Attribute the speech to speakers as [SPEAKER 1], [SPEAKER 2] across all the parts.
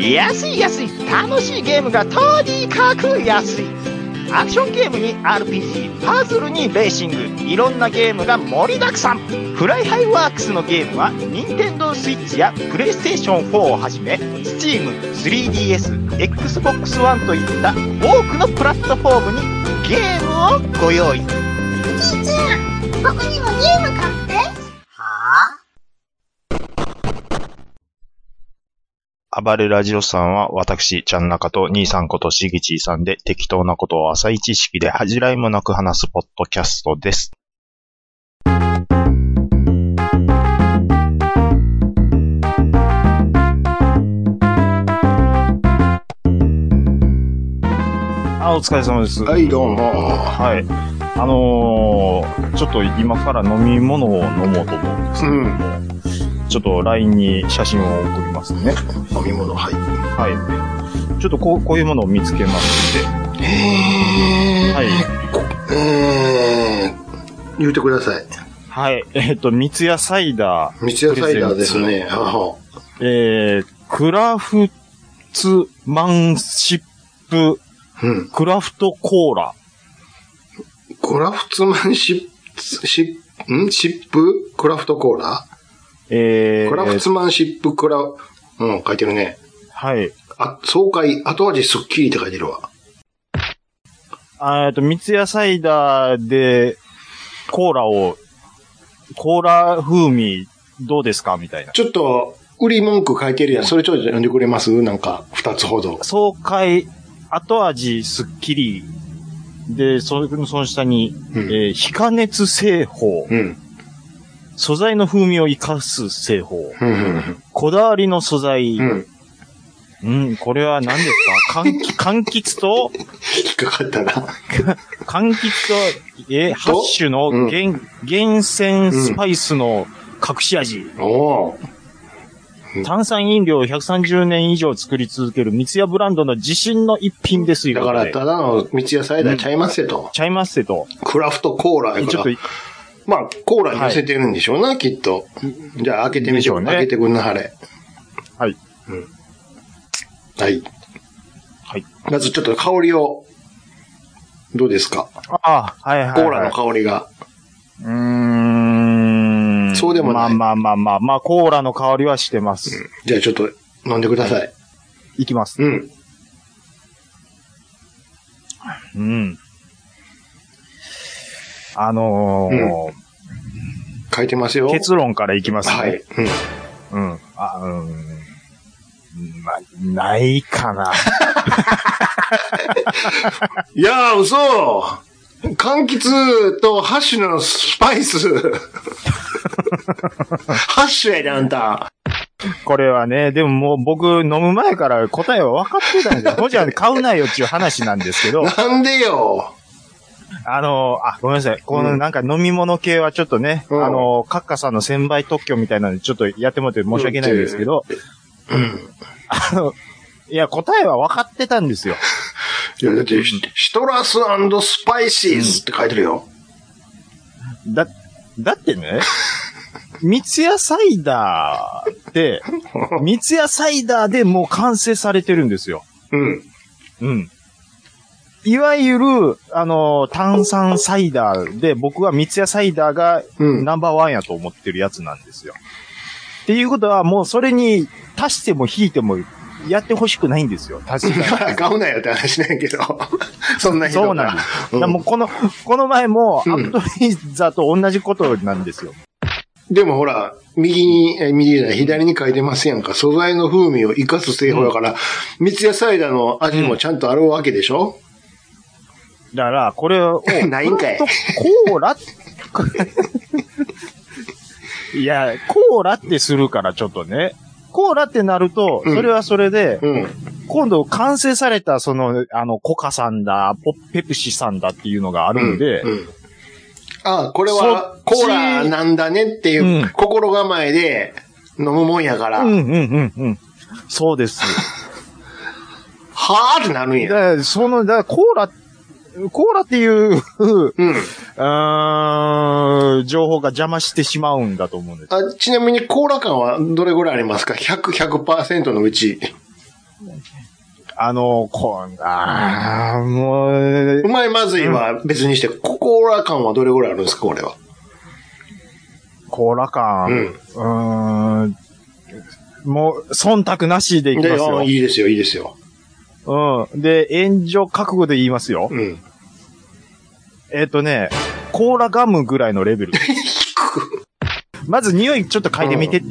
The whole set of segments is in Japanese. [SPEAKER 1] 安い安い楽しいゲームがとにかく安いアクションゲームに RPG パズルにレーシングいろんなゲームが盛りだくさんフライハイワークスのゲームは NintendoSwitch や PlayStation4 をはじめ Steam3DSXbox One といった多くのプラットフォームにゲームをご用意
[SPEAKER 2] じいちゃん、僕にもゲーム買って。
[SPEAKER 3] 暴れラジオさんは、私、ちゃん中と兄さんことしぎちーさんで、適当なことを浅い知識で恥じらいもなく話すポッドキャストです。あ、お疲れ様です。
[SPEAKER 4] はい、どうも。
[SPEAKER 3] はい。あのー、ちょっと今から飲み物を飲もうと思うんですけども、ちょっと LINE に写真を送りますね。
[SPEAKER 4] 飲み物、はい。
[SPEAKER 3] はい。ちょっとこう、こういうものを見つけまして。
[SPEAKER 4] えー、
[SPEAKER 3] はい。
[SPEAKER 4] えー、言うてください。
[SPEAKER 3] はい。えっと、三ツ矢サイダー、
[SPEAKER 4] 三ツ矢サイダーですね。あは
[SPEAKER 3] えー、クラフツマンシップ、
[SPEAKER 4] うん。
[SPEAKER 3] クラフトコーラ。
[SPEAKER 4] クラフトマンシップ、シップ、んシップクラフトコーラ、
[SPEAKER 3] えー、
[SPEAKER 4] クラフトマンシップクラ、うん、書いてるね。
[SPEAKER 3] はい。
[SPEAKER 4] あ、爽快、後味すっきりって書いてるわ。
[SPEAKER 3] あえっと、三ツ矢サイダーで、コーラを、コーラ風味、どうですかみたいな。
[SPEAKER 4] ちょっと、売り文句書いてるやん。それちょっと読んでくれますなんか、二つほど。
[SPEAKER 3] 爽快、後味すっきり。で、そその下に、
[SPEAKER 4] うん
[SPEAKER 3] えー非加熱製法。
[SPEAKER 4] うん。
[SPEAKER 3] 素材の風味を生かす製法。
[SPEAKER 4] うん。うん
[SPEAKER 3] こだわりの素材。
[SPEAKER 4] う。
[SPEAKER 3] うんん、
[SPEAKER 4] うん。
[SPEAKER 3] これは何ですか柑橘、 柑橘と、
[SPEAKER 4] 引っかかったな。
[SPEAKER 3] 柑橘と、えー、ハッシュの
[SPEAKER 4] うん
[SPEAKER 3] 厳、厳選スパイスの隠し味。
[SPEAKER 4] おー。
[SPEAKER 3] 炭酸飲料を130年以上作り続ける三ツ矢ブランドの自信の一品ですよ。
[SPEAKER 4] だから、ただの三ツ矢サイダーちゃいますよと。
[SPEAKER 3] ちゃいますってと。
[SPEAKER 4] クラフトコーラや
[SPEAKER 3] ちょっ
[SPEAKER 4] か
[SPEAKER 3] と
[SPEAKER 4] ら。、まあ、コーラに寄せてるんでしょうな、きっと。じゃあ、開けて
[SPEAKER 3] で
[SPEAKER 4] みて
[SPEAKER 3] しょうね
[SPEAKER 4] 開けてくんなはれ。
[SPEAKER 3] はい。
[SPEAKER 4] うん。はい。
[SPEAKER 3] はい。
[SPEAKER 4] まずちょっと香りを、どうですか
[SPEAKER 3] ああ、はいはい、はい。
[SPEAKER 4] コーラの香りが。
[SPEAKER 3] うーん。
[SPEAKER 4] そうでもない
[SPEAKER 3] まあまあまあまあ、まあ、コーラの香りはしてます。
[SPEAKER 4] じゃあ、ちょっと飲んでください。
[SPEAKER 3] いきます。
[SPEAKER 4] うん。
[SPEAKER 3] うん。あのー
[SPEAKER 4] 書いてますよ。
[SPEAKER 3] 結論からいきますね。
[SPEAKER 4] はい。うん。
[SPEAKER 3] うん。あ、うん。ま、ないかな。
[SPEAKER 4] いやー、嘘柑橘とハッシュのスパイス。 ハッシュやで、あんた。
[SPEAKER 3] これはね、で ももう僕飲む前から答えは分かってたんで すよ。ほじゃ買うなよっていう話なんですけど、
[SPEAKER 4] なんでよ。
[SPEAKER 3] あの、あ、ごめんなさい。こ
[SPEAKER 4] う
[SPEAKER 3] の
[SPEAKER 4] ん
[SPEAKER 3] なんか飲み物系はちょっとね、
[SPEAKER 4] うん
[SPEAKER 3] あの、カッカさんの先輩特許みたいなのでちょっとやってもらって申し訳ないんですけど、
[SPEAKER 4] うん。
[SPEAKER 3] あの、いや、答えは分かってたんですよ。
[SPEAKER 4] いや、だってシ、シトラススパイシーズって書いてるよ。
[SPEAKER 3] だ、だって ね、三ツ矢サイダーって、三ツ矢サイダーでもう完成されてるんですよ。
[SPEAKER 4] うん。
[SPEAKER 3] うん。いわゆる、あのー炭酸サイダーで、僕は三ツ矢サイダーが
[SPEAKER 4] うん。
[SPEAKER 3] ナンバーワンやと思ってるやつなんですよ。っていうことは、もうそれに足しても引いてもやってほしくないんですよ。確 かに。
[SPEAKER 4] 買うなよって話なんやけど。 そんな人が
[SPEAKER 3] そうなんです。
[SPEAKER 4] うん
[SPEAKER 3] だからもうこの、この前も、
[SPEAKER 4] うん
[SPEAKER 3] アクトリーザと同じことなんですよ。
[SPEAKER 4] でもほら、右に、え右じゃない、左に書いてますやんか。素材の風味を生かす製法だから、三ツ矢サイダーの味もちゃんとあるわけでしょ、
[SPEAKER 3] だから、これを、
[SPEAKER 4] ないんかい
[SPEAKER 3] クラフトコーラって いや、コーラってするから、ちょっとね。コーラってなると、
[SPEAKER 4] うん
[SPEAKER 3] それはそれで、
[SPEAKER 4] うん、
[SPEAKER 3] 今度完成された、その、あの、コカさんだ、ポペプシさんだっていうのがあるんで、
[SPEAKER 4] うんああ、これ
[SPEAKER 3] そ
[SPEAKER 4] は
[SPEAKER 3] っち
[SPEAKER 4] コーラなんだねっていううん心構えで飲むもんやから、
[SPEAKER 3] うん、うん、うん、うん。そうです。
[SPEAKER 4] はあってなるん
[SPEAKER 3] だ
[SPEAKER 4] や。
[SPEAKER 3] からその、だからコーラ、コーラって いう、う
[SPEAKER 4] うん。
[SPEAKER 3] ーん、情報が邪魔してしまうんだと思うんです。
[SPEAKER 4] あちなみにコーラ感はどれぐらいありますか ?100、100%のうち。
[SPEAKER 5] あの、こんあーも
[SPEAKER 4] う
[SPEAKER 5] う、
[SPEAKER 4] まいまずいは別にして、ココーラ感はどれぐらいあるんですか、これは。
[SPEAKER 5] コーラ感、
[SPEAKER 4] う
[SPEAKER 5] うんーん、もう、忖度なしでいきます
[SPEAKER 4] であ
[SPEAKER 5] よ。
[SPEAKER 4] いいですよ、いいですよ。
[SPEAKER 5] うん。で、炎上覚悟で言いますよ。
[SPEAKER 4] うん。
[SPEAKER 5] えっ、とね、コーラガムぐらいのレベル。まず匂いちょっと嗅いでみてって、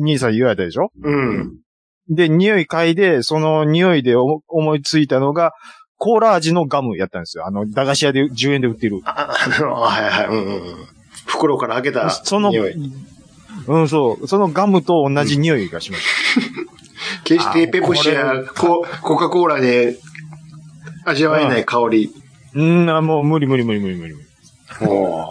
[SPEAKER 5] 兄さん言われたでしょ
[SPEAKER 4] うん。
[SPEAKER 5] で、匂い嗅いで、その匂いで思思いついたのが、コーラ味のガムやったんですよ。あの、駄菓子屋で10円で売ってる。
[SPEAKER 4] あ、あの、はいはい、うんうんうん。袋から開けた
[SPEAKER 5] その、
[SPEAKER 4] 匂い。
[SPEAKER 5] うん、そう。そのガムと同じ匂いがしまし
[SPEAKER 4] 決してペプシやココカ・コーラで味わえない香り。
[SPEAKER 5] た。うん、あもう無理無理無理無理無理無理。
[SPEAKER 4] おー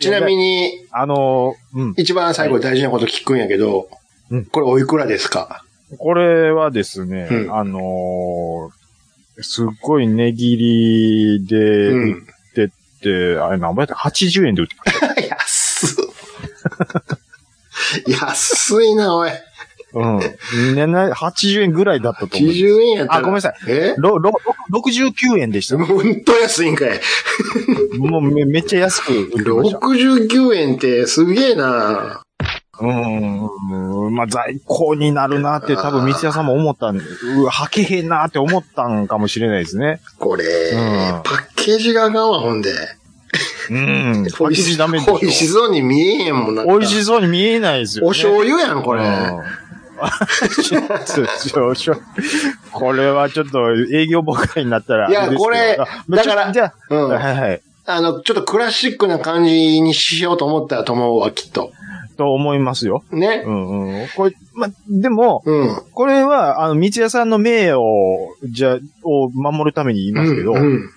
[SPEAKER 4] ちなみに、
[SPEAKER 5] あのーうん。
[SPEAKER 4] 一番最後大事なこと聞くんやけど
[SPEAKER 5] うん、
[SPEAKER 4] これおいくらですか
[SPEAKER 5] これはですね、
[SPEAKER 4] うん
[SPEAKER 5] あのーすっごい値切りで
[SPEAKER 4] う
[SPEAKER 5] 売っ
[SPEAKER 4] ん。
[SPEAKER 5] て、あれ何倍やった ?80 円で売って
[SPEAKER 4] 安っ 安いな、おい。
[SPEAKER 5] うん。ねな80円ぐらいだったと思う。
[SPEAKER 4] 80円やったら。
[SPEAKER 5] あごめんなさい。
[SPEAKER 4] え
[SPEAKER 5] ろろ69円でした。も
[SPEAKER 4] ほんと安いんかい。
[SPEAKER 5] うめめっちゃ安く売ってました。
[SPEAKER 4] 69円ってすげえな。
[SPEAKER 5] うんうん。まあ、在庫になるなって多分三ツ屋さんも思ったんで、うわ、はけへんなって思ったんかもしれないですね。
[SPEAKER 4] これ、
[SPEAKER 5] ん
[SPEAKER 4] パッケージがあかんわ、ほんで。
[SPEAKER 5] うん。
[SPEAKER 4] 美
[SPEAKER 5] 美
[SPEAKER 4] 味
[SPEAKER 5] 味
[SPEAKER 4] し
[SPEAKER 5] しいダメでしょ
[SPEAKER 4] 美味しそうに見えへんもんな。
[SPEAKER 5] 美味しそうに見えないですよ、ね。
[SPEAKER 4] お醤油やん、これ。
[SPEAKER 5] うん。ちょっとちょちょこれはちょっと営業妨害になったらあ
[SPEAKER 4] いや
[SPEAKER 5] れですけど。
[SPEAKER 4] これ
[SPEAKER 5] まあちょ
[SPEAKER 4] だから
[SPEAKER 5] じゃ
[SPEAKER 4] う
[SPEAKER 5] あ、
[SPEAKER 4] ん。
[SPEAKER 5] はいはい。
[SPEAKER 4] あの、ちょっとクラシックな感じにしようと思ったらと思うわ、きっと。
[SPEAKER 5] と思いますよ。
[SPEAKER 4] ね
[SPEAKER 5] う。んうん。これ、まあ、でも、
[SPEAKER 4] うん。
[SPEAKER 5] これは、あの、道屋さんの名誉を、じゃ、を守るために言いますけど、
[SPEAKER 4] うん。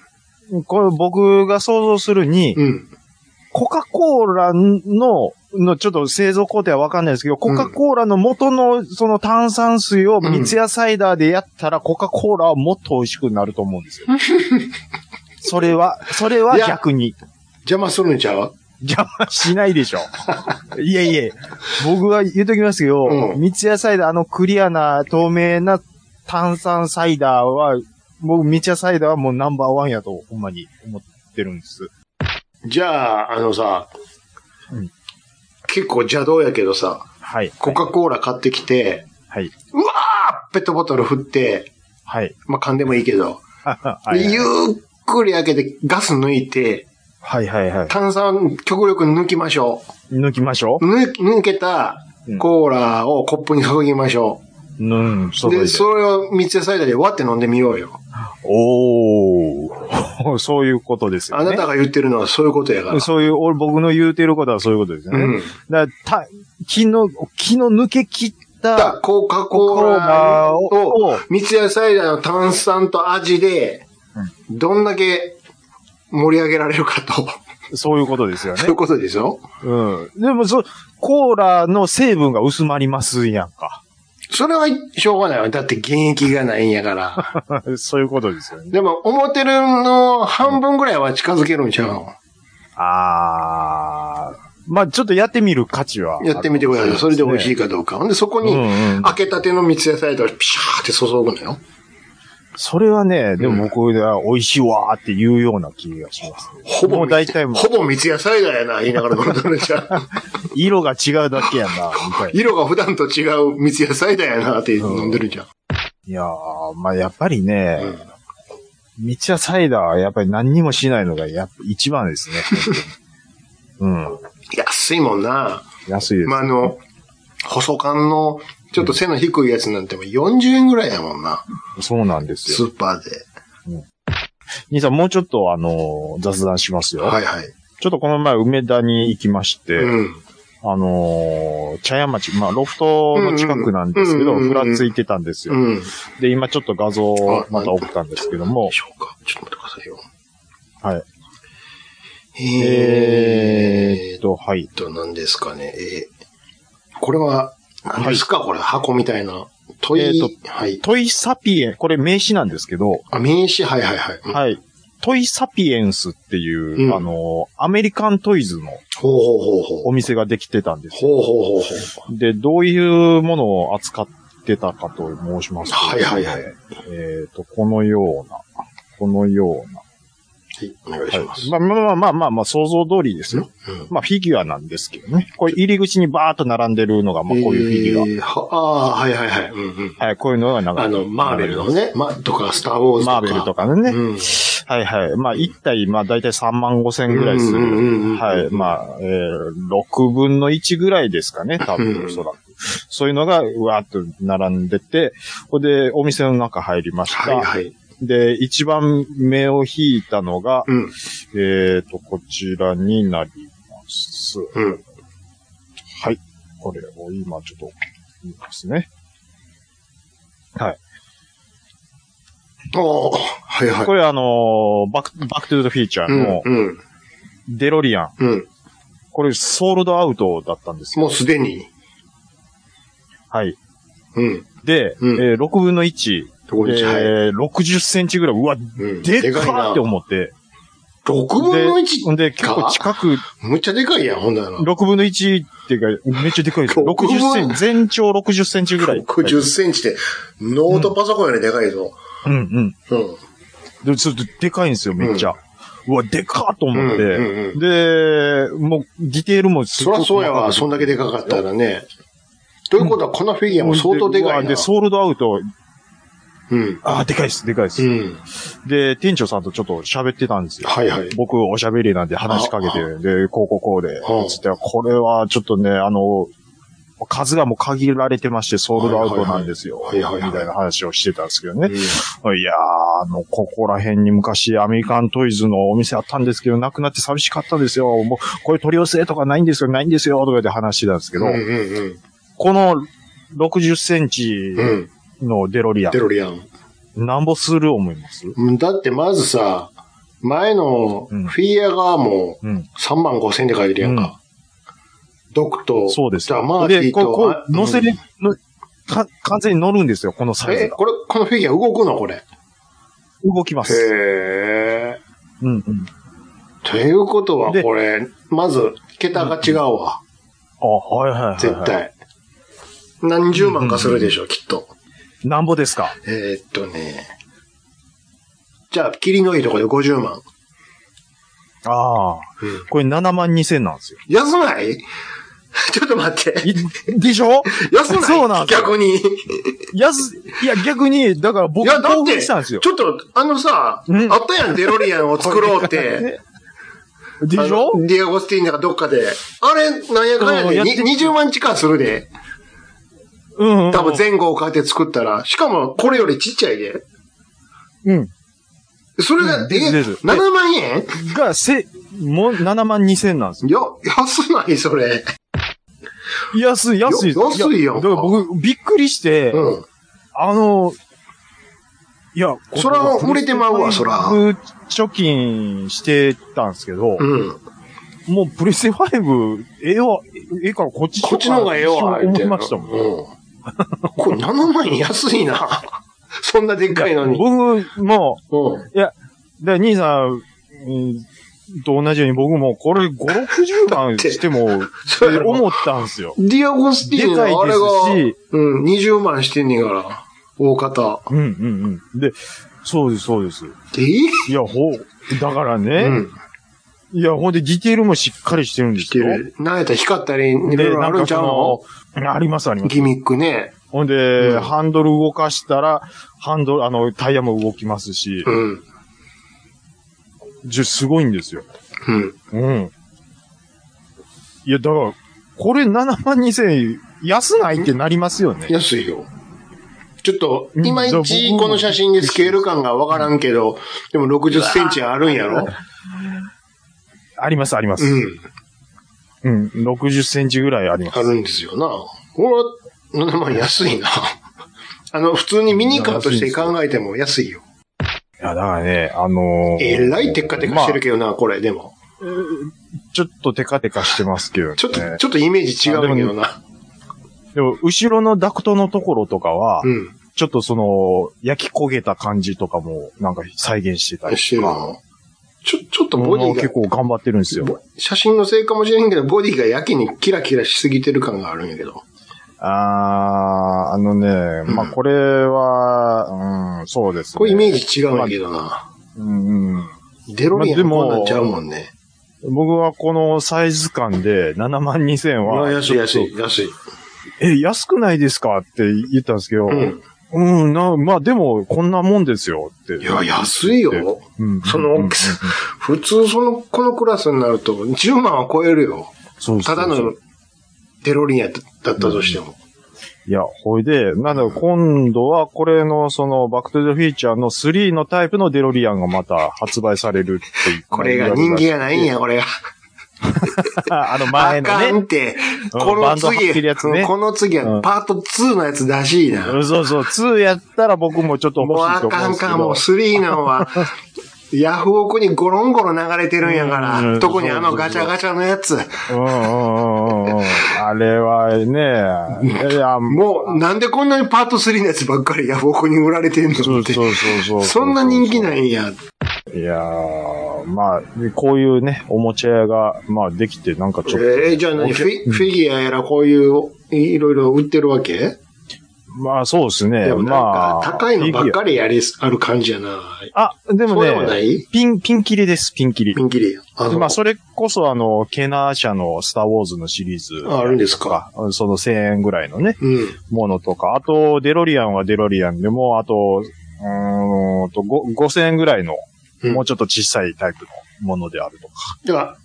[SPEAKER 5] これ僕が想像するに、
[SPEAKER 4] うん。
[SPEAKER 5] コカ・コーラの、の、ちょっと製造工程はわかんないですけど、コカ・コーラの元の、その炭酸水を三ツ矢サイダーでやったら、コカ・コーラはもっと美味しくなると思う んですよ。それは、それはい
[SPEAKER 4] や
[SPEAKER 5] 逆に。
[SPEAKER 4] 邪魔するんちゃう
[SPEAKER 5] 邪魔しないで しょ。いやいや、僕は言うときますけど、
[SPEAKER 4] うん
[SPEAKER 5] 三ツ矢サイダー、あのクリアな透明な炭酸サイダーは、僕、三ツ矢サイダーはもうナンバーワンやと、ほんまに思ってるんです。
[SPEAKER 4] じゃあ、あのさ、
[SPEAKER 5] うん
[SPEAKER 4] 結構邪道やけどさ、
[SPEAKER 5] はい。
[SPEAKER 4] コカ・コーラ買ってきて、
[SPEAKER 5] はい。
[SPEAKER 4] うわーペットボトル振って、
[SPEAKER 5] はい。
[SPEAKER 4] まあ、噛んでもいいけど、
[SPEAKER 5] はい。
[SPEAKER 4] ゆっくり開けてガス抜いて、
[SPEAKER 5] はいはいはい。
[SPEAKER 4] 炭酸極力抜きましょ
[SPEAKER 5] 抜きましょ
[SPEAKER 4] う。抜抜けた
[SPEAKER 5] うん
[SPEAKER 4] コーラをコップに注ぎましょ
[SPEAKER 5] う。うん、
[SPEAKER 4] う。
[SPEAKER 5] そ
[SPEAKER 4] で、
[SPEAKER 5] うそ
[SPEAKER 4] そ
[SPEAKER 5] う。
[SPEAKER 4] れを三ツ矢サイダーで割って飲んでみようよ。
[SPEAKER 5] おー。 そういうことですよ
[SPEAKER 4] あ
[SPEAKER 5] ね。
[SPEAKER 4] なたが言ってるのはそういうことやから。
[SPEAKER 5] そういう、俺、僕の言うてることはそういうことですよね。
[SPEAKER 4] うん。
[SPEAKER 5] だからた、気の、気の抜け切った
[SPEAKER 4] だ、コカ・コ
[SPEAKER 5] コ
[SPEAKER 4] ー
[SPEAKER 5] ー
[SPEAKER 4] ラ
[SPEAKER 5] ラ
[SPEAKER 4] と、
[SPEAKER 5] を、
[SPEAKER 4] 三ツ矢サイダーの炭酸と味で、どんだけ盛り上げられるかと。
[SPEAKER 5] そういうことですよね
[SPEAKER 4] そうい。うことですよ。
[SPEAKER 5] うん。でも、そう、コーラの成分が薄まりますやんか。
[SPEAKER 4] それはしょうがないわ。だって現役がないんや から。
[SPEAKER 5] そういうことですよね。
[SPEAKER 4] でも、思ってるの半分ぐらいは近づけるんちゃうの
[SPEAKER 5] あー。まあちょっとやってみる価値は。
[SPEAKER 4] やってみてください。それで美味しいかどうか。ほんで、そこ
[SPEAKER 5] う
[SPEAKER 4] に、
[SPEAKER 5] んうん。
[SPEAKER 4] 開けたての三ツ矢サイダーをピシャーって注ぐのよ。
[SPEAKER 5] それはね、でも僕は美味しいわーって言うような気がします。
[SPEAKER 4] ほぼ
[SPEAKER 5] もう
[SPEAKER 4] 三
[SPEAKER 5] 大
[SPEAKER 4] ツ、
[SPEAKER 5] 体もう
[SPEAKER 4] ほぼ三ツ矢サイダーやな、言いながら飲んだのじ ゃう。
[SPEAKER 5] 色が違うだけやな、みたいな。
[SPEAKER 4] 色が普段と違う三ツ矢サイダーやな、って飲んでるじゃん。
[SPEAKER 5] いやー、まあやっぱり
[SPEAKER 4] う
[SPEAKER 5] ね
[SPEAKER 4] ん、
[SPEAKER 5] 道はサイダーはやっぱり何にもしないのがやっぱ一番ですね。 うん。
[SPEAKER 4] 安いもんな。
[SPEAKER 5] 安いです。
[SPEAKER 4] まあ、あの、細缶の、ちょっと背の低いやつなんてもう40円ぐらいやもんな。
[SPEAKER 5] そうなんですよ
[SPEAKER 4] ス。ーパーで。
[SPEAKER 5] 兄さん、もうちょっとあの、雑談しますよ。
[SPEAKER 4] はいはい。
[SPEAKER 5] ちょっとこの前、梅田に行きまして、
[SPEAKER 4] うん。
[SPEAKER 5] あのー茶屋町、まあ、ロフトの近くなんですけ
[SPEAKER 4] うん
[SPEAKER 5] ど、
[SPEAKER 4] うんうんうん
[SPEAKER 5] ふらついてたんですよ。
[SPEAKER 4] うん。で
[SPEAKER 5] で、今ちょっと画像
[SPEAKER 4] あ
[SPEAKER 5] をまた送ったんですけども、
[SPEAKER 4] しょうか。ちょっと待ってくださいよ。
[SPEAKER 5] はい。えー
[SPEAKER 4] え
[SPEAKER 5] っと、はい。
[SPEAKER 4] ーと、何ですかね。えーこれは、何ですか、これ、箱みたいな。問い、
[SPEAKER 5] えー
[SPEAKER 4] はい。
[SPEAKER 5] トイサピエン、これ名詞なんですけど、
[SPEAKER 4] あ、名刺、はいはいはい。い。
[SPEAKER 5] はい。トイサピエンスっていう、
[SPEAKER 4] うん
[SPEAKER 5] あのーアメリカントイズの
[SPEAKER 4] ほうほうほうほ
[SPEAKER 5] お
[SPEAKER 4] う。
[SPEAKER 5] 店ができてたんですよ。
[SPEAKER 4] ほうほうほうほう。
[SPEAKER 5] で、どういうものを扱っってたかと申しますと。
[SPEAKER 4] はいはいはい。
[SPEAKER 5] えっ、と、このような、このような。
[SPEAKER 4] はい、お願いします。
[SPEAKER 5] まあまあまあまあまあ、想像通りですよ。
[SPEAKER 4] うん
[SPEAKER 5] まあ、フィギュアなんですけどね。これ入り口にバーっと並んでるのが、まあ、こういうフィギュア。
[SPEAKER 4] えーはああ、はいはいはい。うんうん。
[SPEAKER 5] はい、こういうのがなんか
[SPEAKER 4] あの、マーベルのね、ま、とか、スター・ウォーズとか。
[SPEAKER 5] マーベルとかのね。
[SPEAKER 4] うん
[SPEAKER 5] はいはい。まあ、1体、まあ、だいたい3万5千ぐらいす
[SPEAKER 4] うんうんうんうん
[SPEAKER 5] る。はい。まあ、えー、6分の1ぐらいですかね、多
[SPEAKER 4] うん
[SPEAKER 5] 分、おそらく。そういうのが、うわーっと並んでて、これで、お店の中入りました。
[SPEAKER 4] はいはい。
[SPEAKER 5] で、一番目を引いたのが、
[SPEAKER 4] うん。
[SPEAKER 5] えーと、こちらになります。
[SPEAKER 4] うん。
[SPEAKER 5] はい。これを今ちょっと見ますね。はい。
[SPEAKER 4] おーはいはい。
[SPEAKER 5] これあのーバック、バックトゥーザフィーチャーの
[SPEAKER 4] うん、うん、
[SPEAKER 5] デロリアン。
[SPEAKER 4] うん。
[SPEAKER 5] これソールドアウトだったんですよ。
[SPEAKER 4] もうすでに。
[SPEAKER 5] はい。
[SPEAKER 4] うん。
[SPEAKER 5] で、
[SPEAKER 4] うん
[SPEAKER 5] えー6分の1、
[SPEAKER 4] とこに、はい。
[SPEAKER 5] えー60センチぐらい、うわ、
[SPEAKER 4] うん
[SPEAKER 5] で
[SPEAKER 4] い
[SPEAKER 5] っか
[SPEAKER 4] な
[SPEAKER 5] って思って。
[SPEAKER 4] 6
[SPEAKER 5] で
[SPEAKER 4] 分の
[SPEAKER 5] ほん
[SPEAKER 4] 1?
[SPEAKER 5] で、結構近く、
[SPEAKER 4] むっちゃでかいやん、ほんなら。
[SPEAKER 5] 6分の1っていうか、めっちゃでかいです。
[SPEAKER 4] 6
[SPEAKER 5] 60センチ、全長60センチぐらい。
[SPEAKER 4] 60センチで、ノートパソコンよりでかいぞ。
[SPEAKER 5] うんう
[SPEAKER 4] う
[SPEAKER 5] ん。
[SPEAKER 4] ん。
[SPEAKER 5] で、ちょっとでかいんですよ、めっちゃ。うわ、でかーと
[SPEAKER 4] うん。
[SPEAKER 5] 思っ
[SPEAKER 4] う
[SPEAKER 5] て。
[SPEAKER 4] ん。うん
[SPEAKER 5] で、もう、ディテールもす
[SPEAKER 4] そ
[SPEAKER 5] ご
[SPEAKER 4] ら
[SPEAKER 5] く
[SPEAKER 4] そうやわ、そんだけでかかったらね。ということは、このフィギュアも相当でかい
[SPEAKER 5] で
[SPEAKER 4] な。
[SPEAKER 5] で、ソールドアウト、
[SPEAKER 4] うん。
[SPEAKER 5] あーでかいです、でかいです、
[SPEAKER 4] うん。
[SPEAKER 5] で、店長さんとちょっと喋ってたんですよ。
[SPEAKER 4] はいはい。
[SPEAKER 5] 僕、おしゃべりなんで話しかけて、で、こうこうこうで
[SPEAKER 4] うん、
[SPEAKER 5] つって、これはちょっとね、あの、数がもう限られてまして、ソールドアウトなんですよ。
[SPEAKER 4] はいはいはいはいはいはい
[SPEAKER 5] みたいな話をしてたんですけどね。
[SPEAKER 4] う
[SPEAKER 5] いやー、あの、ここら辺に昔アメリカントイズのお店あったんですけど、なくなって寂しかったですよ。もう、これ取り寄せとかないんですよ、ないんですよ、とかで話してたんですけど、
[SPEAKER 4] んうんうん。
[SPEAKER 5] この60センチ
[SPEAKER 4] うん。
[SPEAKER 5] のデロリアン
[SPEAKER 4] デ、ロリアン。
[SPEAKER 5] なんぼする思います
[SPEAKER 4] うんだってまずさ、前のフ
[SPEAKER 5] うん
[SPEAKER 4] ィギュアがもう
[SPEAKER 5] うん
[SPEAKER 4] 3万5千円で買えるやんか。ドクと、
[SPEAKER 5] そうです
[SPEAKER 4] じゃ
[SPEAKER 5] よ
[SPEAKER 4] あマーティ
[SPEAKER 5] で、
[SPEAKER 4] ー
[SPEAKER 5] こう、
[SPEAKER 4] と、
[SPEAKER 5] こ
[SPEAKER 4] あ
[SPEAKER 5] う、乗せ
[SPEAKER 4] う
[SPEAKER 5] れ
[SPEAKER 4] ん、
[SPEAKER 5] のか完全に乗るんですよ、このサイズ
[SPEAKER 4] え、
[SPEAKER 5] が。
[SPEAKER 4] これ、このフィギュア動くのこれ。
[SPEAKER 5] 動きます。
[SPEAKER 4] へえ。
[SPEAKER 5] うんうん。
[SPEAKER 4] ということは、
[SPEAKER 5] で
[SPEAKER 4] これ、まず、桁が違うわ。
[SPEAKER 5] あ、はいはいはい、はい。
[SPEAKER 4] 絶。対。何十万かするでしょ、きっと。
[SPEAKER 5] なんぼですか
[SPEAKER 4] えーっとね。じゃあ、霧のいいとこで50万。
[SPEAKER 5] ああ。これ7万2千なんですよ。
[SPEAKER 4] 安ない ちょっと待って。
[SPEAKER 5] いでしょ
[SPEAKER 4] 安ない
[SPEAKER 5] そうなんですよ
[SPEAKER 4] 逆に。
[SPEAKER 5] 安、いや、逆に、だから
[SPEAKER 4] い
[SPEAKER 5] 僕、
[SPEAKER 4] や、だっ
[SPEAKER 5] 興奮
[SPEAKER 4] て、
[SPEAKER 5] し
[SPEAKER 4] ちょ
[SPEAKER 5] たん
[SPEAKER 4] っ
[SPEAKER 5] ですよ。
[SPEAKER 4] と、あのさ、
[SPEAKER 5] うん
[SPEAKER 4] あったやん、デロリアンを作ろうって。
[SPEAKER 5] ね でしょ
[SPEAKER 4] あのディアゴスティーニだかどっかで。あれ、なんやかん
[SPEAKER 5] そ
[SPEAKER 4] や
[SPEAKER 5] うやっ
[SPEAKER 4] で、
[SPEAKER 5] て
[SPEAKER 4] に20万近するで。
[SPEAKER 5] うん、うん。
[SPEAKER 4] 多分前後を変えて作ったら。しかも、これよりちっちゃいで。
[SPEAKER 5] うん。
[SPEAKER 4] それが、
[SPEAKER 5] うん
[SPEAKER 4] え、
[SPEAKER 5] ですです
[SPEAKER 4] 7万円
[SPEAKER 5] が、せ、もう7万2千なんですよ。
[SPEAKER 4] いや、安ない、それ。
[SPEAKER 5] 安い、安い。
[SPEAKER 4] よ安いやん
[SPEAKER 5] だから僕、びっくりして、
[SPEAKER 4] うん。
[SPEAKER 5] あの、いや、
[SPEAKER 4] そら売れてまうわそら
[SPEAKER 5] 僕貯金してたんですけど、
[SPEAKER 4] うん。
[SPEAKER 5] もうプレステ5、ええわ、ええからこっち
[SPEAKER 4] こっちの方がええわ、
[SPEAKER 5] 思い
[SPEAKER 4] 言う
[SPEAKER 5] ま
[SPEAKER 4] て
[SPEAKER 5] したもん。
[SPEAKER 4] うん。これ7万円安いな。 そんなでっかいのに。
[SPEAKER 5] 僕も、
[SPEAKER 4] うん。
[SPEAKER 5] で、兄さん、うんと同じように僕もこれ5、60万しても、
[SPEAKER 4] そうやろ
[SPEAKER 5] 思ったんですよ。
[SPEAKER 4] ディアゴスティーニの
[SPEAKER 5] でかいですし
[SPEAKER 4] あれが、うん、20万してんねんから、大方。
[SPEAKER 5] うんうんうん。で、そうです、そうです。
[SPEAKER 4] で
[SPEAKER 5] いや、ほう、だから
[SPEAKER 4] う
[SPEAKER 5] ね、
[SPEAKER 4] ん、
[SPEAKER 5] いや、ほんでディテールもしっかりしてるんで
[SPEAKER 4] し
[SPEAKER 5] す
[SPEAKER 4] て
[SPEAKER 5] よ。
[SPEAKER 4] る。なんやったら光ったり、いろい
[SPEAKER 5] で、
[SPEAKER 4] ろ
[SPEAKER 5] な
[SPEAKER 4] あ
[SPEAKER 5] ん
[SPEAKER 4] るん
[SPEAKER 5] か
[SPEAKER 4] ちゃ
[SPEAKER 5] そう
[SPEAKER 4] の
[SPEAKER 5] の、ありますあります。
[SPEAKER 4] ギミックね。
[SPEAKER 5] ほんで、
[SPEAKER 4] うん
[SPEAKER 5] ハンドル動かしたら、ハンドル、あの、タイヤも動きますし、
[SPEAKER 4] うん。
[SPEAKER 5] じゃすごいんですよ。
[SPEAKER 4] うん。
[SPEAKER 5] うん。いや、だから、これ7万2000円、安ないってなりますよね。
[SPEAKER 4] 安いよ。ちょっと、
[SPEAKER 5] うん
[SPEAKER 4] いまいち
[SPEAKER 5] じゃあ僕も
[SPEAKER 4] この写真でスケール感がわからんけど、でも60センチあるんやろ
[SPEAKER 5] あります、ありま
[SPEAKER 4] う
[SPEAKER 5] す。
[SPEAKER 4] ん。
[SPEAKER 5] うん。60センチぐらいありま
[SPEAKER 4] あ
[SPEAKER 5] す。
[SPEAKER 4] るんですよな。これは、7万安いな。 あの、普通にミニカーとして考えても安いよ。
[SPEAKER 5] いや、だからね、あのー、
[SPEAKER 4] えらいテッカテカしてる
[SPEAKER 5] け
[SPEAKER 4] けどな、これ、でも。
[SPEAKER 5] ど、まあえーちょっとテカテカしてますけど、ね。
[SPEAKER 4] ちょっと、ちょっとイメージ違うんやけどな。
[SPEAKER 5] でも、後ろのダクトのところとかは、
[SPEAKER 4] うん。
[SPEAKER 5] ちょっとその、焼き焦げた感じとかも、なんか再現してたり
[SPEAKER 4] して
[SPEAKER 5] と
[SPEAKER 4] る
[SPEAKER 5] か。
[SPEAKER 4] のちょ、ちょっとボディ
[SPEAKER 5] 結
[SPEAKER 4] が、
[SPEAKER 5] 構頑張ってるんですよ。
[SPEAKER 4] 写真のせいかもしれんけど、ボディがやけにキラキラしすぎてる感があるんやけど。
[SPEAKER 5] あー、あのね、まあ、これは、うん、そうです、ね。
[SPEAKER 4] これイメージ違うんやけどな。
[SPEAKER 5] うん、うん。
[SPEAKER 4] デロリアン
[SPEAKER 5] まあでも
[SPEAKER 4] こんなんちゃうもんね。
[SPEAKER 5] 僕はこのサイズ感で7万2000
[SPEAKER 4] いや
[SPEAKER 5] は、
[SPEAKER 4] 安い安い安い。
[SPEAKER 5] え、安くないですかって言ったんですけど、
[SPEAKER 4] うん。
[SPEAKER 5] うん、な、まあでも、こんなもんですよって。
[SPEAKER 4] いや、安いよ。
[SPEAKER 5] うん、
[SPEAKER 4] その
[SPEAKER 5] うん
[SPEAKER 4] 大きさ普通その、このクラスになると10万は超えるよ。
[SPEAKER 5] そうそ
[SPEAKER 4] た
[SPEAKER 5] う
[SPEAKER 4] だのデロリアンだったとしても。
[SPEAKER 5] いや、ほいで、なんだろう、今度はこれの、その、バックトゥザフィーチャーの3のタイプのデロリアンがまた発売されるっていう。
[SPEAKER 4] これが人気がないんや、これが。
[SPEAKER 5] あの
[SPEAKER 4] あ
[SPEAKER 5] 前の
[SPEAKER 4] かんっ
[SPEAKER 5] ね。
[SPEAKER 4] て。
[SPEAKER 5] うん
[SPEAKER 4] こ
[SPEAKER 5] バ
[SPEAKER 4] の
[SPEAKER 5] ンド入って
[SPEAKER 4] 次、
[SPEAKER 5] るやつね
[SPEAKER 4] この次
[SPEAKER 5] う
[SPEAKER 4] は
[SPEAKER 5] ん
[SPEAKER 4] パート2のやつらしいな。
[SPEAKER 5] うんそうそう、2やったら僕もちょっと
[SPEAKER 4] もう
[SPEAKER 5] 欲しい
[SPEAKER 4] あ
[SPEAKER 5] と思
[SPEAKER 4] か
[SPEAKER 5] うん
[SPEAKER 4] ん
[SPEAKER 5] ですけど。
[SPEAKER 4] かん、もう3なん は、ヤフオクにゴロンゴロン流れてるんやか
[SPEAKER 5] う
[SPEAKER 4] ら、
[SPEAKER 5] ん
[SPEAKER 4] 特にあのガチャガチャのやつ、
[SPEAKER 5] うんうんうんうんうん。あれはね、いや、
[SPEAKER 4] もうなんでこんなにパート3のやつばっかりヤフオクに売られてん
[SPEAKER 5] そ
[SPEAKER 4] の
[SPEAKER 5] う
[SPEAKER 4] って
[SPEAKER 5] そ。うそうそう。
[SPEAKER 4] そんな人気ないんや。
[SPEAKER 5] いやー、まあ、こういうね、おもちゃ屋が、まあ、できて、なんかちょっと、
[SPEAKER 4] えーじゃあ何フィフィギュアやらこういう、いろいろ売ってるわけ
[SPEAKER 5] まあ、そうですね。
[SPEAKER 4] でもなん
[SPEAKER 5] ま
[SPEAKER 4] か
[SPEAKER 5] あ、、
[SPEAKER 4] 高いのばっかりやり、ある感じやな。
[SPEAKER 5] あ、でも
[SPEAKER 4] そうでもな
[SPEAKER 5] ね、
[SPEAKER 4] い
[SPEAKER 5] ピン、ピンキリです、ピンキリ。
[SPEAKER 4] ピンキリ。あ
[SPEAKER 5] まあ、
[SPEAKER 4] の、
[SPEAKER 5] それこそ、あの、ケナー社のスターウォーズのシリーズ。
[SPEAKER 4] ああるんですか。
[SPEAKER 5] うんその1000円ぐらいのね、
[SPEAKER 4] うん。
[SPEAKER 5] ものとか。あと、デロリアンはデロリアンでも、あと、うーんと、ご5000円ぐらいの、
[SPEAKER 4] うん
[SPEAKER 5] もうちょっと小さいタイプのものであるとか。
[SPEAKER 4] だから、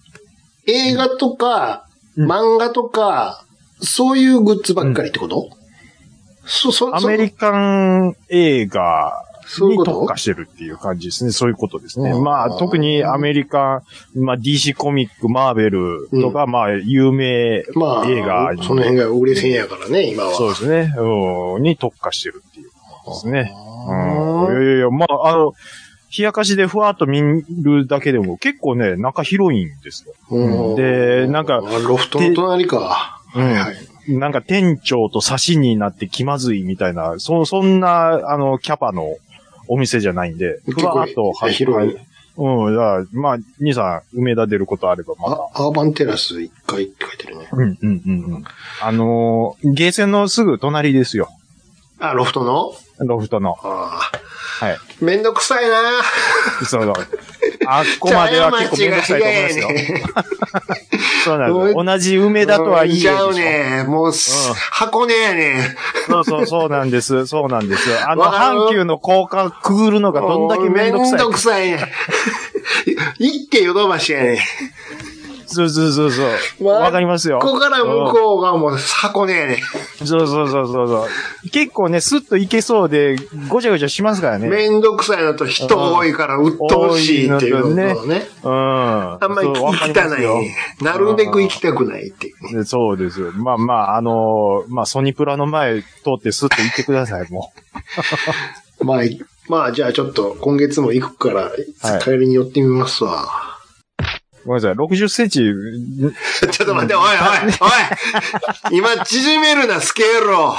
[SPEAKER 4] 映画とか、
[SPEAKER 5] うん
[SPEAKER 4] 漫画とか、そういうグッズばっかりってこと、そ、そ、
[SPEAKER 5] ア
[SPEAKER 4] そ
[SPEAKER 5] メリカン映画
[SPEAKER 4] そうい
[SPEAKER 5] に
[SPEAKER 4] うこ
[SPEAKER 5] 特
[SPEAKER 4] と
[SPEAKER 5] 化してるっていう感じですね。そういうことですね。
[SPEAKER 4] あー
[SPEAKER 5] まあ、特にアメリカン、まあ、DC コミック、マーベルとか、まあ、有名、
[SPEAKER 4] まあ、
[SPEAKER 5] 映画
[SPEAKER 4] その辺が売れ線やからね、今は。
[SPEAKER 5] そうですね、うんに特化してるっていうことですね。
[SPEAKER 4] あ
[SPEAKER 5] うん。
[SPEAKER 4] ー
[SPEAKER 5] いやいやいや、まあ、あの、冷やかしでふわっと見るだけでも結構ね、中広いんですよ。
[SPEAKER 4] うん
[SPEAKER 5] でなんか
[SPEAKER 4] あロフトの隣か。はいはい。
[SPEAKER 5] なんか店長と差しになって気まずいみたいな、そ、そんな、あの、キャパのお店じゃないんで、
[SPEAKER 4] 結
[SPEAKER 5] ふわ
[SPEAKER 4] 構
[SPEAKER 5] っと、はい、
[SPEAKER 4] 広い。
[SPEAKER 5] うん、だからまあ、兄さん、梅田出ることあれば、また。
[SPEAKER 4] あ、アーバンテラス一階って書いてるね。
[SPEAKER 5] うん、うん、うんうん。あのーゲーセンのすぐ隣ですよ。
[SPEAKER 4] あ、ロフトの
[SPEAKER 5] ロフトの。
[SPEAKER 4] ああ。
[SPEAKER 5] はい。
[SPEAKER 4] めんどくさいな
[SPEAKER 5] そ うそう。あっこまでは結構めんどくさいと思いますよ
[SPEAKER 4] 茶屋。町が嫌やね
[SPEAKER 5] そうなんですよ。同じ梅田とはいえで
[SPEAKER 4] ち
[SPEAKER 5] しょ。
[SPEAKER 4] ゃうね。もう、
[SPEAKER 5] ん
[SPEAKER 4] 箱根やね。
[SPEAKER 5] そうそう、そうなんです。そうなんです。あの、
[SPEAKER 4] わかる
[SPEAKER 5] 阪急の高架くぐるのがどんだけめんどくさ
[SPEAKER 4] めん
[SPEAKER 5] い
[SPEAKER 4] ど
[SPEAKER 5] か
[SPEAKER 4] く。さいね。一手ヨドバシやね。
[SPEAKER 5] そうそうそうそう。
[SPEAKER 4] わ
[SPEAKER 5] わかりますよ。
[SPEAKER 4] ここから向こうがもう箱根やね。
[SPEAKER 5] うんそうそうそうそうそう。結構ね、スッと行けそうで、ごちゃごちゃしますからね。
[SPEAKER 4] めんどくさいのと人多いから鬱陶しいっていうのをね。
[SPEAKER 5] うん。あ
[SPEAKER 4] あんまり行きたない。なるべく行きたくないっていうね。
[SPEAKER 5] でそうです。まあまあ、あのーまあ、ソニプラの前通ってスッと行ってください、も
[SPEAKER 4] まあ、いまあ、じゃあちょっと今月も行くから、
[SPEAKER 5] い
[SPEAKER 4] 帰りに寄ってみますわ。
[SPEAKER 5] う。ごめんなさい、60センチ、
[SPEAKER 4] ちょっと待って、おいおいおい今縮めるな、スケール を。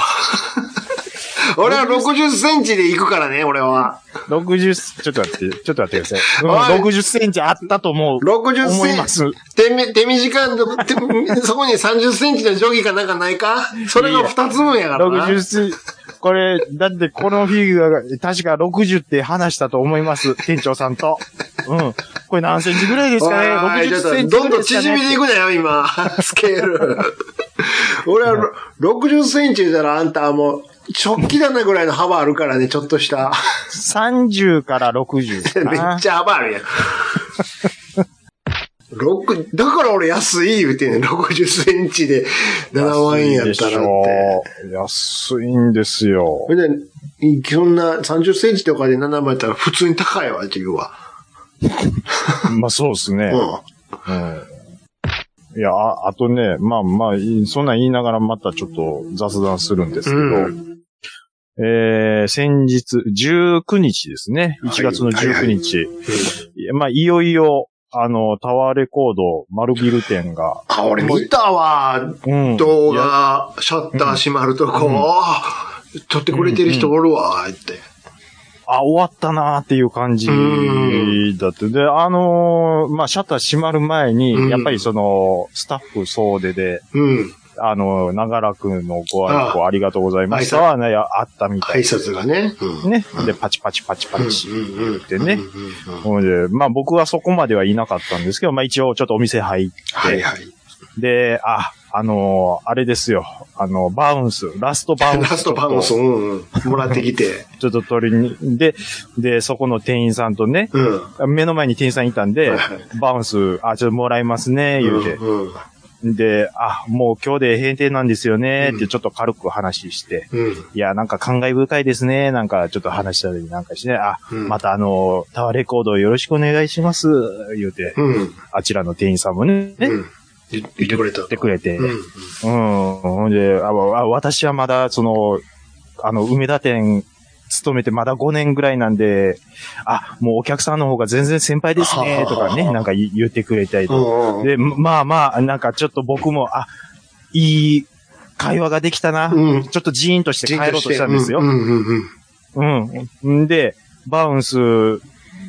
[SPEAKER 4] 俺は60センチで行くからね、俺は。
[SPEAKER 5] 60、ちょっと待って、ちょっと待ってくださ
[SPEAKER 4] お
[SPEAKER 5] い。
[SPEAKER 4] い
[SPEAKER 5] うん、60センチあったと思う。
[SPEAKER 4] 60
[SPEAKER 5] 思い
[SPEAKER 4] セン
[SPEAKER 5] ま
[SPEAKER 4] チ。
[SPEAKER 5] す。
[SPEAKER 4] 手み、手短の、手そこに30センチの定規かなんかないかそれが2つ分やからな。
[SPEAKER 5] 60センチ、これ、だってこのフィギュアが、確か60って話したと思います。店長さんと。うん。これ何センチぐらいですかね
[SPEAKER 4] おいおい
[SPEAKER 5] ?60
[SPEAKER 4] ちょっと
[SPEAKER 5] センチぐ
[SPEAKER 4] どんど
[SPEAKER 5] らいで
[SPEAKER 4] ん
[SPEAKER 5] すかね。
[SPEAKER 4] 縮めていくなよ、今。スケール。俺はろ60センチだらあんたはもう、食器棚ぐらいの幅あるからね、ちょっとした。
[SPEAKER 5] 30から60 か
[SPEAKER 4] め
[SPEAKER 5] な。
[SPEAKER 4] っちゃ幅あるやん。 六だから俺安い言うてんねん。60センチで7万円やったらって。
[SPEAKER 5] 安いんですよ
[SPEAKER 4] そ。れで、そんな30センチとかで7枚やったら普通に高いわ、自分は。
[SPEAKER 5] まあそうですね。
[SPEAKER 4] う
[SPEAKER 5] うんいや、ああとね、まあまあ、いそんなん言いながらまたちょっと雑談するんですけど、
[SPEAKER 4] う
[SPEAKER 5] えー、先日、19日ですね。1月の19日。いやまあ、いよいよ、あの、タワーレコード、丸ビル店が、
[SPEAKER 4] あ、俺見たわ。
[SPEAKER 5] うん
[SPEAKER 4] 動
[SPEAKER 5] いや
[SPEAKER 4] 画、シャッター閉まるとこ、撮ってくれてる人おるわ、って。
[SPEAKER 5] あ、終わったなーっていう感じ
[SPEAKER 4] うん
[SPEAKER 5] だって。で、あのーまあ、シャッター閉まる前に、
[SPEAKER 4] うん
[SPEAKER 5] やっぱりその、スタッフ総出で、
[SPEAKER 4] うん。
[SPEAKER 5] あの、長らくのご愛顧ありがとうございましたはね、あったみた
[SPEAKER 4] 挨
[SPEAKER 5] いです
[SPEAKER 4] 拶がね。うん
[SPEAKER 5] ね。で、パチパチパチパチ
[SPEAKER 4] うんうんうん
[SPEAKER 5] 言ってね。ほんで、まあ僕はそこまではいなかったんですけど、まあ一応ちょっとお店入っ
[SPEAKER 4] はいはい。
[SPEAKER 5] て、で、あ、あのーあれですよ。あの、バウンス、ラストバウン ス。
[SPEAKER 4] ラストパンをうんうんもらってきて。
[SPEAKER 5] ちょっと取りに、で、で、そこの店員さんとね、
[SPEAKER 4] うん。
[SPEAKER 5] 目の前に店員さんいたんで
[SPEAKER 4] はいはい、
[SPEAKER 5] バウンス、あ、ちょっともらいますね、言うて。
[SPEAKER 4] うんうん
[SPEAKER 5] で、あ、もう今日で閉店なんですよね、っ
[SPEAKER 4] う
[SPEAKER 5] て
[SPEAKER 4] ん
[SPEAKER 5] ちょっと軽く話して、
[SPEAKER 4] うん。
[SPEAKER 5] いや、なんか感慨深いですね、なんかちょっと話したりなんかして、あ、
[SPEAKER 4] うん
[SPEAKER 5] またあの、タワーレコードよろしくお願いします、言うて、
[SPEAKER 4] うん。
[SPEAKER 5] あちらの店員さんもね、言
[SPEAKER 4] うん言言ってくれた。言
[SPEAKER 5] ってくれて、
[SPEAKER 4] う
[SPEAKER 5] うん
[SPEAKER 4] ん。
[SPEAKER 5] ほんであ、あ私はまだその、あの、梅田店、勤めてまだ5年ぐらいなんで、あ、もうお客さんの方が全然先輩ですね、とかね、なんか言言ってくれたりとか
[SPEAKER 4] うん
[SPEAKER 5] で、まあまあ、なんかちょっと僕も、あ、いい会話ができたな。
[SPEAKER 4] うん。
[SPEAKER 5] ちょっとジーンとして帰ろうとしたんです
[SPEAKER 4] う
[SPEAKER 5] よ。
[SPEAKER 4] んうんうん。
[SPEAKER 5] うん、んで、バウンスもらっ、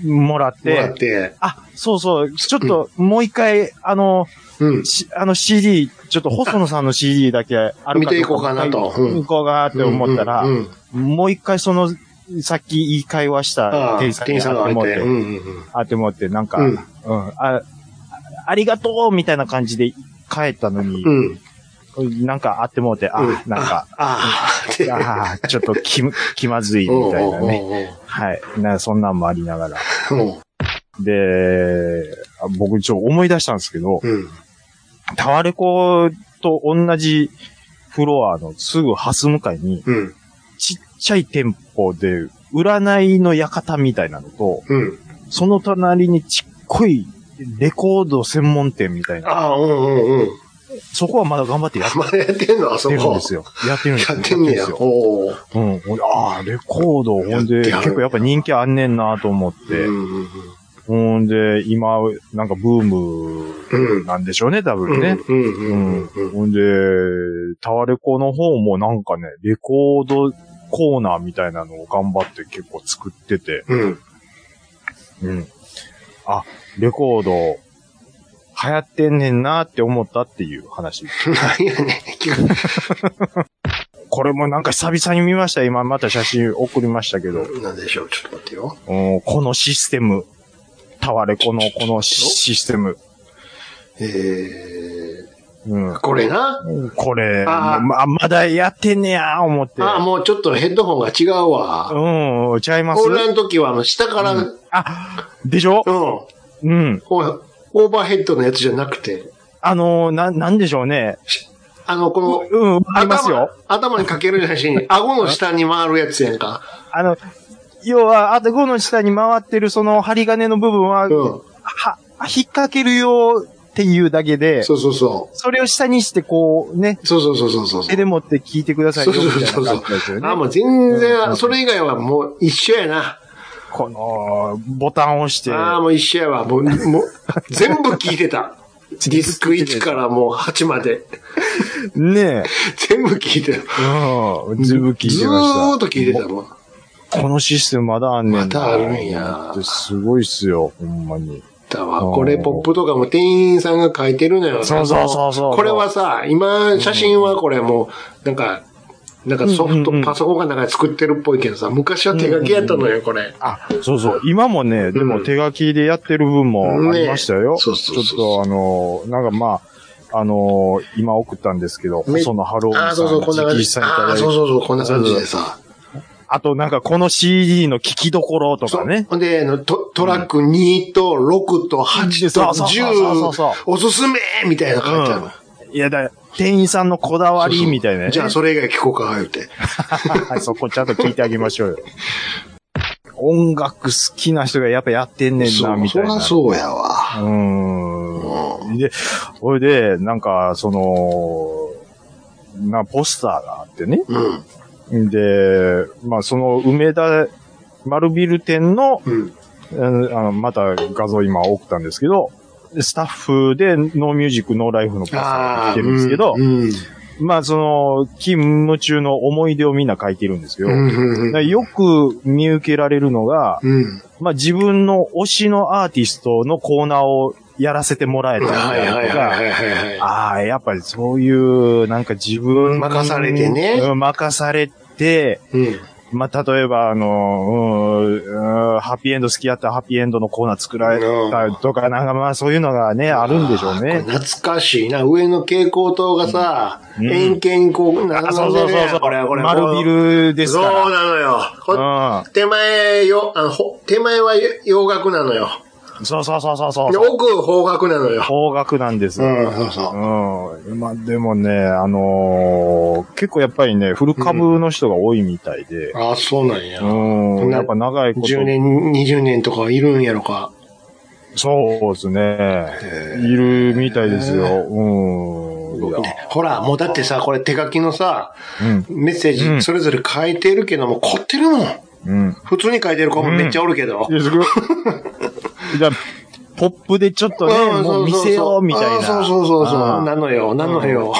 [SPEAKER 4] もらってて。
[SPEAKER 5] あ、そうそう、ちょっともう一回、あの、
[SPEAKER 4] うん。
[SPEAKER 5] しあの CD、ちょっと細野さんの CD だけあるかど
[SPEAKER 4] 見ていこうかなと
[SPEAKER 5] はい
[SPEAKER 4] うん
[SPEAKER 5] 行こうかなって思った
[SPEAKER 4] う
[SPEAKER 5] ら、
[SPEAKER 4] ん
[SPEAKER 5] もう一回その、さっきいい会話し
[SPEAKER 4] あ
[SPEAKER 5] た
[SPEAKER 4] あ
[SPEAKER 5] 店員さん
[SPEAKER 4] 店員さんが
[SPEAKER 5] 会って
[SPEAKER 4] あ
[SPEAKER 5] も
[SPEAKER 4] っ
[SPEAKER 5] ら
[SPEAKER 4] て。
[SPEAKER 5] って
[SPEAKER 4] うんうんうん
[SPEAKER 5] あってもって、なんか、
[SPEAKER 4] う
[SPEAKER 5] うんん、あ、ありがとうみたいな感じで帰ったのに、
[SPEAKER 4] うん。
[SPEAKER 5] なんかあってもって、あ、
[SPEAKER 4] うん
[SPEAKER 5] なんか、
[SPEAKER 4] ああ、って。
[SPEAKER 5] あーちょっと気む、気まずいみたいなね。はい。な、そんなんもありながら。
[SPEAKER 4] おうおうおうおう
[SPEAKER 5] で、あ僕ちょっと思い出したんですけど、
[SPEAKER 4] うん。
[SPEAKER 5] タワレコと同じフロアのすぐ端向かいに、
[SPEAKER 4] うん。
[SPEAKER 5] ちっちゃい店舗で、占いの館みたいなのと、
[SPEAKER 4] うん。
[SPEAKER 5] その隣にちっこいレコード専門店みたいな。
[SPEAKER 4] ああ、うんうんうん。
[SPEAKER 5] そこはまだ頑張ってやっ
[SPEAKER 4] まだやってんのあそ
[SPEAKER 5] て
[SPEAKER 4] こ。
[SPEAKER 5] るんですよ。やってるんです
[SPEAKER 4] や
[SPEAKER 5] よ。
[SPEAKER 4] ってんねや。おお。
[SPEAKER 5] うん。ほんでああ、レコード、ほん
[SPEAKER 4] や
[SPEAKER 5] で、
[SPEAKER 4] ってはる
[SPEAKER 5] 結構やっぱ人気あんねんなと思って。
[SPEAKER 4] うんうん
[SPEAKER 5] ほんで、今、なんかブームなんでしょうね、多
[SPEAKER 4] う
[SPEAKER 5] 分
[SPEAKER 4] ん。
[SPEAKER 5] ね。
[SPEAKER 4] うんうんう
[SPEAKER 5] うん
[SPEAKER 4] んうん。
[SPEAKER 5] ほんで、タワレコの方もなんかね、レコードコーナーみたいなのを頑張って結構作ってて。
[SPEAKER 4] うん。
[SPEAKER 5] うん。あ、レコード、流行ってんねんなって思ったっていう話。
[SPEAKER 4] なんやね
[SPEAKER 5] これもなんか久々に見ました。今また写真送りましたけど。
[SPEAKER 4] ん。なんでしょう、ちょっと待ってよ。
[SPEAKER 5] うんこのシステム。タワレコのこのシステム。
[SPEAKER 4] え
[SPEAKER 5] うん
[SPEAKER 4] ー、。これな。
[SPEAKER 5] これ、
[SPEAKER 4] あー
[SPEAKER 5] ま、まだやってんねや、思って。
[SPEAKER 4] ああ、もうちょっとヘッドホンが違うわ。
[SPEAKER 5] うん、ちゃいます
[SPEAKER 4] 俺らの時は、あの、下から、う。
[SPEAKER 5] うんあ、でしょ
[SPEAKER 4] お
[SPEAKER 5] うん。
[SPEAKER 4] オーバーヘッドのやつじゃなくて、
[SPEAKER 5] あのー、な、なんでしょうね。
[SPEAKER 4] あの、この、
[SPEAKER 5] うん、ありますよ。
[SPEAKER 4] 頭頭にかける写真、顎の下に回るやつやんか。
[SPEAKER 5] あの、要は、あと5の下に回ってるその針金の部分は、
[SPEAKER 4] うん。
[SPEAKER 5] は、引っ掛けるよっていうだけで、
[SPEAKER 4] そうそうそ
[SPEAKER 5] それを下にしてこうね、
[SPEAKER 4] う。そうそうそうそうそう。
[SPEAKER 5] 手で持って聞いてくださいよ、みたいな感じですよね。
[SPEAKER 4] あ、もう全
[SPEAKER 5] う
[SPEAKER 4] 然、
[SPEAKER 5] ん
[SPEAKER 4] それ以外はもう一緒やな。
[SPEAKER 5] この、ボタンを押して、
[SPEAKER 4] ああ、もう一緒やわ。もう、も う、全部聞いて た。ディスク1からもう8まで。
[SPEAKER 5] ねえ。
[SPEAKER 4] 全部聞いてた。
[SPEAKER 5] うん。ずぶ聞い
[SPEAKER 4] ず
[SPEAKER 5] てました。
[SPEAKER 4] ーっと聞いてたもん。
[SPEAKER 5] このシステムまだあんねんな
[SPEAKER 4] まだあるんや
[SPEAKER 5] すごいっすよ、ほんまに。
[SPEAKER 4] だわ。
[SPEAKER 5] うん
[SPEAKER 4] これ、ポップとかも店員さんが書いてるのよ。
[SPEAKER 5] そうそうそうそう
[SPEAKER 4] これはさ、今、写真はこれもう、なんか、なんかソフト、
[SPEAKER 5] うんうんうん
[SPEAKER 4] パソコンがなんか作ってるっぽいけどさ、昔は手書きやったのよ、これ。
[SPEAKER 5] あ、そうそう。今もね、で
[SPEAKER 4] う
[SPEAKER 5] も
[SPEAKER 4] ん
[SPEAKER 5] 手書きでやってる分もありましたよ。
[SPEAKER 4] ねそうそうそうそう
[SPEAKER 5] ちょっとあの、なんかまあ、あの今送ったんですけど、
[SPEAKER 4] め
[SPEAKER 5] 細野晴臣
[SPEAKER 4] あ
[SPEAKER 5] さ
[SPEAKER 4] あ、
[SPEAKER 5] ん
[SPEAKER 4] そうそう、こんな
[SPEAKER 5] 直
[SPEAKER 4] 感
[SPEAKER 5] 筆
[SPEAKER 4] じ
[SPEAKER 5] さ。んいた
[SPEAKER 4] あ
[SPEAKER 5] だ
[SPEAKER 4] あ、
[SPEAKER 5] い
[SPEAKER 4] そう
[SPEAKER 5] て、
[SPEAKER 4] そうそう、こんな感じでさ。
[SPEAKER 5] あとなんかこの CD の聞きどころとかね。
[SPEAKER 4] ほんで、あのトトラック2と6と8と
[SPEAKER 5] そうそうそうそうそう
[SPEAKER 4] 10、おすすめみたいな書いてある。
[SPEAKER 5] いやだ、店員さんのこだわりみたいなね。
[SPEAKER 4] じゃあ、それ以外聞こうか、言うて。
[SPEAKER 5] はい、そこちゃんと聞いてあげましょうよ。音楽好きな人がやっぱやってんねん
[SPEAKER 4] そ
[SPEAKER 5] な、
[SPEAKER 4] う、
[SPEAKER 5] み
[SPEAKER 4] そ
[SPEAKER 5] たい
[SPEAKER 4] ら
[SPEAKER 5] な。
[SPEAKER 4] そうやわ。
[SPEAKER 5] うーん。で、ほいで、なんか、その、な、ポスターがあってね。
[SPEAKER 4] うん。
[SPEAKER 5] で、まあ、その、梅田、丸ビル店の、
[SPEAKER 4] うん。
[SPEAKER 5] うんあのまた画像今送ったんですけど、スタッフで、ノーミュージック、ノーライフのポスターが
[SPEAKER 4] ああ
[SPEAKER 5] 来、てるんですけど
[SPEAKER 4] う、ん。
[SPEAKER 5] まあ、その、勤務中の思い出をみんな書いてるんですけ
[SPEAKER 4] う
[SPEAKER 5] ど、
[SPEAKER 4] ん。
[SPEAKER 5] だから
[SPEAKER 4] うん。
[SPEAKER 5] よく見受けられるのが、
[SPEAKER 4] うん。
[SPEAKER 5] まあ、自分の推しのアーティストのコーナーをやらせてもらえたり
[SPEAKER 4] はいはいはい
[SPEAKER 5] だとか、
[SPEAKER 4] はいは
[SPEAKER 5] ああ、やっぱりそういう、なんか自分。
[SPEAKER 4] 任されてね
[SPEAKER 5] うん任されて、
[SPEAKER 4] い。うん。
[SPEAKER 5] まあ、例えば、あの、うん、うんハッピーエンド好きやったらハッピーエンドのコーナー作られたりとか、なんかまあそういうのがね、あるんでしょう
[SPEAKER 4] あ
[SPEAKER 5] ね
[SPEAKER 4] ー。これ懐かしいな。上の蛍光灯がさ、
[SPEAKER 5] うん
[SPEAKER 4] 円形にこう、な
[SPEAKER 5] あそうそうそうそう。
[SPEAKER 4] これはこれ。
[SPEAKER 5] 丸ビルですから。
[SPEAKER 4] そうなのよ。こ
[SPEAKER 5] う
[SPEAKER 4] 手前よ、あの、ほ手前は洋楽なのよ。
[SPEAKER 5] ん。そうそうそうそうそう
[SPEAKER 4] で、。奥方角なのよ。
[SPEAKER 5] 方角なんです
[SPEAKER 4] う
[SPEAKER 5] よ。
[SPEAKER 4] ん、そうそう。
[SPEAKER 5] うん。まあでもね、あのー結構やっぱりね、フル株の人が多いみたいで、
[SPEAKER 4] あ、そうなんや
[SPEAKER 5] う。ん。
[SPEAKER 4] そんな
[SPEAKER 5] やっぱ長いこと。
[SPEAKER 4] 10年、20年とかいるんやろか。
[SPEAKER 5] そうですね。
[SPEAKER 4] え
[SPEAKER 5] いるみたいですよ。うん。いや
[SPEAKER 4] ほら、もうだってさ、これ手書きのさ、
[SPEAKER 5] うん。
[SPEAKER 4] メッセ
[SPEAKER 5] う
[SPEAKER 4] ー
[SPEAKER 5] ん
[SPEAKER 4] ジそれぞれ書いてるけども、凝ってるもん。
[SPEAKER 5] うん。
[SPEAKER 4] 普通に書いてる子もめっちゃおるけど。
[SPEAKER 5] い や、すごい。じゃあポップでちょっとね、
[SPEAKER 4] ん
[SPEAKER 5] もう見せようみたいな。
[SPEAKER 4] そうそうそうそう
[SPEAKER 5] あ
[SPEAKER 4] そ
[SPEAKER 5] ー
[SPEAKER 4] う。なのよ、なのよ。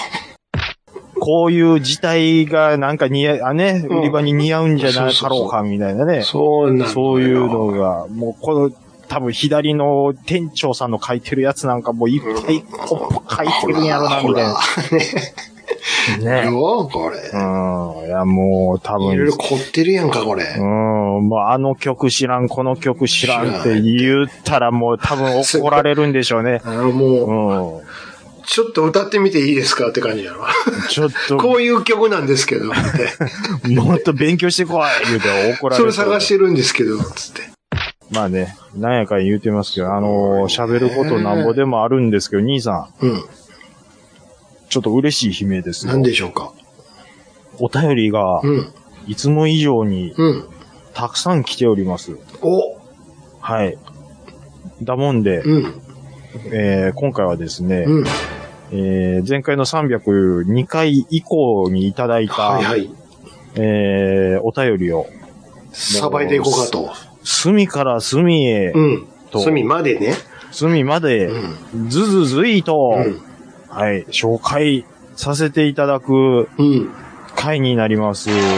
[SPEAKER 5] こういう事態がなんか似合い、あね、
[SPEAKER 4] うん
[SPEAKER 5] 売り場に似合うんじゃなかろうかみたいなね。
[SPEAKER 4] そうなのよ。
[SPEAKER 5] そういうのが、もうこの、多分左の店長さんの書いてるやつなんかもういっぱいポップ書いてるんやろな、みたいな。
[SPEAKER 4] な。
[SPEAKER 5] ね。
[SPEAKER 4] よ、これ。
[SPEAKER 5] うん。いや、もう多
[SPEAKER 4] い
[SPEAKER 5] 分
[SPEAKER 4] ろいろ凝ってるやんか、これ。
[SPEAKER 5] うん、もうあの曲知らん、この曲知らんって言ったらもう多分怒られるんでしょうね。
[SPEAKER 4] あの、もう、
[SPEAKER 5] うん。
[SPEAKER 4] ちょっと歌ってみていいですかって感じやろ。
[SPEAKER 5] ちょっ、
[SPEAKER 4] ことういう曲なんですけど、って
[SPEAKER 5] もっと勉強してこい言うて怒られる。
[SPEAKER 4] それ探してるんですけど、つって。
[SPEAKER 5] まあね、なんやかん言うてますけど、あのー喋ることなんぼでもあるんですけど、兄さ
[SPEAKER 4] うん。
[SPEAKER 5] ん、ちょっと嬉しい悲鳴ですよ
[SPEAKER 4] なんでしょうか。
[SPEAKER 5] お便りが、
[SPEAKER 4] うん。
[SPEAKER 5] いつも以上に
[SPEAKER 4] うん。
[SPEAKER 5] たくさん来ております。
[SPEAKER 4] お
[SPEAKER 5] はい。だもんで、
[SPEAKER 4] うん。
[SPEAKER 5] えー今回はですね、
[SPEAKER 4] うん。
[SPEAKER 5] えー前回の302回以降にいただいた、
[SPEAKER 4] はいはい。
[SPEAKER 5] えーお便りを、
[SPEAKER 4] さばいていこうかと。
[SPEAKER 5] 隅から隅へ、
[SPEAKER 4] うん。
[SPEAKER 5] と
[SPEAKER 4] 隅までね。
[SPEAKER 5] 隅まで
[SPEAKER 4] う、ん。
[SPEAKER 5] ずずずいと、
[SPEAKER 4] う
[SPEAKER 5] はい、紹介させていただく
[SPEAKER 4] ん。うん。
[SPEAKER 5] 回になります。はい。
[SPEAKER 4] は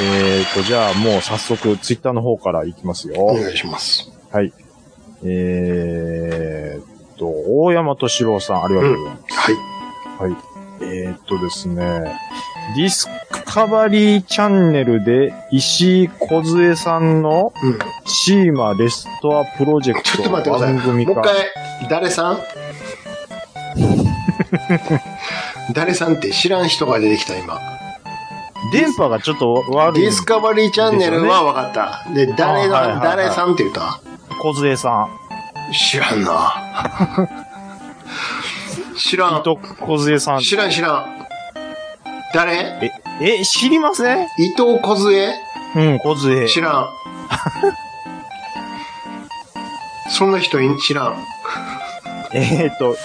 [SPEAKER 5] えーと、じゃあもう早速、ツイッターの方からいきますよ。
[SPEAKER 4] い。お願いします。
[SPEAKER 5] はい。えーと、大山敏郎さん、ありがとうございます。
[SPEAKER 4] はい。
[SPEAKER 5] えーっとですね、ディスカバリーチャンネルで石井梢さんの
[SPEAKER 4] うん。
[SPEAKER 5] シーマレストアプロジェク
[SPEAKER 4] ちょっ
[SPEAKER 5] ト
[SPEAKER 4] と待ってください。も
[SPEAKER 5] 番
[SPEAKER 4] う
[SPEAKER 5] 組
[SPEAKER 4] 一
[SPEAKER 5] 化。
[SPEAKER 4] 回、誰さ ん誰さんって知らん人が出てきた、今。
[SPEAKER 5] 電波がちょっと悪い。
[SPEAKER 4] ディスカバリーチャンネルは分かった。で、誰
[SPEAKER 5] あはいはい
[SPEAKER 4] が、
[SPEAKER 5] はい
[SPEAKER 4] 誰さんって言った
[SPEAKER 5] 梢さ
[SPEAKER 4] 知らんな。 知ら
[SPEAKER 5] ん。
[SPEAKER 4] ん。
[SPEAKER 5] 伊藤梢さん。
[SPEAKER 4] 知らん知らん。誰
[SPEAKER 5] え、え、知りません
[SPEAKER 4] 伊藤梢
[SPEAKER 5] うん、梢。
[SPEAKER 4] 知 らん。そんな人い知らん。
[SPEAKER 5] えーっと、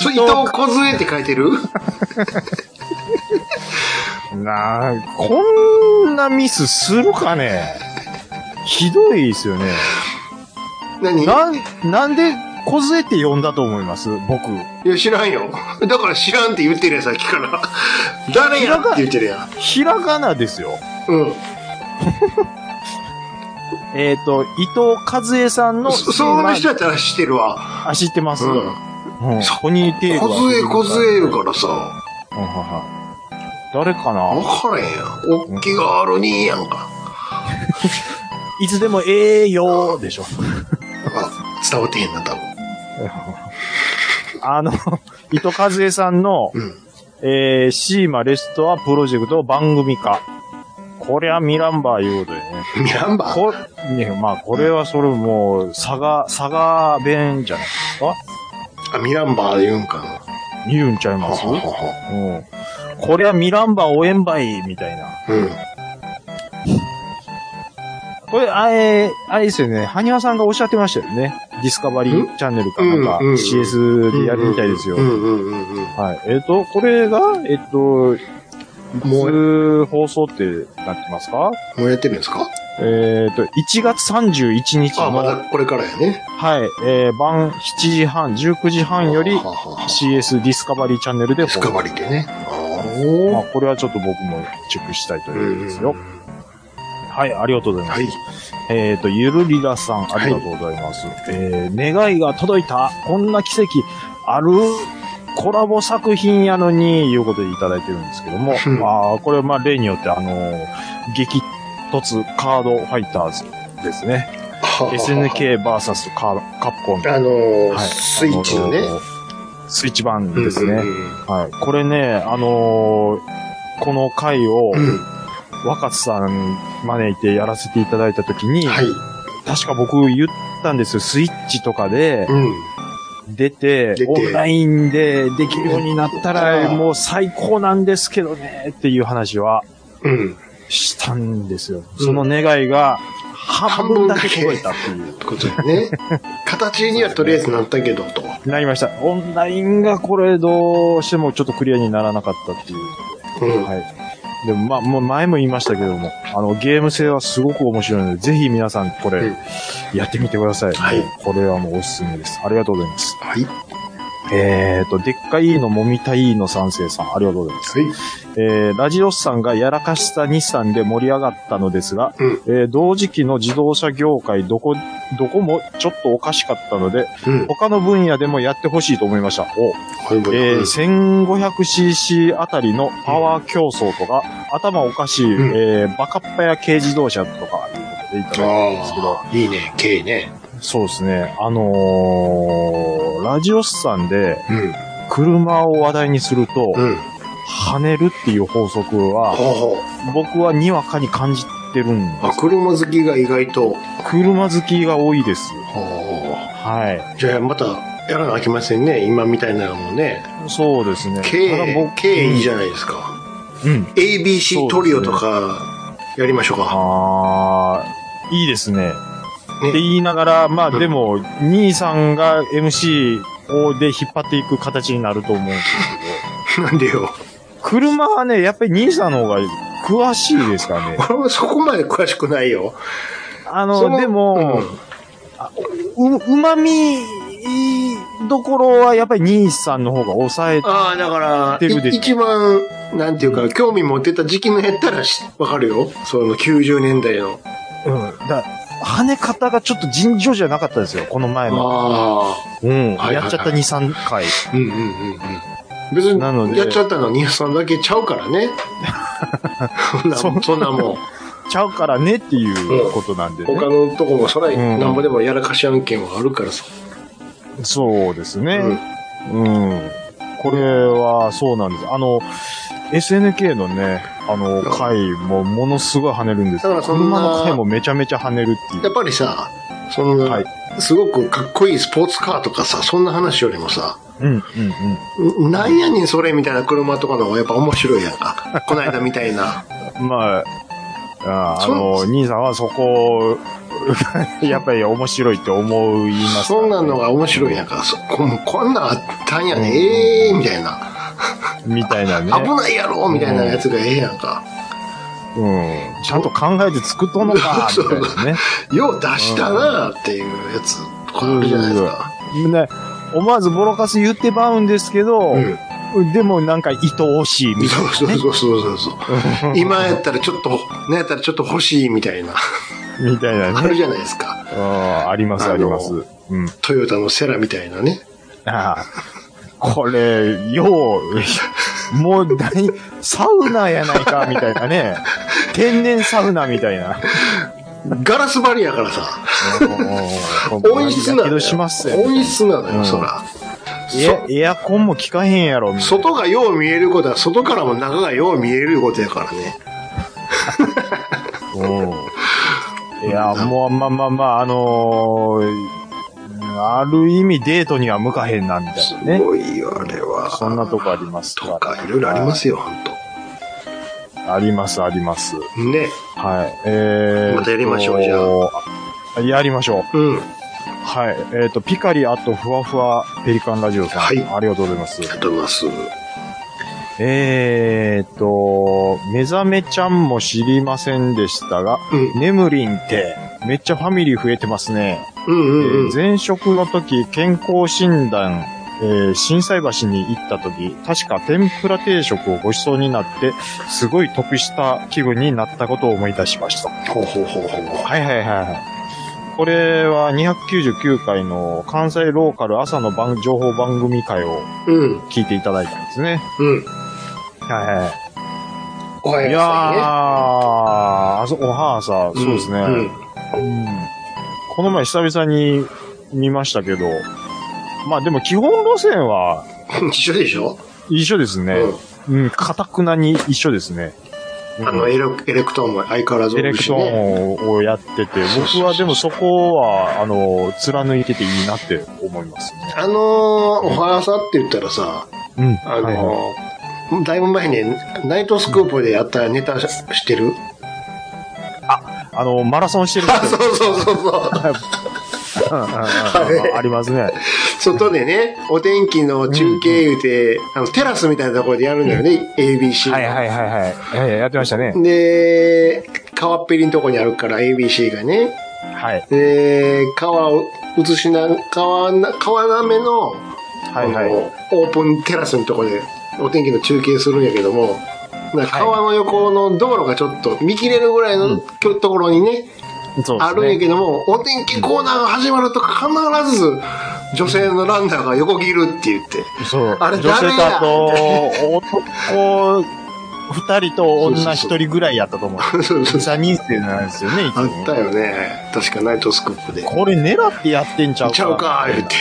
[SPEAKER 4] それ伊藤梢って書いてる
[SPEAKER 5] なあ、こんなミスするかねひどいですよね。
[SPEAKER 4] 何
[SPEAKER 5] なん、なんで、梢って呼んだと思います僕。
[SPEAKER 4] いや、知らんよ。 だから知らんって言ってるやん、さっきから。 誰やんって言ってるやん。
[SPEAKER 5] ひらがなですよ。
[SPEAKER 4] うん。
[SPEAKER 5] えっ、と、伊藤和恵さんの、
[SPEAKER 4] そその人やったら知ってるわ。
[SPEAKER 5] あ、知ってます。
[SPEAKER 4] う
[SPEAKER 5] うんん。。ポニーテールは
[SPEAKER 4] 梢梢
[SPEAKER 5] う
[SPEAKER 4] る
[SPEAKER 5] んは
[SPEAKER 4] からさ。
[SPEAKER 5] は誰かな
[SPEAKER 4] わからへんやん。おっきがあるにやんか。
[SPEAKER 5] いつでもええよーでしょ。
[SPEAKER 4] あ伝わってへんな、多分。
[SPEAKER 5] あの、伊藤和恵さんの、
[SPEAKER 4] うん。
[SPEAKER 5] えー、シーマレストアプロジェクトを番組化。こりゃミランバーいうことでね。
[SPEAKER 4] ミランバー
[SPEAKER 5] こ、ね、まあ、これはそれもう、佐賀、佐賀弁じゃないですか
[SPEAKER 4] あ、ミランバー言うんかな。
[SPEAKER 5] 言うんちゃい
[SPEAKER 4] は
[SPEAKER 5] ます
[SPEAKER 4] は
[SPEAKER 5] う
[SPEAKER 4] は
[SPEAKER 5] ん。こりゃミランバー応援ばい、みたいな。
[SPEAKER 4] うん。
[SPEAKER 5] これ、あれ、あれですよね。はにわさんがおっしゃってましたよね。ディスカバリーチャンネルかなんか、
[SPEAKER 4] うんうん
[SPEAKER 5] CS でやるみたいですよ。
[SPEAKER 4] うんうんうんうん。
[SPEAKER 5] はい。えっ、と、これが、えっ、と、
[SPEAKER 4] もう、
[SPEAKER 5] もう放送ってなってますか
[SPEAKER 4] もうやってるんですか
[SPEAKER 5] えっ、と、1月31日
[SPEAKER 4] あ、
[SPEAKER 5] の、
[SPEAKER 4] まだこれからやね。
[SPEAKER 5] はい、えー晩7時半、19時半より
[SPEAKER 4] は、ははは
[SPEAKER 5] CS ディスカバリーチャンネルで
[SPEAKER 4] ディス
[SPEAKER 5] 放
[SPEAKER 4] カ
[SPEAKER 5] 送。
[SPEAKER 4] バリーでね。あ
[SPEAKER 5] まあ、
[SPEAKER 4] ー
[SPEAKER 5] これはちょっと僕もチェックしたいと
[SPEAKER 4] うん
[SPEAKER 5] いううんです
[SPEAKER 4] う
[SPEAKER 5] よ。
[SPEAKER 4] ん。
[SPEAKER 5] はい、ありがとうございま
[SPEAKER 4] は
[SPEAKER 5] す。
[SPEAKER 4] い。
[SPEAKER 5] えっ、と、ゆるりらさん、ありがとうございます。えー、願いが届いた、こんな奇跡、ある、コラボ作品やのに、いうことでいただいてるんですけども、
[SPEAKER 4] うん
[SPEAKER 5] まあ、これ、まあ、例によって、あのー激突カードファイターズですね。SNK vs カーカプコン。
[SPEAKER 4] あのー
[SPEAKER 5] はい
[SPEAKER 4] スイッチのね
[SPEAKER 5] あ。のースイッチ版ですね。
[SPEAKER 4] うんうん
[SPEAKER 5] はい。これね、あのーこの回を、
[SPEAKER 4] うん。
[SPEAKER 5] 若津さん招いてやらせていただいたときに、
[SPEAKER 4] はい。
[SPEAKER 5] 確か僕言ったんですよ。スイッチとかで
[SPEAKER 4] うん。
[SPEAKER 5] 出て、
[SPEAKER 4] 出て
[SPEAKER 5] オンラインでできるようになったら
[SPEAKER 4] うん
[SPEAKER 5] もう最高なんですけどねっていう話は
[SPEAKER 4] うん。
[SPEAKER 5] したんですよ。
[SPEAKER 4] うん
[SPEAKER 5] その願いが半分だけ届いたっていう。
[SPEAKER 4] ことだね。 形にはとりあえずなったけど、と。
[SPEAKER 5] なりました。オンラインがこれどうしてもちょっとクリアにならなかったっていう。
[SPEAKER 4] うん。
[SPEAKER 5] はい。でもまあ、もう前も言いましたけども、あの、ゲーム性はすごく面白いので、ぜひ皆さんこ
[SPEAKER 4] う
[SPEAKER 5] れ
[SPEAKER 4] ん、
[SPEAKER 5] やってみてください。
[SPEAKER 4] はい
[SPEAKER 5] これはもうおすすめです。ありがとうございます。
[SPEAKER 4] はい。
[SPEAKER 5] えーと、でっかいのもみたいの三世さん、ありがとうございます。
[SPEAKER 4] はい。
[SPEAKER 5] えー、ラジオスさんがやらかした日産で盛り上がったのですが、
[SPEAKER 4] うん
[SPEAKER 5] えー同時期の自動車業界どこ、どこもちょっとおかしかったので、
[SPEAKER 4] うん。
[SPEAKER 5] 他の分野でもやってほしいと思いました。お
[SPEAKER 4] はい、もう
[SPEAKER 5] えー
[SPEAKER 4] うん
[SPEAKER 5] 1500cc あたりのパワー競争とか、頭おかしい、
[SPEAKER 4] うん
[SPEAKER 5] えーバカッパや軽自動車とか、いうことでいただいたんですけど
[SPEAKER 4] あ、あ、いいね、K ね。
[SPEAKER 5] そうですね、あのーラジオスさんで
[SPEAKER 4] うん。
[SPEAKER 5] 車を話題にすると、
[SPEAKER 4] うん。
[SPEAKER 5] 跳ねるっていう法則は、
[SPEAKER 4] ほうほう。
[SPEAKER 5] 僕はにわかに感じてるんで
[SPEAKER 4] あ、
[SPEAKER 5] す。
[SPEAKER 4] 車好きが意外と。
[SPEAKER 5] 車好きが多いです。
[SPEAKER 4] ほうほ
[SPEAKER 5] は
[SPEAKER 4] うじゃあ、また、やらなあきませんね。今みたいなのもね。
[SPEAKER 5] い。そうですね。ただ
[SPEAKER 4] K、
[SPEAKER 5] 僕
[SPEAKER 4] K いいじゃないですか。
[SPEAKER 5] うん。
[SPEAKER 4] ABC トリオとか、やりましょうか。
[SPEAKER 5] あー、いいですね。って言いながら、まあ
[SPEAKER 4] うん
[SPEAKER 5] でも、兄さんが MC をで引っ張っていく形になると思うんです
[SPEAKER 4] なんでよ。
[SPEAKER 5] けど、車はね、やっぱり兄さんの方が詳しいで すからね。
[SPEAKER 4] 俺もそこまで詳しくないよ。
[SPEAKER 5] あ
[SPEAKER 4] そ
[SPEAKER 5] の、
[SPEAKER 4] の
[SPEAKER 5] でも、う、うまみどころはやっぱり兄さんの方が抑えて、
[SPEAKER 4] ああ、だか
[SPEAKER 5] 出る
[SPEAKER 4] ら、
[SPEAKER 5] で
[SPEAKER 4] い
[SPEAKER 5] しょ
[SPEAKER 4] 一番、なんていうか、興味持ってた時期のやったらしわかるよ。その90年代の。
[SPEAKER 5] うん。だ跳ね方がちょっと尋常じゃなかったですよ、この前の。
[SPEAKER 4] あ
[SPEAKER 5] うん。
[SPEAKER 4] はいはいはい
[SPEAKER 5] やっちゃった2、3回。
[SPEAKER 4] あ、うんうんうんうん。別
[SPEAKER 5] なの
[SPEAKER 4] に、
[SPEAKER 5] で
[SPEAKER 4] やっちゃったのはニさんだけちゃうから ね。そんな
[SPEAKER 5] そ
[SPEAKER 4] もん、そんなもん。
[SPEAKER 5] ちゃうからねっていうことなんでね。
[SPEAKER 4] 他のとこもそら、
[SPEAKER 5] ん
[SPEAKER 4] なんぼでもやらかし案件はあるからさ。
[SPEAKER 5] そうですね。
[SPEAKER 4] うん
[SPEAKER 5] うん。これはそうなんです。あの、SNK のね、あの、回もものすごい跳ねるんです
[SPEAKER 4] だからそんな
[SPEAKER 5] 車の回もめちゃめちゃ跳ねるって
[SPEAKER 4] や
[SPEAKER 5] い
[SPEAKER 4] っ
[SPEAKER 5] う。
[SPEAKER 4] ぱりさ、そんな、
[SPEAKER 5] はい
[SPEAKER 4] すごくかっこいいスポーツカーとかさ、そんな話よりもさ、
[SPEAKER 5] うん、うん、うん。
[SPEAKER 4] んなんやねんそれみたいな車とかの方がやっぱ面白いやんか。この間みたいな。
[SPEAKER 5] まあ、あーあの、
[SPEAKER 4] そ
[SPEAKER 5] 兄さんはそこを、 やっぱり面白いって思いますから
[SPEAKER 4] そ
[SPEAKER 5] ね、
[SPEAKER 4] んなのが面白いやんか。そここんなんあったんやね、
[SPEAKER 5] うん
[SPEAKER 4] ええみたいな。
[SPEAKER 5] みたいなね。
[SPEAKER 4] 危ないやろみたいなやつがええやんか。
[SPEAKER 5] うん。ちゃんと考えて作っとんの か、みたいなね。
[SPEAKER 4] よう出したなっていうやつとかあるじゃないですか。
[SPEAKER 5] ね思わずボロカス言ってばうんですけど、
[SPEAKER 4] うん。
[SPEAKER 5] でもなんか愛おしいみたい
[SPEAKER 4] そ
[SPEAKER 5] な、
[SPEAKER 4] う
[SPEAKER 5] ね。
[SPEAKER 4] そうそうそうそう。今やったらちょっと、なんやったらちょっと欲しいみたいな、
[SPEAKER 5] みたいな
[SPEAKER 4] あ
[SPEAKER 5] ね。
[SPEAKER 4] るじゃないですか。
[SPEAKER 5] ああります、あります
[SPEAKER 4] あ。
[SPEAKER 5] うん。
[SPEAKER 4] トヨタのセラみたいなね。
[SPEAKER 5] ああこれ、よう、もう何、サウナやないか、みたいな ね。天然サウナみたい な。
[SPEAKER 4] ガラス張りやからさ。
[SPEAKER 5] 音
[SPEAKER 4] 音質なのよ。
[SPEAKER 5] しますよ
[SPEAKER 4] 音質なの
[SPEAKER 5] う
[SPEAKER 4] よ、
[SPEAKER 5] ん
[SPEAKER 4] そら。
[SPEAKER 5] えエアコンも効かへんやろ、みたいな
[SPEAKER 4] そ外がよう見えることは、外からも中がよう見えることやからね。
[SPEAKER 5] いや、もう、まあまあまあ、あのーある意味デートには向かへんな、みた
[SPEAKER 4] す
[SPEAKER 5] いなね。
[SPEAKER 4] ごいよ、あれは。
[SPEAKER 5] そんなとこあります
[SPEAKER 4] とか、いろいろありますよ、ほんと。
[SPEAKER 5] あります、あります。
[SPEAKER 4] ね。
[SPEAKER 5] はい。えー、
[SPEAKER 4] またやりましょう
[SPEAKER 5] ゃあ。やりましょう。
[SPEAKER 4] うん。あ
[SPEAKER 5] はい。えっ、と、ピカリあとふわふわペリカンラジオさん。
[SPEAKER 4] はい
[SPEAKER 5] ありがとうございます
[SPEAKER 4] り。がとうございます。
[SPEAKER 5] えっ、と、目覚めちゃんも知りませんでしたが、
[SPEAKER 4] うん。
[SPEAKER 5] ネムリンって、めっちゃファミリー増えてますね。
[SPEAKER 4] うんうんうん。
[SPEAKER 5] えー前職の時、健康診断、えー震災橋に行った時、確か天ぷら定食をご馳走になって、すごい得した気分になったことを思い出しました。
[SPEAKER 4] ほうほうほうほう。
[SPEAKER 5] はいはいはいはい。これは299回の関西ローカル朝の番情報番組会を
[SPEAKER 4] うん、
[SPEAKER 5] 聞いていただいたんですね。
[SPEAKER 4] うん。
[SPEAKER 5] はいはいはい。
[SPEAKER 4] おはいよう
[SPEAKER 5] やー、
[SPEAKER 4] さ
[SPEAKER 5] あそこ、おはーさ、
[SPEAKER 4] いね
[SPEAKER 5] そうですね、
[SPEAKER 4] んうん
[SPEAKER 5] うんこの前久々に見ましたけど、まあでも基本路線は
[SPEAKER 4] 一緒でしょ、
[SPEAKER 5] 一緒ですね。
[SPEAKER 4] う
[SPEAKER 5] うん、かたくなに一緒ですね。
[SPEAKER 4] ん、あのエレク、エレクトーンも相変わらず
[SPEAKER 5] エ
[SPEAKER 4] 美
[SPEAKER 5] レ
[SPEAKER 4] 味
[SPEAKER 5] ク
[SPEAKER 4] し
[SPEAKER 5] ト
[SPEAKER 4] い
[SPEAKER 5] ー
[SPEAKER 4] ね。
[SPEAKER 5] ンをやってて、僕はでもそこは、あの、貫いてていいなって思いますね。
[SPEAKER 4] あのー、おはさって言ったらさ、
[SPEAKER 5] うん。
[SPEAKER 4] あのー
[SPEAKER 5] はいはい
[SPEAKER 4] だいぶ前にナイトスクープでやったネタししてる、
[SPEAKER 5] あの、マラソンしてる
[SPEAKER 4] あ、
[SPEAKER 5] 人。
[SPEAKER 4] そうそうそうそう。
[SPEAKER 5] うんうんうん
[SPEAKER 4] あれ
[SPEAKER 5] ありますね。
[SPEAKER 4] 外でね、お天気の中継言うて、あの、テラスみたいなところでやるんだよね、ABC の。
[SPEAKER 5] はいはいはいはい。はい、やってましたね。
[SPEAKER 4] で、川っぺりのとこにあるから ABC がね。
[SPEAKER 5] はい。
[SPEAKER 4] で、川を映しな、川な、川なめの、
[SPEAKER 5] はいは
[SPEAKER 4] あ
[SPEAKER 5] い。
[SPEAKER 4] のオープンテラスのとこでお天気の中継するんやけども、なんか川の横の道路がちょっと見切れるぐらいのきょところにね、
[SPEAKER 5] そう
[SPEAKER 4] あるん
[SPEAKER 5] で
[SPEAKER 4] や
[SPEAKER 5] すね。
[SPEAKER 4] けども、お天気コーナーが始まると必ず女性のランナーが横切るって言って。
[SPEAKER 5] そう。
[SPEAKER 4] あれ
[SPEAKER 5] 女性
[SPEAKER 4] 誰
[SPEAKER 5] と
[SPEAKER 4] や
[SPEAKER 5] あと、男二人と女一人ぐらいやったと思う。
[SPEAKER 4] そうそう
[SPEAKER 5] 三人生なんですよね、いつ
[SPEAKER 4] あ
[SPEAKER 5] も
[SPEAKER 4] ったよね。確かナイトスクープで。
[SPEAKER 5] これ狙ってやってんちゃうか。
[SPEAKER 4] ちゃうか、言って。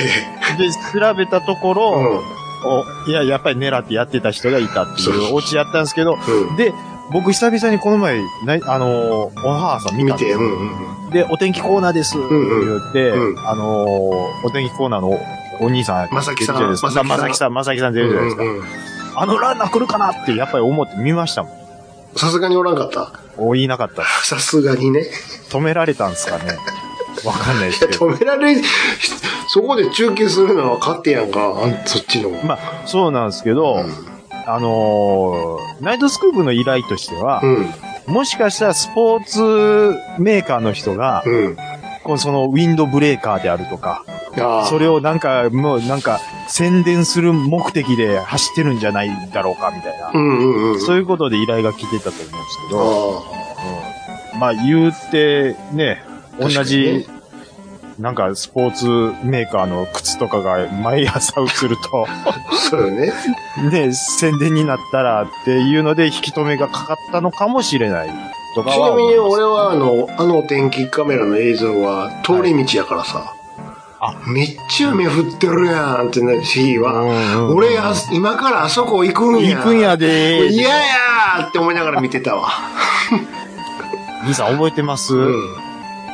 [SPEAKER 5] で、調べたとこ
[SPEAKER 4] う
[SPEAKER 5] ろ、
[SPEAKER 4] ん。
[SPEAKER 5] おいや、やっぱり狙ってやってた人がいたって
[SPEAKER 4] そうそう
[SPEAKER 5] いう
[SPEAKER 4] そう
[SPEAKER 5] オチやったんですけど、
[SPEAKER 4] う
[SPEAKER 5] で、僕久々にこの前、ないあのー、お母さ
[SPEAKER 4] ん。
[SPEAKER 5] ん見
[SPEAKER 4] 見
[SPEAKER 5] たんです
[SPEAKER 4] て、
[SPEAKER 5] よ
[SPEAKER 4] うんうん
[SPEAKER 5] で、お天気コーナーです、
[SPEAKER 4] んう
[SPEAKER 5] 言って、
[SPEAKER 4] うん
[SPEAKER 5] あのーお天気コーナーのお兄さん、
[SPEAKER 4] まさきさん
[SPEAKER 5] 出てるじゃないですかま
[SPEAKER 4] ま
[SPEAKER 5] さ
[SPEAKER 4] さ
[SPEAKER 5] き
[SPEAKER 4] き
[SPEAKER 5] さん、まさきさん出
[SPEAKER 4] う
[SPEAKER 5] てるじゃないですか。
[SPEAKER 4] んうん。
[SPEAKER 5] あのランナー来るかなって、やっぱり思って見ましたもん。
[SPEAKER 4] さすがにおらんかった。
[SPEAKER 5] お、言いなかった。
[SPEAKER 4] さすがにね。
[SPEAKER 5] 止められたんですかね。わかんないですけど。
[SPEAKER 4] 止められる、 そこで中継するのは勝手やんか、あんそっちの。
[SPEAKER 5] まあ、そうなんですけど、あのーナイトスクープの依頼としては
[SPEAKER 4] う、ん。
[SPEAKER 5] もしかしたらスポーツメーカーの人が、
[SPEAKER 4] うん。
[SPEAKER 5] こうそのウィンドブレーカーであるとか、
[SPEAKER 4] ああ。
[SPEAKER 5] それをなんか、もうなんか、宣伝する目的で走ってるんじゃないだろうか、みたいな
[SPEAKER 4] う。んうんうん。
[SPEAKER 5] そういうことで依頼が来てたと思うんですけど、
[SPEAKER 4] あ
[SPEAKER 5] うんまあ言うて、ね、同
[SPEAKER 4] 確かにね
[SPEAKER 5] じ、なんかスポーツメーカーの靴とかが毎朝映ると、
[SPEAKER 4] あ。そうよね。
[SPEAKER 5] ね、宣伝になったらっていうので引き止めがかかったのかもしれないと
[SPEAKER 4] ち
[SPEAKER 5] かは
[SPEAKER 4] なみ
[SPEAKER 5] 思
[SPEAKER 4] に
[SPEAKER 5] います
[SPEAKER 4] 俺はあの、あのお天気カメラの映像は通り道やからさ。
[SPEAKER 5] あ
[SPEAKER 4] めっちゃ雨降ってるやんってなるし、は。
[SPEAKER 5] うんうん
[SPEAKER 4] 俺あ、今からあそこ行くんや。
[SPEAKER 5] 行くんやで
[SPEAKER 4] 嫌やーって思いながら見てたわ。
[SPEAKER 5] 兄さん覚えてます、
[SPEAKER 4] うん。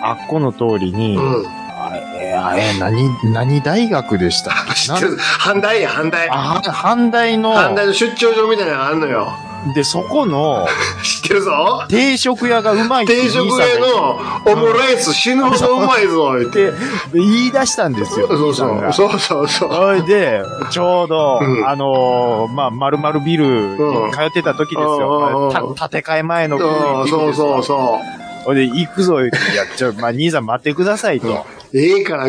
[SPEAKER 5] あっこの通りに、
[SPEAKER 4] うん。
[SPEAKER 5] あれ、あれ、何、何大学でした
[SPEAKER 4] 知ってる。阪大や、阪大。
[SPEAKER 5] あ、阪大の、
[SPEAKER 4] 阪大の出張所みたいなのがあんのよ。
[SPEAKER 5] で、そこの、
[SPEAKER 4] 知ってるぞ。
[SPEAKER 5] 定食屋がうまいって
[SPEAKER 4] 定食屋のオムライス死ぬほどうまいぞ、言っ。
[SPEAKER 5] ってて言い出したんですよ。
[SPEAKER 4] そうそ
[SPEAKER 5] 兄さんが
[SPEAKER 4] う。そうそうそう。
[SPEAKER 5] それで、ちょうど、
[SPEAKER 4] うん
[SPEAKER 5] あのーまあ、まるまるビルに通ってた時ですよ。
[SPEAKER 4] うん
[SPEAKER 5] た建て替え前のビルに行
[SPEAKER 4] う
[SPEAKER 5] く
[SPEAKER 4] ん
[SPEAKER 5] んですよ
[SPEAKER 4] そうそうそ
[SPEAKER 5] ほいで、行くぞ、言って、いや、 ちょ、まあ、兄さん待ってくださいと。
[SPEAKER 4] う。ええから、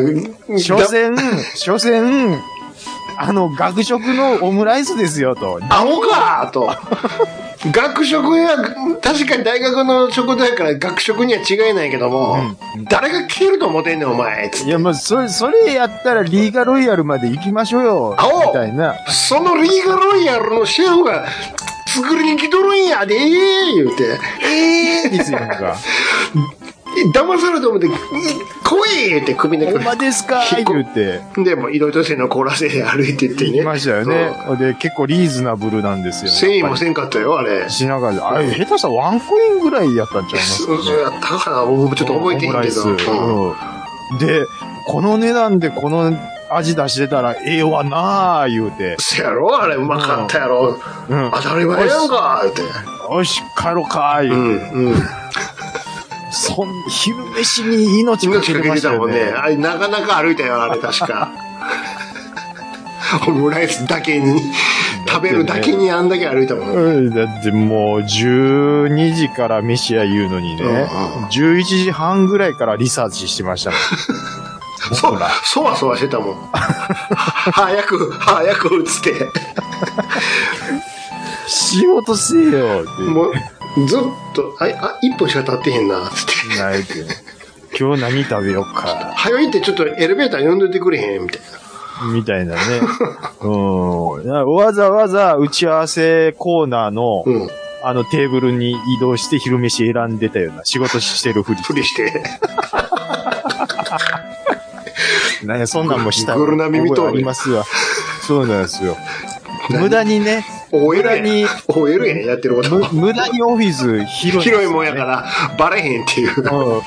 [SPEAKER 5] 所詮、所詮、あの、学食のオムライスですよと。
[SPEAKER 4] アホかと。学食や、確かに大学の食堂やから学食には違いないけども、
[SPEAKER 5] うん
[SPEAKER 4] 誰が消えると思ってんねん、お前。つっ
[SPEAKER 5] い
[SPEAKER 4] て
[SPEAKER 5] や、もう、それ、それやったらリーガロイヤルまで行きましょうよ。
[SPEAKER 4] あおう
[SPEAKER 5] みたいな。
[SPEAKER 4] そのリーガロイヤルのシェフが作りに来とるんやで言うて。
[SPEAKER 5] ええですよ、なん か。
[SPEAKER 4] 騙されると思って、うん来い言うて首で
[SPEAKER 5] ほ
[SPEAKER 4] く
[SPEAKER 5] んまです か
[SPEAKER 4] 引っ
[SPEAKER 5] 言
[SPEAKER 4] 込
[SPEAKER 5] うて。
[SPEAKER 4] る。で、もう、いろいろせの凍らせで歩いてってね。
[SPEAKER 5] 行きましたよね。ほんで、結構リーズナブルなんで
[SPEAKER 4] う
[SPEAKER 5] す
[SPEAKER 4] ん。
[SPEAKER 5] よ。
[SPEAKER 4] 繊維
[SPEAKER 5] や
[SPEAKER 4] も
[SPEAKER 5] っぱ
[SPEAKER 4] せんかったよ、あれ
[SPEAKER 5] り。しながら、あれ、下手したらワンコインぐらいやったんちゃいます
[SPEAKER 4] そうそうやったかな、僕ちょっと覚えてへんけど。
[SPEAKER 5] オムライス
[SPEAKER 4] うん
[SPEAKER 5] うんで、この値段でこの味出してたらええわなあ言うて。
[SPEAKER 4] せやろあれ、うまかったやろ。
[SPEAKER 5] うん。
[SPEAKER 4] 当たり前やんか言うて。
[SPEAKER 5] よし、帰ろうか言う
[SPEAKER 4] う
[SPEAKER 5] て、
[SPEAKER 4] ん、うん。
[SPEAKER 5] そん、昼飯に命か
[SPEAKER 4] 命
[SPEAKER 5] け
[SPEAKER 4] か
[SPEAKER 5] て
[SPEAKER 4] け
[SPEAKER 5] ま
[SPEAKER 4] て
[SPEAKER 5] した
[SPEAKER 4] たも
[SPEAKER 5] よ
[SPEAKER 4] んね。
[SPEAKER 5] ね。
[SPEAKER 4] あれ、なかなか歩いたよ、あれ、確 か。オムライスだけに、食べるだけにあんだけ歩いたもん。
[SPEAKER 5] うん、だってもう12時から飯屋言うのにね、
[SPEAKER 4] うんうん
[SPEAKER 5] 11時半ぐらいからリサーチしてましたもん
[SPEAKER 4] そ
[SPEAKER 5] 僕ら、
[SPEAKER 4] そわそわしてたもん。早く、早く、つって。
[SPEAKER 5] 仕事せえよって。
[SPEAKER 4] もう、ずっと、あ、あ、一本しか経ってへんな、つって。
[SPEAKER 5] ないけど今日何食べようか、
[SPEAKER 4] 早いってちょっとエレベーター呼んどいてくれへん、みたいな。
[SPEAKER 5] みたいなね。うん。だからわざわざ打ち合わせコーナーの、
[SPEAKER 4] うん。
[SPEAKER 5] あのテーブルに移動して昼飯選んでたような仕事してるふり。
[SPEAKER 4] ふりして。
[SPEAKER 5] なんや、そんなんもした。
[SPEAKER 4] ぐるなみみとうに
[SPEAKER 5] 覚えありますわ。そうなんですよ。
[SPEAKER 4] 何
[SPEAKER 5] 無駄にね、
[SPEAKER 4] OL
[SPEAKER 5] 裏
[SPEAKER 4] や
[SPEAKER 5] に
[SPEAKER 4] ん。OL やん、やってること。
[SPEAKER 5] む無駄にオフィス広い、
[SPEAKER 4] 広いもんやか。ら、バレへんっていう。
[SPEAKER 5] うん。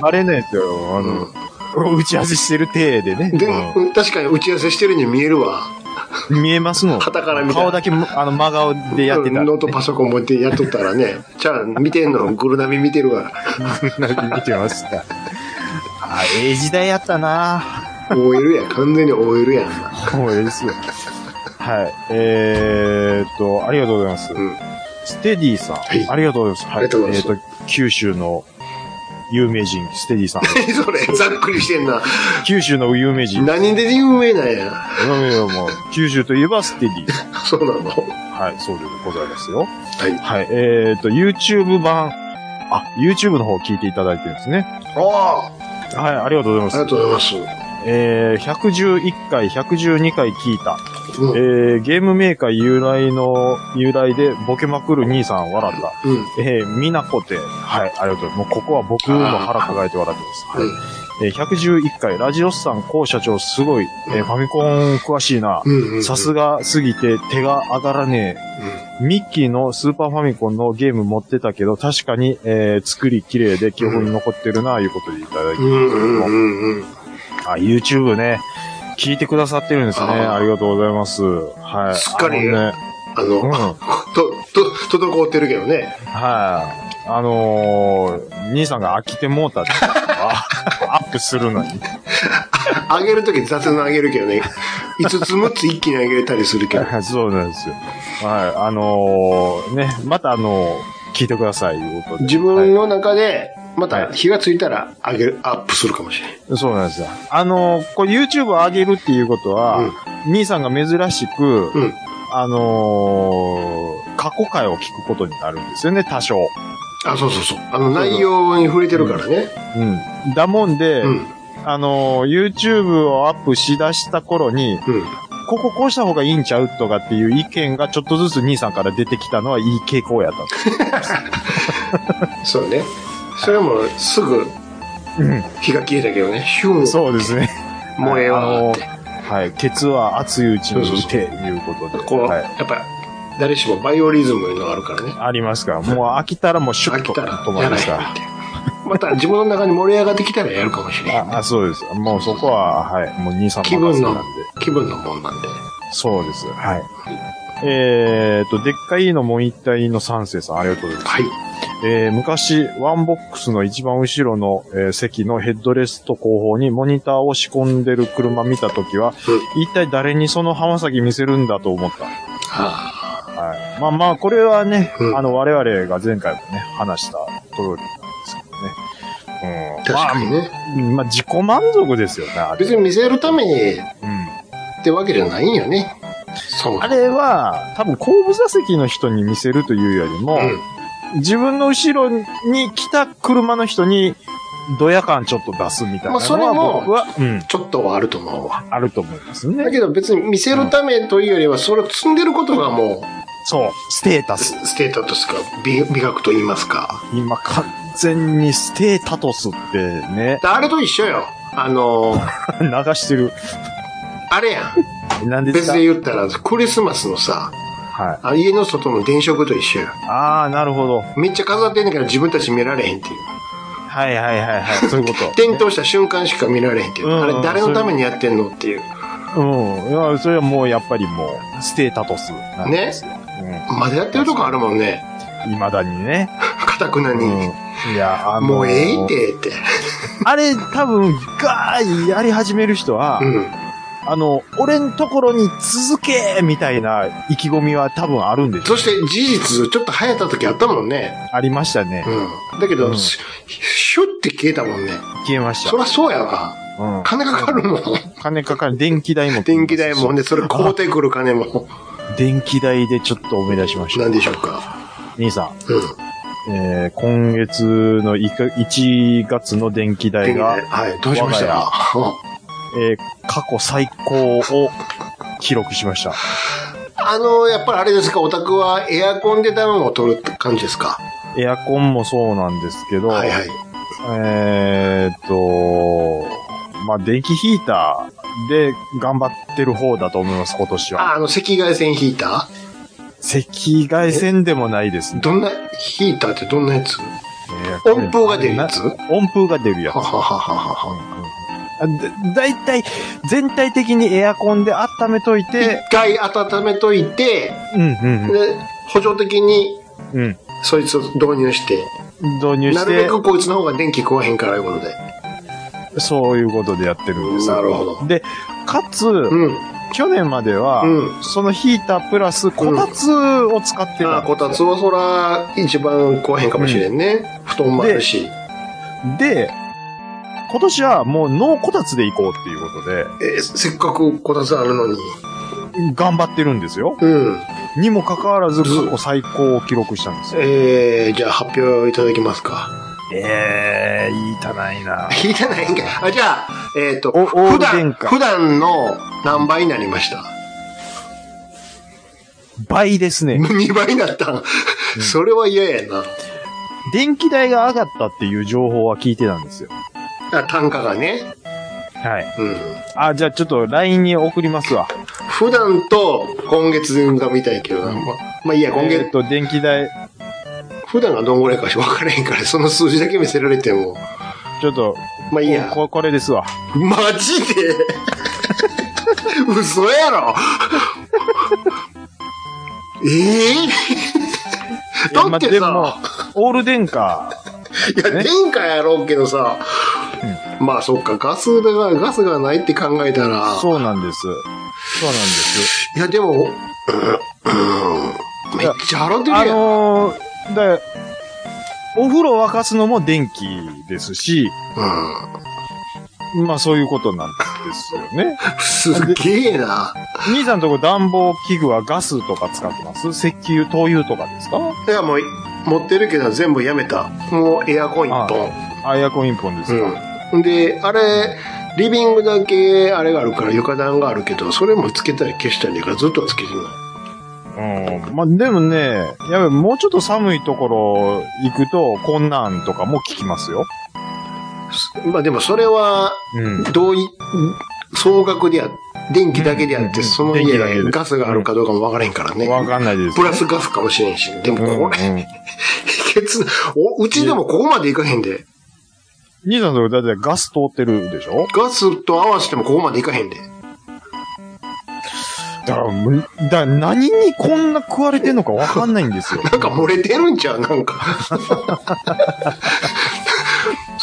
[SPEAKER 5] バレないですよ。あの、打ち合わせしてる体でね。
[SPEAKER 4] で、
[SPEAKER 5] う
[SPEAKER 4] 確かに打ち合わせしてるように見えるわ。
[SPEAKER 5] ん見えますもん。
[SPEAKER 4] 傍から見たら
[SPEAKER 5] 顔だけむ、あの、真顔でやってた。
[SPEAKER 4] ノートパソコン持ってやっとったらね、 じゃあ見てんの、グルナミ見てるわ。
[SPEAKER 5] 見てました。あ、ええ時代やったな
[SPEAKER 4] OL やん、完全に OL やんな。
[SPEAKER 5] もうええですよ。はい。えーっと、ありがとうございます。
[SPEAKER 4] うん。
[SPEAKER 5] ステディさん。
[SPEAKER 4] はい
[SPEAKER 5] ありがとうございます。は
[SPEAKER 4] ありがとうございます
[SPEAKER 5] えーっと、九州の有名人、ステディさん。
[SPEAKER 4] 何それ、ざっくりしてんな。
[SPEAKER 5] 九州の有名人。
[SPEAKER 4] 何で有名なんや。
[SPEAKER 5] いやいやもう九州といえばステディさん。
[SPEAKER 4] そうなの。は
[SPEAKER 5] はい、そうでございますよ。
[SPEAKER 4] い。
[SPEAKER 5] はい、えっと、YouTube 版、あ、YouTube の方聞いていただいてるんですね。
[SPEAKER 4] ああ、
[SPEAKER 5] はい、ありがとうご
[SPEAKER 4] あり
[SPEAKER 5] ざい
[SPEAKER 4] が
[SPEAKER 5] ます。
[SPEAKER 4] とうございま
[SPEAKER 5] えー、111回、112回聞いた。
[SPEAKER 4] す。うん。
[SPEAKER 5] えー、ゲームメーカー由来の、由来でボケまくる兄さん笑った。
[SPEAKER 4] うん。
[SPEAKER 5] えー、みなこて、はい、ありがとうございます。もうここは僕の腹抱えて笑ってます。はい。えー、111回、ラジオスさん、高社長、すごい、えー、ファミコン詳しいな。
[SPEAKER 4] うん。うん。
[SPEAKER 5] さすがすぎて手が上がらねえ。ミッキーのスーパーファミコンのゲーム持ってたけど、確かに、えー、作り綺麗で記憶に残ってるな、いうことでいただいて
[SPEAKER 4] う。ん。うん。うん。うん。
[SPEAKER 5] あ、YouTube ね。聞いてくださってるんですね。
[SPEAKER 4] あー
[SPEAKER 5] ありがとうございます。はい。
[SPEAKER 4] すっかり
[SPEAKER 5] あのね。
[SPEAKER 4] あ
[SPEAKER 5] う
[SPEAKER 4] の
[SPEAKER 5] ん。、はい。
[SPEAKER 4] と、と、滞ってるけどね。
[SPEAKER 5] あのー、兄さんが飽きてもうたって。あ アップするのに。
[SPEAKER 4] あげるとき雑なあげるけどね。5つ6つ一気にあげれたりするけど。
[SPEAKER 5] そうなんですよ。はい。あのー、ね、またあのー、聞いてください、いうことで。
[SPEAKER 4] 自
[SPEAKER 5] はい
[SPEAKER 4] 分の中で、また火がついたら上げる、アップするかもしれない。
[SPEAKER 5] そうなんですよ。あの、これ YouTube を上げるっていうことは、兄さんが珍しく、
[SPEAKER 4] うん
[SPEAKER 5] あのー過去回を聞くことになるんですよね、多少。
[SPEAKER 4] あ、そうそうそう。あの内容に触れてるからね。
[SPEAKER 5] うん。だもんで、
[SPEAKER 4] うん。
[SPEAKER 5] あのー YouTube をアップしだした頃に、
[SPEAKER 4] うん。
[SPEAKER 5] こここうした方がいいんちゃうとかっていう意見がちょっとずつ兄さんから出てきたのはいい傾向やったんです。
[SPEAKER 4] そうね。それもすぐ火が消えたけどね。シュン、
[SPEAKER 5] そうですね。
[SPEAKER 4] もうええわって。
[SPEAKER 5] あのーはい。ケツは熱いうちに打て、いうことで。
[SPEAKER 4] こう、
[SPEAKER 5] はい
[SPEAKER 4] やっぱ、誰しもバイオリズムいうのがあるからね。
[SPEAKER 5] ありますから、もう飽きたらもうシュ
[SPEAKER 4] 飽
[SPEAKER 5] ッと
[SPEAKER 4] きたら
[SPEAKER 5] 止、ま
[SPEAKER 4] やら
[SPEAKER 5] りま
[SPEAKER 4] へ
[SPEAKER 5] す
[SPEAKER 4] ん
[SPEAKER 5] か
[SPEAKER 4] っ
[SPEAKER 5] ら。
[SPEAKER 4] て。また自分の中に盛り上がってきたらやるかもしれん。
[SPEAKER 5] ああ、そうです。もうそこは、はい。もう兄さん
[SPEAKER 4] 気
[SPEAKER 5] 任
[SPEAKER 4] 分
[SPEAKER 5] せな
[SPEAKER 4] の
[SPEAKER 5] んで。、
[SPEAKER 4] 気分のもんなんで。
[SPEAKER 5] そうです。はい。えー、っと、でっかいのも一体の三世さん、ありがとうございます。
[SPEAKER 4] はい。
[SPEAKER 5] えー、昔、ワンボックスの一番後ろの、えー席のヘッドレスト後方にモニターを仕込んでる車見たときは、一体誰にその浜崎見せるんだと思った。
[SPEAKER 4] あ
[SPEAKER 5] はい。まあまあ、これはね、
[SPEAKER 4] うん
[SPEAKER 5] あの、我々が前回もね、話した通りなんですけどね。うん。
[SPEAKER 4] ー確かにね。
[SPEAKER 5] まあ、まあ、自己満足ですよね、あれ。
[SPEAKER 4] 別に見せるためにっ
[SPEAKER 5] うん。
[SPEAKER 4] てわけじゃないんよね。そう
[SPEAKER 5] あれは、多分後部座席の人に見せるというよりも、
[SPEAKER 4] うん。
[SPEAKER 5] 自分の後ろに来た車の人に、ドヤ感ちょっと出すみたいなの
[SPEAKER 4] まあそれ
[SPEAKER 5] は、
[SPEAKER 4] も
[SPEAKER 5] 僕は、うん、
[SPEAKER 4] ちょっとはあると思うわ。
[SPEAKER 5] あると思いますね
[SPEAKER 4] だ。けど別に見せるためというよりは、それを積んでることがも
[SPEAKER 5] そう、ステータ
[SPEAKER 4] う、
[SPEAKER 5] ス。
[SPEAKER 4] スステータスか、美美学と言いますか。
[SPEAKER 5] 今、完全にステータトスってね、
[SPEAKER 4] あれと一緒よ。あのー、
[SPEAKER 5] 流してる。
[SPEAKER 4] あれやん。
[SPEAKER 5] なん です
[SPEAKER 4] 別
[SPEAKER 5] か
[SPEAKER 4] で言ったら、クリスマスのさ、
[SPEAKER 5] はい。
[SPEAKER 4] あ家の外の電飾と一緒よ。
[SPEAKER 5] ああ、なるほど。
[SPEAKER 4] めっちゃ飾ってんねんから自分たち見られへんっていう。
[SPEAKER 5] はいはいはいはい。そういうこと。
[SPEAKER 4] 点灯した瞬間しか見られへんっていう。
[SPEAKER 5] うん
[SPEAKER 4] あれ誰のためにやってんのっていう。
[SPEAKER 5] うん。いや、それはもうやっぱりもう、ステータトスなんですよ。
[SPEAKER 4] まだやってるとこあるもんね。
[SPEAKER 5] うん。未だにね。
[SPEAKER 4] かたくなに。
[SPEAKER 5] うん。いや、あのー
[SPEAKER 4] もうええってって。
[SPEAKER 5] あれ、多分、ガーやり始める人は、
[SPEAKER 4] うん。
[SPEAKER 5] あの、俺んところに続けみたいな意気込みは多分あるんでしょ
[SPEAKER 4] そして事実、ちょっと流行った時あったもんね。
[SPEAKER 5] ありましたね。
[SPEAKER 4] うん。だけど、
[SPEAKER 5] うん
[SPEAKER 4] シュシュッて消えたもんね。
[SPEAKER 5] 消えまし
[SPEAKER 4] そ
[SPEAKER 5] た。
[SPEAKER 4] りゃそうやわ。
[SPEAKER 5] うん。
[SPEAKER 4] 金かかるの。
[SPEAKER 5] 金かかる。電気代も。
[SPEAKER 4] 電気代も。ほんで、それ買うてくる金 も。
[SPEAKER 5] 電気代でちょっと思い出しました。
[SPEAKER 4] なんでしょうか。
[SPEAKER 5] 兄さ
[SPEAKER 4] うん。
[SPEAKER 5] ん、えー、今月のいか1月の電気代
[SPEAKER 4] 電気
[SPEAKER 5] が
[SPEAKER 4] 代。、はい。どうしました
[SPEAKER 5] えー、過去最高を記録しました。
[SPEAKER 4] あの、やっぱりあれですか、オタクはエアコンで暖を取るって感じですか。
[SPEAKER 5] エアコンもそうなんですけど、
[SPEAKER 4] はいはい。
[SPEAKER 5] えーっと、まあ、電気ヒーターで頑張ってる方だと思います、今年は。
[SPEAKER 4] あ、あの、赤外線ヒータ
[SPEAKER 5] 赤外線でもないです
[SPEAKER 4] ー
[SPEAKER 5] ね。
[SPEAKER 4] どんな、ヒーターってどんなやつ
[SPEAKER 5] えー
[SPEAKER 4] 温風が出るやつ
[SPEAKER 5] な温風が出るやつ
[SPEAKER 4] は。ははははは。
[SPEAKER 5] あだだいたい、全体的にエアコンで温めといて、
[SPEAKER 4] 一回温めといて、
[SPEAKER 5] うんうん
[SPEAKER 4] で、補助的に
[SPEAKER 5] うん、
[SPEAKER 4] そいつを導入して、
[SPEAKER 5] うん。導入
[SPEAKER 4] な
[SPEAKER 5] し
[SPEAKER 4] るべ
[SPEAKER 5] て、
[SPEAKER 4] くこいつの方が電気壊へんからいうことで。
[SPEAKER 5] そういうことでやってるんです。
[SPEAKER 4] なるほど。
[SPEAKER 5] で、かつ、
[SPEAKER 4] うん。
[SPEAKER 5] 去年までは、
[SPEAKER 4] うん
[SPEAKER 5] そのヒータープラス、こたつを使って
[SPEAKER 4] あ
[SPEAKER 5] た
[SPEAKER 4] あ、こ
[SPEAKER 5] ん
[SPEAKER 4] た
[SPEAKER 5] です
[SPEAKER 4] つ
[SPEAKER 5] よ、
[SPEAKER 4] はそら、一番壊へんかもしれんね。布団もあるし。
[SPEAKER 5] で、今年はもうノーこたつで行こうっていうことで、
[SPEAKER 4] えーせっかくこたつあるのに。
[SPEAKER 5] 頑張ってるんですよ。
[SPEAKER 4] うん。
[SPEAKER 5] にもかかわらず、過去最高を記録したんですよ。
[SPEAKER 4] えー、じゃあ発表いただきますか。
[SPEAKER 5] ええー、いたないな
[SPEAKER 4] 聞いてないんかい。あ、じゃあ、えっ、と、
[SPEAKER 5] おオー
[SPEAKER 4] 普
[SPEAKER 5] ル電
[SPEAKER 4] 段、
[SPEAKER 5] 化
[SPEAKER 4] 普段の何倍になりました
[SPEAKER 5] 倍ですね。
[SPEAKER 4] ?2 倍になったん。それは嫌やな。
[SPEAKER 5] 電気代が上がったっていう情報は聞いてたんですよ。
[SPEAKER 4] あ単価がね。
[SPEAKER 5] はい。
[SPEAKER 4] うん。
[SPEAKER 5] あ、じゃあちょっと LINE に送りますわ。
[SPEAKER 4] 普段と今月が見たいけどな。ままあいいや、今
[SPEAKER 5] えーっ
[SPEAKER 4] 月、
[SPEAKER 5] と、電気代、
[SPEAKER 4] 普段がどんぐらいか分からへんから、その数字だけ見せられても。
[SPEAKER 5] ちょっと、
[SPEAKER 4] まあいいや。
[SPEAKER 5] ここれですわ。
[SPEAKER 4] マジで嘘やろええ
[SPEAKER 5] いや
[SPEAKER 4] だってさ
[SPEAKER 5] まあでも、オール電化、
[SPEAKER 4] いや、
[SPEAKER 5] ね
[SPEAKER 4] 電化やろうけどさ、まあそっか、ガスだが、ガスがないって考えたら、
[SPEAKER 5] そうなんです。そうなんです。
[SPEAKER 4] いや、でも、うん、うんめっちゃ払ってる
[SPEAKER 5] あ
[SPEAKER 4] やん。
[SPEAKER 5] のー、だお風呂沸かすのも電気ですし、
[SPEAKER 4] うん
[SPEAKER 5] まあそういうことなんですよね。
[SPEAKER 4] すっげえな。
[SPEAKER 5] 兄さんのとこ暖房器具はガスとか使ってます石油、灯油とかですか
[SPEAKER 4] いや、もう、持ってるけど全部やめた。もうエアコン一本。
[SPEAKER 5] あ、エアコン一本ですか、
[SPEAKER 4] うん。で、あれ、リビングだけあれがあるから床暖があるけど、それもつけたり消したりだからずっとはつけてない。
[SPEAKER 5] うんまあ、でもね、やっぱりもうちょっと寒いところ行くと、こんなんとかも聞きますよ。
[SPEAKER 4] まあでもそれは、
[SPEAKER 5] うん。
[SPEAKER 4] どうい、総額でや、電気だけでやっ
[SPEAKER 5] うん
[SPEAKER 4] て、その
[SPEAKER 5] 電
[SPEAKER 4] 家
[SPEAKER 5] 気だけで
[SPEAKER 4] がガスがあるかどうかもわからへんからね。
[SPEAKER 5] わかんないです。
[SPEAKER 4] プラスガスかもしれんし。でも
[SPEAKER 5] うんう
[SPEAKER 4] こ
[SPEAKER 5] ん
[SPEAKER 4] れ、 ケツ、お、うちでもここまでいかへんで。
[SPEAKER 5] 兄さんのとこだってガス通ってるでしょ
[SPEAKER 4] ガスと合わせてもここまでいかへんで。
[SPEAKER 5] だからむ、だから何にこんな食われてんのかわかんないんですよ。
[SPEAKER 4] なんか漏れてるんちゃうなんか。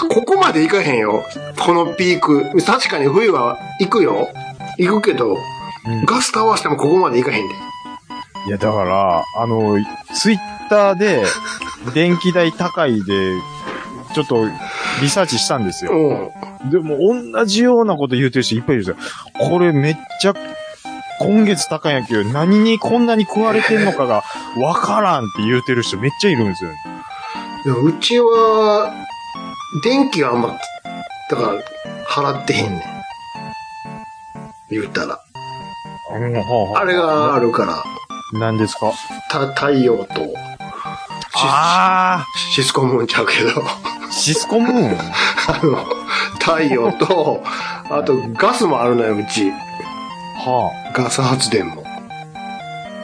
[SPEAKER 4] ここまでいかへんよ。このピーク。確かに冬は行くよ。行くけど、
[SPEAKER 5] うん
[SPEAKER 4] ガスと合わせてもここまでいかへんで。
[SPEAKER 5] いや、だから、あの、ツイッターで、電気代高いで、ちょっと、リサーチしたんですよ。
[SPEAKER 4] うん。
[SPEAKER 5] でも、同じようなこと言うてる人いっぱいいるじゃん。これめっちゃ、今月高いんやけど、何にこんなに食われてんのかが、わからんって言うてる人めっちゃいるんですよ。
[SPEAKER 4] いやうちは、電気があんま、だから、払ってへんねん。言うたら。あれがあるから、
[SPEAKER 5] 何ですか
[SPEAKER 4] た、太陽と、
[SPEAKER 5] あ
[SPEAKER 4] シスコムーンちゃうけど、
[SPEAKER 5] あシスコムーン
[SPEAKER 4] あの、太陽と、あとガスもあるのよ、うち。
[SPEAKER 5] は
[SPEAKER 4] ガス発電も。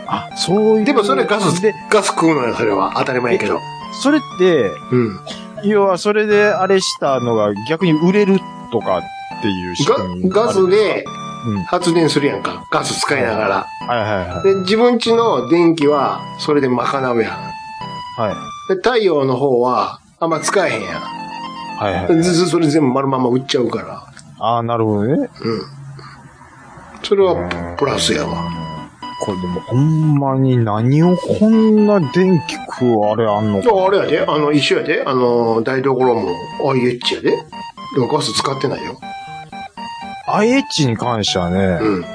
[SPEAKER 5] あ。あ、そういう。
[SPEAKER 4] でもそれガス
[SPEAKER 5] で、、
[SPEAKER 4] ガス食うのよ、それは。当たり前やけど。
[SPEAKER 5] それって、
[SPEAKER 4] うん。
[SPEAKER 5] 要はそれであれしたのが逆に売れるとかっていう仕組み
[SPEAKER 4] ガ、ガスで
[SPEAKER 5] うん。はい
[SPEAKER 4] 発電するやんか。ガス使いながら。
[SPEAKER 5] はいはい。
[SPEAKER 4] で、自分家の電気は、それで賄うやん。
[SPEAKER 5] はい。
[SPEAKER 4] で、太陽の方は、あんま使えへんやん。
[SPEAKER 5] はいはいはい。
[SPEAKER 4] ずずそれ全部丸まんま売っちゃうから。
[SPEAKER 5] ああ、なるほどね。
[SPEAKER 4] うん。それは、プラスやわ。
[SPEAKER 5] これでもほんまに何をこんな電気食うあれあんのか。
[SPEAKER 4] ああれやで、あの、一緒やで、あの、台所も IH やで。ガス使ってないよ。
[SPEAKER 5] IH に関してはね、
[SPEAKER 4] うん。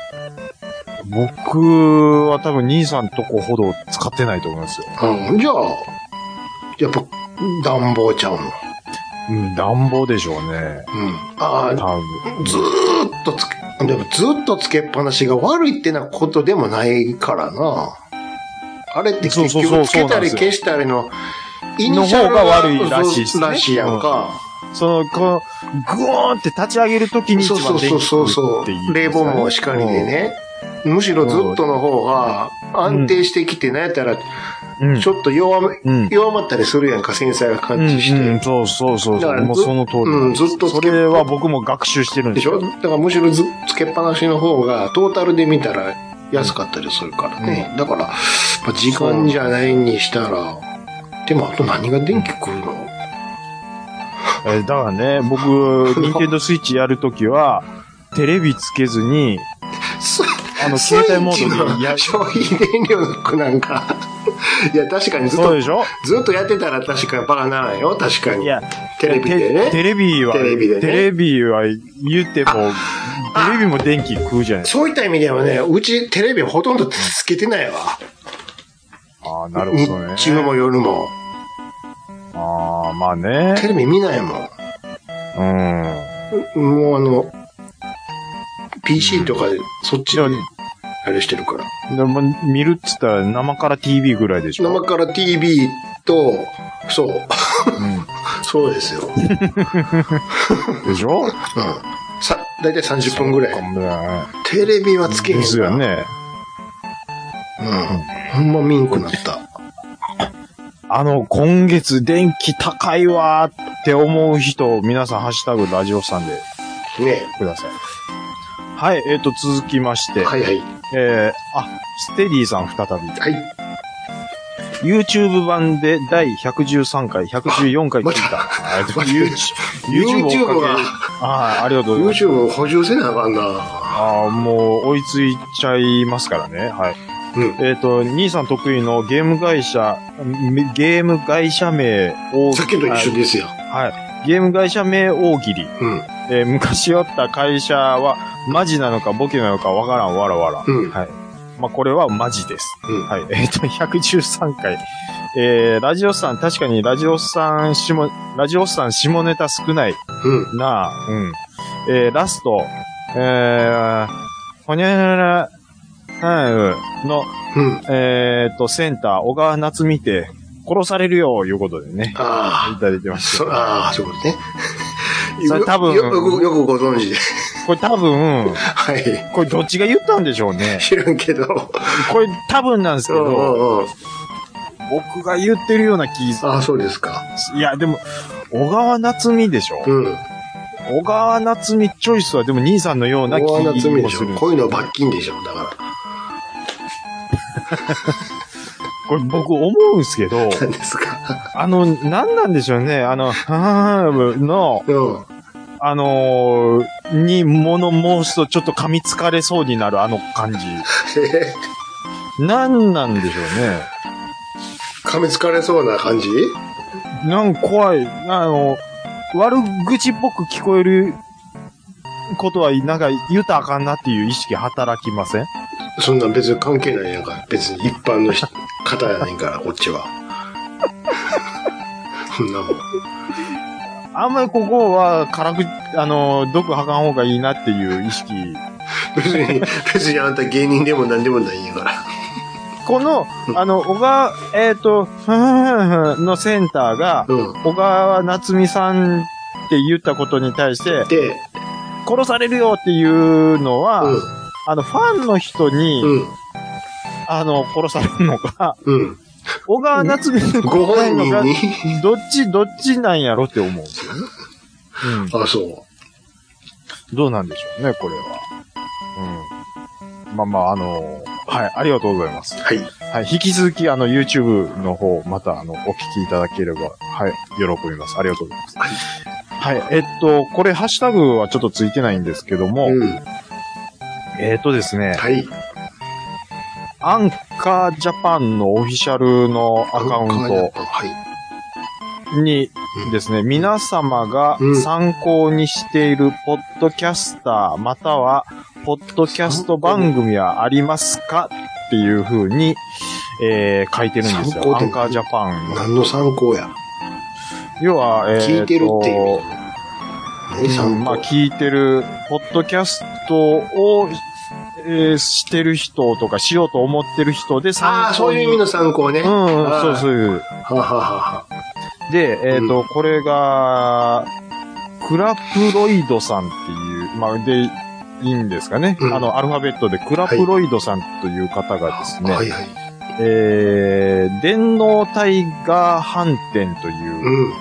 [SPEAKER 5] 僕は多分兄さんとこほど使ってないと思いますよ。
[SPEAKER 4] うん、じゃあ、やっぱ、暖房ちゃうの。
[SPEAKER 5] うん、暖房でしょうね。
[SPEAKER 4] うん。ああ、
[SPEAKER 5] 多分。
[SPEAKER 4] ずーっとつけ、でもずーっとつけっぱなしが悪いってなことでもないからな。あれって結
[SPEAKER 5] そうそうそ
[SPEAKER 4] 局
[SPEAKER 5] う
[SPEAKER 4] つけたり
[SPEAKER 5] そうなんで
[SPEAKER 4] 消したりの、イ
[SPEAKER 5] の
[SPEAKER 4] ニシャ
[SPEAKER 5] 方
[SPEAKER 4] ル
[SPEAKER 5] が悪いらしいっすね
[SPEAKER 4] らしいやんか。
[SPEAKER 5] その、こう、グーンって立ち上げるときに一
[SPEAKER 4] そうそ
[SPEAKER 5] 番
[SPEAKER 4] う
[SPEAKER 5] 電気
[SPEAKER 4] そうそう
[SPEAKER 5] 食
[SPEAKER 4] そう
[SPEAKER 5] っていい、
[SPEAKER 4] 冷房もしかりでね。むしろずっとの方が安定してきて、なんやったら、ち
[SPEAKER 5] うん。うん。
[SPEAKER 4] ょっと弱め、
[SPEAKER 5] うん。
[SPEAKER 4] 弱まったりするやんか、繊細が
[SPEAKER 5] う
[SPEAKER 4] 感
[SPEAKER 5] ん
[SPEAKER 4] 知して。
[SPEAKER 5] うんそうそうそう
[SPEAKER 4] だ
[SPEAKER 5] そ
[SPEAKER 4] か
[SPEAKER 5] う。
[SPEAKER 4] ら
[SPEAKER 5] もう
[SPEAKER 4] ず
[SPEAKER 5] その通り。
[SPEAKER 4] うん、ずっと
[SPEAKER 5] そ
[SPEAKER 4] つけ
[SPEAKER 5] れは僕も学習してるん
[SPEAKER 4] で
[SPEAKER 5] です
[SPEAKER 4] しょ
[SPEAKER 5] よ。
[SPEAKER 4] だからむしろずつけっぱなしの方が、トータルで見たら安かったりするからね。だから、まあ時間じゃないにしたら、でもあと何が電気食うの
[SPEAKER 5] えーだからね、僕、ニンテンドスイッチやるときは、テレビつけずに、
[SPEAKER 4] す
[SPEAKER 5] あの、
[SPEAKER 4] スイ
[SPEAKER 5] 携帯
[SPEAKER 4] ッ
[SPEAKER 5] モ
[SPEAKER 4] チ
[SPEAKER 5] ード
[SPEAKER 4] の
[SPEAKER 5] でやる。
[SPEAKER 4] 消費電量の句なんか。 いや、確かにずっ
[SPEAKER 5] そう
[SPEAKER 4] と、
[SPEAKER 5] でしょ
[SPEAKER 4] ずっとやってたら確かにバカにならんよ。確か
[SPEAKER 5] い
[SPEAKER 4] に。
[SPEAKER 5] や、
[SPEAKER 4] テレビで
[SPEAKER 5] テテ
[SPEAKER 4] ね。
[SPEAKER 5] レビは、
[SPEAKER 4] テレビでね
[SPEAKER 5] テレビは言っても、テレビも電気食うじゃないです
[SPEAKER 4] そういった意味ではね、うちテレビほとんどつけてないわ。
[SPEAKER 5] か。ああー、なるほどね。
[SPEAKER 4] 日中も夜も。
[SPEAKER 5] ああ、まあね。
[SPEAKER 4] テレビ見ないもん。
[SPEAKER 5] うん。
[SPEAKER 4] もうあの、PC とかでそっちのあれしてるから。
[SPEAKER 5] でも見るっつったら生から TV ぐらいでしょ。
[SPEAKER 4] 生から TV と、そう、
[SPEAKER 5] う
[SPEAKER 4] そうですよ。うん。
[SPEAKER 5] ん、でしょ
[SPEAKER 4] さ、だいたい30分ぐら
[SPEAKER 5] そう
[SPEAKER 4] い。
[SPEAKER 5] かもね
[SPEAKER 4] テレビはつけへん
[SPEAKER 5] で
[SPEAKER 4] な
[SPEAKER 5] すよ。ね。
[SPEAKER 4] うん。ほんまミンクなった。
[SPEAKER 5] あの、今月電気高いわーって思う人、皆さんハッシュタグラジオさんで
[SPEAKER 4] ね
[SPEAKER 5] ください。はい、えっ、と、続きまして、
[SPEAKER 4] はいはい。
[SPEAKER 5] えー、あ、ステディさん再び。
[SPEAKER 4] はい。
[SPEAKER 5] YouTube 版で第113回、114回聞いた。
[SPEAKER 4] ま
[SPEAKER 5] あ
[SPEAKER 4] た
[SPEAKER 5] YouTube, YouTube を
[SPEAKER 4] YouTube
[SPEAKER 5] か
[SPEAKER 4] が
[SPEAKER 5] け、あーありがとうございます。
[SPEAKER 4] YouTube を補充せなあかんな。
[SPEAKER 5] ああ、もう追いついちゃいますからね。はい。
[SPEAKER 4] うん
[SPEAKER 5] えっ、と、兄さん得意のゲーム会社、んゲーム会社名を、
[SPEAKER 4] さっきと一緒ですよ。
[SPEAKER 5] はい。ゲーム会社名大喜利。
[SPEAKER 4] うん。
[SPEAKER 5] えー 昔あった会社は、マジなのかボケなのかわからん、わらわら。
[SPEAKER 4] うん。
[SPEAKER 5] はい。まあ、これはマジです。
[SPEAKER 4] うん
[SPEAKER 5] はい。えっ、と、113回。えー、ラジオさん、確かにラジオさん、下、ラジオさん下ネタ少ない。
[SPEAKER 4] うん。
[SPEAKER 5] なあ、うん。えー、ラスト、えー、ほにゃらら、はい、の、
[SPEAKER 4] うん。
[SPEAKER 5] えー、と、センター、小川夏見て、殺されるよ、いうことでね、
[SPEAKER 4] あ
[SPEAKER 5] いただいて
[SPEAKER 4] あ。
[SPEAKER 5] ました
[SPEAKER 4] そ、。ああ、そういうことね。
[SPEAKER 5] それ多分
[SPEAKER 4] よよく、よくご存知で。
[SPEAKER 5] これ多分、
[SPEAKER 4] はい。
[SPEAKER 5] これどっちが言ったんでしょう ね。
[SPEAKER 4] 知らんけど。
[SPEAKER 5] これ多分なんです
[SPEAKER 4] う
[SPEAKER 5] け
[SPEAKER 4] んう
[SPEAKER 5] ど、
[SPEAKER 4] んうん。
[SPEAKER 5] 僕が言ってるような気す、
[SPEAKER 4] ああ、そうですか。
[SPEAKER 5] いや、でも、小川夏美でしょ
[SPEAKER 4] うん。
[SPEAKER 5] 小川夏美チョイスはでも兄さんのような気
[SPEAKER 4] 大穴
[SPEAKER 5] もす
[SPEAKER 4] 罪
[SPEAKER 5] る
[SPEAKER 4] でしょ。こういうのは罰金でしょ。だか
[SPEAKER 5] これ僕思うんです け
[SPEAKER 4] ら。
[SPEAKER 5] ど、
[SPEAKER 4] なんですか。
[SPEAKER 5] あの、なんなんでしょうね。あの、はぁはぁの、
[SPEAKER 4] うん。
[SPEAKER 5] あのーに物申すとちょっと噛みつかれそうになるあの感じ。
[SPEAKER 4] え
[SPEAKER 5] なんなんでしょうね。
[SPEAKER 4] 噛みつかれそうな感じ
[SPEAKER 5] なんか怖い。あの、悪口っぽく聞こえることは、なんか言うたらあかんなっていう意識働きません
[SPEAKER 4] そんなん別に関係ないやんか。別に一般の人 方やねんから、こっちは。 そんなもん。
[SPEAKER 5] あんまりここは辛く、あの、毒吐かん方がいいなっていう意識。
[SPEAKER 4] 別に、別にあんた芸人でも何でもないんやから。
[SPEAKER 5] この、あの、小川、えっ、と、ふんふんのセンターが、
[SPEAKER 4] うん。
[SPEAKER 5] 小川夏美さんって言ったことに対して、
[SPEAKER 4] で、
[SPEAKER 5] 殺されるよっていうのは、
[SPEAKER 4] う
[SPEAKER 5] あの、ファンの人に、
[SPEAKER 4] ん。
[SPEAKER 5] あの、殺されるのか、
[SPEAKER 4] うん。うん。
[SPEAKER 5] 小川夏美に
[SPEAKER 4] ご
[SPEAKER 5] 殺され
[SPEAKER 4] 本
[SPEAKER 5] るの
[SPEAKER 4] 人
[SPEAKER 5] か、
[SPEAKER 4] に。
[SPEAKER 5] どっち、どっちなんやろって思うんですよね。
[SPEAKER 4] あ、そ
[SPEAKER 5] うん。どうなんでしょうね、これは。うん。まあまあ、あのはい、ありがとうございます
[SPEAKER 4] う。。はい。
[SPEAKER 5] はい、引き続き、あの、YouTube の方、また、あの、お聞きいただければ、はい、喜びます。ありがとうございます。
[SPEAKER 4] はい
[SPEAKER 5] はい、えっと、これ、ハッシュタグはちょっとついてないんですけども、
[SPEAKER 4] うん。
[SPEAKER 5] えっとですね、
[SPEAKER 4] はい。
[SPEAKER 5] アンカージャパンのオフィシャルのアカウント、
[SPEAKER 4] はい。
[SPEAKER 5] にですね、皆様が
[SPEAKER 4] うん
[SPEAKER 5] 参考にしているポッドキャスター、または、ポッドキャスト番組はありますかっていう風に、えー書いてるんです
[SPEAKER 4] 参考
[SPEAKER 5] よ。
[SPEAKER 4] っ
[SPEAKER 5] ア
[SPEAKER 4] て
[SPEAKER 5] ンカージャパンの。
[SPEAKER 4] 何の参考や。
[SPEAKER 5] 要は、えーと
[SPEAKER 4] 聞いてるっていう意味。何
[SPEAKER 5] うん
[SPEAKER 4] 参
[SPEAKER 5] ま
[SPEAKER 4] 考
[SPEAKER 5] あ、聞いてる、ポッドキャストを、えーしてる人とか、しようと思ってる人で参考に。
[SPEAKER 4] ああ、そういう意味の参考ね。は
[SPEAKER 5] うん、そう
[SPEAKER 4] はい
[SPEAKER 5] そういう。
[SPEAKER 4] ははは。
[SPEAKER 5] で、えっ、と、これが、クラプロイドさんっていう、まあ、で、いいんですかね。
[SPEAKER 4] うん
[SPEAKER 5] あの、アルファベットでクラプロイドさんという方がですね、
[SPEAKER 4] はいはい。
[SPEAKER 5] えー、電脳タイガー飯店という
[SPEAKER 4] うん。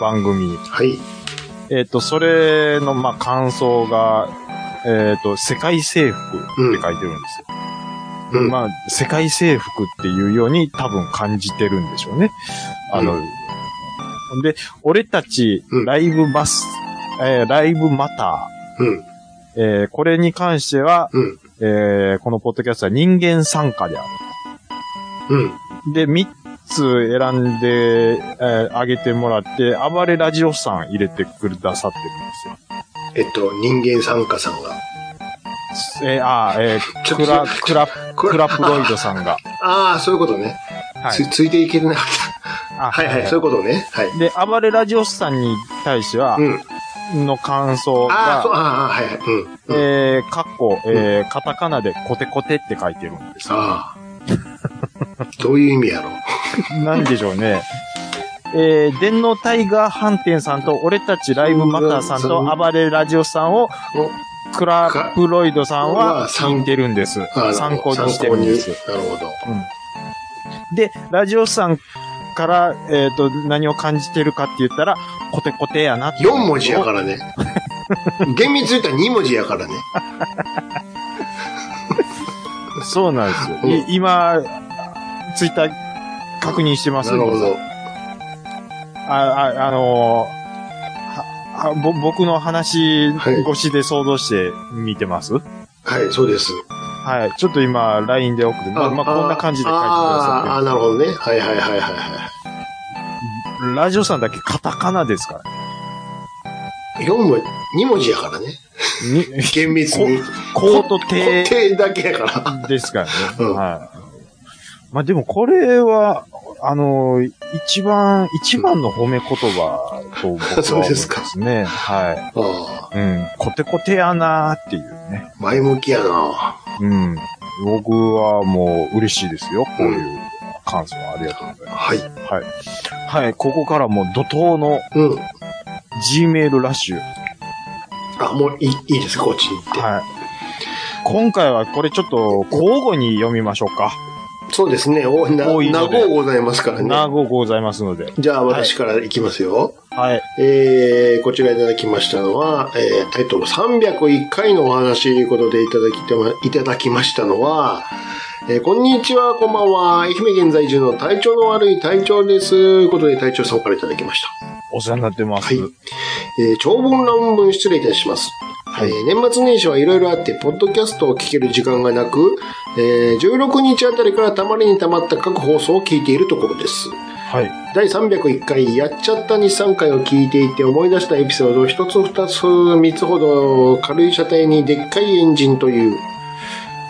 [SPEAKER 5] 番組、
[SPEAKER 4] はい。
[SPEAKER 5] えっ、と、それの、まあ、感想が、えっ、と、世界征服って書いてるんですよ。
[SPEAKER 4] うん。
[SPEAKER 5] まあ、世界征服っていうように多分感じてるんでしょうね。あの、
[SPEAKER 4] う
[SPEAKER 5] で、俺たち
[SPEAKER 4] うん、
[SPEAKER 5] ライブバス、えーライブマタ
[SPEAKER 4] うん。
[SPEAKER 5] ー、えーこれに関しては、
[SPEAKER 4] うん。
[SPEAKER 5] えーこのポッドキャストは人間参加であ
[SPEAKER 4] うん。
[SPEAKER 5] る。で、3つ選んで、えーあげてもらって、暴れラジオさん入れてくださってるんですよ。
[SPEAKER 4] えっと、人間参加さんが。
[SPEAKER 5] えーあーえ
[SPEAKER 4] ち
[SPEAKER 5] ー
[SPEAKER 4] ょっと
[SPEAKER 5] クラ、クラ、
[SPEAKER 4] これ
[SPEAKER 5] クラプロイドさんが。
[SPEAKER 4] ああ、そういうことね。
[SPEAKER 5] は
[SPEAKER 4] つ、ついていけてなかっ
[SPEAKER 5] あ
[SPEAKER 4] た。はいはい、そういうことね。はい。
[SPEAKER 5] で、暴れラジオさんに対しては、
[SPEAKER 4] うん。
[SPEAKER 5] の感想
[SPEAKER 4] ああ、そう、
[SPEAKER 5] が、
[SPEAKER 4] ああ、はいはい。うん。うん
[SPEAKER 5] えー、かっこ、えー、カタカナでコテコテって書いてるんですよ。
[SPEAKER 4] ああ。どういう意味やろう。
[SPEAKER 5] なんでしょうね。えー、電脳タイガー飯店さんと、俺たちライブマターさ
[SPEAKER 4] そう
[SPEAKER 5] ん
[SPEAKER 4] そ
[SPEAKER 5] と、
[SPEAKER 4] う
[SPEAKER 5] 暴れラジオさんを、クラプロイドさんは
[SPEAKER 4] か参
[SPEAKER 5] 聞いてるんです
[SPEAKER 4] ああ。
[SPEAKER 5] 参考にしてるんです。。
[SPEAKER 4] なるほど。
[SPEAKER 5] で、ラジオさんから、えっ、と、何を感じてるかって言ったら、コテコテやなっていう
[SPEAKER 4] 4文字やからね。厳密に言ったら2文字やからね。
[SPEAKER 5] そうなんですよ。い今、ツイッター確認してま
[SPEAKER 4] な
[SPEAKER 5] すん
[SPEAKER 4] る
[SPEAKER 5] で
[SPEAKER 4] ほど。
[SPEAKER 5] あ、あ、あのーははぼ、僕の話
[SPEAKER 4] はい
[SPEAKER 5] 越しで想像して見てますはい、
[SPEAKER 4] はい、そうです。
[SPEAKER 5] ちょっと今、LINE で送って、まあ、まあ、こんな感じで書いてくだ
[SPEAKER 4] ああ、
[SPEAKER 5] さ
[SPEAKER 4] ああなるほどね。はいはいはいはいは
[SPEAKER 5] ってる。ラジオさんだけカタカナですから。
[SPEAKER 4] い。4文字、2文字やからね。
[SPEAKER 5] に、
[SPEAKER 4] 厳密に。
[SPEAKER 5] コート
[SPEAKER 4] 固
[SPEAKER 5] 亭
[SPEAKER 4] 定だけやから。
[SPEAKER 5] ですからね。
[SPEAKER 4] うん
[SPEAKER 5] はい。まあでもこれは、あのー、一番、一番の褒め言葉と僕は 思
[SPEAKER 4] そうですか
[SPEAKER 5] うんですね。は
[SPEAKER 4] ああ、
[SPEAKER 5] い。うん。コテコテやなーっていうね。
[SPEAKER 4] 前向きやな。
[SPEAKER 5] うん。僕はもう嬉しいですよ。こういう感想ありがとうございま
[SPEAKER 4] はい。
[SPEAKER 5] す。はい。はい、ここからもう怒涛の
[SPEAKER 4] うん。
[SPEAKER 5] Gmail ラッシュ。は
[SPEAKER 4] あ、もういいいいです、こっちに行って。
[SPEAKER 5] い。今回はこれちょっと交互に読みましょうか。
[SPEAKER 4] そうですね。おな、
[SPEAKER 5] 多い
[SPEAKER 4] 名
[SPEAKER 5] ので
[SPEAKER 4] 号ございますから
[SPEAKER 5] 長
[SPEAKER 4] ね。
[SPEAKER 5] くございますので。
[SPEAKER 4] じゃあ、私から行きますよ。
[SPEAKER 5] はい。
[SPEAKER 4] えー、こちらいただきましたのは、えー、タイトル301回のお話ということでいただきてま、いただきましたのは、えー、こんにちは、こんばんは。愛媛県在住の体調の悪い隊長です。ということで、隊長さんからいただきました。
[SPEAKER 5] お世話になってます。
[SPEAKER 4] はいえー長文乱文失礼いたします。
[SPEAKER 5] はい
[SPEAKER 4] えー年末年始はいろいろあって、ポッドキャストを聞ける時間がなく、えー16日あたりからたまりにたまった各放送を聞いているところです。
[SPEAKER 5] はい。
[SPEAKER 4] 第301回、やっちゃったに3回を聞いていて思い出したエピソードを1つ2つ3つほど軽い車体にでっかいエンジンという、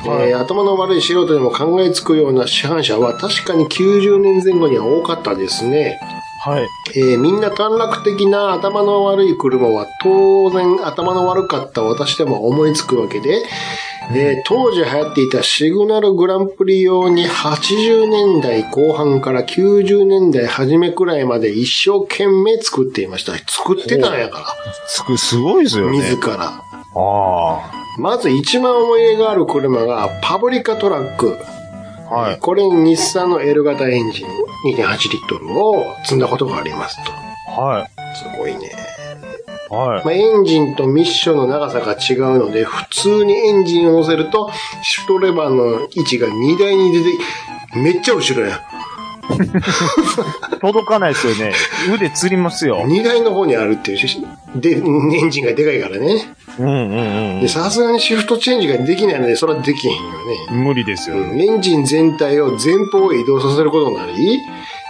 [SPEAKER 5] はい
[SPEAKER 4] えー頭の悪い素人でも考えつくような市販車は確かに90年前後には多かったですね。
[SPEAKER 5] はい。
[SPEAKER 4] えーみんな短絡的な頭の悪い車は当然頭の悪かった私でも思いつくわけで、えー当時流行っていたシグナルグランプリ用に80年代後半から90年代初めくらいまで一生懸命作っていました。作ってたんやか
[SPEAKER 5] すく、すごいです
[SPEAKER 4] ら、
[SPEAKER 5] よね
[SPEAKER 4] 自。ら。
[SPEAKER 5] あ
[SPEAKER 4] まず一番思い入れがある車がパブリカトラック。
[SPEAKER 5] あ。はい。
[SPEAKER 4] これに日産の L 型エンジン2.8リットルを積んだことがありますと。
[SPEAKER 5] は
[SPEAKER 4] すごいね。
[SPEAKER 5] い。はい。
[SPEAKER 4] まあ、エンジンとミッションの長さが違うので、普通にエンジンを乗せると、シフトレバーの位置が荷台に出て、めっちゃ後ろや。
[SPEAKER 5] 届かないですよね。腕つりますよ。
[SPEAKER 4] 荷台の方にあるっていうし、で、エンジンがでかいからね。
[SPEAKER 5] うんうん
[SPEAKER 4] で、さすがにシフトチェンジができないので、それはできへんよね。
[SPEAKER 5] うん。無理ですよ
[SPEAKER 4] う
[SPEAKER 5] ね。
[SPEAKER 4] んエンジン全体を前方へ移動させることになり、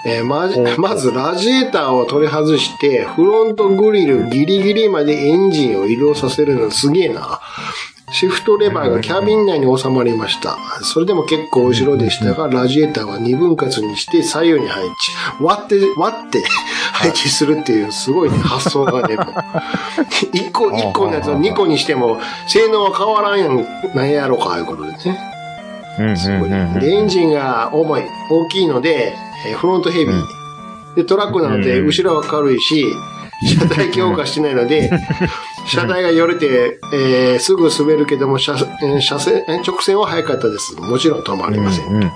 [SPEAKER 4] えーまじまずラジエーターを取り外して、フロントグリルギリギリまでエンジンを移動させるのすげえな。シフトレバーがキャビン内に収まりました。それでも結構後ろでしたが、ラジエーターは2分割にして左右に配置。割って、割って配置するっていうすごいね発想が ね、もう。1個、一個のやつを2個にしても、性能は変わらんやん、なんやろか、いうことでね。
[SPEAKER 5] うん
[SPEAKER 4] すごい。
[SPEAKER 5] うんうん
[SPEAKER 4] で、エンジンが重い、大きいので、えーフロントヘビー。で、トラックなので、
[SPEAKER 5] うん
[SPEAKER 4] 後ろは軽いし、車体強化してないの で、車体がよれて、えーすぐ滑るけども、車、えー車線、えー直線は速かったです。もちろん止まりません。
[SPEAKER 5] うんうん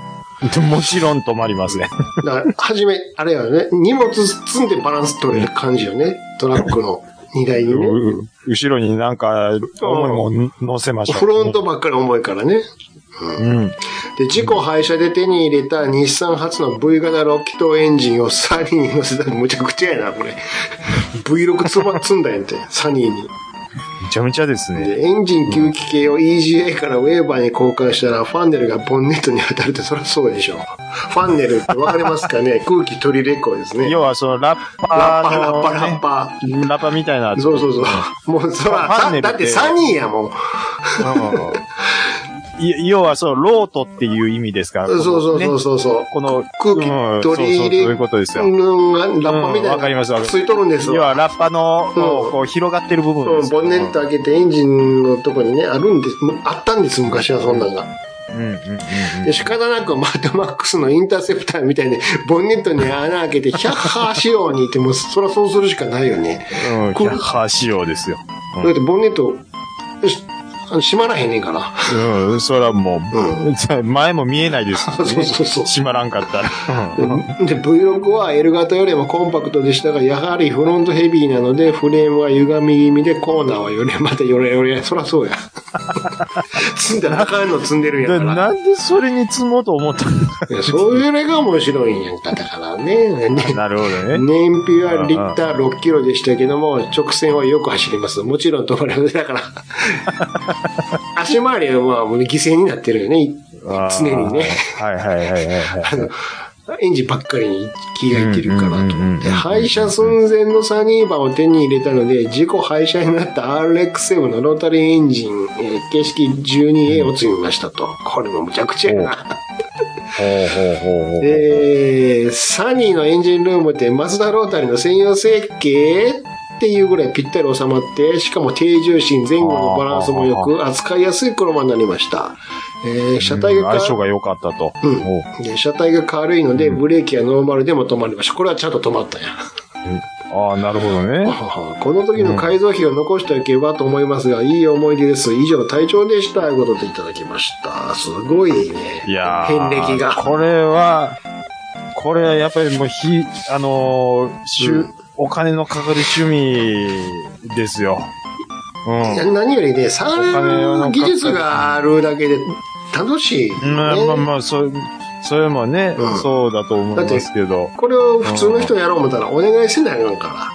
[SPEAKER 5] もちろん止まりますね。
[SPEAKER 4] だから、はじめ、あれやね、荷物積んでバランス取れる感じよね。トラックの荷台にね。
[SPEAKER 5] う後ろになんか、重いもん乗せましょう。
[SPEAKER 4] フロントばっかり重いからね。
[SPEAKER 5] うん。
[SPEAKER 4] で、自己廃車で手に入れた日産初の V 型6気筒エンジンをサニーに乗せたらむちゃくちゃやな、これ。V6 つま積んだやんって、サニーに。
[SPEAKER 5] めちゃめちゃですね。
[SPEAKER 4] で、エンジン吸気系を EGA からウェーバーに交換したら、ファンネルがボンネットに当たるって、そりゃそうでしょ。ファンネルってわかりますか ね空気取りレコーですね。
[SPEAKER 5] 要はそのラ
[SPEAKER 4] ラ
[SPEAKER 5] ッ
[SPEAKER 4] ッ
[SPEAKER 5] パ
[SPEAKER 4] パ、
[SPEAKER 5] ー
[SPEAKER 4] ラッ
[SPEAKER 5] の、
[SPEAKER 4] パ、ラッ
[SPEAKER 5] ね、
[SPEAKER 4] パ。
[SPEAKER 5] ラッパみたいな。
[SPEAKER 4] そうそうそう。もう、そら、
[SPEAKER 5] ファンネル
[SPEAKER 4] さだっ
[SPEAKER 5] って
[SPEAKER 4] てサニーやもん。
[SPEAKER 5] うんい要はそう、ロートっていう意味ですから。
[SPEAKER 4] そうそうそう
[SPEAKER 5] ね
[SPEAKER 4] そうそう。
[SPEAKER 5] この
[SPEAKER 4] 空気取り入れ、
[SPEAKER 5] うんそうそうそういうことですよ
[SPEAKER 4] うんラッパみたいな。
[SPEAKER 5] うんわかりますわかります
[SPEAKER 4] ついとるんです
[SPEAKER 5] 要
[SPEAKER 4] わ。
[SPEAKER 5] はラッパの、
[SPEAKER 4] うん
[SPEAKER 5] こう、広がってる部分
[SPEAKER 4] う
[SPEAKER 5] で
[SPEAKER 4] ん、
[SPEAKER 5] す。
[SPEAKER 4] ボンネット開けてエンジンのとこにね、あるんです、むあったんです、昔はそんなんが。
[SPEAKER 5] うん。うんうんうん
[SPEAKER 4] で仕方なくマッドマックスのインターセプターみたいに、ボンネットに穴開け て、ヒャッハーしようにって、もう、そらそうするしかないよね。
[SPEAKER 5] うん。うん。キ
[SPEAKER 4] これ
[SPEAKER 5] ャッハー仕様ですよ。うん
[SPEAKER 4] だってボンネット、しあの閉まらへんねんから。
[SPEAKER 5] うん、それはも
[SPEAKER 4] う
[SPEAKER 5] う、前も見えないです、ね。
[SPEAKER 4] そうそうそう
[SPEAKER 5] 閉まらんかったら。
[SPEAKER 4] で、で V6 は L 型よりもコンパクトでしたが、やはりフロントヘビーなので、フレームは歪み気味で、コーナーはよれ、またよれよれ、そらそう や。積んだらあかんの積んでるんや
[SPEAKER 5] で
[SPEAKER 4] から。
[SPEAKER 5] なんでそれに積もうと思ったの
[SPEAKER 4] いやそういうのが面白いんやんか、だからね。ね
[SPEAKER 5] なるほどね。
[SPEAKER 4] 燃費はリッター6キロでしたけども、直線はよく走ります。もちろん止まりません。だ から、足回りはまあもう犠牲になってるよね。
[SPEAKER 5] あー
[SPEAKER 4] 常にね。
[SPEAKER 5] はいはいはいはいはい。
[SPEAKER 4] あのエンジンばっかりに気がいってるからと
[SPEAKER 5] うんうんうんう
[SPEAKER 4] 思
[SPEAKER 5] ん
[SPEAKER 4] って。廃車寸前のサニーバーを手に入れたので、自己廃車になった RX7 のロータリーエンジン、えー形式 12A を積みましたと。これもむちゃくちゃやな。
[SPEAKER 5] ほうほうほうほう。
[SPEAKER 4] えー、サニーのエンジンルームってマツダロータリーの専用設計っていうぐらいぴったり収まって、しかも低重心、前後のバランスも良く、扱いやすい車になりました。えー、車体
[SPEAKER 5] うん
[SPEAKER 4] が
[SPEAKER 5] 相性
[SPEAKER 4] か、
[SPEAKER 5] が良かったと。
[SPEAKER 4] うん
[SPEAKER 5] お
[SPEAKER 4] で車体が軽いので、ブレーキはノーマルでも止まりました。これはちゃんと止まったんや。
[SPEAKER 5] ああ、なるほどね。
[SPEAKER 4] この時の改造費を残しておけばと思いますが、いい思い出です。以上、隊長でした。ということでいただきました。すごいね。
[SPEAKER 5] いや
[SPEAKER 4] 遍
[SPEAKER 5] ー
[SPEAKER 4] 歴が。
[SPEAKER 5] これは、これはやっぱりもう、ひ、あのー、しゅ、
[SPEAKER 4] うん
[SPEAKER 5] お金のかかる趣味ですよ。うん。
[SPEAKER 4] いや何よりね、触れる技術があるだけで楽しい、ね
[SPEAKER 5] まあまあまあ、そ、それもね、
[SPEAKER 4] うん
[SPEAKER 5] そうだと思いますけど。
[SPEAKER 4] これを普通の人やろう思ったらお願いせないのか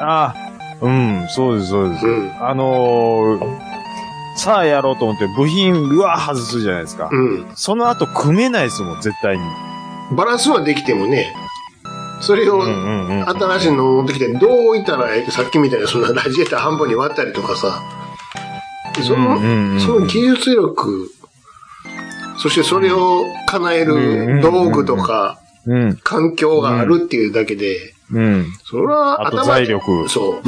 [SPEAKER 5] ああ、うん、そうです、そうです。
[SPEAKER 4] な。うん。
[SPEAKER 5] あのー、さあやろうと思って部品、うわー外すじゃないですか。
[SPEAKER 4] う
[SPEAKER 5] その後組めないですもん、絶対に。
[SPEAKER 4] ん。バランスはできてもね、それを
[SPEAKER 5] うんうんうん。
[SPEAKER 4] 新しいの持ってきて、どう置いたらええさっきみたいなそんなラジエーター半分に割ったりとかさ、その、
[SPEAKER 5] うんうんうん
[SPEAKER 4] その技術力、そしてそれを叶える道具とか、
[SPEAKER 5] うん、
[SPEAKER 4] 環境があるっていうだけで、
[SPEAKER 5] うん。
[SPEAKER 4] それは
[SPEAKER 5] あと
[SPEAKER 4] 頭
[SPEAKER 5] 財力。
[SPEAKER 4] そ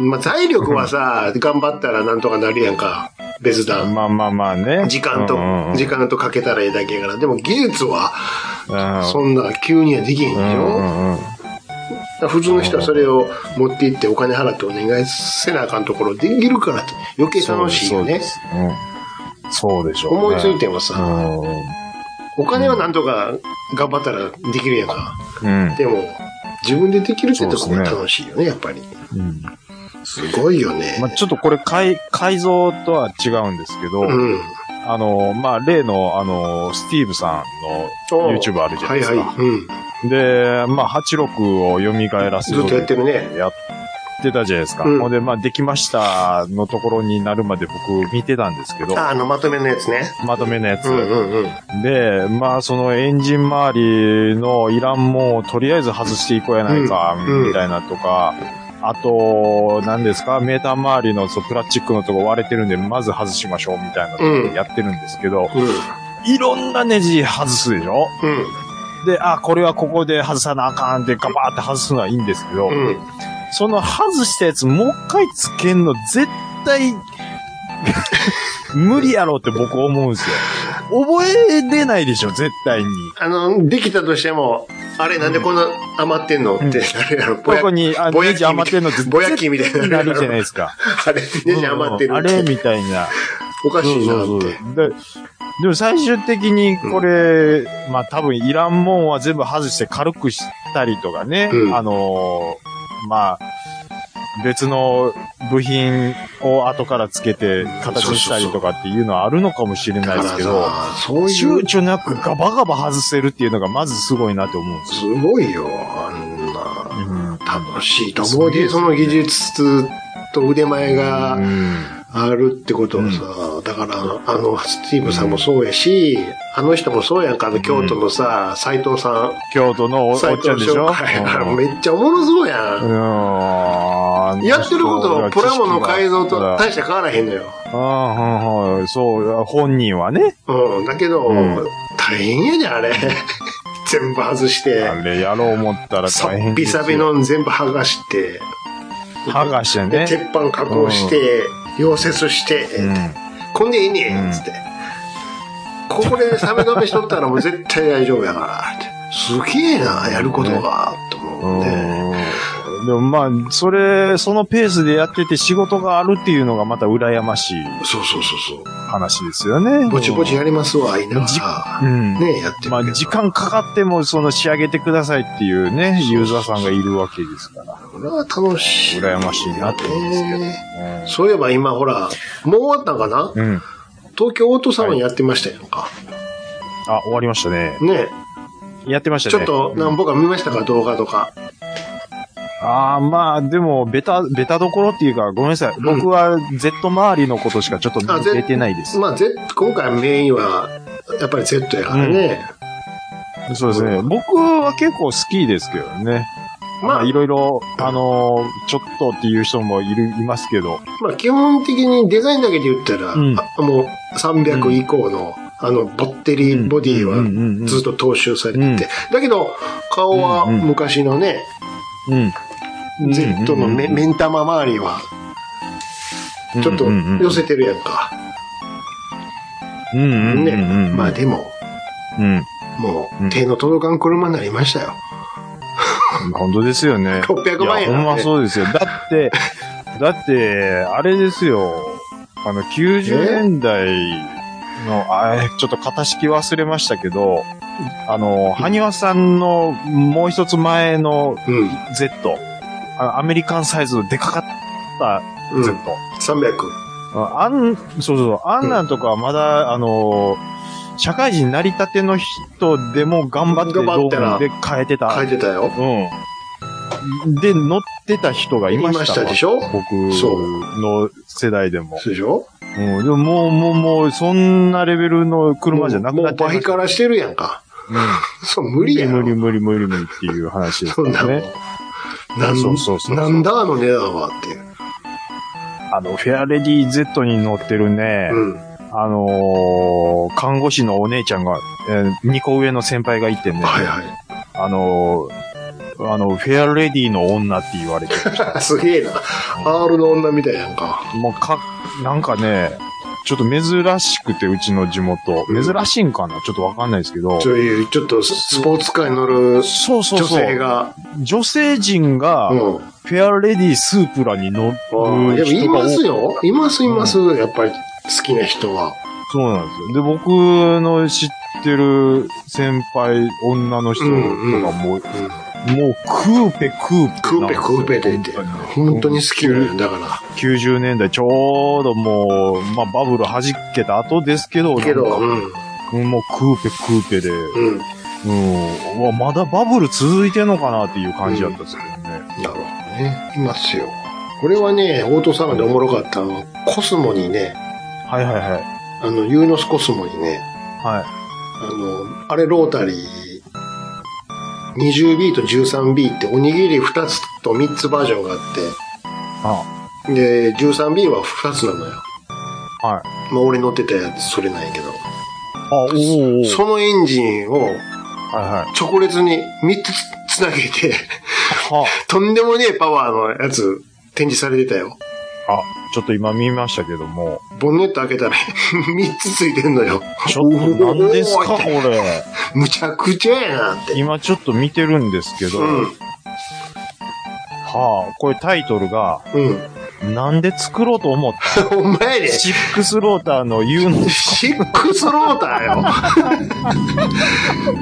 [SPEAKER 4] う。 まあ、財力はさ、頑張ったらなんとかなるやんか。別段。
[SPEAKER 5] まあまあまあね。
[SPEAKER 4] 時間と
[SPEAKER 5] うんうんう、ん
[SPEAKER 4] 時間とかけたらええだけやから。でも技術は、
[SPEAKER 5] うん
[SPEAKER 4] そんな急にはできへんでしょ
[SPEAKER 5] う。
[SPEAKER 4] だか
[SPEAKER 5] んうんうん
[SPEAKER 4] ら普通の人はそれを持って行ってお金払ってお願いせなあかんところできるからって余計楽しいよね。
[SPEAKER 5] うんそうでしょうね。
[SPEAKER 4] 思いついてもさ、
[SPEAKER 5] う
[SPEAKER 4] お金はなんとか頑張ったらできるやんか。
[SPEAKER 5] ん。うん
[SPEAKER 4] でも、自分でできるってと
[SPEAKER 5] そ
[SPEAKER 4] こ
[SPEAKER 5] うで
[SPEAKER 4] が
[SPEAKER 5] すね
[SPEAKER 4] 楽しいよね、やっぱり。
[SPEAKER 5] うん。
[SPEAKER 4] すごいよね
[SPEAKER 5] ま。あ、ちょっとこれ改、改造とは違うんですけど、
[SPEAKER 4] うん。
[SPEAKER 5] あの、まあ、例の、あの、スティーブさんの YouTube あるじゃな
[SPEAKER 4] はいい
[SPEAKER 5] です
[SPEAKER 4] は
[SPEAKER 5] か。
[SPEAKER 4] い。うん。
[SPEAKER 5] で、まあ、86を蘇らせ
[SPEAKER 4] ずっとやってるね。
[SPEAKER 5] やっってたじゃないですか。
[SPEAKER 4] うん
[SPEAKER 5] ほんで、まあ、できましたのところになるまで僕見てたんですけど、
[SPEAKER 4] あ、あの、まとめのやつね。
[SPEAKER 5] まとめのやつ。
[SPEAKER 4] うんうんうん。
[SPEAKER 5] で、まあ、そのエンジン周りのいらんもんをとりあえず外していこうやないか
[SPEAKER 4] うん、
[SPEAKER 5] みたいなとか、あと、何ですか、メーター周りのそうプラスチックのとこ割れてるんで、まず外しましょう、みたいなことをやってるんですけど、
[SPEAKER 4] うん。
[SPEAKER 5] いろんなネジ外すでしょで、あ、これはここで外さなあかんってガバーって外すのはいいんですけど、
[SPEAKER 4] うん。うん。
[SPEAKER 5] その外したやつもう一回つけんの絶対無理やろうって僕思うんですよ。覚えれないでしょ、絶対に。
[SPEAKER 4] あの、できたとしても、あれなんでこんな余ってんのってなるやろ。ぼ
[SPEAKER 5] こ
[SPEAKER 4] や
[SPEAKER 5] こに、あ、
[SPEAKER 4] ぼや
[SPEAKER 5] ネ
[SPEAKER 4] き
[SPEAKER 5] ジ余ってんのって
[SPEAKER 4] ぼやきみたいに
[SPEAKER 5] な
[SPEAKER 4] な
[SPEAKER 5] る
[SPEAKER 4] る
[SPEAKER 5] じゃ
[SPEAKER 4] や
[SPEAKER 5] ない
[SPEAKER 4] ろ。
[SPEAKER 5] ですか。
[SPEAKER 4] あれ、ネジ余ってる
[SPEAKER 5] うん
[SPEAKER 4] っ
[SPEAKER 5] うんあれ
[SPEAKER 4] て。
[SPEAKER 5] みたいな。
[SPEAKER 4] おかしいな
[SPEAKER 5] そう
[SPEAKER 4] っ
[SPEAKER 5] そう
[SPEAKER 4] て。
[SPEAKER 5] そうででも最終的にこれ、まあ多分いらんもんは全部外して軽くしたりとかね、
[SPEAKER 4] うん
[SPEAKER 5] あのーまあ、別の部品を後からつけて形にしたりとかっていうのはあるのかもしれ
[SPEAKER 4] だ
[SPEAKER 5] ない
[SPEAKER 4] か
[SPEAKER 5] です
[SPEAKER 4] ら
[SPEAKER 5] けど、
[SPEAKER 4] さ、そうい
[SPEAKER 5] 躊
[SPEAKER 4] う、
[SPEAKER 5] 躇なくガバガバ外せるっていうのがまずすごいなって思うんですよ。
[SPEAKER 4] すごいよ、あんな。
[SPEAKER 5] うん
[SPEAKER 4] 楽しいと思うで、その技術と腕前が、あるってことはさ、だからあの、あの、スティーブさんもそうやし、あの人もそうやんか、あの、京都のさ、斎、藤さ
[SPEAKER 5] 京都のおお
[SPEAKER 4] ん、
[SPEAKER 5] っちゃ
[SPEAKER 4] 斎
[SPEAKER 5] んで
[SPEAKER 4] 藤
[SPEAKER 5] しょ
[SPEAKER 4] 翔海がめっちゃおもろそうやん。
[SPEAKER 5] うん
[SPEAKER 4] やってること、プラモの改造と大して変わらへんのよ。
[SPEAKER 5] うんうんうんそう、本人はね。
[SPEAKER 4] うん、だけど、
[SPEAKER 5] うん
[SPEAKER 4] 大変やで、あれ。 全部外して
[SPEAKER 5] あ、れやろう思ったら
[SPEAKER 4] さ
[SPEAKER 5] 大変
[SPEAKER 4] っ
[SPEAKER 5] で
[SPEAKER 4] ぴ
[SPEAKER 5] すよ
[SPEAKER 4] さび。の全部剥がして、
[SPEAKER 5] 剥がして
[SPEAKER 4] で
[SPEAKER 5] ね。
[SPEAKER 4] 鉄板加工して、溶接して、
[SPEAKER 5] うん
[SPEAKER 4] こんでいいね
[SPEAKER 5] うん
[SPEAKER 4] ん、つって。ここでサメ止めしとったらもう絶対大丈夫やから、って。すげえな、やることが、と思うね。
[SPEAKER 5] うんでもまあ、それ、そのペースでやってて仕事があるっていうのがまた羨ましい
[SPEAKER 4] そうそうそうそ
[SPEAKER 5] 話ですよね。
[SPEAKER 4] う。ぼちぼちやりますわ、言いなが
[SPEAKER 5] じう
[SPEAKER 4] ら。
[SPEAKER 5] ん。
[SPEAKER 4] ねやってるけど
[SPEAKER 5] まあ、時間かかっても、その仕上げてくださいっていうね、ユーザーさんがいるわけですから。
[SPEAKER 4] これは楽しい。
[SPEAKER 5] 羨ましいなって思うんですけど
[SPEAKER 4] ねそういえば今ほら、もう終わったんかな
[SPEAKER 5] うん。
[SPEAKER 4] 東京オートサロンやってましたやんか。
[SPEAKER 5] あ、終わりましたね。
[SPEAKER 4] ね
[SPEAKER 5] やってました
[SPEAKER 4] ち
[SPEAKER 5] ね。
[SPEAKER 4] ょっと、なんぼか見ましたか、動画とか。
[SPEAKER 5] ああ、まあ、でも、ベタ、ベタどころっていうか、ごめんなさい。
[SPEAKER 4] ん
[SPEAKER 5] 僕は Z 周りのことしかちょっと
[SPEAKER 4] あ
[SPEAKER 5] 出てないです。
[SPEAKER 4] まあ、Z、今回メインは、やっぱり Z やからね。
[SPEAKER 5] そうですね。僕は結構好きですけどね。
[SPEAKER 4] まあ
[SPEAKER 5] まあ、いろいろ、あのーちょっとっていう人もいる、いますけど。
[SPEAKER 4] まあ、基本的にデザインだけで言ったら、
[SPEAKER 5] うん
[SPEAKER 4] あもう300以降の、あの、ボッテリボディは
[SPEAKER 5] うんうんうん
[SPEAKER 4] ずっと踏襲されてて、
[SPEAKER 5] うん
[SPEAKER 4] だけど、顔は
[SPEAKER 5] うんうん
[SPEAKER 4] 昔のね、
[SPEAKER 5] うん。
[SPEAKER 4] Z のメ,、
[SPEAKER 5] うん
[SPEAKER 4] 目ん玉周りは、ちょっと寄せてるやんか。
[SPEAKER 5] うんうんうんうん。
[SPEAKER 4] ね、
[SPEAKER 5] うん
[SPEAKER 4] まあ、でも、
[SPEAKER 5] うん。
[SPEAKER 4] も
[SPEAKER 5] うん
[SPEAKER 4] う、手の届かん車になりましたよ。
[SPEAKER 5] 本当ですよね。
[SPEAKER 4] 600万円
[SPEAKER 5] いや、
[SPEAKER 4] な
[SPEAKER 5] ほん
[SPEAKER 4] ん
[SPEAKER 5] ま
[SPEAKER 4] で。
[SPEAKER 5] そうですよ。だ って、だって、あれですよ。あの、90年代の、あえちょっと型式忘れましたけど、あの、埴輪さんのもう一つ前の
[SPEAKER 4] うん。
[SPEAKER 5] Z、あのアメリカンサイズのでかかった
[SPEAKER 4] う
[SPEAKER 5] Z。
[SPEAKER 4] ん。300。
[SPEAKER 5] ああん、そうそうそう、あんなんとかはまだ、あの、社会人なりたての人でも頑張って
[SPEAKER 4] 頑張ったら
[SPEAKER 5] 道具で変えてた
[SPEAKER 4] 書いてたよ。
[SPEAKER 5] うん。で、乗ってた人がいましたわ。
[SPEAKER 4] いましたでしょ
[SPEAKER 5] 僕
[SPEAKER 4] そう
[SPEAKER 5] の世代でも。
[SPEAKER 4] そうでしょ
[SPEAKER 5] うん。でももう、もう、もう、そんなレベルの車じゃなく
[SPEAKER 4] もう
[SPEAKER 5] な
[SPEAKER 4] も
[SPEAKER 5] っ
[SPEAKER 4] う
[SPEAKER 5] ちゃい
[SPEAKER 4] 倍
[SPEAKER 5] ました。
[SPEAKER 4] からしてるやんか。そう、無
[SPEAKER 5] 無
[SPEAKER 4] 理
[SPEAKER 5] 理
[SPEAKER 4] やん。
[SPEAKER 5] 無理無理無理無理っていう話です
[SPEAKER 4] そ
[SPEAKER 5] か
[SPEAKER 4] んな
[SPEAKER 5] ら
[SPEAKER 4] もん
[SPEAKER 5] ね。
[SPEAKER 4] なん
[SPEAKER 5] そうそうそう
[SPEAKER 4] なんだあの値段はっていう。
[SPEAKER 5] あの、フェアレディ Z に乗ってるね、
[SPEAKER 4] うん。
[SPEAKER 5] あのー看護師のお姉ちゃんが、え2個上の先輩がいてね、
[SPEAKER 4] はい は
[SPEAKER 5] あのーあの、フェアレディの女って言われてました
[SPEAKER 4] い。すげえな。R の女みたいやんか。
[SPEAKER 5] もうか、なんかね、ちょっと珍しくて、うちの地元。
[SPEAKER 4] うん
[SPEAKER 5] 珍しいんかなちょっとわかんないですけど。
[SPEAKER 4] そういう、ちょっとスポーツカーに乗る
[SPEAKER 5] そうそうそう。
[SPEAKER 4] 女性。が。
[SPEAKER 5] 女性陣が、
[SPEAKER 4] うん。
[SPEAKER 5] フェアレディスープラに乗る
[SPEAKER 4] ああでもい
[SPEAKER 5] 人が
[SPEAKER 4] ま
[SPEAKER 5] 多
[SPEAKER 4] す
[SPEAKER 5] い。
[SPEAKER 4] よ。いますいます。やっぱり好きな人は。
[SPEAKER 5] そうなんですよ。で、僕の知ってる先輩、女の人とかも、
[SPEAKER 4] うん
[SPEAKER 5] もうクーペクーペ。
[SPEAKER 4] クーペクーペでって。本当に好きなんやだか
[SPEAKER 5] 90年代、ちょうどもう、まあバブル弾けた後ですけど、
[SPEAKER 4] ら。けど、う
[SPEAKER 5] なん
[SPEAKER 4] ん。
[SPEAKER 5] かもうクーペクーペで、
[SPEAKER 4] うん。
[SPEAKER 5] うん。うわ、まだバブル続いてんのかなっていう感じだったんですけどね。
[SPEAKER 4] なるほどね。いますよ。これはね、オートサウンでおもろかったの。コスモにね、
[SPEAKER 5] はいはいはい。
[SPEAKER 4] あの、ユーノスコスモにね、
[SPEAKER 5] は
[SPEAKER 4] あの、あれロータリー、20B と 13B っておにぎり2つと3つバージョンがあっ
[SPEAKER 5] い。あ
[SPEAKER 4] て、で、13B は2つなのよ。
[SPEAKER 5] はい。
[SPEAKER 4] まあ、俺乗ってたやつそれなんやけど。
[SPEAKER 5] あ、おーおー
[SPEAKER 4] そのエンジンを
[SPEAKER 5] はいはい。
[SPEAKER 4] 直列に3つつなげて、
[SPEAKER 5] は
[SPEAKER 4] とんでもねえパワーのやつ展示されてたよ。
[SPEAKER 5] あ、あ、ちょっと今見ましたけども。
[SPEAKER 4] ボンネット開けたら 3つついてんのよ。
[SPEAKER 5] ちょっと何ですか
[SPEAKER 4] おー
[SPEAKER 5] これ。
[SPEAKER 4] むちゃくちゃやなって。
[SPEAKER 5] 今ちょっと見てるんですけど。
[SPEAKER 4] うん。
[SPEAKER 5] はあ、これタイトルが、
[SPEAKER 4] うん。
[SPEAKER 5] なんで作ろうと思った
[SPEAKER 4] お前ね、
[SPEAKER 5] シックスローターの言うの。
[SPEAKER 4] シックスローターよ。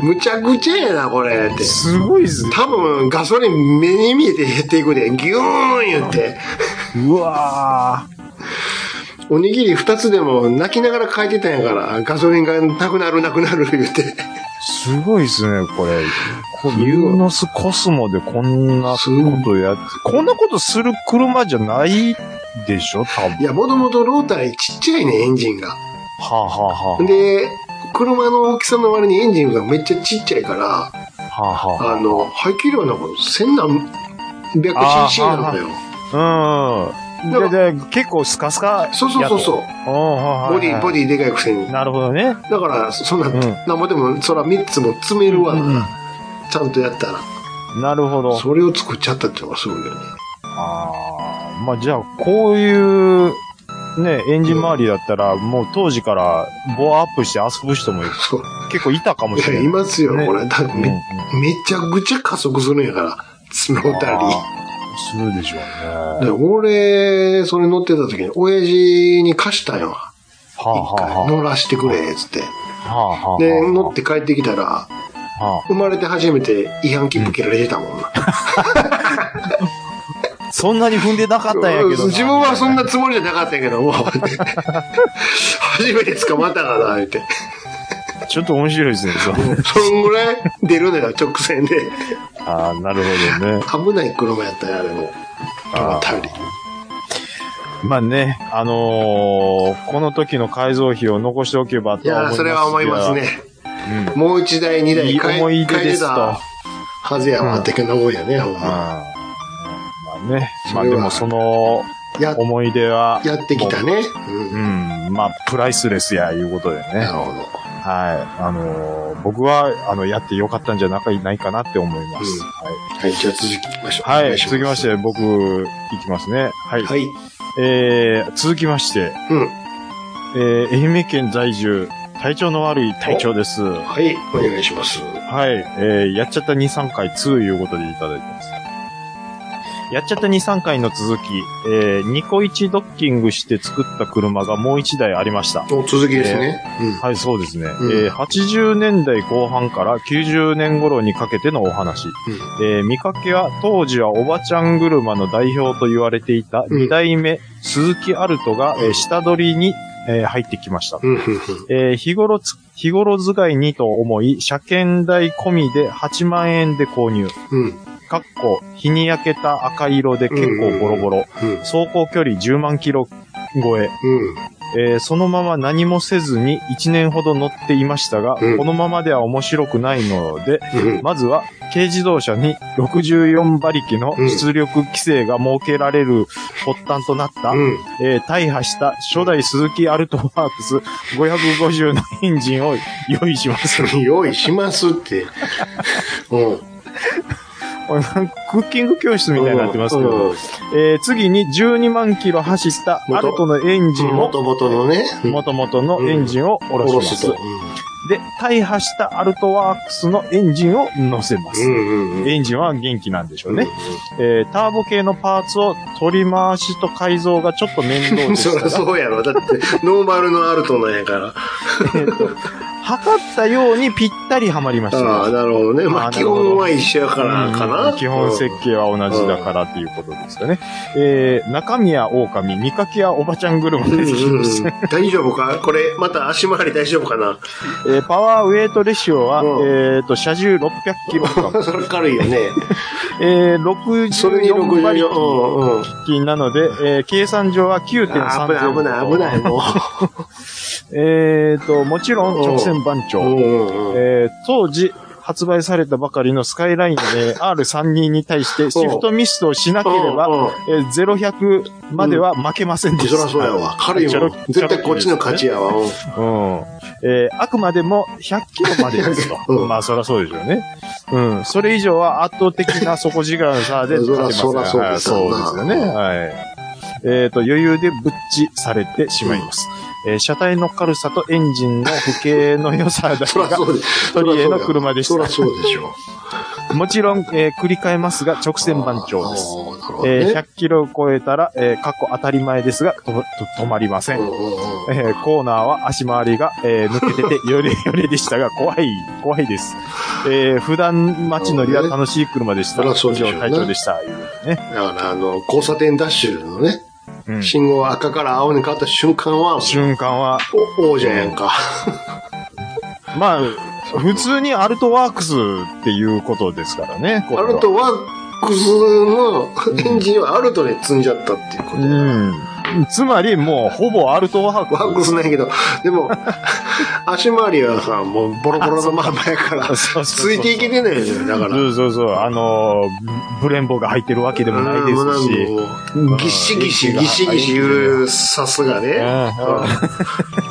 [SPEAKER 4] むちゃくちゃやな、これって。
[SPEAKER 5] すごいっすね。
[SPEAKER 4] 多分、ガソリン目に見えて減っていくで、ギューン言って。
[SPEAKER 5] うわぁ。
[SPEAKER 4] おにぎり2つでも泣きながら書いてたんやから、ガソリンがなくなるなくなる言って。
[SPEAKER 5] すごいっすね、これ。こうユーノスコスモでこんなことやって、こんなことする車じゃないでしょ多分。
[SPEAKER 4] いや、もともとロータリーちっちゃいね、エンジンが。
[SPEAKER 5] はあ、はあは
[SPEAKER 4] で、車の大きさの割にエンジンがめっちゃちっちゃいから、
[SPEAKER 5] あ、はあはあ。
[SPEAKER 4] あの、排気量なんか千何百
[SPEAKER 5] あー
[SPEAKER 4] cc なんだよ。
[SPEAKER 5] うん。
[SPEAKER 4] だか
[SPEAKER 5] でで結構スカスカやと。
[SPEAKER 4] そうそうそうそう。
[SPEAKER 5] うん。はい
[SPEAKER 4] ボディ、ボ
[SPEAKER 5] ィ
[SPEAKER 4] ディでかいくせに。だ
[SPEAKER 5] なるほどね。
[SPEAKER 4] から、そんな、
[SPEAKER 5] うん
[SPEAKER 4] なんぼでも、そら3つも詰めるわな、ちゃんとやったら。
[SPEAKER 5] なるほど。
[SPEAKER 4] それを作っちゃったっていうのがすごいよね。
[SPEAKER 5] ああ、まあじゃあ、こういう、ね、エンジン周りだったら、もう当時から、ボアアップして遊ぶ人も
[SPEAKER 4] そう。
[SPEAKER 5] 結構いたかもし
[SPEAKER 4] いや、
[SPEAKER 5] れない。
[SPEAKER 4] いますよ、
[SPEAKER 5] ね
[SPEAKER 4] これ。だから
[SPEAKER 5] うん
[SPEAKER 4] め、めちゃくちゃ加速するんやから、スロータリー。
[SPEAKER 5] するでしょうね。
[SPEAKER 4] で俺、それ乗ってた時に、親父に貸したんよ。
[SPEAKER 5] はあ
[SPEAKER 4] 一
[SPEAKER 5] はあ
[SPEAKER 4] 回、乗らしてくれ、つって。
[SPEAKER 5] はあ。はあはあ。
[SPEAKER 4] で、乗って帰ってきたら、
[SPEAKER 5] は
[SPEAKER 4] 生まれて初めて違反切符切られてたもんな。
[SPEAKER 5] あそんなに踏んでなかったんやけどな。
[SPEAKER 4] 自分はそんなつもりじゃなかったんやけども、初めて捕まったかな、って。
[SPEAKER 5] ちょっと面白いですね。そう
[SPEAKER 4] そんぐらい出るのよ、直線で。
[SPEAKER 5] ああ、なるほどね。
[SPEAKER 4] 危ない車やったよ、あれも。
[SPEAKER 5] あー
[SPEAKER 4] たり。
[SPEAKER 5] まあね、あのーこの時の改造費を残しておけば
[SPEAKER 4] い
[SPEAKER 5] とは
[SPEAKER 4] や
[SPEAKER 5] 思いま
[SPEAKER 4] ー、
[SPEAKER 5] す
[SPEAKER 4] それは思いますね。
[SPEAKER 5] うん。
[SPEAKER 4] もう一台、二台、
[SPEAKER 5] いい思い出
[SPEAKER 4] 変え
[SPEAKER 5] で
[SPEAKER 4] て
[SPEAKER 5] すと。
[SPEAKER 4] たはずやわ、ってけな思いやね、ほんま。
[SPEAKER 5] まあね。ま
[SPEAKER 4] そ
[SPEAKER 5] あ
[SPEAKER 4] れは
[SPEAKER 5] でもその
[SPEAKER 4] や、
[SPEAKER 5] 思い出は、
[SPEAKER 4] やってきたね。
[SPEAKER 5] う、
[SPEAKER 4] うん
[SPEAKER 5] まあプライスレスやいうことで
[SPEAKER 4] ん。
[SPEAKER 5] ね
[SPEAKER 4] なる。ほど。
[SPEAKER 5] はい。あのー僕は、あの、やってよかったんじゃなかないかなって思います。
[SPEAKER 4] うんはい、じゃあ続きましょう。
[SPEAKER 5] は
[SPEAKER 4] お
[SPEAKER 5] い。
[SPEAKER 4] 願
[SPEAKER 5] はい。
[SPEAKER 4] しす
[SPEAKER 5] 続きまして、。僕、いきますね。はい。
[SPEAKER 4] はい。
[SPEAKER 5] えー、続きまして、
[SPEAKER 4] うん。
[SPEAKER 5] えー、愛媛県在住、体調の悪い体調です。は
[SPEAKER 4] はい、お願いします。
[SPEAKER 5] い。えー、やっちゃった2、3回2いうことでいただいてます。やっちゃった2、3回の続き、えー、ニコイチドッキングして作った車がもう1台ありました。
[SPEAKER 4] お、続きですね。うん。
[SPEAKER 5] はい、そうですね。
[SPEAKER 4] うん
[SPEAKER 5] えー80年代後半から90年頃にかけてのお話。えー見かけは、当時はおばちゃん車の代表と言われていた
[SPEAKER 4] うん
[SPEAKER 5] 2代目、鈴木アルトが、えー
[SPEAKER 4] うん
[SPEAKER 5] 下取りに、えー入ってきました。
[SPEAKER 4] うん、うん、うん。
[SPEAKER 5] えー日頃つ、日頃使いにと思い、車検代込みで8万円で購入。
[SPEAKER 4] うん、
[SPEAKER 5] かっこ、日に焼けた赤色で結構ボロボロ。
[SPEAKER 4] うん、
[SPEAKER 5] 走行距離10万キロ超え。えーそのまま何もせずに1年ほど乗っていましたが、
[SPEAKER 4] うん
[SPEAKER 5] このままでは面白くないので、
[SPEAKER 4] うん。
[SPEAKER 5] まずは軽自動車に64馬力の出力規制が設けられる発端となった、
[SPEAKER 4] うん、
[SPEAKER 5] えー大破した初代鈴木アルトワークス550のエンジンを用意します。
[SPEAKER 4] 用意しますって。 うん。
[SPEAKER 5] これなんかクッキング教室みたいになってますけ
[SPEAKER 4] う
[SPEAKER 5] ど、
[SPEAKER 4] ん。
[SPEAKER 5] えー次に12万キロ走ったアルトのエンジン
[SPEAKER 4] も
[SPEAKER 5] を、
[SPEAKER 4] ともとのね、
[SPEAKER 5] 元々のエンジンを下
[SPEAKER 4] お
[SPEAKER 5] ろ
[SPEAKER 4] ろ
[SPEAKER 5] します
[SPEAKER 4] す。と。
[SPEAKER 5] で、大破したアルトワークスのエンジンを乗せま
[SPEAKER 4] う
[SPEAKER 5] す。
[SPEAKER 4] ん、うん、うん。
[SPEAKER 5] エンジンは元気なんでしょうね。えーターボ系のパーツを取り回しと改造がちょっと面倒
[SPEAKER 4] う
[SPEAKER 5] で
[SPEAKER 4] ん。そ
[SPEAKER 5] し
[SPEAKER 4] りゃ
[SPEAKER 5] たが、
[SPEAKER 4] そうやろ。だって、ノーマルのアルトなんやから。
[SPEAKER 5] えーと測ったようにぴったりはまりました。
[SPEAKER 4] ああ、なるほどね。ま
[SPEAKER 5] あ
[SPEAKER 4] あ、
[SPEAKER 5] ー
[SPEAKER 4] 基本は一緒やからか
[SPEAKER 5] う。
[SPEAKER 4] なん
[SPEAKER 5] 基本設計は同じだからっていうことですよね。えー、中身は狼、見かけはおばちゃん車
[SPEAKER 4] うん
[SPEAKER 5] で
[SPEAKER 4] う
[SPEAKER 5] す。
[SPEAKER 4] んうん大丈夫かこれ、また足回り大丈夫かな
[SPEAKER 5] えーパワーウェイトレシオは、
[SPEAKER 4] うん
[SPEAKER 5] えっ、と、車重600キロ グラム
[SPEAKER 4] それ軽いよ ね。
[SPEAKER 5] えー、
[SPEAKER 4] それに
[SPEAKER 5] 64
[SPEAKER 4] 64。
[SPEAKER 5] 馬力
[SPEAKER 4] うんうん。
[SPEAKER 5] なので、えー計算上は9.3
[SPEAKER 4] あー危ない、危ない、危ない、 も
[SPEAKER 5] えー、と、もちろん直線番
[SPEAKER 4] う。う
[SPEAKER 5] 長。
[SPEAKER 4] んうんうん。
[SPEAKER 5] えー、当時、発売されたばかりのスカイラインで R32 に対してシフトミストをしなければ、
[SPEAKER 4] うんうん
[SPEAKER 5] えー、0100までは負けませんでし
[SPEAKER 4] そ
[SPEAKER 5] た。
[SPEAKER 4] らそうやわ。軽い
[SPEAKER 5] ちょ
[SPEAKER 4] も
[SPEAKER 5] ろ
[SPEAKER 4] ん。絶対こっちの勝ちやわ。うん。
[SPEAKER 5] うん。えーあくまでも100キロまでですと
[SPEAKER 4] うん
[SPEAKER 5] まあ、そりゃそうでしょうね。うん。それ以上は圧倒的な底力の差で勝てますから
[SPEAKER 4] そらそうです
[SPEAKER 5] はい
[SPEAKER 4] よ
[SPEAKER 5] そうですよね。はい。えっ、と、余裕でぶっちされてしまいます。えー車体の軽さとエンジンの不景の良さだけ
[SPEAKER 4] そら
[SPEAKER 5] が
[SPEAKER 4] そうで
[SPEAKER 5] トリエの車でした
[SPEAKER 4] そらそうでしょ。
[SPEAKER 5] もちろん、えー繰り返ますが、直線番長です。
[SPEAKER 4] あー。なるほど
[SPEAKER 5] えー
[SPEAKER 4] ね
[SPEAKER 5] 100キロを超えたら、えー、過去当たり前ですが、とと止まりません
[SPEAKER 4] う。んうんうん
[SPEAKER 5] えーコーナーは足回りが、えー抜けてて、よれ よれでしたが、怖い、怖いです。えー普段街乗りは楽しい車でした。
[SPEAKER 4] そりゃそうでしょうね
[SPEAKER 5] 隊長でした。ね。
[SPEAKER 4] だから、あの、交差点ダッシュのね、
[SPEAKER 5] うん
[SPEAKER 4] 信号が赤から青に変わった瞬間は、
[SPEAKER 5] 瞬間は、
[SPEAKER 4] お王者やんか。
[SPEAKER 5] まあ、普通にアルトワークスっていうことですからね。こ
[SPEAKER 4] ア
[SPEAKER 5] れは
[SPEAKER 4] ルトワックスのエンジンはアルトに積んじゃったっていうこと
[SPEAKER 5] う
[SPEAKER 4] やな。
[SPEAKER 5] ん。つまり、もう、ほぼアルトワ
[SPEAKER 4] ワッ
[SPEAKER 5] ー
[SPEAKER 4] ク
[SPEAKER 5] クス。
[SPEAKER 4] スないけど、でも、足回りはさ、もうボロボロのまんまやから、
[SPEAKER 5] そうそう
[SPEAKER 4] つ
[SPEAKER 5] そう
[SPEAKER 4] いていけてないんだよ、だから。
[SPEAKER 5] そうそうそう。あのー、ブレンボが入ってるわけでもないですし。
[SPEAKER 4] うんもうなんかもうぎっしぎし、ぎっしぎし言うさすがね。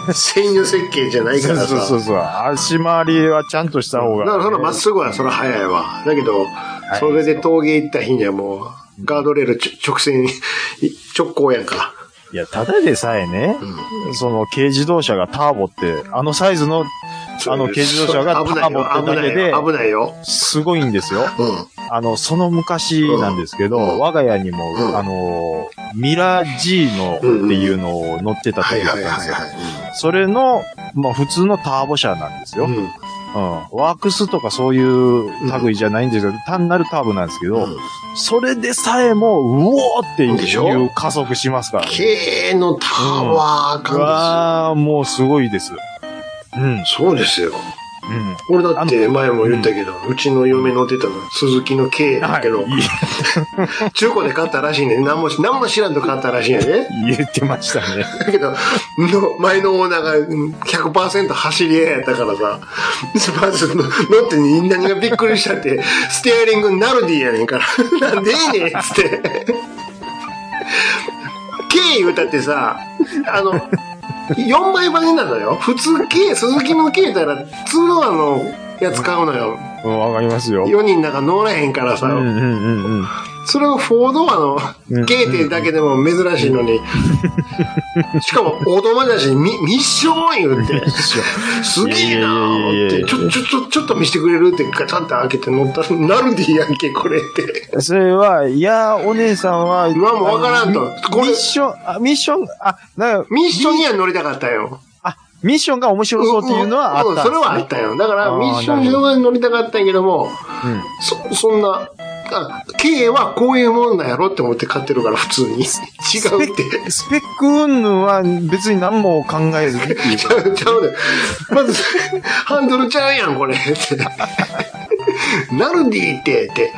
[SPEAKER 4] うん専用設計じゃない
[SPEAKER 5] そ
[SPEAKER 4] か
[SPEAKER 5] う
[SPEAKER 4] ら
[SPEAKER 5] そうそ
[SPEAKER 4] さ。
[SPEAKER 5] うそう。足回りはちゃんとした方
[SPEAKER 4] だ
[SPEAKER 5] が。
[SPEAKER 4] からそのまっすぐはそれ早いわ。だけど、それで峠行った日にはもう、ガードレールちょ直線に直行やんか。
[SPEAKER 5] いや、ただでさえね、その軽自動車がターボって、あのサイズの、あの軽自動車がターボってだけで、
[SPEAKER 4] 危ないよ。
[SPEAKER 5] すごいんですよ。
[SPEAKER 4] 危ないよ
[SPEAKER 5] あの、その昔なんですけど、
[SPEAKER 4] うん
[SPEAKER 5] 我が家にも、
[SPEAKER 4] うん
[SPEAKER 5] あの、ミラー G のっていうのを乗って
[SPEAKER 4] うん。
[SPEAKER 5] た
[SPEAKER 4] はい
[SPEAKER 5] 時だっ
[SPEAKER 4] はい
[SPEAKER 5] たんで
[SPEAKER 4] はい
[SPEAKER 5] すよ。
[SPEAKER 4] は
[SPEAKER 5] それの、まあ普通のターボ車なんです
[SPEAKER 4] い。
[SPEAKER 5] よ。うん。
[SPEAKER 4] ん。
[SPEAKER 5] ワークスとかそういう類じゃないんですけど、単なるターボなんですけど、
[SPEAKER 4] うん
[SPEAKER 5] それでさえも、うおーってい
[SPEAKER 4] でしょ
[SPEAKER 5] う加速しますから。
[SPEAKER 4] 経営のタワー
[SPEAKER 5] う
[SPEAKER 4] 感
[SPEAKER 5] わー、もうすごいです。うん
[SPEAKER 4] で。すよ。そうですよ。
[SPEAKER 5] うん。
[SPEAKER 4] 俺だって前も言ったけど、うちの嫁乗ってたの、鈴木の経営だけど、
[SPEAKER 5] い
[SPEAKER 4] 中古で買ったらしいね。何も、何も知らんと買ったらしいんやね。
[SPEAKER 5] 言ってましたね。
[SPEAKER 4] だけど、の前のオーナーがうん100%走り屋やったからさ、まずの乗ってみんながびっくりしちゃって、ステアリングナルディやねんから、 なんでええねんっつって。K 言うたってさ、あの、4倍馬になのよ。普通 K、鈴木の K たら、通路あの、やつ買うのよ。
[SPEAKER 5] うん、わかりますよ。
[SPEAKER 4] 4人なんか乗らへんからさ、
[SPEAKER 5] うんうんうんうん。
[SPEAKER 4] それをフォードア
[SPEAKER 5] う
[SPEAKER 4] の
[SPEAKER 5] ん
[SPEAKER 4] K 点だけでも珍しいの に、しかもオートマだし、ミミッション言って、すげえなーって、
[SPEAKER 5] いやいやいやいやいや
[SPEAKER 4] ちょ、ちょ、ちょ、ちょっと見せてくれるってガチャンって開けて乗ったら、ナルディやんけ、これって。
[SPEAKER 5] それは、いやー、お姉さんは、
[SPEAKER 4] うわもうわからんと
[SPEAKER 5] ミ
[SPEAKER 4] これ
[SPEAKER 5] ミッション、あ、ミッション、あ、なんか、
[SPEAKER 4] ミッションには乗りたかったよ。
[SPEAKER 5] あ、ミッションが面白そうっていうのはあったん
[SPEAKER 4] ん
[SPEAKER 5] ですね
[SPEAKER 4] それはあったよ。だから、
[SPEAKER 5] あー
[SPEAKER 4] ミッションに乗りたかったんやけども、
[SPEAKER 5] うん
[SPEAKER 4] そ、そんな、あ K はこういうもんなんやろって思って買ってるから、普通に。違うって。
[SPEAKER 5] スペック云々は別に何も考えずにってい う
[SPEAKER 4] ちゃう、ちゃうね。まず、ハンドルちゃうやん、これ。ってナルディって、って。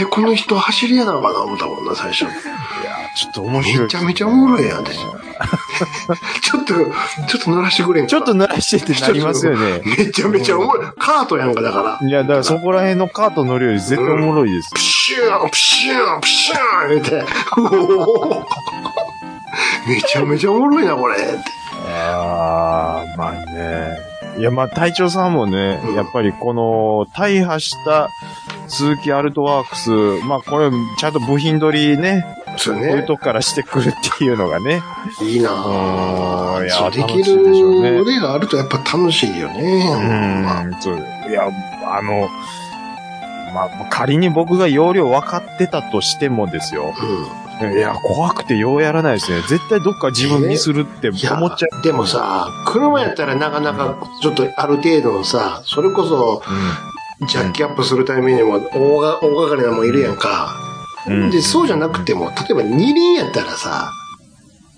[SPEAKER 4] え、この人走り屋なのかな思ったもんな、最初。
[SPEAKER 5] ちょっと面白い。
[SPEAKER 4] めちゃめちゃおもろいやん、私。ちょっと、ちょっと乗らしてくれんか
[SPEAKER 5] ちょっと鳴らしてってなりますよね。
[SPEAKER 4] め ちゃめちゃおもろい。カートやんか、だから。
[SPEAKER 5] いや、だからそこら辺のカート乗るより絶対おもろいです。
[SPEAKER 4] プシュー、プシュー、プシュー言うて。おーめちゃめちゃおもろいな、これ。って
[SPEAKER 5] ああ、まあね。いや、まあ、隊長さんもね、
[SPEAKER 4] うん
[SPEAKER 5] やっぱりこの、大破した鈴木アルトワークス、まあ、これ、ちゃんと部品取りね、
[SPEAKER 4] そう
[SPEAKER 5] こういう
[SPEAKER 4] ね。
[SPEAKER 5] とこからしてくるっていうのがね。
[SPEAKER 4] いいな
[SPEAKER 5] う
[SPEAKER 4] ぁ
[SPEAKER 5] んいや
[SPEAKER 4] そうでき
[SPEAKER 5] 楽しいでしょうね
[SPEAKER 4] る腕があるとやっぱ楽しいよね。
[SPEAKER 5] う
[SPEAKER 4] まあ
[SPEAKER 5] ん、そう。いや、あの、まあ、仮に僕が容量分かってたとしてもですよ。
[SPEAKER 4] う
[SPEAKER 5] いや、怖くてようやらないですね。絶対どっか自分ミスるって
[SPEAKER 4] いや
[SPEAKER 5] 思っちゃう。
[SPEAKER 4] でもさ、車やったらなかなか、ちょっとある程度のさ、それこそ、ジャッキアップするためにも大が、大掛かりなもんいるやんか。
[SPEAKER 5] うん、うん
[SPEAKER 4] で、そうじゃなくても、例えば二輪やったらさ、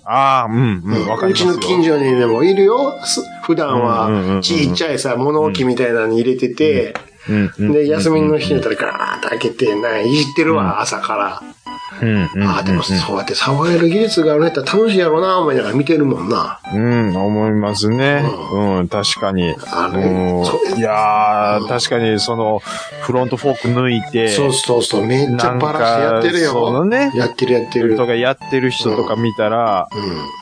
[SPEAKER 5] ああ、うん、うん、わかり
[SPEAKER 4] う
[SPEAKER 5] ます
[SPEAKER 4] ち
[SPEAKER 5] よ。
[SPEAKER 4] の近所にでもいるよ。す普段
[SPEAKER 5] うんうんうんう
[SPEAKER 4] は
[SPEAKER 5] ん、
[SPEAKER 4] ちっちゃいさ、物置みたいなのに入れてて、
[SPEAKER 5] うんうん
[SPEAKER 4] で、休みの日にやったらガーッと開けて、ない、いじってる
[SPEAKER 5] うん
[SPEAKER 4] わ、朝から。
[SPEAKER 5] うんうんうんうん
[SPEAKER 4] ああ、でもそうやって触れる技術があるんやったら楽しいやろうな、思いながら見てるもんな。
[SPEAKER 5] うん、思いますね。うん、確かに。
[SPEAKER 4] あ
[SPEAKER 5] う
[SPEAKER 4] の、そ
[SPEAKER 5] ん、いやー、確かに、その、フロントフォーク抜いて、
[SPEAKER 4] そうそうそう、めっちゃバラしてやってる
[SPEAKER 5] なんかその
[SPEAKER 4] よ。
[SPEAKER 5] ね、
[SPEAKER 4] やってるやってる。
[SPEAKER 5] 人がやってる人とか見たら、
[SPEAKER 4] う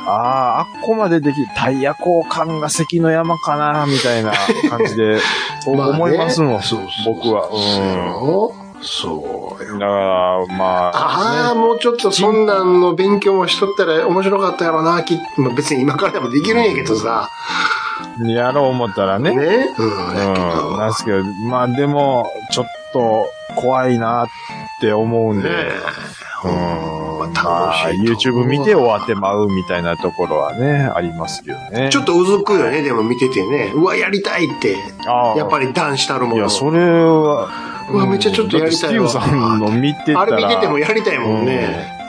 [SPEAKER 5] ああ、あっこまででき、タイヤ交換が関の山かな、みたいな感 じで、
[SPEAKER 4] ん。
[SPEAKER 5] 僕思いますもん。だ
[SPEAKER 4] そうそう
[SPEAKER 5] 僕は
[SPEAKER 4] そうそうよ。
[SPEAKER 5] から、ま
[SPEAKER 4] あ
[SPEAKER 5] あ、
[SPEAKER 4] あ、もうちょっとそんなんの勉強もしとったら面白かったやろな、きまあ別に今からでもできるんやけどさ。
[SPEAKER 5] ねやろう思ったらね。
[SPEAKER 4] ね。うん。やけど
[SPEAKER 5] うん、なんですけど、まあでも、ちょっと、怖いなって思うん
[SPEAKER 4] ね
[SPEAKER 5] で、
[SPEAKER 4] え
[SPEAKER 5] うん。
[SPEAKER 4] ま
[SPEAKER 5] ま
[SPEAKER 4] あ
[SPEAKER 5] あ、
[SPEAKER 4] 楽しいと思
[SPEAKER 5] YouTube
[SPEAKER 4] う
[SPEAKER 5] 見て終わってまうみたいなところはね、ありますけどね。
[SPEAKER 4] ちょっとうずくよね、でも見ててね。うわ、やりたいって。
[SPEAKER 5] ああ
[SPEAKER 4] やっぱり男子たるも
[SPEAKER 5] い
[SPEAKER 4] の。
[SPEAKER 5] や、それは、
[SPEAKER 4] うわめっちゃちょっとやりたいわ
[SPEAKER 5] だってスティーブさんの見てたら。
[SPEAKER 4] あれ見ててもやりたいもんね。
[SPEAKER 5] うん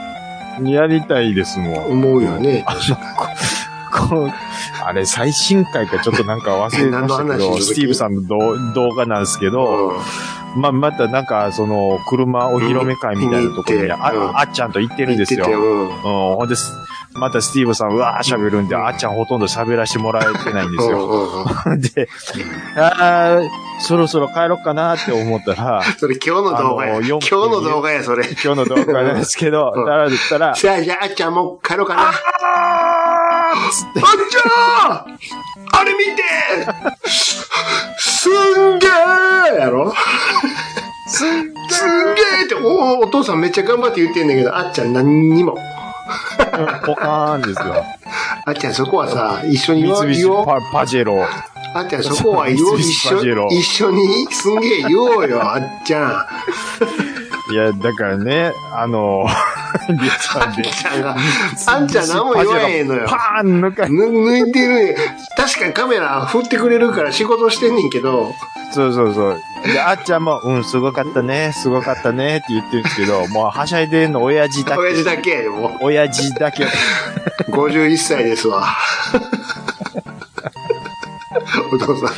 [SPEAKER 5] やりたいですもん。
[SPEAKER 4] 思うよね。
[SPEAKER 5] このあれ、最新回かちょっとなんか忘れまし た
[SPEAKER 4] 何の話
[SPEAKER 5] けど、
[SPEAKER 4] の時
[SPEAKER 5] スティーブさんの動動画なんですけど、
[SPEAKER 4] うん
[SPEAKER 5] まあ、またなんか、その、車お披露目会みたいなところ
[SPEAKER 4] 見
[SPEAKER 5] に、
[SPEAKER 4] に行って
[SPEAKER 5] あ
[SPEAKER 4] うん
[SPEAKER 5] あっちゃんと行ってるんですよ。
[SPEAKER 4] 言って
[SPEAKER 5] うん、
[SPEAKER 4] てうん
[SPEAKER 5] ほんで、すまたスティーブさん、うわー喋るんで、
[SPEAKER 4] うん
[SPEAKER 5] あっちゃんほとんど喋らせてもらえてないんですよ。
[SPEAKER 4] うんうんうん
[SPEAKER 5] で、あーそろそろ帰ろうかなって思ったら、
[SPEAKER 4] それ今日の動画
[SPEAKER 5] あ
[SPEAKER 4] や。
[SPEAKER 5] の
[SPEAKER 4] 今
[SPEAKER 5] 四分
[SPEAKER 4] 日の動画や、それ。
[SPEAKER 5] 今日の動画なんですけど、
[SPEAKER 4] うん
[SPEAKER 5] だらだったら、
[SPEAKER 4] じゃあ、じゃあ、あっちゃんもう帰ろうかな。あっ
[SPEAKER 5] あーっつって、
[SPEAKER 4] ちゃんあれ見てすんげーやろ
[SPEAKER 5] すんげ
[SPEAKER 4] すんげーって、おお、お父さんめっちゃ頑張って言ってんだけど、あっちゃん何にも。
[SPEAKER 5] ーポカーンですよ。
[SPEAKER 4] あっちゃんそこはさ、一緒に言おう。
[SPEAKER 5] 三菱
[SPEAKER 4] 言おう
[SPEAKER 5] パパジェロ。
[SPEAKER 4] あっちゃんそこは言おう。
[SPEAKER 5] 三
[SPEAKER 4] 一
[SPEAKER 5] 菱パジェロ
[SPEAKER 4] 緒一緒に、すんげー言おうよ、あっちゃん。あ
[SPEAKER 5] いや、だからね、あの、リさんで
[SPEAKER 4] っ。ちゃんが、あっちゃん何も言わへんのよ。
[SPEAKER 5] パーン抜かれ
[SPEAKER 4] ぬ抜いてるね。確かにカメラ振ってくれるから仕事してんねんけど、
[SPEAKER 5] そうそうそう。で、あっちゃんも、うん、すごかったね、すごかったねって言ってるんですけど、もうはしゃいでんの親父だ け。
[SPEAKER 4] 親父だけ、も
[SPEAKER 5] 親父だけ。
[SPEAKER 4] う、51歳です わ。お父さん。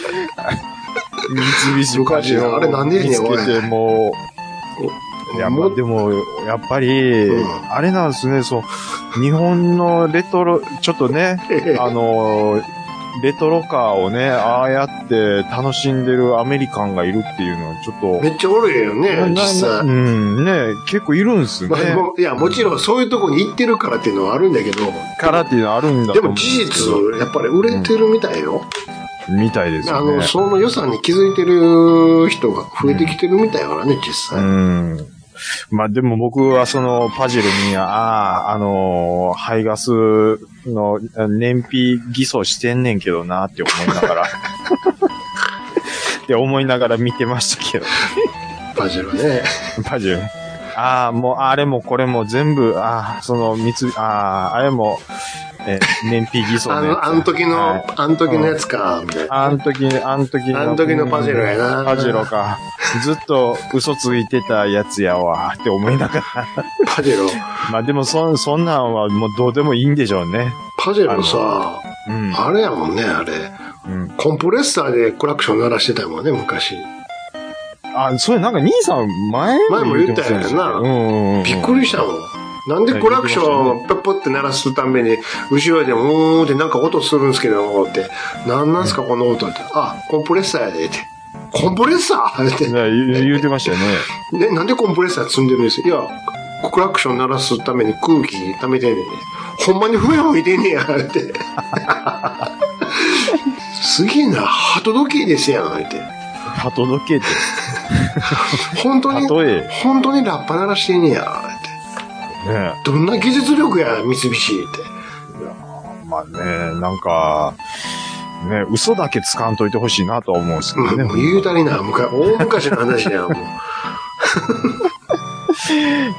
[SPEAKER 5] 三菱パジェロ
[SPEAKER 4] 昔あれなんでやねん
[SPEAKER 5] 見つけて、もう、いや、まあ
[SPEAKER 4] も
[SPEAKER 5] でも、やっぱり、
[SPEAKER 4] うん
[SPEAKER 5] あれなんですね、そう、日本のレトロ、ちょっとね、あのーレトロカーをね、ああやって楽しんでるアメリカンがいるっていうのは、ちょっと
[SPEAKER 4] め、っちゃおるよ
[SPEAKER 5] な
[SPEAKER 4] ね、実
[SPEAKER 5] な
[SPEAKER 4] 際。
[SPEAKER 5] うん、ね、結構いるんす
[SPEAKER 4] ま。
[SPEAKER 5] ね
[SPEAKER 4] あもういや、もちろんそういうとこに行ってるからっていうのはあるんだけど、
[SPEAKER 5] からっていうのあるんだと
[SPEAKER 4] で
[SPEAKER 5] 思う
[SPEAKER 4] も
[SPEAKER 5] んす
[SPEAKER 4] 事
[SPEAKER 5] けど。
[SPEAKER 4] 実、やっぱり売れてるみたいよ。
[SPEAKER 5] みたいです
[SPEAKER 4] あ
[SPEAKER 5] よね
[SPEAKER 4] の、。その予算に気づいてる人が増えてきてるみたいやからね、実
[SPEAKER 5] う
[SPEAKER 4] 際。
[SPEAKER 5] ん。まあでも僕はそのパジェルに、ああ、あのー排ガスの燃費偽装してんねんけどなって思いなが ら。って思いながら見てましたけど。
[SPEAKER 4] パジェロね。
[SPEAKER 5] パジュン。ああ、もう、あれもこれも全部、ああ、その、三つ、ああ、あれも、え、燃費偽装
[SPEAKER 4] あ
[SPEAKER 5] のやつ
[SPEAKER 4] の、あの時
[SPEAKER 5] はい
[SPEAKER 4] の、あの時のやつか、みたいな。
[SPEAKER 5] あの時の、あの時の。
[SPEAKER 4] あの時のパジェロやな
[SPEAKER 5] うんパジェロか。ずっと嘘ついてたやつやわ、って思いながら。
[SPEAKER 4] パジェロ。
[SPEAKER 5] まあでも、そん、そんなんはもうどうでもいいんでしょうね。
[SPEAKER 4] パジェロさ、
[SPEAKER 5] うん。
[SPEAKER 4] あれやもんね、あれ。
[SPEAKER 5] うん、
[SPEAKER 4] コンプレッサーでクラクション鳴らしてたもんね、昔。
[SPEAKER 5] あ、それなんか兄さん前
[SPEAKER 4] 前も言ったやんな
[SPEAKER 5] 言ってましたよねうんうんうん。
[SPEAKER 4] びっくりしたもん。なんでクラクションをペッポって鳴らすために、後ろでうーんってなんか音するんですけど、って。なんなんすか、この音って。あ、コンプレッサーやで、って。コンプレッサーって。
[SPEAKER 5] ね言言ってま したよね。
[SPEAKER 4] ね、なんでコンプレッサー積んでるんですいや、クラクション鳴らすために空気溜めてんねん。ほんまに笛吹いてんねや、って。 すげえな、鳩時計ですやん、って。
[SPEAKER 5] 歯届けて。
[SPEAKER 4] 本当に、
[SPEAKER 5] 例え。
[SPEAKER 4] 本当にラッパ鳴らしてんねや、って。
[SPEAKER 5] ね
[SPEAKER 4] どんな技術力や、三菱って。
[SPEAKER 5] まあね、なんか、ね、嘘だけつかんといてほしいなとは思うんですけ
[SPEAKER 4] も
[SPEAKER 5] ど
[SPEAKER 4] う
[SPEAKER 5] ね。
[SPEAKER 4] もう言うたりな、昔、大昔の話やん、もう。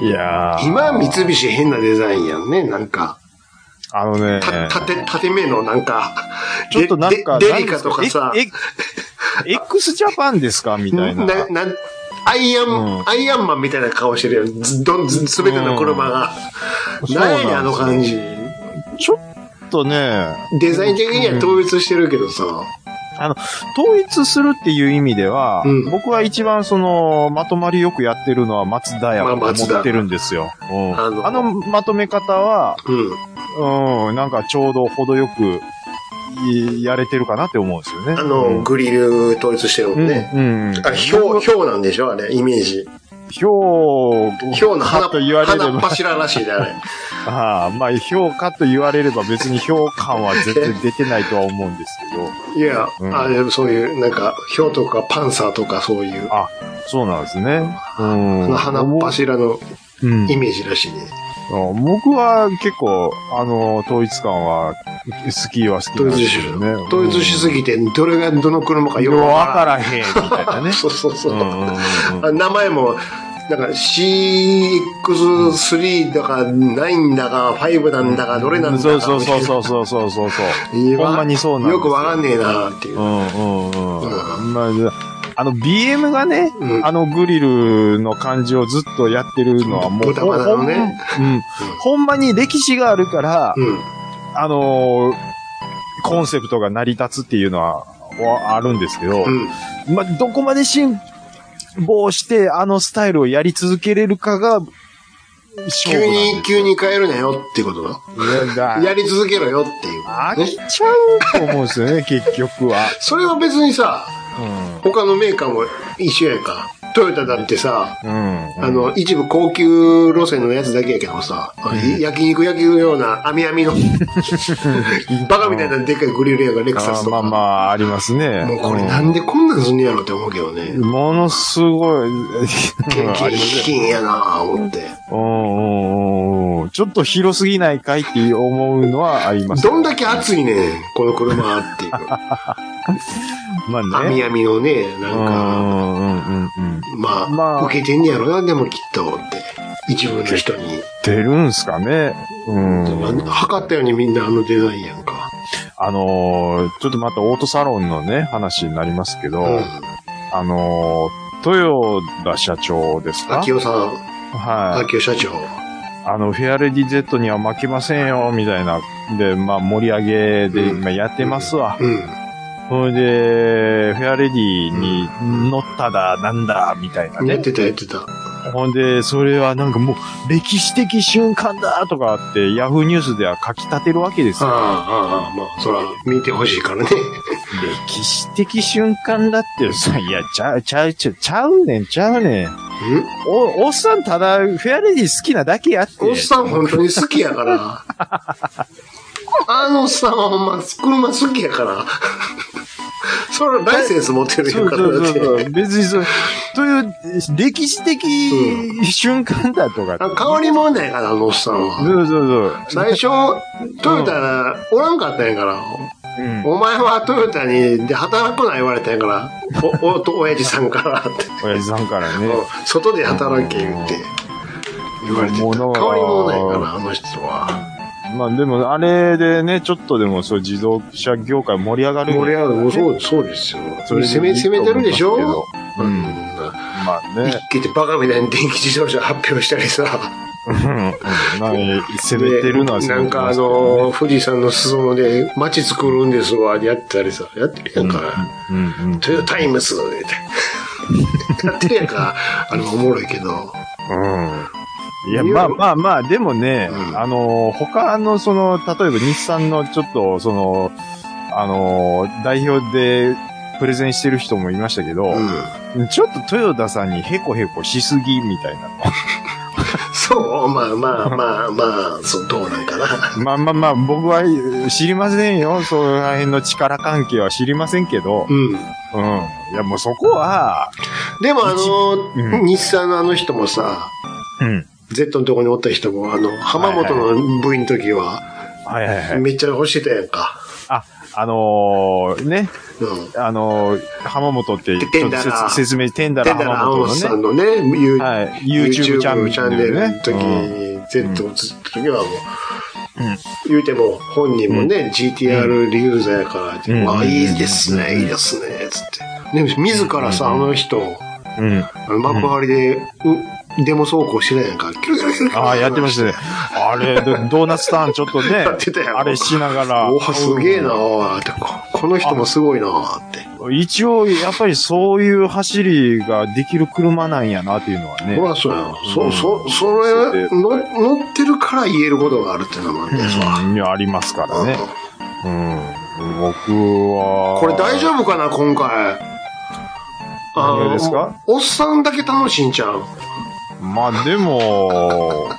[SPEAKER 5] いやー
[SPEAKER 4] 今、三菱変なデザインやんね、なんか。
[SPEAKER 5] あのね、
[SPEAKER 4] た、縦、縦目のなんか、
[SPEAKER 5] ちょっとなんか、
[SPEAKER 4] デデデリカとかさ
[SPEAKER 5] え、え X ジャパンですかみたいな。
[SPEAKER 4] な、なん、アイアン、
[SPEAKER 5] うん
[SPEAKER 4] アイアンマンみたいな顔してるよ。ず、どん、ず、すべての車が。
[SPEAKER 5] そう
[SPEAKER 4] なんやねん、
[SPEAKER 5] な
[SPEAKER 4] あ
[SPEAKER 5] んで
[SPEAKER 4] の
[SPEAKER 5] す
[SPEAKER 4] 感じ。
[SPEAKER 5] ちょっとね、
[SPEAKER 4] デザイン的には統一してるけどさ。
[SPEAKER 5] 統一するっていう意味では、
[SPEAKER 4] うん
[SPEAKER 5] 僕は一番その、まとまりよくやってるのは松田やと
[SPEAKER 4] まあ
[SPEAKER 5] 思
[SPEAKER 4] 松田
[SPEAKER 5] ってるんですよ。うん
[SPEAKER 4] あの
[SPEAKER 5] あのまとめ方は、
[SPEAKER 4] うん。
[SPEAKER 5] うん、なんかちょうど程よく、いやれてるかなって思うんですよね。
[SPEAKER 4] あ
[SPEAKER 5] う
[SPEAKER 4] の、
[SPEAKER 5] ん
[SPEAKER 4] グリル統一してるもんね。
[SPEAKER 5] うん。うん
[SPEAKER 4] あれ、ひょう、ひょうなんでしょあれ、イメージ。
[SPEAKER 5] ひょう、
[SPEAKER 4] ひょうの
[SPEAKER 5] か
[SPEAKER 4] 花、
[SPEAKER 5] と言われれ
[SPEAKER 4] 花っ
[SPEAKER 5] ば、
[SPEAKER 4] 柱らしいで、 あれ。
[SPEAKER 5] ああまあ、評価と言われれば別に評価は絶対出てないとは思うんですけど、
[SPEAKER 4] いや、
[SPEAKER 5] うん
[SPEAKER 4] あれ、そういう、なんか、ひょうとかパンサーとかそういう、
[SPEAKER 5] そうなんですね。 うん。
[SPEAKER 4] 花っ柱の
[SPEAKER 5] うん
[SPEAKER 4] イメージらしいね。
[SPEAKER 5] 僕は結構、あの、統一感は、好きは好き
[SPEAKER 4] 統
[SPEAKER 5] なん
[SPEAKER 4] 一
[SPEAKER 5] で
[SPEAKER 4] し
[SPEAKER 5] す
[SPEAKER 4] て
[SPEAKER 5] よ
[SPEAKER 4] る
[SPEAKER 5] ね。
[SPEAKER 4] 統一しすぎて、どれがどの車か
[SPEAKER 5] うん
[SPEAKER 4] よ
[SPEAKER 5] よ
[SPEAKER 4] くわ
[SPEAKER 5] うわ
[SPEAKER 4] か
[SPEAKER 5] からへん、みたいな
[SPEAKER 4] らん。
[SPEAKER 5] ね。
[SPEAKER 4] そうそうそうう。
[SPEAKER 5] んうんうんう
[SPEAKER 4] あ
[SPEAKER 5] ん
[SPEAKER 4] 名前も、なんか CX3 だか9だか5なんだかどれなんだか。
[SPEAKER 5] そうそうそうそうそうそうそうそう。
[SPEAKER 4] いや
[SPEAKER 5] ほんまにそうなんです
[SPEAKER 4] よくわかんねえなっていうう。
[SPEAKER 5] んう
[SPEAKER 4] う
[SPEAKER 5] んうん。まあ、あの BM がね、
[SPEAKER 4] うん
[SPEAKER 5] あのグリルの感じをずっとやってるのはもう、
[SPEAKER 4] 豚バラのね
[SPEAKER 5] ほん、うん。ほんまに歴史があるから、
[SPEAKER 4] うん。
[SPEAKER 5] あのーコンセプトが成り立つっていうのは、はあるんですけど、
[SPEAKER 4] うん。
[SPEAKER 5] まあ、どこまで辛抱して、あのスタイルをやり続けれるかが、勝
[SPEAKER 4] 急
[SPEAKER 5] 負なん
[SPEAKER 4] に、
[SPEAKER 5] です
[SPEAKER 4] 急に変えるなよっていうことだ。
[SPEAKER 5] いやだ
[SPEAKER 4] やり続けろよっていう。
[SPEAKER 5] 飽きちゃうと思うんですよね、結局は。
[SPEAKER 4] それは別にさ、
[SPEAKER 5] う
[SPEAKER 4] 他のメーカーも一緒やんか。トヨタだってさ、
[SPEAKER 5] ん。うん。
[SPEAKER 4] あの、一部高級路線のやつだけやけどさ、
[SPEAKER 5] ん
[SPEAKER 4] 焼肉焼きのような網網の、 バカみたいなでっかいグリルやんか、レクサス
[SPEAKER 5] あ
[SPEAKER 4] と
[SPEAKER 5] まあ
[SPEAKER 4] か。
[SPEAKER 5] まあ、ありますね。
[SPEAKER 4] もうこれ
[SPEAKER 5] うん
[SPEAKER 4] なんでこんなんすんねやろって思うけどね。
[SPEAKER 5] ものすごい、うん
[SPEAKER 4] 現
[SPEAKER 5] あり
[SPEAKER 4] 金、
[SPEAKER 5] ますね
[SPEAKER 4] 金やなぁ、思って。
[SPEAKER 5] うんうんうんうんちょっと広すぎないかいって思うのはあります。
[SPEAKER 4] どんだけ熱いねん、この車っていう。
[SPEAKER 5] まあ
[SPEAKER 4] 網
[SPEAKER 5] ね。
[SPEAKER 4] 網のね、なん
[SPEAKER 5] う
[SPEAKER 4] か、
[SPEAKER 5] んうんうんうん。
[SPEAKER 4] まあ、
[SPEAKER 5] まあ
[SPEAKER 4] 受けてんねやろな、でもきっと、って。一部の人に。
[SPEAKER 5] 出るんすかね。うん。
[SPEAKER 4] 測ったようにみんなあのデザインやんか。
[SPEAKER 5] あのーちょっとまたオートサロンのね、話になりますけど、
[SPEAKER 4] うん。
[SPEAKER 5] あのー豊田社長ですか
[SPEAKER 4] 秋代さん、
[SPEAKER 5] はい。
[SPEAKER 4] 秋代社長。
[SPEAKER 5] あの、フェアレディ Z には負けませんよ、みたいな。で、まあ、盛り上げで
[SPEAKER 4] うん
[SPEAKER 5] 今やってますわ。
[SPEAKER 4] うん。
[SPEAKER 5] それで、フェアレディに乗っただ、なんだ、みたいな
[SPEAKER 4] やっ
[SPEAKER 5] ね。
[SPEAKER 4] てた、やってた。
[SPEAKER 5] ほんで、それはなんかもう、歴史的瞬間だとかって、ヤフーニュースでは書き立てるわけです
[SPEAKER 4] ああ
[SPEAKER 5] よ。、
[SPEAKER 4] ああ、まあ、そら、見てほしい からね。
[SPEAKER 5] 歴史的瞬間だってさ、いや、ちゃう、ちゃう、ちゃう、ちゃうねん、ちゃうねん。お、おっさんただ、フェアレディ好きなだけやって。
[SPEAKER 4] おっさん本当に好きやから。あのおっさんはほんま、車好きやから。それライセンス持ってるや
[SPEAKER 5] そ
[SPEAKER 4] ん
[SPEAKER 5] う
[SPEAKER 4] か
[SPEAKER 5] そ
[SPEAKER 4] ら
[SPEAKER 5] う
[SPEAKER 4] だっ
[SPEAKER 5] そ
[SPEAKER 4] て。
[SPEAKER 5] うそう。別にそう、という、歴史的瞬間だとか。
[SPEAKER 4] あ変わりもんないから、あのおっさん
[SPEAKER 5] そう
[SPEAKER 4] は。
[SPEAKER 5] そうそう。
[SPEAKER 4] 最初、トヨタおらんかったんやから。
[SPEAKER 5] うん。
[SPEAKER 4] お前はトヨタにで働くな言われたんやから。お、お、と、親父さんからって。
[SPEAKER 5] 親父さんからね。
[SPEAKER 4] うん外で働け言って。言われてた。変
[SPEAKER 5] もうだから
[SPEAKER 4] わりもんないから、あの人は。
[SPEAKER 5] まあでも、あれでね、ちょっとでもそう自動車業界盛り上がる。
[SPEAKER 4] 盛り上がる。もうそう、そうですよ。それ攻め、攻めてるでしょ
[SPEAKER 5] う
[SPEAKER 4] うんん。
[SPEAKER 5] まあ
[SPEAKER 4] 一
[SPEAKER 5] ね。
[SPEAKER 4] 気ってバカみたいに電気自動車発表したりさ。
[SPEAKER 5] うんまあ、攻めてるのは
[SPEAKER 4] で
[SPEAKER 5] 攻
[SPEAKER 4] な
[SPEAKER 5] め
[SPEAKER 4] ん
[SPEAKER 5] て
[SPEAKER 4] か
[SPEAKER 5] ま
[SPEAKER 4] あ
[SPEAKER 5] すけどね
[SPEAKER 4] の、富士山の裾野で街作るんですわ、やってたりさ。やってるやんか。
[SPEAKER 5] うんうん
[SPEAKER 4] トヨタイム スみたいな。やってるやんか。あの、おもろいけど。
[SPEAKER 5] いや、まあまあまあ、でもね、
[SPEAKER 4] うん
[SPEAKER 5] あの、他の、その、例えば日産のちょっと、その、あの、代表でプレゼンしてる人もいましたけど
[SPEAKER 4] う、ん。
[SPEAKER 5] ちょっと豊田さんにヘコヘコしすぎみたいな。
[SPEAKER 4] そうまあまあまあまあ、そう、どうなんかな。
[SPEAKER 5] まあまあまあ、僕は知りませんよ。その辺の力関係は知りませんけど、
[SPEAKER 4] うん。
[SPEAKER 5] うん。いや、もうそこは、
[SPEAKER 4] でもあの、
[SPEAKER 5] うん
[SPEAKER 4] 日産のあの人もさ、
[SPEAKER 5] うん。
[SPEAKER 4] Z のとこにおった人も、あの、浜本の部員の時は、
[SPEAKER 5] はいはいはい。
[SPEAKER 4] めっちゃ欲してたやんか。
[SPEAKER 5] あのーね、
[SPEAKER 4] うん。
[SPEAKER 5] あの、浜本って、
[SPEAKER 4] で
[SPEAKER 5] ちょっと
[SPEAKER 4] テンダラ
[SPEAKER 5] 説説明、テンダ
[SPEAKER 4] テ
[SPEAKER 5] ラ
[SPEAKER 4] ンダラ
[SPEAKER 5] 浜
[SPEAKER 4] ー
[SPEAKER 5] 本
[SPEAKER 4] 本さ
[SPEAKER 5] の
[SPEAKER 4] ん
[SPEAKER 5] ね。
[SPEAKER 4] のね、ユー
[SPEAKER 5] はい。YouTube チャンネル、ね。
[SPEAKER 4] ネルの時
[SPEAKER 5] うん
[SPEAKER 4] に、Z を映った時はもう、
[SPEAKER 5] うん
[SPEAKER 4] 言うても本人もね、GTR リユーザーやからって、
[SPEAKER 5] うん
[SPEAKER 4] わあ、いいですね、いいですね、つって。でも自らさ、あの人、
[SPEAKER 5] うん。
[SPEAKER 4] あの幕張で、うデモ走行してないやんか、キュルキュルキュルキュル
[SPEAKER 5] ああ、やってましたね。あれ、ドドーナツターンちょっとね
[SPEAKER 4] やってた、よ
[SPEAKER 5] あれしながら。
[SPEAKER 4] おーすげえなーって、ここの人もすごいなーって。
[SPEAKER 5] 一応、やっぱりそういう走りができる車なんやなっていうのはね。
[SPEAKER 4] ほら、そうやん。
[SPEAKER 5] う
[SPEAKER 4] そ、
[SPEAKER 5] ん
[SPEAKER 4] そ、それ、の乗ってるから言えることがあるっていうのもあるんですわ。
[SPEAKER 5] うん、ありますからね。うん。僕は。
[SPEAKER 4] これ大丈夫かな、今回。
[SPEAKER 5] 何がですか
[SPEAKER 4] おおっさんだけ楽しいんちゃう
[SPEAKER 5] まあでも、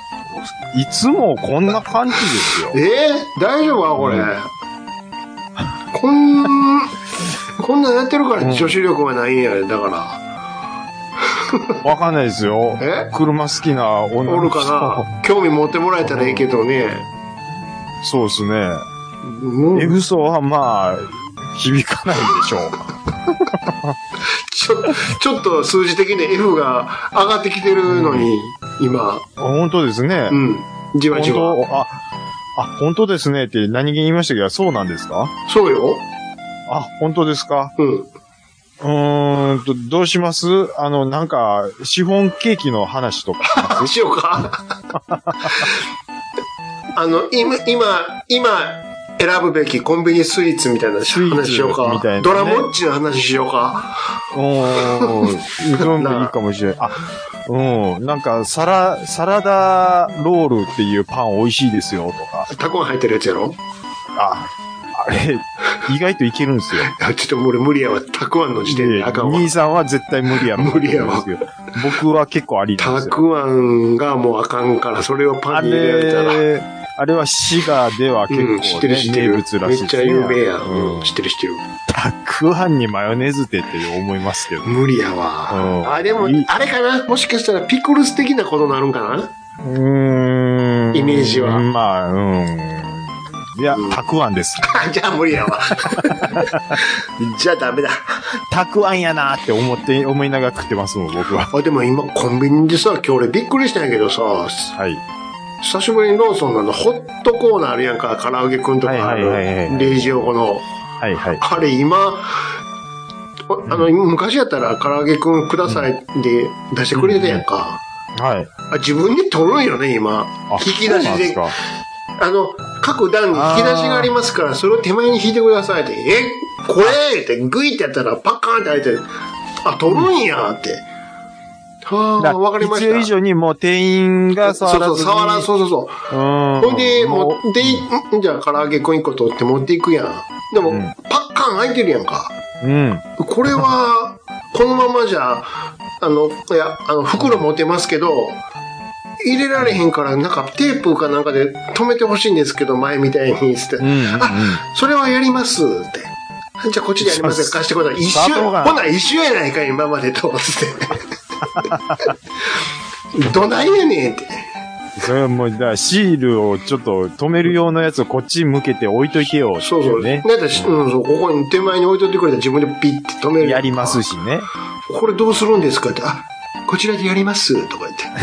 [SPEAKER 5] いつもこんな感じですよ。
[SPEAKER 4] えー、大丈夫かこれ。
[SPEAKER 5] うん
[SPEAKER 4] こん、 こんなんやってるから
[SPEAKER 5] うん
[SPEAKER 4] 女子力はないんやね、だから。
[SPEAKER 5] わかんないですよ
[SPEAKER 4] え。
[SPEAKER 5] 車好きな女
[SPEAKER 4] お
[SPEAKER 5] の
[SPEAKER 4] る
[SPEAKER 5] 人。
[SPEAKER 4] かな興味持ってもらえたらいいけどね。
[SPEAKER 5] そうですね。
[SPEAKER 4] うん
[SPEAKER 5] エフソはまあ、響かないでしょう。
[SPEAKER 4] ちょちょっと数字的に F が上がってきてるのに、今、
[SPEAKER 5] 本当ですね。
[SPEAKER 4] うん、じわ
[SPEAKER 5] 本
[SPEAKER 4] じわ。
[SPEAKER 5] 当あ、あ、本当ですねって何気に言いましたけど、そうなんですか
[SPEAKER 4] そうよ。
[SPEAKER 5] あ、本当ですか
[SPEAKER 4] うん。
[SPEAKER 5] うーんと、どうしますあの、なんか、シフォンケーキの話とか。
[SPEAKER 4] しようか。 あの、今、今、今、選ぶべきコンビニスイーツみたいな
[SPEAKER 5] スイーツ
[SPEAKER 4] 話しようか。
[SPEAKER 5] みたいなね
[SPEAKER 4] ドラモッチの話しようか。
[SPEAKER 5] うーん。それもいいかもしれない。あ、うん。なんか、サラ、サラダロールっていうパン美味しいですよ、とか。
[SPEAKER 4] タコが入ってるやつやろ
[SPEAKER 5] あ、あれ、意外といけるんですよ。
[SPEAKER 4] いやちょっともう俺無理やわ。たくあんの時点
[SPEAKER 5] で
[SPEAKER 4] であかんわ。
[SPEAKER 5] 兄さんは絶対無理やろ。
[SPEAKER 4] 無理やわ。
[SPEAKER 5] 僕は結構ありなん
[SPEAKER 4] た
[SPEAKER 5] ですよ。
[SPEAKER 4] くあんがもうあかんから、それをパ
[SPEAKER 5] あ
[SPEAKER 4] ンに入れられたら。
[SPEAKER 5] れ、あれは滋賀では結構、ね
[SPEAKER 4] うん、知ってる知ってる。
[SPEAKER 5] 名物
[SPEAKER 4] め
[SPEAKER 5] らしい
[SPEAKER 4] っ
[SPEAKER 5] で
[SPEAKER 4] ち
[SPEAKER 5] す
[SPEAKER 4] ゃ
[SPEAKER 5] ね。
[SPEAKER 4] 有名や。
[SPEAKER 5] う
[SPEAKER 4] うんん、知ってる知ってる。
[SPEAKER 5] たくあんにマヨネーズってって思いますけど。
[SPEAKER 4] 無理やわ。
[SPEAKER 5] うん
[SPEAKER 4] あ、でも
[SPEAKER 5] いい、
[SPEAKER 4] あれかなもしかしたらピクルス的なことになるんかな
[SPEAKER 5] うーん。
[SPEAKER 4] イメージは
[SPEAKER 5] まあ、うん。いや
[SPEAKER 4] うん、
[SPEAKER 5] たくあんです。
[SPEAKER 4] あ じゃあ無理やわ。じゃあダメだ。
[SPEAKER 5] たくあんやなって思って、思いながら食ってますもん、僕は。
[SPEAKER 4] あ、でも今コンビニでさ、今日俺びっくりしたんやけどさ、
[SPEAKER 5] はい。
[SPEAKER 4] 久しぶりにローソンのあのホットコーナーあるやんか、唐揚げくんとかあ
[SPEAKER 5] はいはいはい
[SPEAKER 4] る、
[SPEAKER 5] はい
[SPEAKER 4] レジ横の。
[SPEAKER 5] はいはい。
[SPEAKER 4] あれ今、おあの、昔やったら唐揚げくんくださいで出してくれてやんか。
[SPEAKER 5] はい。
[SPEAKER 4] あ自分で取るんよね、今。
[SPEAKER 5] あ
[SPEAKER 4] 引き出しで
[SPEAKER 5] そうなんすか
[SPEAKER 4] あの、各段に引き出しがありますから、それを手前に引いてくださいって、え、これってグイってやったらパッカーンって開いて、あ、取るんやって。は
[SPEAKER 5] だ
[SPEAKER 4] あ、わかりまし
[SPEAKER 5] 必要
[SPEAKER 4] た。
[SPEAKER 5] 以上にもう店員が
[SPEAKER 4] そう
[SPEAKER 5] 触らず
[SPEAKER 4] そう、
[SPEAKER 5] に
[SPEAKER 4] 触らん、そうそうそう。
[SPEAKER 5] うん。
[SPEAKER 4] ほんで、
[SPEAKER 5] もう
[SPEAKER 4] 持ってい、んじゃあ唐揚げ粉1個取って持っていくやん。でも、
[SPEAKER 5] うん
[SPEAKER 4] パッカーン開いてるやんか。
[SPEAKER 5] うん。
[SPEAKER 4] これは、このままじゃ、あの、いや、あの、袋持てますけど、入れられへんから、なんかテープかなんかで止めてほしいんですけど、前みたいに、つって。
[SPEAKER 5] うん。うん。
[SPEAKER 4] あ、それはやりますって。じゃあこっちでやりますよ。
[SPEAKER 5] そう
[SPEAKER 4] 貸してください。一
[SPEAKER 5] 佐
[SPEAKER 4] 周、
[SPEAKER 5] 藤
[SPEAKER 4] ほ
[SPEAKER 5] が
[SPEAKER 4] な一周やないかい、今までと。 つって。どないやねんって。
[SPEAKER 5] それはもう、だからシールをちょっと止める用のやつをこっちに向けて置いといてよ。
[SPEAKER 4] そうそう。
[SPEAKER 5] ね。
[SPEAKER 4] だって、うん、そう、ここに手前に置いといてくれたら自分でピッて止める。
[SPEAKER 5] やります。しね。
[SPEAKER 4] これどうするんですかって。あ、こちらでやります。とか言って。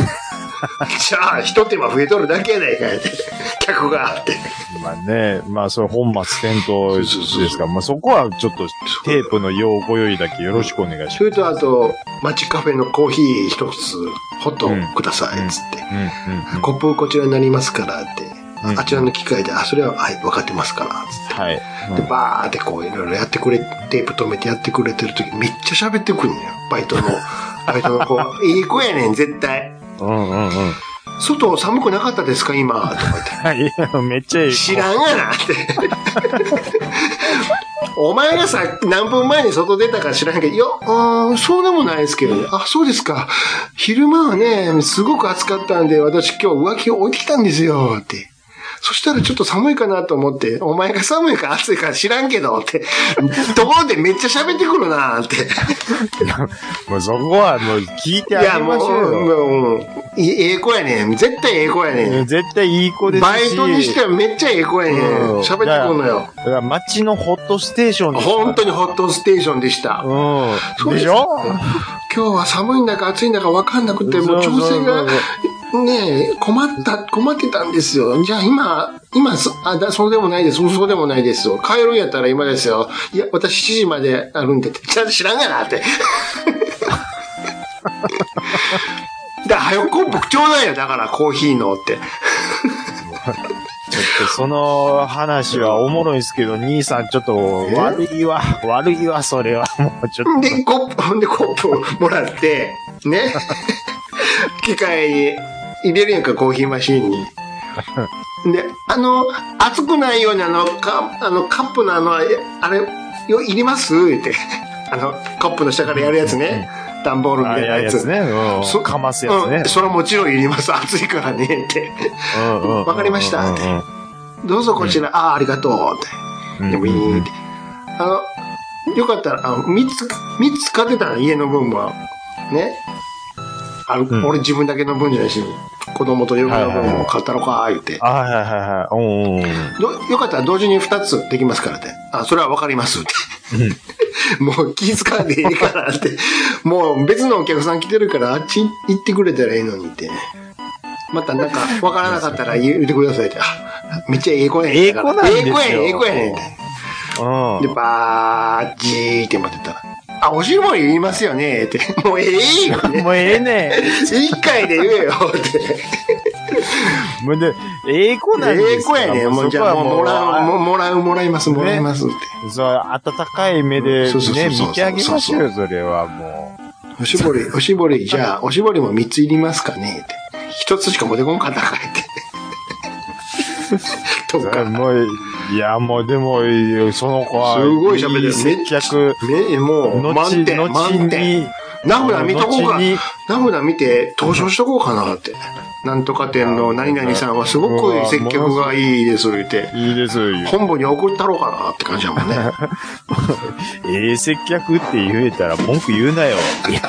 [SPEAKER 4] じゃあ、一手間増えとるだけやないかいって。客があって。
[SPEAKER 5] まあね、まあそれ本末転倒で
[SPEAKER 4] そうそう
[SPEAKER 5] す
[SPEAKER 4] そ
[SPEAKER 5] から、まあそこはちょっとテープの用ご用意だけよろしくお願いし
[SPEAKER 4] それと、あと、街カフェのコーヒー一つ、ホットくださ
[SPEAKER 5] う
[SPEAKER 4] い。
[SPEAKER 5] ん
[SPEAKER 4] つって。
[SPEAKER 5] ます。うん、うん、うん。
[SPEAKER 4] コップこちらになりますからって、
[SPEAKER 5] うん
[SPEAKER 4] あちらの機械で、あ、それは、はい、分かってますから、つって。
[SPEAKER 5] はい。うん
[SPEAKER 4] で、バーってこういろいろやってくれ、テープ止めてやってくれてる時めっちゃ喋ってくんねよ。バイトの、バイト の子。いい子やねん、絶対。
[SPEAKER 5] うん、うん、うん。
[SPEAKER 4] 外寒くなかったですか、今。とか言って。
[SPEAKER 5] はい、めっちゃいい。
[SPEAKER 4] 知らんがなって。 お前がさ、何分前に外出たか知らんけど、いや、あーそうでもないですけどね。あ、そうですか。昼間はね、すごく暑かったんで、私今日浮気を置いてきたんですよ、って。そしたらちょっと寒いかなと思って、お前が寒いか暑いか知らんけどって、 ところでめっちゃ喋ってくるなって。
[SPEAKER 5] もうそこはもう聞い
[SPEAKER 4] い
[SPEAKER 5] てあ
[SPEAKER 4] や、
[SPEAKER 5] げ
[SPEAKER 4] も
[SPEAKER 5] ましょ
[SPEAKER 4] う、
[SPEAKER 5] うよ。
[SPEAKER 4] もう、いええ子やねん。絶対ええ子やねん。
[SPEAKER 5] 絶対いい子ですし。
[SPEAKER 4] バイトにしてはめっちゃええ子やね
[SPEAKER 5] うん
[SPEAKER 4] ん。喋ってくるのよ。
[SPEAKER 5] だから街のホットステーションですから
[SPEAKER 4] 本当にホットステーションでした。
[SPEAKER 5] うん。
[SPEAKER 4] う
[SPEAKER 5] で
[SPEAKER 4] です
[SPEAKER 5] しょ
[SPEAKER 4] 今日は寒いんだか暑いんだか分かんなくて、もう
[SPEAKER 5] そ
[SPEAKER 4] 調
[SPEAKER 5] うそうそう
[SPEAKER 4] 整が、ねえ、困った、困ってたんですよ。じゃあ今、今、そあ、だそうでもないです。そうでもないですよ。帰るんやったら今ですよ。いや、私7時まであるんでって。ちゃんと知らんがなって。 だ、早くコップちょうだいよ。だからコーヒーのって。
[SPEAKER 5] ちょっとその話はおもろいですけど、兄さんちょっと悪いわ、 悪いわ、それは。もうちょっと。
[SPEAKER 4] で、コップ、ほんでコップをもらって、ね。 機械に入れるやんか、コーヒーマシンに。で、あの、熱くないようにあの、かあのカップのあの、えあれ、よいりますって。 あの、カップの下からやるやつね。段ボールみ
[SPEAKER 5] あ
[SPEAKER 4] たい
[SPEAKER 5] れ
[SPEAKER 4] な
[SPEAKER 5] や
[SPEAKER 4] や
[SPEAKER 5] や
[SPEAKER 4] つ。
[SPEAKER 5] つね。うん。
[SPEAKER 4] そ
[SPEAKER 5] かますやつね
[SPEAKER 4] うん。それはもちろんいります。熱いからね。って。
[SPEAKER 5] うんうん
[SPEAKER 4] わかりました
[SPEAKER 5] うんうん
[SPEAKER 4] どうぞこちら。ああ、ありがとう。って。
[SPEAKER 5] うん
[SPEAKER 4] でもいいって。あの、よかったら、あの、3つ、三つ買ってたら家の分は。ね。あの、
[SPEAKER 5] うん
[SPEAKER 4] 俺自分だけの分じゃないし、子供と嫁の
[SPEAKER 5] はいはい
[SPEAKER 4] 分
[SPEAKER 5] は
[SPEAKER 4] も
[SPEAKER 5] い
[SPEAKER 4] 買ったのか、言って。
[SPEAKER 5] あはいはいはいはい。うんうんうん。
[SPEAKER 4] どよかったら同時に2つできますからって。あ、それはわかりますって。 もう気遣わんでいいからって。もう別のお客さん来てるからあっち行ってくれたらいいのにってね。またなんかわからなかったら言ってくださいって。あ、めっちゃええ子やねん。
[SPEAKER 5] ええ子なんですよ
[SPEAKER 4] ええ子やねん、ええ子やねんって。
[SPEAKER 5] う
[SPEAKER 4] で、
[SPEAKER 5] ん
[SPEAKER 4] バーじーって待ってたら。あ、おしぼり言いますよねって。 もうええよね。
[SPEAKER 5] もうええね
[SPEAKER 4] 一回で言えよって。
[SPEAKER 5] ん。もうで、ええ子なんです
[SPEAKER 4] ええ子やねん。もうじゃあもうもらう、もうもらう、もらいます、もらいますって。
[SPEAKER 5] う。そう、温かい目で
[SPEAKER 4] そうそうそ
[SPEAKER 5] ね、
[SPEAKER 4] うそう
[SPEAKER 5] 見てあげましょうよ、それはも
[SPEAKER 4] おしぼり、おしぼり、じゃあ、おしぼりも3ついりますかねって。1つしか持ってこんかったかいって。 と
[SPEAKER 5] う。それ
[SPEAKER 4] か。
[SPEAKER 5] もう、いや、もうでも、その子は、
[SPEAKER 4] すごい喋ってる
[SPEAKER 5] 接客、
[SPEAKER 4] ね、もう、
[SPEAKER 5] 後
[SPEAKER 4] 満点、
[SPEAKER 5] 後
[SPEAKER 4] 満点。
[SPEAKER 5] に、
[SPEAKER 4] 名札見とこうか
[SPEAKER 5] 後。に
[SPEAKER 4] 名札見て、投書しとこうかなって。なんとか店の何々さんはすごく接客がいいです、言って。
[SPEAKER 5] いいですよ。
[SPEAKER 4] 本部に送ったろうかなって感じだもんね。
[SPEAKER 5] ええ接客って言えたら文句言う なよ。いや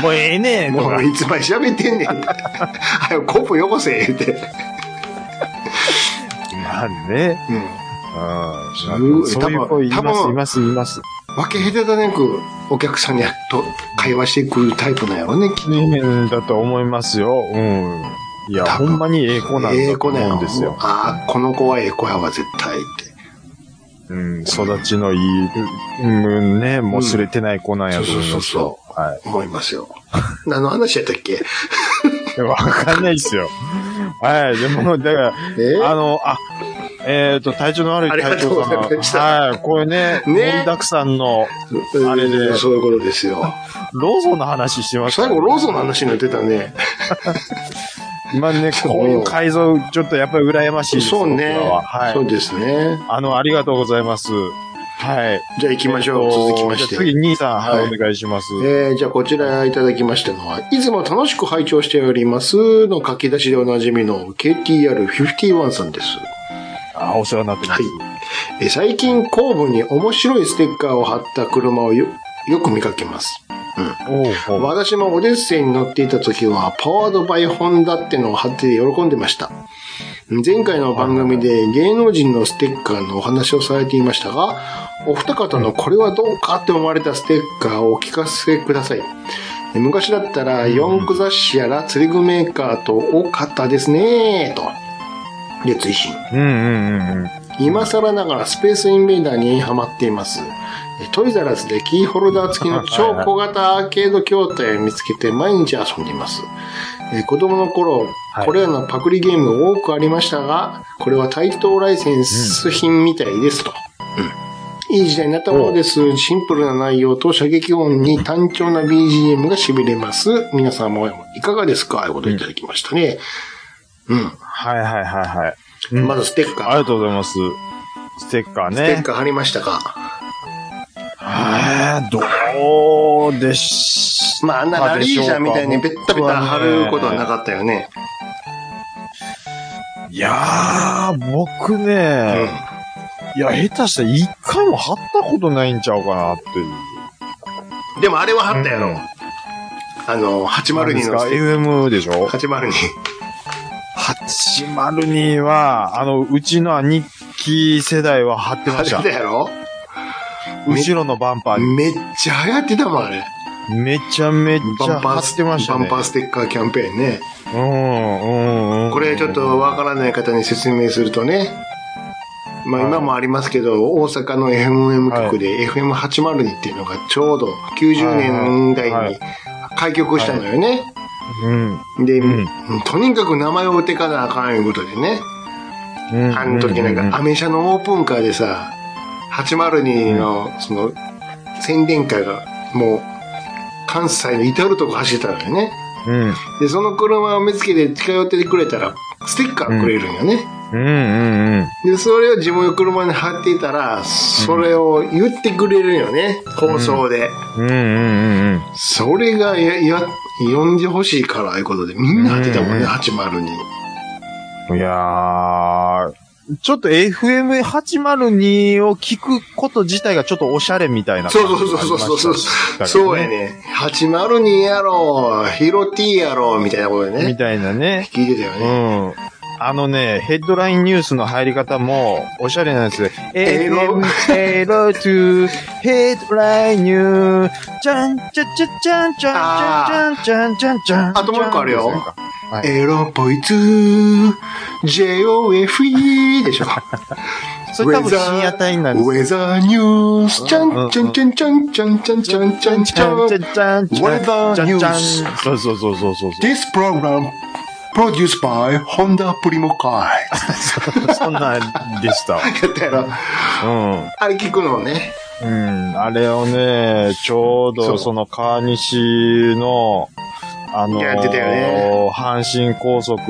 [SPEAKER 5] もうええねんと
[SPEAKER 4] も
[SPEAKER 5] か
[SPEAKER 4] う、。いつまで喋ってんねんって。早くコップよこせ、言って。
[SPEAKER 5] まあね。
[SPEAKER 4] うん。
[SPEAKER 5] うん。
[SPEAKER 4] す
[SPEAKER 5] そ
[SPEAKER 4] ご
[SPEAKER 5] う
[SPEAKER 4] い
[SPEAKER 5] いう子い
[SPEAKER 4] 多
[SPEAKER 5] ま
[SPEAKER 4] 分
[SPEAKER 5] す、います、います。
[SPEAKER 4] 分け隔てなくお客さんにと会話してくるタイプなんやろね、きっと。
[SPEAKER 5] うんだと思いますよ。うん。いや、
[SPEAKER 4] 多
[SPEAKER 5] ほ
[SPEAKER 4] 分
[SPEAKER 5] んまにええ子なん
[SPEAKER 4] ええ
[SPEAKER 5] だと
[SPEAKER 4] 子なん
[SPEAKER 5] 思うん
[SPEAKER 4] で
[SPEAKER 5] ですす
[SPEAKER 4] よ
[SPEAKER 5] よ。。
[SPEAKER 4] ああ、この子はええ子やわ、絶対って。
[SPEAKER 5] うん、育ちのいい、うん、ね、もうすれてない子なんやと思い
[SPEAKER 4] そ
[SPEAKER 5] ま
[SPEAKER 4] う
[SPEAKER 5] す
[SPEAKER 4] そ
[SPEAKER 5] よ
[SPEAKER 4] う。
[SPEAKER 5] は
[SPEAKER 4] 思います よ。何の話やったっけ
[SPEAKER 5] い。わかんないですよ。はい、でも、だか
[SPEAKER 4] え
[SPEAKER 5] ら、あの、あ、えっ、と、体調の悪い体調
[SPEAKER 4] ありがとうございました
[SPEAKER 5] さん。はい、これね、
[SPEAKER 4] ね
[SPEAKER 5] 盛りだくさんの、あれで
[SPEAKER 4] そういうことですよ。
[SPEAKER 5] ローソンの話してました、
[SPEAKER 4] 最後、ローソンの話になってたね。
[SPEAKER 5] まあね、こういう改造、ちょっとやっぱり羨ましいです
[SPEAKER 4] そうね
[SPEAKER 5] 僕らは。はい
[SPEAKER 4] そう。ですね。
[SPEAKER 5] あの、ありがとうございます。はい。
[SPEAKER 4] じゃあ行きましょう。
[SPEAKER 5] えっと
[SPEAKER 4] 続きまし
[SPEAKER 5] じゃあ次、
[SPEAKER 4] て。
[SPEAKER 5] 兄さん、
[SPEAKER 4] はい
[SPEAKER 5] はい、お願いします。
[SPEAKER 4] えー、じゃあこちらいただきましたのは、いつも楽しく拝聴しておりますの書き出しでおなじみの KTR51 さんです。
[SPEAKER 5] あ、お世話になってま
[SPEAKER 4] は
[SPEAKER 5] す。
[SPEAKER 4] い。え最近後部に面白いステッカーを貼った車をよよく見かけます。
[SPEAKER 5] おうおう
[SPEAKER 4] 私もオデッセイに乗っていた時は、パワードバイホンダってのを貼って喜んでました。前回の番組で芸能人のステッカーのお話をされていましたが、お二方のこれはどうかって思われたステッカーをお聞かせください。昔だったら、四駆雑誌やら釣り具メーカーと多かったですねと。で、追伸。
[SPEAKER 5] うんうんうんうん。
[SPEAKER 4] 今更ながらスペースインベーダーにハマっています。えトイザらスでキーホルダー付きの超小型アーケード筐体を見つけて毎日遊んでいます。え子供の頃、
[SPEAKER 5] はい
[SPEAKER 4] これらのパクリゲームが多くありましたが、これは対等ライセンス品みたいですと。うんいい時代になったものです。シンプルな内容と射撃音に単調な BGM が痺れます。皆さんもいかがですかということをいただきましたね。うん。
[SPEAKER 5] はいはいはいはい。うん
[SPEAKER 4] まずステッカー。
[SPEAKER 5] ありがとうございます。ステッカーね。
[SPEAKER 4] ステッカー貼りましたか
[SPEAKER 5] えーどうでし
[SPEAKER 4] まあ、あんなラリージャーみたいにベッタベタ貼ることはなかったよね。
[SPEAKER 5] いやー、僕ね、いや、下手したら一回も貼ったことないんちゃうかなっていう。
[SPEAKER 4] うんでもあれは貼ったやろ。
[SPEAKER 5] うん
[SPEAKER 4] あの、
[SPEAKER 5] 何で
[SPEAKER 4] 802
[SPEAKER 5] すか
[SPEAKER 4] の。
[SPEAKER 5] ?FM でしょ
[SPEAKER 4] 802。
[SPEAKER 5] ?802 は、あの、うちの兄貴世代は貼って
[SPEAKER 4] 貼
[SPEAKER 5] ま
[SPEAKER 4] っ
[SPEAKER 5] してた
[SPEAKER 4] た。やろ
[SPEAKER 5] 後ろのバンパーに。
[SPEAKER 4] めっちゃ流行ってたもん、あれ。
[SPEAKER 5] めちゃめち
[SPEAKER 4] バ
[SPEAKER 5] ゃ
[SPEAKER 4] ンパ
[SPEAKER 5] 貼
[SPEAKER 4] ー
[SPEAKER 5] っ
[SPEAKER 4] ス、
[SPEAKER 5] てました
[SPEAKER 4] バン
[SPEAKER 5] ね
[SPEAKER 4] パ。ーステッカーキャンペーンね。
[SPEAKER 5] うん、うん、うん。
[SPEAKER 4] これちょっとわからない方に説明するとね、まあ
[SPEAKER 5] はい
[SPEAKER 4] 今もありますけど、大阪の FMM 局で FM802 っていうのがちょうど90年代
[SPEAKER 5] は
[SPEAKER 4] に
[SPEAKER 5] い
[SPEAKER 4] 開局したのよね。
[SPEAKER 5] うん、
[SPEAKER 4] で、
[SPEAKER 5] うん
[SPEAKER 4] とにかく名前を打てかなあかんいうことでね、
[SPEAKER 5] うん。
[SPEAKER 4] あの時なん
[SPEAKER 5] う
[SPEAKER 4] かアメ車のオープンカーでさ、802のその宣伝会がもう関西の至るとこ走ってたのよね。
[SPEAKER 5] うん、
[SPEAKER 4] で、その車を目つけて近寄ってくれたら、ステッカーくれるんよね。
[SPEAKER 5] うん、うん、うん。
[SPEAKER 4] で、それを自分の車に貼っていたら、それを言ってくれるよね、放送で。
[SPEAKER 5] うん、うん、うん。
[SPEAKER 4] それがや、や、呼んでほしいから、いうことで、みんな貼ってたもん
[SPEAKER 5] うんう
[SPEAKER 4] ね、
[SPEAKER 5] ん
[SPEAKER 4] 802に。
[SPEAKER 5] いやー、ちょっと FM802 を聞くこと自体がちょっとオシャレみたいな感
[SPEAKER 4] そ
[SPEAKER 5] じがあ
[SPEAKER 4] う
[SPEAKER 5] りました
[SPEAKER 4] そう
[SPEAKER 5] し。
[SPEAKER 4] そうそうそう。そうそうや
[SPEAKER 5] だか
[SPEAKER 4] ね。802やろ、ヒロ T やろ、みたいなことで
[SPEAKER 5] らね。み
[SPEAKER 4] ね。
[SPEAKER 5] たいなね。
[SPEAKER 4] 聞いてたよ
[SPEAKER 5] う
[SPEAKER 4] ね。
[SPEAKER 5] ん。あのね、ヘッドラインニュースの入り方も、おしゃれなんですよ。
[SPEAKER 4] エロ
[SPEAKER 5] FM02、ヘッドラインニュース、ちゃんちゃんちゃんちゃんちゃんちゃんちゃんちゃんちゃん。
[SPEAKER 4] あともう一個あるよ
[SPEAKER 5] はい
[SPEAKER 4] エロポイツー、JOFE でしょ。
[SPEAKER 5] それ多分深夜帯になるん
[SPEAKER 4] ウ
[SPEAKER 5] ですよ。
[SPEAKER 4] ェザーニュース、ちゃ
[SPEAKER 5] うん
[SPEAKER 4] んちゃんちゃんちゃんちゃんちゃんちゃんちゃんち
[SPEAKER 5] ちゃ
[SPEAKER 4] ゃ
[SPEAKER 5] ん
[SPEAKER 4] ん
[SPEAKER 5] ちゃ。んちゃんちゃんちゃんちゃんちゃん。そうそうそうそうそう。
[SPEAKER 4] This program produced by Honda Primo Kai.
[SPEAKER 5] そんなんでした。
[SPEAKER 4] やったやろ。
[SPEAKER 5] うん。
[SPEAKER 4] あれ聞くのね。
[SPEAKER 5] うん、あれをね、ちょう
[SPEAKER 4] そう
[SPEAKER 5] どその川西の、あのー
[SPEAKER 4] やってたよね
[SPEAKER 5] 阪神高速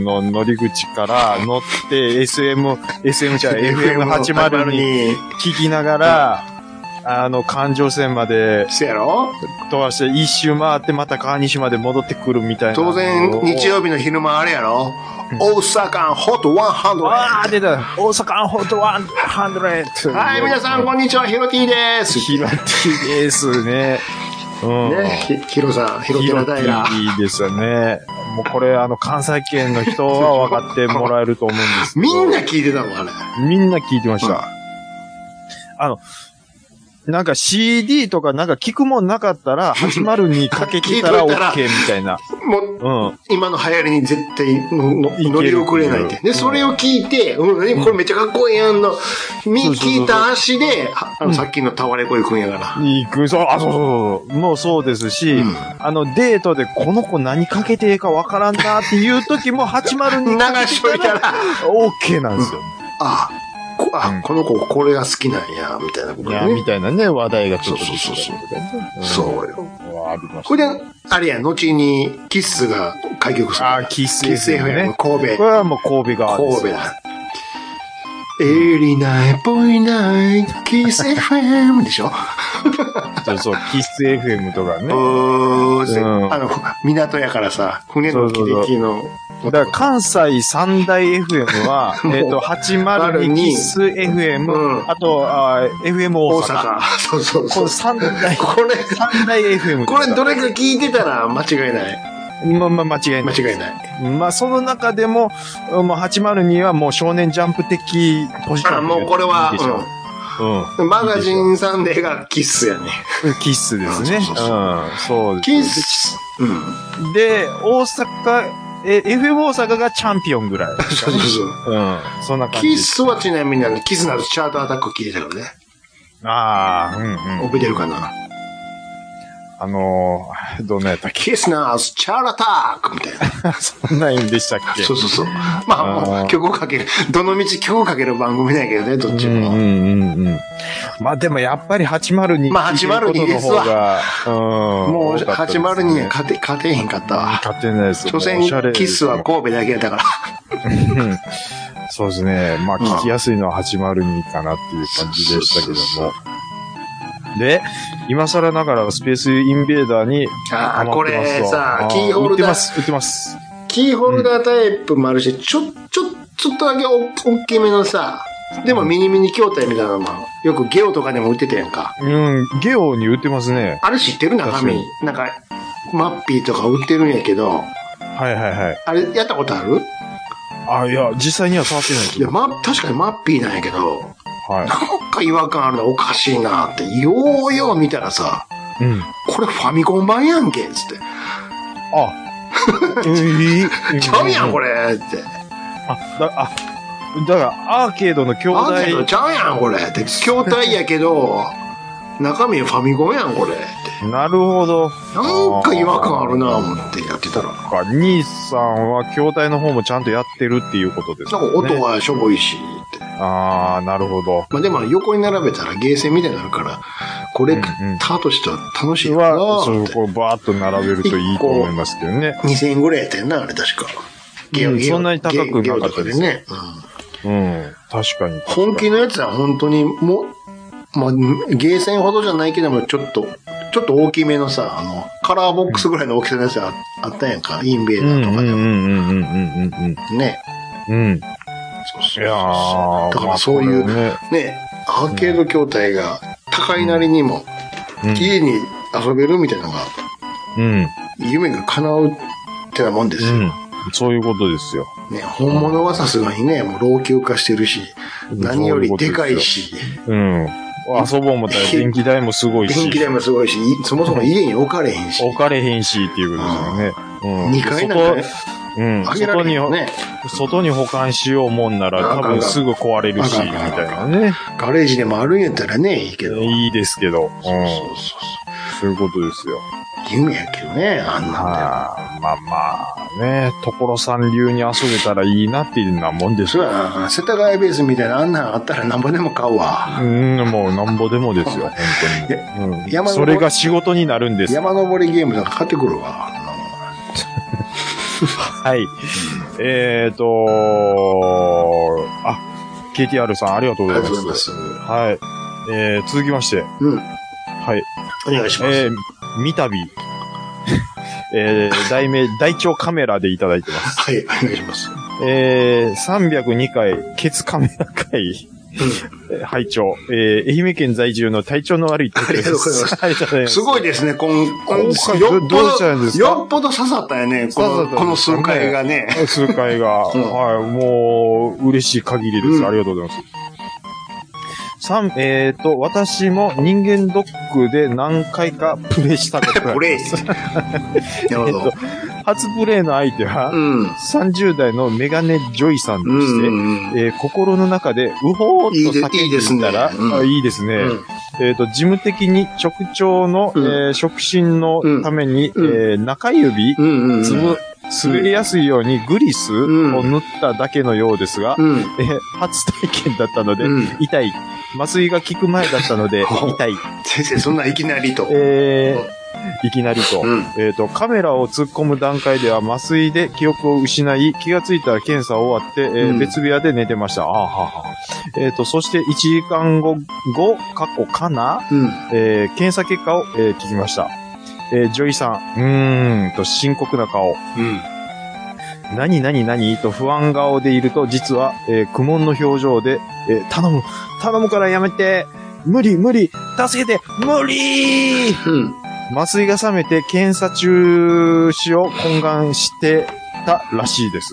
[SPEAKER 5] の乗り口から乗って SM、SM じゃ FM80 に
[SPEAKER 4] に。
[SPEAKER 5] 聞きながら、あの、環状線まで
[SPEAKER 4] そやろ
[SPEAKER 5] 飛ばして一周回ってまた川西まで戻ってくるみたいな。
[SPEAKER 4] 当然、日曜日の昼間あれやろ大阪 HOT
[SPEAKER 5] ああ、
[SPEAKER 4] 100。
[SPEAKER 5] 出た。大阪ホットワンハンドレッ
[SPEAKER 4] はい、皆さん、こんにちは、ヒロティです。
[SPEAKER 5] ヒロティですね。うん。
[SPEAKER 4] ね、ひヒロさん、ヒロテ
[SPEAKER 5] 広
[SPEAKER 4] ラダ
[SPEAKER 5] い
[SPEAKER 4] イラ。
[SPEAKER 5] ですよね。もうこれ、あの、関西圏の人は分かってもらえると思うんですけど。
[SPEAKER 4] みんな聞いてたもん、あれ。
[SPEAKER 5] みんな聞いてました。あの、なんか CD とかなんか聞くもんなかった ら、802かけてた
[SPEAKER 4] 聞
[SPEAKER 5] ら
[SPEAKER 4] いといたら
[SPEAKER 5] OK みたいな。
[SPEAKER 4] もう、
[SPEAKER 5] うん。
[SPEAKER 4] 今の流行りに絶対のの
[SPEAKER 5] いける
[SPEAKER 4] 乗り遅れないって。
[SPEAKER 5] う
[SPEAKER 4] で、
[SPEAKER 5] ん
[SPEAKER 4] それを聞いて、うん、何これめっちゃかっこええやんの、み
[SPEAKER 5] そうそうそう
[SPEAKER 4] 聞いた足で、ああの、さっきのタワレコ行くんやから。
[SPEAKER 5] 行く、そう、あ、そうそうそう。もうそうですし、
[SPEAKER 4] うん
[SPEAKER 5] あの、デートでこの子何かけてええか分からんなっていう時も802か
[SPEAKER 4] 流
[SPEAKER 5] け
[SPEAKER 4] しとい
[SPEAKER 5] て
[SPEAKER 4] た
[SPEAKER 5] た
[SPEAKER 4] ら
[SPEAKER 5] ら、OK なんですよ。
[SPEAKER 4] あ、こあ、
[SPEAKER 5] うん
[SPEAKER 4] この子これが好きなんや、みたいなこと
[SPEAKER 5] いや、
[SPEAKER 4] ね
[SPEAKER 5] み。たいなね、話題がちょっと出てきたりとかね。
[SPEAKER 4] そうよ。
[SPEAKER 5] うん。ありました
[SPEAKER 4] これで、あれや、後に、キッスが開局する。
[SPEAKER 5] あーキッス
[SPEAKER 4] キッス
[SPEAKER 5] FM ね
[SPEAKER 4] FM、神
[SPEAKER 5] こ
[SPEAKER 4] 戸。
[SPEAKER 5] れはもう神戸側で
[SPEAKER 4] 神
[SPEAKER 5] す
[SPEAKER 4] 戸。だ。エリナイポイナイ、キッス FM でしょ
[SPEAKER 5] そうそう、キス FM とかね。
[SPEAKER 4] おー
[SPEAKER 5] うん
[SPEAKER 4] あの、港やからさ、船のキリキリの。
[SPEAKER 5] だから関西三大 FM は
[SPEAKER 4] もう、
[SPEAKER 5] えっと、802
[SPEAKER 4] 802
[SPEAKER 5] キス FM、
[SPEAKER 4] うん
[SPEAKER 5] あと、あー FM
[SPEAKER 4] 大
[SPEAKER 5] 大阪。
[SPEAKER 4] 阪。そうそう
[SPEAKER 5] こ
[SPEAKER 4] そう
[SPEAKER 5] の。三大、
[SPEAKER 4] これ、
[SPEAKER 5] 三大 FM
[SPEAKER 4] これど
[SPEAKER 5] れ
[SPEAKER 4] れか聞いてたら間違いない。
[SPEAKER 5] まあまあ間違い
[SPEAKER 4] 間
[SPEAKER 5] ない。
[SPEAKER 4] 違いない。
[SPEAKER 5] まあその中でも、うんもう802はもう少年ジャンプ的ポジション。
[SPEAKER 4] あ、もうこれは、
[SPEAKER 5] でしょ
[SPEAKER 4] うん。マガジンサンデーがキッスやね。
[SPEAKER 5] うん。キスですね。
[SPEAKER 4] あ
[SPEAKER 5] うん
[SPEAKER 4] そうそうそ。
[SPEAKER 5] そうです。
[SPEAKER 4] キッス。うん。
[SPEAKER 5] で、大阪、え、FM 大阪がチャンピオンぐらい。
[SPEAKER 4] そうそうそう。
[SPEAKER 5] うん。そんな感じ。
[SPEAKER 4] キッスはちなみにあの、キスなどチャートアタック聞いてたからね。
[SPEAKER 5] ああ、うんうん。
[SPEAKER 4] 覚えてるかな。
[SPEAKER 5] あのー、どんなやったっけ
[SPEAKER 4] キスナーズチャートアタックみたい な。
[SPEAKER 5] そんなんでしたっけ
[SPEAKER 4] そうそうそう。まあ、も
[SPEAKER 5] あ
[SPEAKER 4] う
[SPEAKER 5] ー
[SPEAKER 4] 曲をかける。どの道曲をかける番組なんやけどね、どっち
[SPEAKER 5] うん
[SPEAKER 4] も。
[SPEAKER 5] うんうんうん。まあでもやっぱり802。
[SPEAKER 4] まあ802ですわ
[SPEAKER 5] うん。
[SPEAKER 4] もう
[SPEAKER 5] 多かったですね
[SPEAKER 4] 802には勝て、勝てへんかったわ。
[SPEAKER 5] 勝てないですよ。
[SPEAKER 4] 所詮
[SPEAKER 5] もうおしゃれです
[SPEAKER 4] キスは神戸だけだから。
[SPEAKER 5] うんそうですね。まあ
[SPEAKER 4] うん
[SPEAKER 5] 聞きやすいのは802かなっていう感じでしたけども。で、今更ながらスペースインベーダーに
[SPEAKER 4] ああ、
[SPEAKER 5] ハマ
[SPEAKER 4] こ
[SPEAKER 5] ってますわ。
[SPEAKER 4] れさ
[SPEAKER 5] あ、ー
[SPEAKER 4] キーホ
[SPEAKER 5] 売
[SPEAKER 4] ル
[SPEAKER 5] って
[SPEAKER 4] ダ
[SPEAKER 5] ま
[SPEAKER 4] ー、
[SPEAKER 5] す、売ってます。
[SPEAKER 4] キーホルダータイプもあるし、ちょ、ちょ、ちょっとだけお大きめのさ、でもミニミニ筐体みたいなのも、よくゲオとかでも売ってたやんか。
[SPEAKER 5] うん、ゲオに売ってますね。
[SPEAKER 4] あれ知ってる中身
[SPEAKER 5] 確。
[SPEAKER 4] なんか、マッピーとか売ってるんやけど、
[SPEAKER 5] はいはいはい。
[SPEAKER 4] あれやったことある
[SPEAKER 5] あ、いや、実際には触ってないです
[SPEAKER 4] いや、ま、確かにマッピーなんやけど、
[SPEAKER 5] は
[SPEAKER 4] なんか違和感あるな、おかしいなって、ようよう見たらさ、
[SPEAKER 5] い。うん。
[SPEAKER 4] これファミコン版やんけ、つって。
[SPEAKER 5] あ、 ええ
[SPEAKER 4] ちゃうやん、こ。れって。
[SPEAKER 5] あ、だ、あ、だから、アーケードの兄
[SPEAKER 4] あんたの
[SPEAKER 5] 弟。
[SPEAKER 4] ちゃうやん、これって。筐体やけど、中身ファミコンやん、これって。
[SPEAKER 5] なるほど。
[SPEAKER 4] なんか違和感あるな、思ってやってたら。なん
[SPEAKER 5] か、兄さんは兄弟の方もちゃんとやってるっていうことです
[SPEAKER 4] んか
[SPEAKER 5] ね。
[SPEAKER 4] 音はしょぼいし、って。
[SPEAKER 5] ああ、なるほど。
[SPEAKER 4] まあでも横に並べたらゲーセンみたいになるから、コレクターとしては楽しいな
[SPEAKER 5] は、
[SPEAKER 4] って
[SPEAKER 5] そう、こう、バーッと並べるといいと思いますけどね。
[SPEAKER 4] 2000円ぐらいやったよな、あれ確か。
[SPEAKER 5] うん
[SPEAKER 4] ゲオ
[SPEAKER 5] そんなに高くなかったです
[SPEAKER 4] ゲオゲオとかでね。うん
[SPEAKER 5] うん。確かに。
[SPEAKER 4] 本気のやつは本当に、もう、まあ、ゲーセンほどじゃないけども、ちょっと、ちょっと大きめのさ、あの、カラーボックスぐらいの大きさのやつがああったやんか、インベー
[SPEAKER 5] う
[SPEAKER 4] ダー
[SPEAKER 5] んう
[SPEAKER 4] と
[SPEAKER 5] ん
[SPEAKER 4] か
[SPEAKER 5] うん
[SPEAKER 4] で
[SPEAKER 5] う
[SPEAKER 4] も
[SPEAKER 5] んうんうんうん
[SPEAKER 4] ね。
[SPEAKER 5] うん。うん。
[SPEAKER 4] そうそう
[SPEAKER 5] い
[SPEAKER 4] そう
[SPEAKER 5] やー
[SPEAKER 4] だからそうい
[SPEAKER 5] まあこ
[SPEAKER 4] う、
[SPEAKER 5] れね
[SPEAKER 4] ね、アーケード筐体が高いなりにも、
[SPEAKER 5] うん
[SPEAKER 4] 家に遊べるみたいなのが、
[SPEAKER 5] うん。
[SPEAKER 4] 夢が叶うってなもんですよ。
[SPEAKER 5] うん。そういうことですよ。
[SPEAKER 4] ね、本物はさすがにね、もう老朽化してるし、
[SPEAKER 5] うん
[SPEAKER 4] 何よりでかいし、
[SPEAKER 5] うん。遊ぼう思ったら電気代もすごいし。
[SPEAKER 4] 電気代もすごいし、いそもそも家に置かれへんし、
[SPEAKER 5] 置かれへんしっていうことですよね。うん。
[SPEAKER 4] 2階なんかね、
[SPEAKER 5] 外うん。
[SPEAKER 4] あげら
[SPEAKER 5] 外
[SPEAKER 4] れへんよ
[SPEAKER 5] に、
[SPEAKER 4] ね。
[SPEAKER 5] 外に保管しようもんなら
[SPEAKER 4] あ
[SPEAKER 5] 多
[SPEAKER 4] かんあかん
[SPEAKER 5] 分すぐ壊れるし、
[SPEAKER 4] あ
[SPEAKER 5] み
[SPEAKER 4] かんあかん
[SPEAKER 5] たいなね。
[SPEAKER 4] ガレージでもあるんやったらね、いいけど。
[SPEAKER 5] いいですけど。うん。
[SPEAKER 4] そうそうそう
[SPEAKER 5] そういうことですよ。
[SPEAKER 4] そう。夢やけどね、あんなん
[SPEAKER 5] まあまあまあね、所さん流に遊べたらいいなっていうなもんで
[SPEAKER 4] で。
[SPEAKER 5] す
[SPEAKER 4] そ
[SPEAKER 5] よ。
[SPEAKER 4] うやな、世田谷ベースみたいなあんなんあったらなんぼでも買うわ。
[SPEAKER 5] うん、もうなんぼでもですよ、本当に。うん、
[SPEAKER 4] 山の
[SPEAKER 5] それが仕事になるんです。
[SPEAKER 4] 山登りゲームとか買ってくるわ。あんなもん
[SPEAKER 5] はい。えーとあ、KTR さんありがとうご
[SPEAKER 4] あ
[SPEAKER 5] ざ
[SPEAKER 4] り
[SPEAKER 5] い
[SPEAKER 4] がと
[SPEAKER 5] ま
[SPEAKER 4] うご
[SPEAKER 5] す。
[SPEAKER 4] ざいます。
[SPEAKER 5] はい。えー、続きまして。
[SPEAKER 4] うん
[SPEAKER 5] はい。
[SPEAKER 4] お願いします。
[SPEAKER 5] えー、三度、 えー、題名、大腸カメラでいただいてます。
[SPEAKER 4] はい、お願いします。
[SPEAKER 5] えー、302回、ケツカメラ会、えー拝聴えー、愛媛県在住の体調の悪い。
[SPEAKER 4] ありがとうございます
[SPEAKER 5] ありがとうございます
[SPEAKER 4] すごいですね、今
[SPEAKER 5] 今回どどうしたんですか
[SPEAKER 4] よっぽど刺さったよね、こ
[SPEAKER 5] 刺さっ
[SPEAKER 4] の
[SPEAKER 5] た
[SPEAKER 4] この数回がね。
[SPEAKER 5] 数回が、
[SPEAKER 4] うん
[SPEAKER 5] はい、もう、嬉しい限りです。
[SPEAKER 4] うん
[SPEAKER 5] ありがとうございます。三、えっ、と、私も人間ドックで何回かプレイしたことが あ
[SPEAKER 4] プ
[SPEAKER 5] り
[SPEAKER 4] レイ
[SPEAKER 5] ま。 す。
[SPEAKER 4] なるほど。
[SPEAKER 5] 初プレイの相手は、
[SPEAKER 4] うん。
[SPEAKER 5] 30代のメガネジョイさんで
[SPEAKER 4] うん
[SPEAKER 5] して、
[SPEAKER 4] うんうん。
[SPEAKER 5] えー心の中で、うほーっと叫んでいたら、
[SPEAKER 4] いいでいいですねうん
[SPEAKER 5] あいいです
[SPEAKER 4] う
[SPEAKER 5] ね。
[SPEAKER 4] ん
[SPEAKER 5] えっ、と、事務的に直腸の、
[SPEAKER 4] うん
[SPEAKER 5] えー触診のために、
[SPEAKER 4] うん
[SPEAKER 5] えー中指、
[SPEAKER 4] うんうんうん。
[SPEAKER 5] つぶ、滑りやすいようにグリス
[SPEAKER 4] うん
[SPEAKER 5] を塗っただけのようですが、
[SPEAKER 4] うん。
[SPEAKER 5] えー初体験だったので、
[SPEAKER 4] うん
[SPEAKER 5] 痛い。麻酔が効く前だったの で、痛い。
[SPEAKER 4] 先生、そんないきなりと。
[SPEAKER 5] えーいきなりと。
[SPEAKER 4] うん。
[SPEAKER 5] えっ、と、カメラを突っ込む段階では麻酔で記憶を失い、気がついたら検査終わって、えー
[SPEAKER 4] うん
[SPEAKER 5] 別部屋で寝てました。あーはーはーえっ、と、そして1時間後、後、過去かな、
[SPEAKER 4] うん。
[SPEAKER 5] えー検査結果を、えー聞きました。えージョイさん、うーん、と深刻な顔。
[SPEAKER 4] うん。
[SPEAKER 5] 何何何と不安顔でいると、実は、えー苦悶の表情で、えー頼む、頼むからやめて、無理無理、助けて、無理
[SPEAKER 4] うん。
[SPEAKER 5] 麻酔が覚めて検査中止を懇願してたらしいです。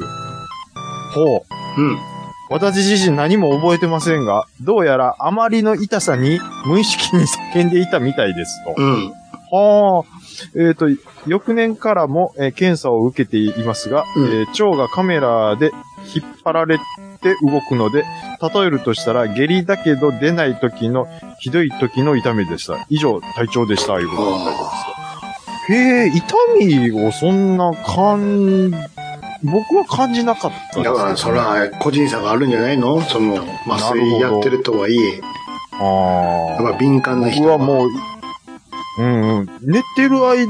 [SPEAKER 5] ほう。
[SPEAKER 4] うん。
[SPEAKER 5] 私自身何も覚えてませんが、どうやらあまりの痛さに無意識に叫んでいたみたいですと。
[SPEAKER 4] うん。
[SPEAKER 5] はあ。えっ、と、翌年からも、えー検査を受けていますが、
[SPEAKER 4] うん
[SPEAKER 5] えー腸がカメラで引っ張られて動くので、例えるとしたら下痢だけど出ない時のひどい時の痛みでした。以上、体調でした。いうこと
[SPEAKER 4] あ
[SPEAKER 5] でへえ、痛みをそんな感、僕は感じなかった
[SPEAKER 4] あ。だから、それ
[SPEAKER 5] あ
[SPEAKER 4] は個人差があるんじゃないのその、麻酔やってるとはいえ、
[SPEAKER 5] あ
[SPEAKER 4] やっ
[SPEAKER 5] ー。
[SPEAKER 4] ぱ敏感な人
[SPEAKER 5] 僕はもう、うんうん、寝てる間に、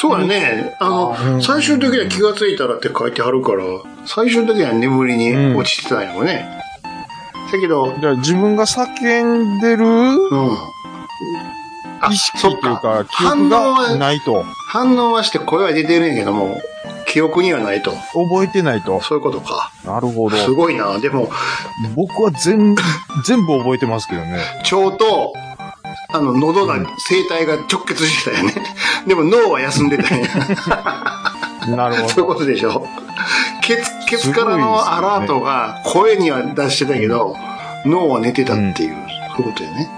[SPEAKER 4] そうやね。あ
[SPEAKER 5] う
[SPEAKER 4] の、
[SPEAKER 5] ん
[SPEAKER 4] 最終的には気がついたらって書いてあるから、最終的には眠りに落ちてたんやろね。だけど、
[SPEAKER 5] だから自分が叫んでる
[SPEAKER 4] うん。あ
[SPEAKER 5] 意識というか、記
[SPEAKER 4] 反
[SPEAKER 5] 憶
[SPEAKER 4] 応は
[SPEAKER 5] がないと。
[SPEAKER 4] 反応はして声は出てるんやけども、記憶にはないと。
[SPEAKER 5] 覚えてないと。
[SPEAKER 4] そういうことか。
[SPEAKER 5] なるほど。
[SPEAKER 4] すごいな。でも、
[SPEAKER 5] 僕は全、 全部覚えてますけどね。
[SPEAKER 4] 腸と、あの、喉が、声帯が直結してたよね。 でも脳は休んでたよね。
[SPEAKER 5] なる
[SPEAKER 4] そうい
[SPEAKER 5] ほ
[SPEAKER 4] う
[SPEAKER 5] ど。
[SPEAKER 4] ことでしょ。ケツ、ケツからのアラートが声には出してたけど、脳は寝てたっていう、そういうことよね。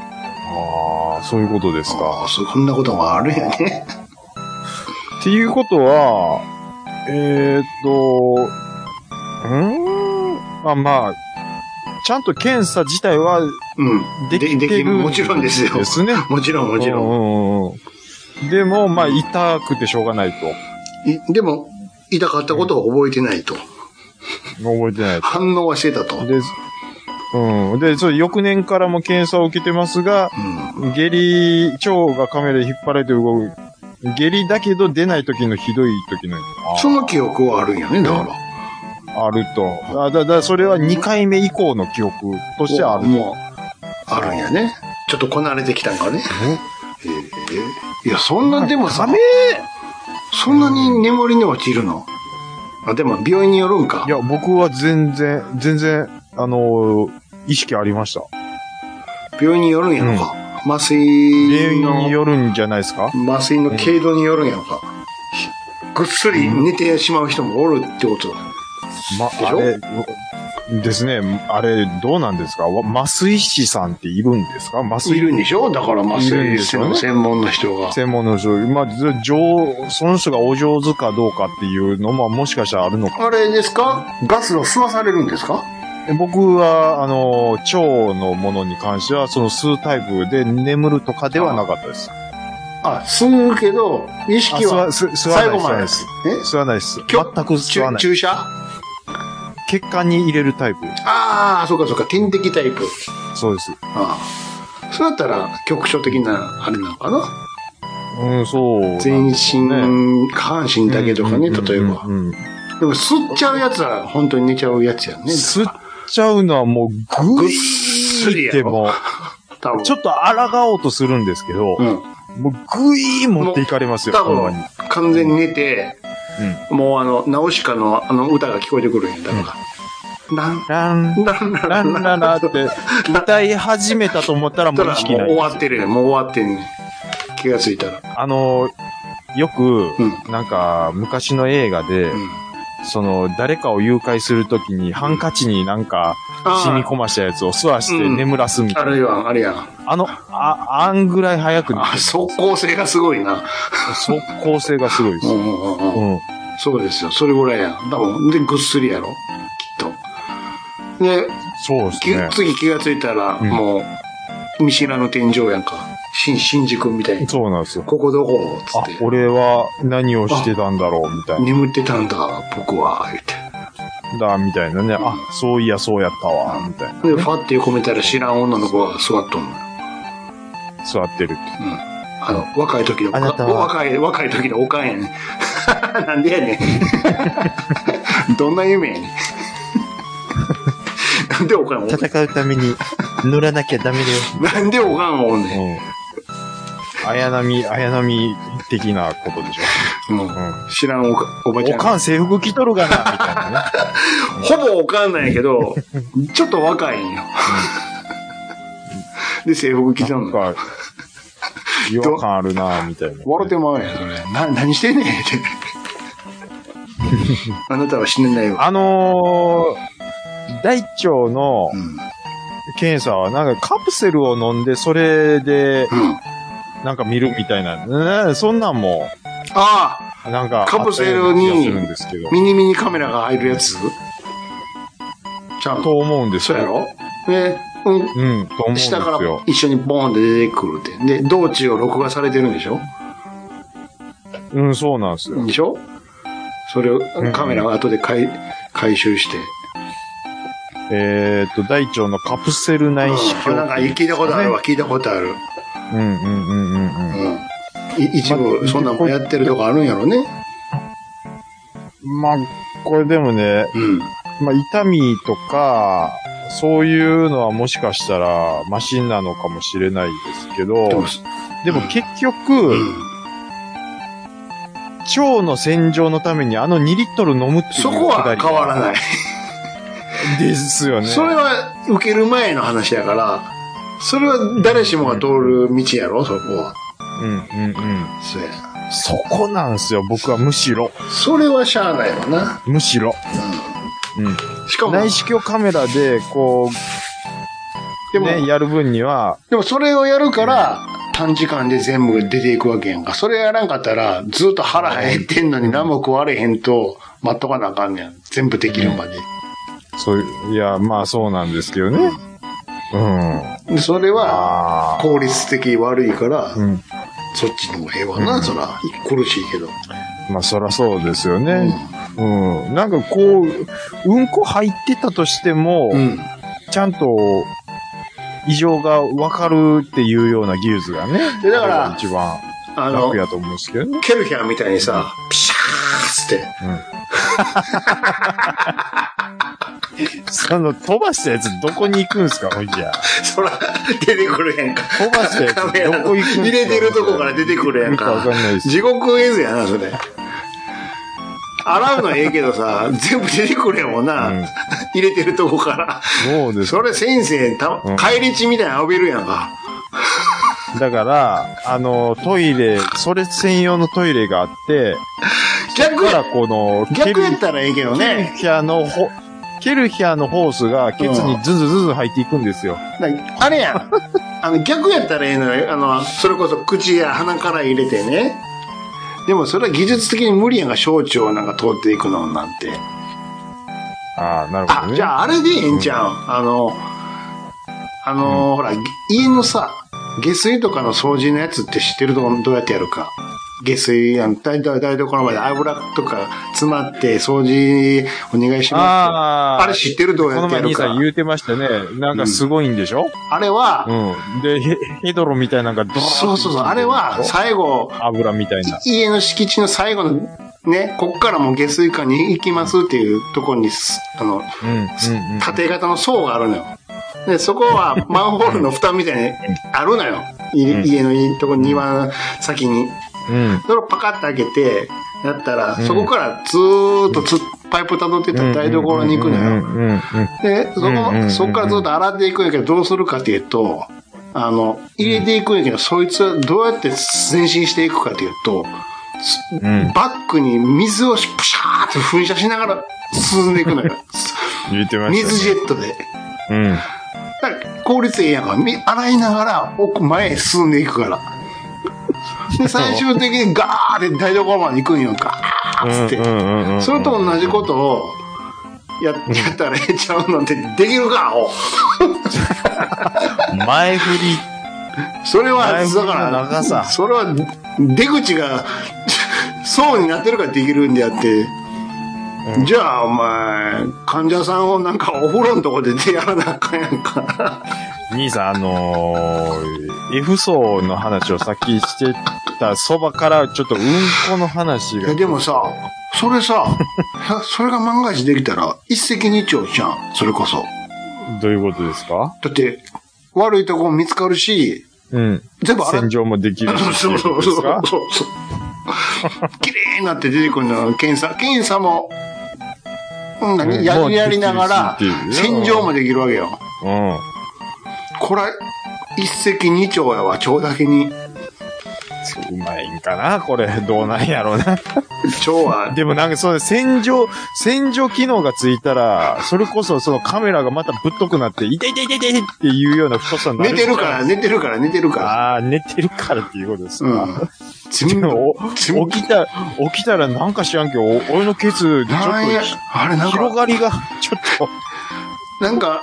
[SPEAKER 5] ああ、そういうことですか。
[SPEAKER 4] ああ、そう、こんなこともあるんやね。
[SPEAKER 5] っていうことは、えー、っと、うーん、まあまあ、ちゃんと検査自体は
[SPEAKER 4] うん。
[SPEAKER 5] できてる
[SPEAKER 4] もちろんですよ。
[SPEAKER 5] ですね。
[SPEAKER 4] もちろん、もちろん。
[SPEAKER 5] ん。うんでも、まあ、痛くてしょうがないと。
[SPEAKER 4] いでも、痛かったことを覚えてないと。
[SPEAKER 5] 覚えてない
[SPEAKER 4] 反応はしてたと。うん。
[SPEAKER 5] と。で、うん。で、そう、翌年からも検査を受けてますが、下痢、腸がカメラで引っ張られて動く。下痢だけど出ない時のひどい時の。あー
[SPEAKER 4] その記憶はあるんやね、だから。
[SPEAKER 5] あると。あだ、だ、それは2回目以降の記憶としてある。
[SPEAKER 4] もう、あるんやね。ちょっとこなれてきたんかね。ええいや、そんな、でもさ、そんなに眠りに落ちるのあ、でも病院によるんか
[SPEAKER 5] い。や、僕は全然、全然、あのー意識ありました。
[SPEAKER 4] 病院によるんやろか。麻
[SPEAKER 5] 原
[SPEAKER 4] 酔
[SPEAKER 5] 因に
[SPEAKER 4] の、
[SPEAKER 5] よるんじゃないですか
[SPEAKER 4] 麻酔の軽度によるんやろか。ぐっすり寝てしまう人もおるってこと。
[SPEAKER 5] ま、
[SPEAKER 4] でし
[SPEAKER 5] あ
[SPEAKER 4] ょ
[SPEAKER 5] れ、ですね。あれ、どうなんですかわ麻酔師さんっているんですか麻
[SPEAKER 4] い
[SPEAKER 5] 酔
[SPEAKER 4] るんでしょだから麻
[SPEAKER 5] いるん
[SPEAKER 4] 酔
[SPEAKER 5] ですよね
[SPEAKER 4] 専門の人が。
[SPEAKER 5] 専門の人、まあ、ず上、その人がお上手かどうかっていうのも、もしかしたらあるのか。
[SPEAKER 4] あれですかガスを吸わされるんですか
[SPEAKER 5] 僕は、あの、腸のものに関しては、その吸うタイプで眠るとかではなかったです。
[SPEAKER 4] あ、吸うけど、意
[SPEAKER 5] あ
[SPEAKER 4] 識
[SPEAKER 5] 吸わ
[SPEAKER 4] は
[SPEAKER 5] 吸吸わ
[SPEAKER 4] 最
[SPEAKER 5] ない
[SPEAKER 4] 後まで
[SPEAKER 5] で
[SPEAKER 4] ですす。。
[SPEAKER 5] 吸わないです。
[SPEAKER 4] きょ
[SPEAKER 5] 全く吸わ
[SPEAKER 4] え
[SPEAKER 5] ない。
[SPEAKER 4] 注射
[SPEAKER 5] 血管に入れるタイプ。
[SPEAKER 4] ああ、そうかそうか、点滴タイプ。
[SPEAKER 5] そうです。
[SPEAKER 4] ああ。そうだったら、局所的な、あれなのかな
[SPEAKER 5] うん、そう。
[SPEAKER 4] 全身、
[SPEAKER 5] ね
[SPEAKER 4] 下半身だけとかね、例えば。
[SPEAKER 5] うんうんうん
[SPEAKER 4] でも、吸っちゃうやつは、本当に寝ちゃうやつやんね。
[SPEAKER 5] 吸っちゃうのはもう、ぐ
[SPEAKER 4] ぐっ
[SPEAKER 5] っ
[SPEAKER 4] すりや
[SPEAKER 5] て
[SPEAKER 4] ろ。
[SPEAKER 5] も、
[SPEAKER 4] 多分。
[SPEAKER 5] ちょっと抗おうとするんですけど、
[SPEAKER 4] うん。
[SPEAKER 5] もうぐいー持っていかれますよ、
[SPEAKER 4] 多
[SPEAKER 5] ほんまに
[SPEAKER 4] 分。、完全に寝て、もうあの、ナオシカのあの歌が聞こえてくるんや、だから。なん、
[SPEAKER 5] ラン、
[SPEAKER 4] なん、なん、
[SPEAKER 5] ランララって、歌い始めたと思ったらも
[SPEAKER 4] た
[SPEAKER 5] う
[SPEAKER 4] ら
[SPEAKER 5] 意
[SPEAKER 4] もう
[SPEAKER 5] 識な
[SPEAKER 4] 終
[SPEAKER 5] い。
[SPEAKER 4] わってるやんもう終わってんねん気がついたら。
[SPEAKER 5] あの、よく、
[SPEAKER 4] うん
[SPEAKER 5] なんか、昔の映画で、
[SPEAKER 4] うん。
[SPEAKER 5] その、誰かを誘拐するときに、ハンカチになんか、染み込ましたやつを吸わして
[SPEAKER 4] うん
[SPEAKER 5] 眠らすみたい
[SPEAKER 4] あ
[SPEAKER 5] な。
[SPEAKER 4] るいは、あれやん。
[SPEAKER 5] あの、あ、あんぐらい早く、
[SPEAKER 4] あ、即効性がすごいな。
[SPEAKER 5] 速攻性がすごいで
[SPEAKER 4] う
[SPEAKER 5] す。
[SPEAKER 4] んうんうん
[SPEAKER 5] う
[SPEAKER 4] うん。
[SPEAKER 5] ん。
[SPEAKER 4] そうですよ。それぐらいやん。多分。で、ぐっすりやろ。きっと。で、
[SPEAKER 5] そうです
[SPEAKER 4] き
[SPEAKER 5] ね。
[SPEAKER 4] 次気がついたら、
[SPEAKER 5] うん
[SPEAKER 4] もう、見知らぬ天井やんか。新、新宿みたいに。
[SPEAKER 5] そうなんですよ。
[SPEAKER 4] ここどこつ
[SPEAKER 5] あ
[SPEAKER 4] って、。
[SPEAKER 5] 俺は何をしてたんだろうみたいな。
[SPEAKER 4] 眠ってたんだ、僕は、言って。
[SPEAKER 5] だ、みたいなね。あ、そういや、そうやったわ、みたいな。
[SPEAKER 4] で、ファって横見たら知らん女の子が座っとんのよ。
[SPEAKER 5] 座ってる
[SPEAKER 4] う
[SPEAKER 5] って。
[SPEAKER 4] ん。あの、若い時の、
[SPEAKER 5] あなたは
[SPEAKER 4] 若い、若い時のおかん やねん。なんでやねん。 どんな夢やねん。なんでおかんおんねん
[SPEAKER 5] 戦うために乗らなきゃダメだよ。
[SPEAKER 4] なんでおかんおんね
[SPEAKER 5] うん。綾波、綾波的なことでしょ。
[SPEAKER 4] ん。もう
[SPEAKER 5] う
[SPEAKER 4] 知らんおかおば
[SPEAKER 5] ん。
[SPEAKER 4] ちゃ
[SPEAKER 5] お
[SPEAKER 4] ん。
[SPEAKER 5] かん制服着とるがな、みたいな ね。
[SPEAKER 4] ほぼおかんなんやけど、ちょっと若いんよ。 で、制服着てんの。
[SPEAKER 5] なんか、違和感あるな、みたいな。
[SPEAKER 4] 笑ってまうやん、それ。な、何してんねん って。あなたは死ねないわ。
[SPEAKER 5] あのー、大腸の
[SPEAKER 4] うん。
[SPEAKER 5] 検査は、なんかカプセルを飲んで、それで、
[SPEAKER 4] うん。
[SPEAKER 5] なんか見るみたいな。ねそんなんも、
[SPEAKER 4] あ
[SPEAKER 5] なんか、
[SPEAKER 4] カプセルに
[SPEAKER 5] あったような気がするんですけど
[SPEAKER 4] あ。ミニミニカメラが入るやつちゃんと。
[SPEAKER 5] と思うんです
[SPEAKER 4] そう
[SPEAKER 5] よ
[SPEAKER 4] やろで、うん。
[SPEAKER 5] うん、と思うんです
[SPEAKER 4] 下から
[SPEAKER 5] よ。
[SPEAKER 4] 一緒にボーンって出てくるって。で、道中を録画されてるんでしょ
[SPEAKER 5] うん、そうなんですよ。
[SPEAKER 4] でしょそれを
[SPEAKER 5] ん
[SPEAKER 4] カメラが後で回回収して。
[SPEAKER 5] えーっと、大腸のカプセル内視
[SPEAKER 4] うんなんか
[SPEAKER 5] 鏡。
[SPEAKER 4] 聞いたことあるわ、聞いたことある。
[SPEAKER 5] うん、うん、うん、うん
[SPEAKER 4] う。
[SPEAKER 5] うん
[SPEAKER 4] い一部、
[SPEAKER 5] ま
[SPEAKER 4] そんなんもやってるとこあるんやろね。
[SPEAKER 5] ん。まあ、これでもね、
[SPEAKER 4] うん。
[SPEAKER 5] まあ、痛みとか、そういうのはもしかしたら、マシンなのかもしれないですけど
[SPEAKER 4] で、も、
[SPEAKER 5] でも結局、
[SPEAKER 4] うん。
[SPEAKER 5] 腸の洗浄のためにあの2リットル飲むっていう
[SPEAKER 4] そこは変わら
[SPEAKER 5] い。
[SPEAKER 4] ない。
[SPEAKER 5] ですよね。
[SPEAKER 4] それは受ける前の話やから、それは誰しもが通る道やろ、そこは。
[SPEAKER 5] うんうんうん。
[SPEAKER 4] そうやな
[SPEAKER 5] そこなんですよ、僕はむしろ。
[SPEAKER 4] それはしゃあないわな。
[SPEAKER 5] むしろ。うん。
[SPEAKER 4] しかも、
[SPEAKER 5] 内視鏡カメラで、こ
[SPEAKER 4] で
[SPEAKER 5] う、
[SPEAKER 4] も、
[SPEAKER 5] ね、やる分には、
[SPEAKER 4] でもそれをやるから、短時間で全部出ていくわけやんか。それやらんかったら、ずっと腹減ってんのに何も食われへんと、待っとかなあかんねん。全部できるまで。
[SPEAKER 5] そういう、いや、まあそうなんですけどね。うん。
[SPEAKER 4] でそれは、
[SPEAKER 5] ああ。
[SPEAKER 4] 効率的に悪いから、
[SPEAKER 5] うん。
[SPEAKER 4] そっちの方が平和な、
[SPEAKER 5] うん
[SPEAKER 4] そら。苦しいけど。
[SPEAKER 5] まあそらそうですよ
[SPEAKER 4] うん
[SPEAKER 5] ね。うん。なんかこう、うんこ入ってたとしても、
[SPEAKER 4] うん。
[SPEAKER 5] ちゃんと、異常がわかるっていうような技術がね。
[SPEAKER 4] でだから
[SPEAKER 5] あれが一番
[SPEAKER 4] あの
[SPEAKER 5] 楽、やと思うんですけどね。
[SPEAKER 4] ケルヒャーみたいにさ、ピシャーっつって。
[SPEAKER 5] あの、飛ばしたやつどこに行くんすか、ほいじゃあ。
[SPEAKER 4] そら、出てくるやんか。
[SPEAKER 5] 飛ばしたやつ
[SPEAKER 4] カメラ
[SPEAKER 5] どこ行くんすか
[SPEAKER 4] 入れてるとこから出てくるやんか
[SPEAKER 5] よくわかんないです。
[SPEAKER 4] 地獄絵図やな、それ。洗うのはええけどさ、全部出てくるやもんな。
[SPEAKER 5] うん
[SPEAKER 4] 入れてるとこか
[SPEAKER 5] そうで
[SPEAKER 4] ら。
[SPEAKER 5] す
[SPEAKER 4] それ先生、た
[SPEAKER 5] うん
[SPEAKER 4] 帰り血みたいなの浴びるやんか。
[SPEAKER 5] だから、あの、トイレ、それ専用のトイレがあって、
[SPEAKER 4] 逆
[SPEAKER 5] だから
[SPEAKER 4] や、
[SPEAKER 5] この、ケ
[SPEAKER 4] 逆
[SPEAKER 5] ル
[SPEAKER 4] やったらええけど
[SPEAKER 5] ケル
[SPEAKER 4] ね。
[SPEAKER 5] ヒャのほ、ケルヒャのホースがケツにズズズズ入っていくんですよ。
[SPEAKER 4] なあれやん。あの、逆やったらええのよ。あの、それこそ口や鼻から入れてね。でもそれは技術的に無理やんか、小腸なんか通っていくのなんて。
[SPEAKER 5] ああ、なるほ
[SPEAKER 4] あ
[SPEAKER 5] ど、ね。
[SPEAKER 4] じゃああれでええんちゃう、あの、あの、ほら、家のさ、下水とかの掃除のやつって知ってるどどうやってやるか。下水やん、台台台所まで油とか詰まって掃除お願いしま
[SPEAKER 5] あ
[SPEAKER 4] あれ知ってるどうやってやるか
[SPEAKER 5] この前兄さん言うてましたね。なんかすごいんでしょ
[SPEAKER 4] す。、あれは、
[SPEAKER 5] うん、で、ヘヘドロみたいなんかドーン
[SPEAKER 4] そうそうそう、あれは最後、
[SPEAKER 5] 油みたいな。
[SPEAKER 4] 家の敷地の最後の、ね、こっからもう下水管に行きますっていうところにす、あの、
[SPEAKER 5] うん、うん、うん。
[SPEAKER 4] 縦型の層があるのよ。で、そこ はマンホールの蓋みたいにあるのよ。い
[SPEAKER 5] うん
[SPEAKER 4] 家のいいとこ、庭の先に。
[SPEAKER 5] うん。
[SPEAKER 4] それをパカッと開けて、やったら、
[SPEAKER 5] うん
[SPEAKER 4] そこからずーっとつ、パイプ辿ってったら台所に行くの
[SPEAKER 5] うん、
[SPEAKER 4] よ。
[SPEAKER 5] うん、うん。
[SPEAKER 4] で、そ
[SPEAKER 5] うんうんう
[SPEAKER 4] こ、
[SPEAKER 5] ん
[SPEAKER 4] そこからずっと洗っていくんやけど、どうするかっていうと、あの、入れていくんやけど、そいつはどうやって前進していくかっていうと、す
[SPEAKER 5] うん
[SPEAKER 4] バックに水をしプシャーって噴射しながら進んでい くのよ。
[SPEAKER 5] 言ってました、ね。
[SPEAKER 4] 水ジェットで。
[SPEAKER 5] うん。
[SPEAKER 4] だから効率ええやんか。み洗いながら奥前へ進んでいくから。で、最終的にガーって台所まで行くんやんか。ガーっつって。
[SPEAKER 5] うんうんうんうん
[SPEAKER 4] それと同じことをややったらええちゃうなんてできるか、アホ
[SPEAKER 5] 前振り。
[SPEAKER 4] それは、
[SPEAKER 5] だい
[SPEAKER 4] だ
[SPEAKER 5] ぶ
[SPEAKER 4] から、
[SPEAKER 5] 長さ
[SPEAKER 4] それは出口が層になってるからできるんであって。じゃあ、お前、患者さんをなんかお風呂のとこでやらなあかんやんか。
[SPEAKER 5] 兄さん、あのー、F 層の話をさっきしてたそばから、ちょっとうんこの話
[SPEAKER 4] いや
[SPEAKER 5] が。
[SPEAKER 4] でもさ、それ さ、さそれが万が一できたら、一石二鳥じゃん。それこそ。
[SPEAKER 5] どういうことですか
[SPEAKER 4] だって、悪いとこも見つかるし、
[SPEAKER 5] うん。
[SPEAKER 4] 全部洗っ
[SPEAKER 5] 洗浄もできるし。
[SPEAKER 4] そうそう
[SPEAKER 5] ってい
[SPEAKER 4] そう
[SPEAKER 5] ことですか
[SPEAKER 4] うそうそう。綺麗になって出てくるの検査。検査も、うん
[SPEAKER 5] うん
[SPEAKER 4] 何や
[SPEAKER 5] もう
[SPEAKER 4] りやりながら
[SPEAKER 5] できる、しっていうね
[SPEAKER 4] 洗浄もできるわけよ。
[SPEAKER 5] うん。
[SPEAKER 4] これ、一石二鳥やわ、腸だけに。
[SPEAKER 5] うまいんかなこれ、どうなんやろうな。
[SPEAKER 4] 腸は、
[SPEAKER 5] でもなんかそう、洗浄、洗浄機能がついたら、それこそそのカメラがまたぶっとくなって、痛い痛い痛い痛いっていうような太さになる。
[SPEAKER 4] 寝てるから、寝てるから、寝てるから。
[SPEAKER 5] ああ、寝てるからっていうことです
[SPEAKER 4] う
[SPEAKER 5] か。
[SPEAKER 4] ん。全
[SPEAKER 5] で
[SPEAKER 4] 部、
[SPEAKER 5] も
[SPEAKER 4] 全部
[SPEAKER 5] お起きた、起きたらなんか知らんけど、お俺のケツ、ちょっ
[SPEAKER 4] なんや、あれな
[SPEAKER 5] と、
[SPEAKER 4] んか
[SPEAKER 5] 広、がりが、ちょっと、
[SPEAKER 4] なんか、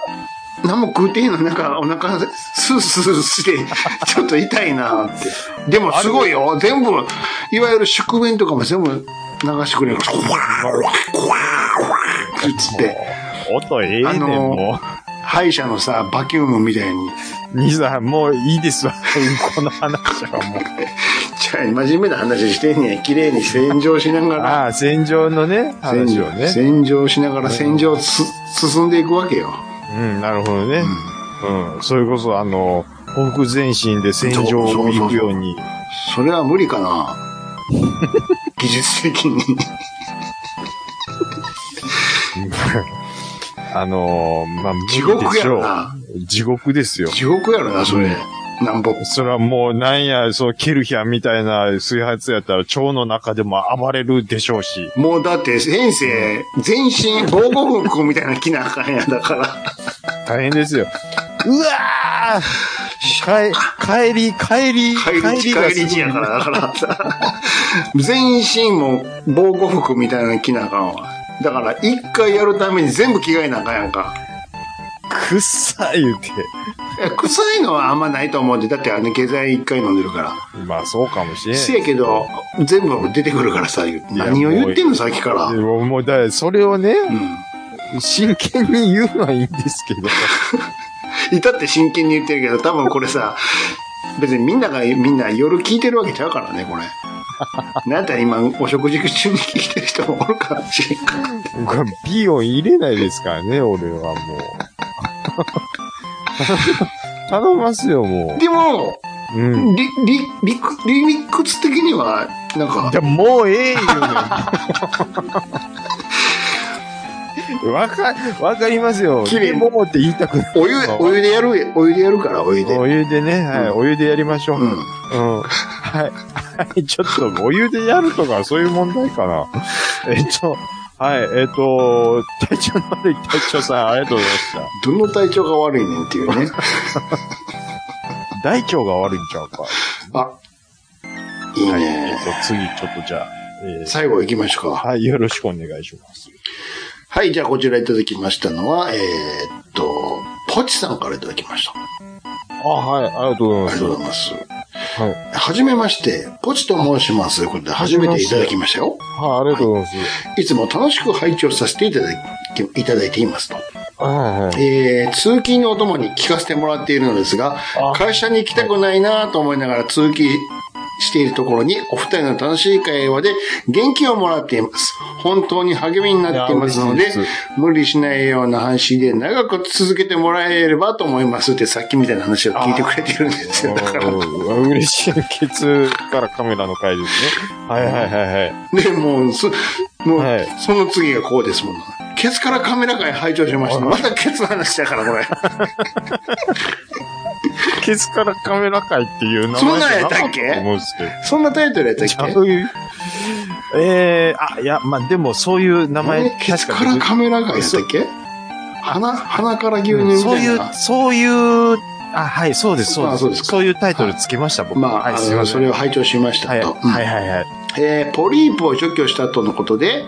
[SPEAKER 4] 何も食うてへんのになんかお腹スースーして、 ちょっと痛いなって。でもすごいよ。全部、いわゆる宿便とかも全部流してくれるから、わーわーわーっつって、
[SPEAKER 5] 音ええね
[SPEAKER 4] あ
[SPEAKER 5] ん、
[SPEAKER 4] のー
[SPEAKER 5] も
[SPEAKER 4] 歯医者のさ、バキュームみたいに、
[SPEAKER 5] う。兄さん、もういいですわ。 うんこの話はもう。
[SPEAKER 4] じゃあ真面目な話してんねん。綺麗に洗浄しながら、
[SPEAKER 5] ああ、洗浄のね、
[SPEAKER 4] 洗
[SPEAKER 5] 話
[SPEAKER 4] 浄
[SPEAKER 5] をね。
[SPEAKER 4] 洗浄しながら洗浄す進んでいくわけよ。
[SPEAKER 5] うん、なるほどね。うん。それこそ、あの、ほふ前進で洗浄を行くように。
[SPEAKER 4] それは無理かな。技術的に。
[SPEAKER 5] あのー、まあ、
[SPEAKER 4] 地獄やろな。
[SPEAKER 5] 無理でしょう。地獄ですよ。
[SPEAKER 4] 地獄やろな、それ。なんぼ。
[SPEAKER 5] それはもう、なんや、そう、ケルヒャンみたいな水発やったら、腸の中でも暴れるでしょうし。
[SPEAKER 4] もうだって、先生、全身防護服みたいな着なあかんやんだから。
[SPEAKER 5] 大変ですよ。うわー帰、帰り、帰り、
[SPEAKER 4] 帰り、
[SPEAKER 5] が
[SPEAKER 4] 帰り地やから、だから。全身も防護服みたいなの着なあかんわ。だから、一回やるために全部着替えなあかんやんか。
[SPEAKER 5] くっさい言うて。
[SPEAKER 4] え臭いのはあんまないと思うんで、だってあの下剤一回飲んでるから。
[SPEAKER 5] まあ、そうかもしれん。
[SPEAKER 4] せやけど、全部出てくるからさ、言う何を言ってんの、さっきから。
[SPEAKER 5] で
[SPEAKER 4] うん。
[SPEAKER 5] ももう、だからそれをね、真剣に言うのはいいんですけど。
[SPEAKER 4] 至って真剣に言ってるけど、多分これさ、別にみんながみんな夜聞いてるわけちゃうからね、これ。なんだ今、お食事中に聞いてる人もおるかもしれんから。
[SPEAKER 5] これ、ピーを入れないですからね、俺はもう。 頼ますよ、も
[SPEAKER 4] でも、
[SPEAKER 5] う。うん。
[SPEAKER 4] り、り、理屈理屈的には、なんか
[SPEAKER 5] じ、ゃ、もうええ言うねん。わか、わかりますよ。
[SPEAKER 4] 綺麗
[SPEAKER 5] でもって言いたくない。
[SPEAKER 4] お湯、お湯でやる、お湯でやるから、お湯で。
[SPEAKER 5] お湯でね、はい、
[SPEAKER 4] うん
[SPEAKER 5] お湯でやりましょう。
[SPEAKER 4] う
[SPEAKER 5] うん。
[SPEAKER 4] ん。
[SPEAKER 5] はい。はい、 ちょっと、お湯でやるとか、そういう問題かな。 えっと、はい、えっと、隊長の悪い隊長さん、ありがとうございました。
[SPEAKER 4] どの体調が悪いねんっていうね。
[SPEAKER 5] 大腸が悪いんちゃうか。
[SPEAKER 4] あ、いい
[SPEAKER 5] はい、えっ
[SPEAKER 4] ね。
[SPEAKER 5] と、次、ちょっとじゃあ、えー
[SPEAKER 4] 最後行きましょうか。
[SPEAKER 5] はい、よろしくお願いします。
[SPEAKER 4] はい、じゃあこちらいただきましたのは、えーっと、ポチさんからいただきました。
[SPEAKER 5] あ、はい、ありがとうご
[SPEAKER 4] あ
[SPEAKER 5] ざ
[SPEAKER 4] りがとう
[SPEAKER 5] いま
[SPEAKER 4] ございます。
[SPEAKER 5] す。はい、
[SPEAKER 4] はじめまして、ポチと申します。ということで、初めていただきましたよ。
[SPEAKER 5] はい、ありがとうございます。
[SPEAKER 4] いつも楽しく拝聴させていただき、いただいていますと。
[SPEAKER 5] はい、はい。
[SPEAKER 4] えー、通勤のお供に聞かせてもらっているのですが
[SPEAKER 5] あ、
[SPEAKER 4] 会社に行きたくないなぁと思いながら通勤しているところに、お二人の楽しい会話で元気をもらっています。本当に励みになっていますの
[SPEAKER 5] いや
[SPEAKER 4] で
[SPEAKER 5] 嬉しいで、
[SPEAKER 4] 無理しないような話で長く続けてもらえればと思いますって、さっきみたいな話を聞いてくれてるんですよ。だから。
[SPEAKER 5] うん嬉しい。ケツからカメラの回ですね。はいはいはいはい。
[SPEAKER 4] で、もう、そ、もう、
[SPEAKER 5] はい
[SPEAKER 4] その次がこうですもんな。ケツからカメラ会拝聴しました。またケツの話だから、これ。
[SPEAKER 5] ケツからカメラ回って いう名前
[SPEAKER 4] そんなん
[SPEAKER 5] じゃ
[SPEAKER 4] や
[SPEAKER 5] な
[SPEAKER 4] った
[SPEAKER 5] か
[SPEAKER 4] っ
[SPEAKER 5] っ
[SPEAKER 4] け
[SPEAKER 5] たと思うんですけど。
[SPEAKER 4] そんなタイトルやったっ
[SPEAKER 5] ちゃ
[SPEAKER 4] け
[SPEAKER 5] ういうえー、あ、いや、まあ、でもそういう名前、
[SPEAKER 4] えケツからカメラ会やったっけ鼻、鼻から牛乳
[SPEAKER 5] う
[SPEAKER 4] み
[SPEAKER 5] ん
[SPEAKER 4] た
[SPEAKER 5] そう
[SPEAKER 4] い
[SPEAKER 5] いう
[SPEAKER 4] な、。
[SPEAKER 5] そういう、あ、はい、そうです、そうで
[SPEAKER 4] あ
[SPEAKER 5] す。
[SPEAKER 4] そ
[SPEAKER 5] そうう
[SPEAKER 4] ですか
[SPEAKER 5] いうタイトルつけました、僕。
[SPEAKER 4] まあ、
[SPEAKER 5] はい、
[SPEAKER 4] あ
[SPEAKER 5] すい
[SPEAKER 4] の
[SPEAKER 5] ませ
[SPEAKER 4] そ
[SPEAKER 5] ん。
[SPEAKER 4] れを拝聴しましたと。
[SPEAKER 5] はい、
[SPEAKER 4] うん
[SPEAKER 5] はい、はいはい。
[SPEAKER 4] えーポリープを除去したとのことで、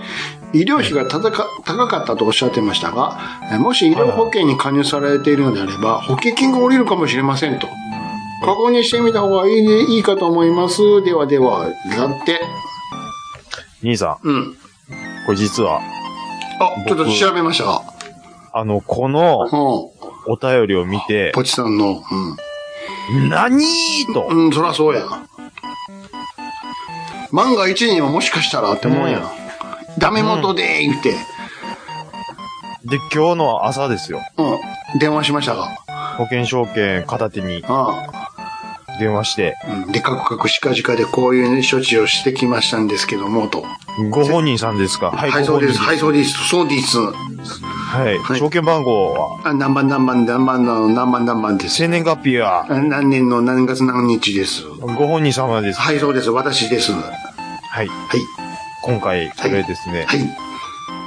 [SPEAKER 4] 医療費が高か高かったとおっしゃってましたが、えーもし医療保険に加入されているのであれば、保険金が下りるかもしれませんと。確認してみた方がいい,、いいかと思います。ではでは、だって。
[SPEAKER 5] 兄さん、
[SPEAKER 4] うん。
[SPEAKER 5] これ実は、
[SPEAKER 4] あ、ちょっと調べましたが。
[SPEAKER 5] あの、この
[SPEAKER 4] うん。ポ
[SPEAKER 5] お便りを見て、
[SPEAKER 4] チさんの。
[SPEAKER 5] 何と
[SPEAKER 4] う、ん。うん、そらそうや。万が一にももしかしたらって思うやん。
[SPEAKER 5] うん
[SPEAKER 4] ダメ元で言って、
[SPEAKER 5] で、今日の朝ですよ。
[SPEAKER 4] うん。電話しましたが。
[SPEAKER 5] 保険証券片手に
[SPEAKER 4] うん。
[SPEAKER 5] 電話して、
[SPEAKER 4] うんで、カクカクしかじかでこういう、ね、処置をしてきましたんですけども、と。
[SPEAKER 5] ご本人さんですかは
[SPEAKER 4] はい、
[SPEAKER 5] ご
[SPEAKER 4] そう
[SPEAKER 5] 本人
[SPEAKER 4] です。はい、そうです。そうです。
[SPEAKER 5] はい。
[SPEAKER 4] はい
[SPEAKER 5] 証券番号は、
[SPEAKER 4] あ、何番何番何番の何番何番です。
[SPEAKER 5] 生年月日は、
[SPEAKER 4] あ何年の何月何日です。
[SPEAKER 5] ご本人様です。
[SPEAKER 4] はい、そうです。私です。はい。
[SPEAKER 5] はい。今回、これですね、
[SPEAKER 4] はい。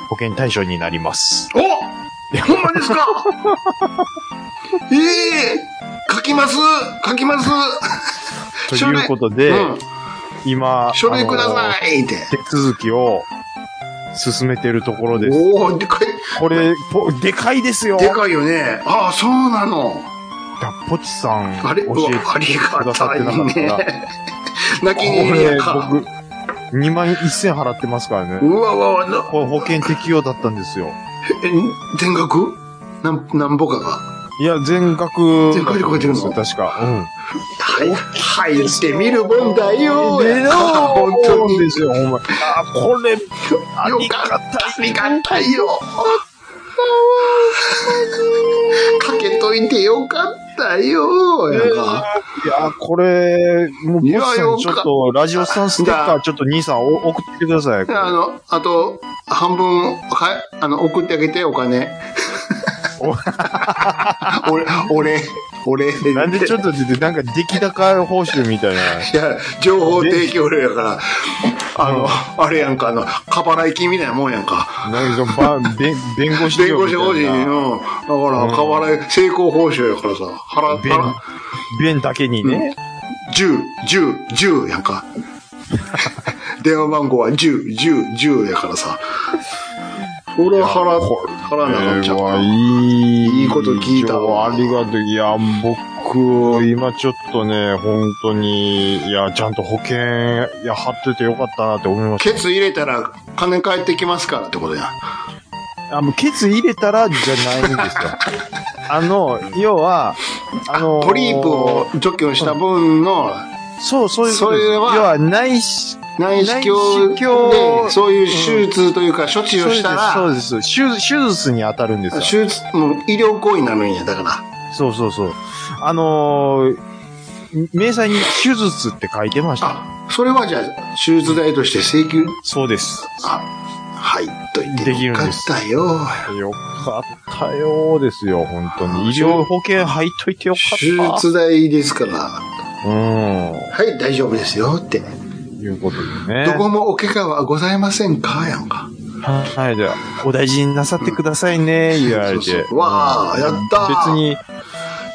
[SPEAKER 5] 保険対象になります。
[SPEAKER 4] おほんまですかええ書きます書きます
[SPEAKER 5] ということで、
[SPEAKER 4] うん、
[SPEAKER 5] 今、
[SPEAKER 4] 書類くだ
[SPEAKER 5] あ
[SPEAKER 4] さいって。
[SPEAKER 5] の手続きを進めてるところです。
[SPEAKER 4] おおでかい、
[SPEAKER 5] これ、ぽでかいですよ。
[SPEAKER 4] でかいよね。ああ、そうなの。
[SPEAKER 5] ポチさん、
[SPEAKER 4] あれ
[SPEAKER 5] 教
[SPEAKER 4] うわ
[SPEAKER 5] えて
[SPEAKER 4] あり
[SPEAKER 5] く
[SPEAKER 4] が
[SPEAKER 5] ださったて
[SPEAKER 4] い
[SPEAKER 5] なかったから。
[SPEAKER 4] ね。泣きに
[SPEAKER 5] こ
[SPEAKER 4] 入りや
[SPEAKER 5] れ、
[SPEAKER 4] か。
[SPEAKER 5] 僕、2万1000払ってますからね。
[SPEAKER 4] うわうわうわ、な
[SPEAKER 5] これ保険適用だったんですよ。
[SPEAKER 4] え全額なん、なんぼかが。
[SPEAKER 5] いや、全額。
[SPEAKER 4] 全額で超えてるの
[SPEAKER 5] 確か。
[SPEAKER 4] はい、入ってみるもんだ
[SPEAKER 5] う
[SPEAKER 4] よ。
[SPEAKER 5] ん。でなあ
[SPEAKER 4] 本当に。
[SPEAKER 5] ですよ、ほんま。あ、これ、あ
[SPEAKER 4] よかった、ありがたいよ。かけといてよかった。さいよ、やんか。
[SPEAKER 5] いや、これ、もう、ボスさん、ちょっと、ラジオさんステッカー、ちょっと兄さんお送ってください。
[SPEAKER 4] あの、あと、半分、はい、あの、送ってあげて、お金。 俺、俺、俺。
[SPEAKER 5] なんでちょっと出て、なんか出来高報酬みたいな。
[SPEAKER 4] いや、情報提供料やから、あの、あれやんか、あの、過払い金みたいなもんやんか。
[SPEAKER 5] なんかその、ば弁弁護士
[SPEAKER 4] 弁
[SPEAKER 5] 料
[SPEAKER 4] 護
[SPEAKER 5] みた
[SPEAKER 4] 士
[SPEAKER 5] いな
[SPEAKER 4] 法人の、だから、過払い、成功報酬やからさ、払ったら、
[SPEAKER 5] 弁だけにね。
[SPEAKER 4] 10、10、10やん か。電話番号は10、10、10やからさ。それは払、払わなあかっちゃう
[SPEAKER 5] これは
[SPEAKER 4] か。
[SPEAKER 5] いい。
[SPEAKER 4] いいこと聞いたわ
[SPEAKER 5] ありがとう。いや、僕、今ちょっとね、本当に、いや、ちゃんと保険、いや、貼っててよかったなって思いました。
[SPEAKER 4] ケツ入れたら金返ってきますからってことやん。
[SPEAKER 5] あ、もう、ケツ入れたら、じゃない んですよ。あの、要は、あの
[SPEAKER 4] ポリープを除去した分の
[SPEAKER 5] そう、そういうことです
[SPEAKER 4] それは
[SPEAKER 5] 要は、内視、
[SPEAKER 4] 内視
[SPEAKER 5] 内視鏡
[SPEAKER 4] 鏡で、そういう手術というか処置をした
[SPEAKER 5] そう
[SPEAKER 4] ら、
[SPEAKER 5] です、そうです。手手術に当たるんですよ。
[SPEAKER 4] 手術、もう医療行為になるんや、だから。
[SPEAKER 5] そうそうそう。あのー、明細に手術って書いてました。
[SPEAKER 4] あ、それはじゃあ、手術代として請求、
[SPEAKER 5] そうです。
[SPEAKER 4] あ、はい、と言って。
[SPEAKER 5] できるんです
[SPEAKER 4] よかったよ。
[SPEAKER 5] よかったよーですよ、本当に。医療保険入っといてよか
[SPEAKER 4] 手
[SPEAKER 5] った。
[SPEAKER 4] 術代ですから、は
[SPEAKER 5] うん。
[SPEAKER 4] い、大丈夫ですよって。
[SPEAKER 5] いうことでね。
[SPEAKER 4] どこもお怪我はございませんかやんか。
[SPEAKER 5] はい、じゃあお大事になさってくださいね、言われ
[SPEAKER 4] そう
[SPEAKER 5] て。
[SPEAKER 4] そうわー
[SPEAKER 5] うん
[SPEAKER 4] やったー
[SPEAKER 5] 別に、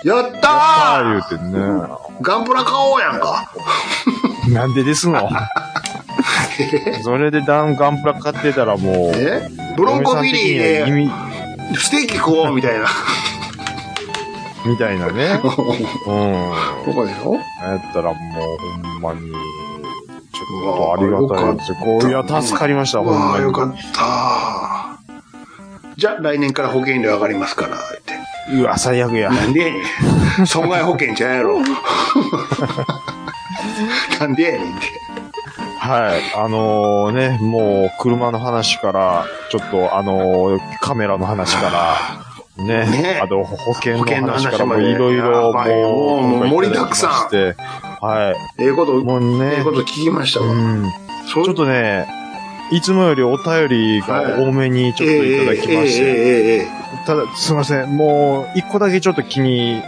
[SPEAKER 4] やった
[SPEAKER 5] あ
[SPEAKER 4] ー
[SPEAKER 5] ー言うて
[SPEAKER 4] ガンプラ買おうやんか。
[SPEAKER 5] ね。なんでで すのそれでダンガンプラ買ってたらもう。
[SPEAKER 4] えブロンコフィリー
[SPEAKER 5] 嫁さん的
[SPEAKER 4] で
[SPEAKER 5] には
[SPEAKER 4] ステーキ食おうみたいな。
[SPEAKER 5] 意味みたいなね。うん。
[SPEAKER 4] そうかでしょ
[SPEAKER 5] やったらもう、ほんまに、ちょっとありがたいですよ。こういや、助かりました、
[SPEAKER 4] う
[SPEAKER 5] ほん
[SPEAKER 4] わ
[SPEAKER 5] ま
[SPEAKER 4] あ、
[SPEAKER 5] に。
[SPEAKER 4] よかった。じゃあ、来年から保険料上がりますから、って。
[SPEAKER 5] うわ、最悪や。
[SPEAKER 4] なんでやね ん。損害保険ちゃうやろ。なんでやねんって。
[SPEAKER 5] はい。あのーね、もう、車の話から、ちょっと、あのーカメラの話から、ね、
[SPEAKER 4] ね
[SPEAKER 5] あと、保険の
[SPEAKER 4] 保険の
[SPEAKER 5] 話から
[SPEAKER 4] 話
[SPEAKER 5] も
[SPEAKER 4] ま
[SPEAKER 5] う
[SPEAKER 4] で
[SPEAKER 5] いろいろ、
[SPEAKER 4] やばいよ
[SPEAKER 5] もう、
[SPEAKER 4] もう
[SPEAKER 5] 今回
[SPEAKER 4] 盛りだくさん
[SPEAKER 5] いただきましては
[SPEAKER 4] ええこと、
[SPEAKER 5] い。もう
[SPEAKER 4] ええ
[SPEAKER 5] ね
[SPEAKER 4] こ、と聞きました
[SPEAKER 5] う
[SPEAKER 4] わ。
[SPEAKER 5] ん、
[SPEAKER 4] そう
[SPEAKER 5] ちょっとね、いつもよりお便りが多めにち
[SPEAKER 4] え
[SPEAKER 5] ょっといただきまして、
[SPEAKER 4] ええええええ
[SPEAKER 5] ただ、すいません、もう、一個だけちょっと気に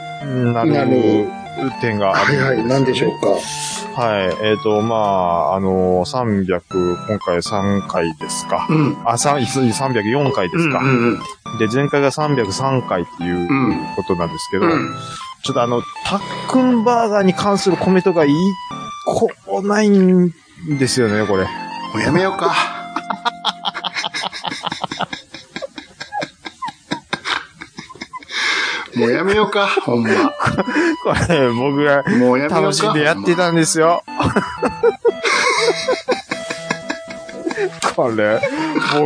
[SPEAKER 5] な
[SPEAKER 4] な
[SPEAKER 5] る
[SPEAKER 4] る
[SPEAKER 5] 点があ
[SPEAKER 4] は
[SPEAKER 5] る
[SPEAKER 4] いは
[SPEAKER 5] ん
[SPEAKER 4] い、なんでしょうか。
[SPEAKER 5] はい。えっ、と、まあ、あのー、300、今回3回ですか。
[SPEAKER 4] うん。
[SPEAKER 5] あ、さん304回で
[SPEAKER 4] う
[SPEAKER 5] す
[SPEAKER 4] ん
[SPEAKER 5] か、
[SPEAKER 4] うん。
[SPEAKER 5] で、前回が303回っていううんことなんですけど、
[SPEAKER 4] うん。
[SPEAKER 5] ちょっとあの、タックンバーガーに関するコメントが一個ないんですよね、これ。
[SPEAKER 4] もうやめようか。もうやめようか、ほんま。
[SPEAKER 5] これ、僕が
[SPEAKER 4] もうやめようか。
[SPEAKER 5] 楽しんでやってたんですよ。 これ、僕、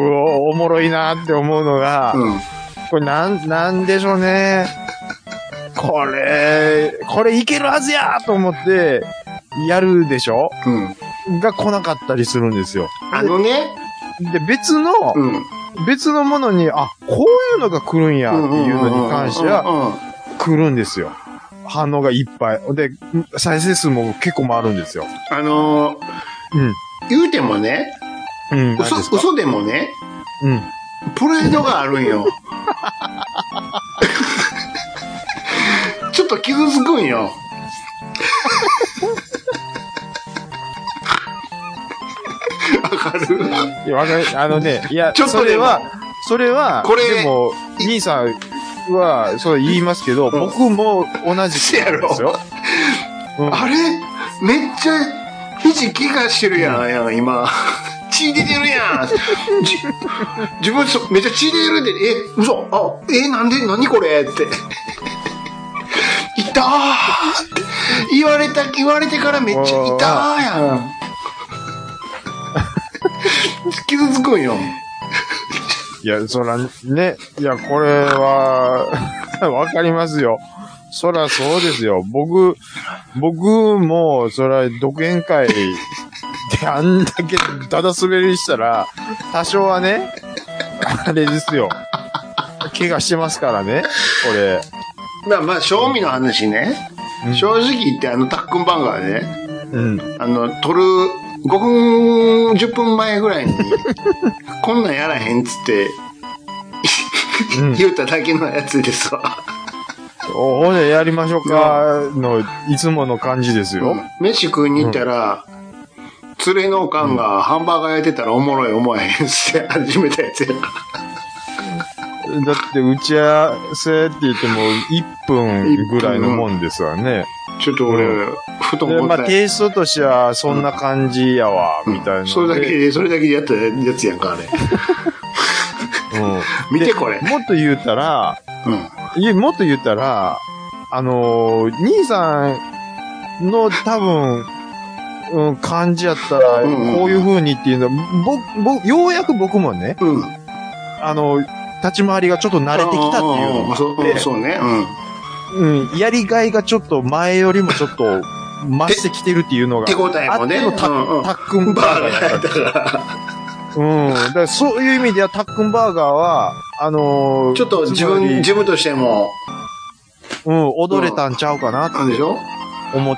[SPEAKER 5] おもろいなって思うのが、
[SPEAKER 4] ほんま。うん。
[SPEAKER 5] これなん、なんでしょうね。これ、これいけるはずやと思って、やるでしょ
[SPEAKER 4] うん。
[SPEAKER 5] が来なかったりするんですよ。
[SPEAKER 4] あのね、
[SPEAKER 5] で、別の、
[SPEAKER 4] うん。っ
[SPEAKER 5] 別のものに、あ、こういうのが来るんやっていうのに関しては、
[SPEAKER 4] は、
[SPEAKER 5] 来るんですよ。反応がいっぱい。で、再生数も結構回るんですよ。
[SPEAKER 4] あのー、
[SPEAKER 5] うん。
[SPEAKER 4] 言うてもね、
[SPEAKER 5] うん。何
[SPEAKER 4] 嘘
[SPEAKER 5] です、か
[SPEAKER 4] 嘘でもね、
[SPEAKER 5] うん。
[SPEAKER 4] プライドがあるんよ。 ちょっと傷つくんよ。 わかる
[SPEAKER 5] いや、わかる、あ のね、いや、
[SPEAKER 4] ちょっと
[SPEAKER 5] そ
[SPEAKER 4] で
[SPEAKER 5] れ
[SPEAKER 4] も
[SPEAKER 5] は、それは、
[SPEAKER 4] これ
[SPEAKER 5] でも、兄さんは、そう言いますけど、
[SPEAKER 4] ん
[SPEAKER 5] 僕も同じ
[SPEAKER 4] せやろ
[SPEAKER 5] ですよ。うん
[SPEAKER 4] あれめっちゃ肘怪我してるやん、やん今。血出てるやん。じ自分そめっちゃ血出てるで、え、嘘あ、え、なんで何これって。いたーって言われた、言われてからめっちゃいたーやん。傷つくんよ。
[SPEAKER 5] いや、そら、ね、いや、これは、 わかりますよ。そらそうですよ。僕、僕も、そら、独演会であんだけダダ滑りしたら、多少はね、あれですよ。怪我してますからね、これ。
[SPEAKER 4] まあまあ、賞味の話ね。正直言って、あの、タックンバンガーね、
[SPEAKER 5] うん。
[SPEAKER 4] あの、撮る5分、10分前ぐらいに、こんなんやらへんっつって、
[SPEAKER 5] うん
[SPEAKER 4] 言うただけのやつですわ。
[SPEAKER 5] おほでやりましょうか、の、いつもの感じですよ。
[SPEAKER 4] 飯食いに行ったら、連れのおかんがハンバーガー焼いてたらおもろい思えへんっつって始めたやつや。
[SPEAKER 5] だって、打ち合わせって言っても、1分ぐらいのもんですわね。
[SPEAKER 4] ちょっと俺、
[SPEAKER 5] う
[SPEAKER 4] ふと
[SPEAKER 5] で、
[SPEAKER 4] 思っ
[SPEAKER 5] ま
[SPEAKER 4] た
[SPEAKER 5] あ、テイストとしては、そんな感じやわ、みたいなので。
[SPEAKER 4] それだけで、それだけでやったやつやんか、あれ。
[SPEAKER 5] うん。
[SPEAKER 4] 見てこれ。
[SPEAKER 5] もっと言うたら、
[SPEAKER 4] うん。
[SPEAKER 5] いや、もっと言ったら、あのー兄さんの多分、うん、感じやったら、
[SPEAKER 4] うんうんうん
[SPEAKER 5] こういう風にっていうのは、ぼ、ぼ、ようやく僕もね、
[SPEAKER 4] うん。
[SPEAKER 5] あの、立ち回りがちょっと慣れてきたっていうのもあ
[SPEAKER 4] そう
[SPEAKER 5] って
[SPEAKER 4] そうね。うん。
[SPEAKER 5] うん、やりがいがちょっと前よりもちょっ と増してきてるっていうのが
[SPEAKER 4] 手、応えもね。
[SPEAKER 5] あってのタ
[SPEAKER 4] うんうん
[SPEAKER 5] タックンバー
[SPEAKER 4] バ
[SPEAKER 5] ガーやから
[SPEAKER 4] ー。だから、
[SPEAKER 5] うん、だからそういう意味ではタックンバーガーは、あのー
[SPEAKER 4] ちょっと自分、
[SPEAKER 5] つまり
[SPEAKER 4] 自分としても、
[SPEAKER 5] うん、踊れたんちゃうかなと
[SPEAKER 4] なんでしょ
[SPEAKER 5] 思っ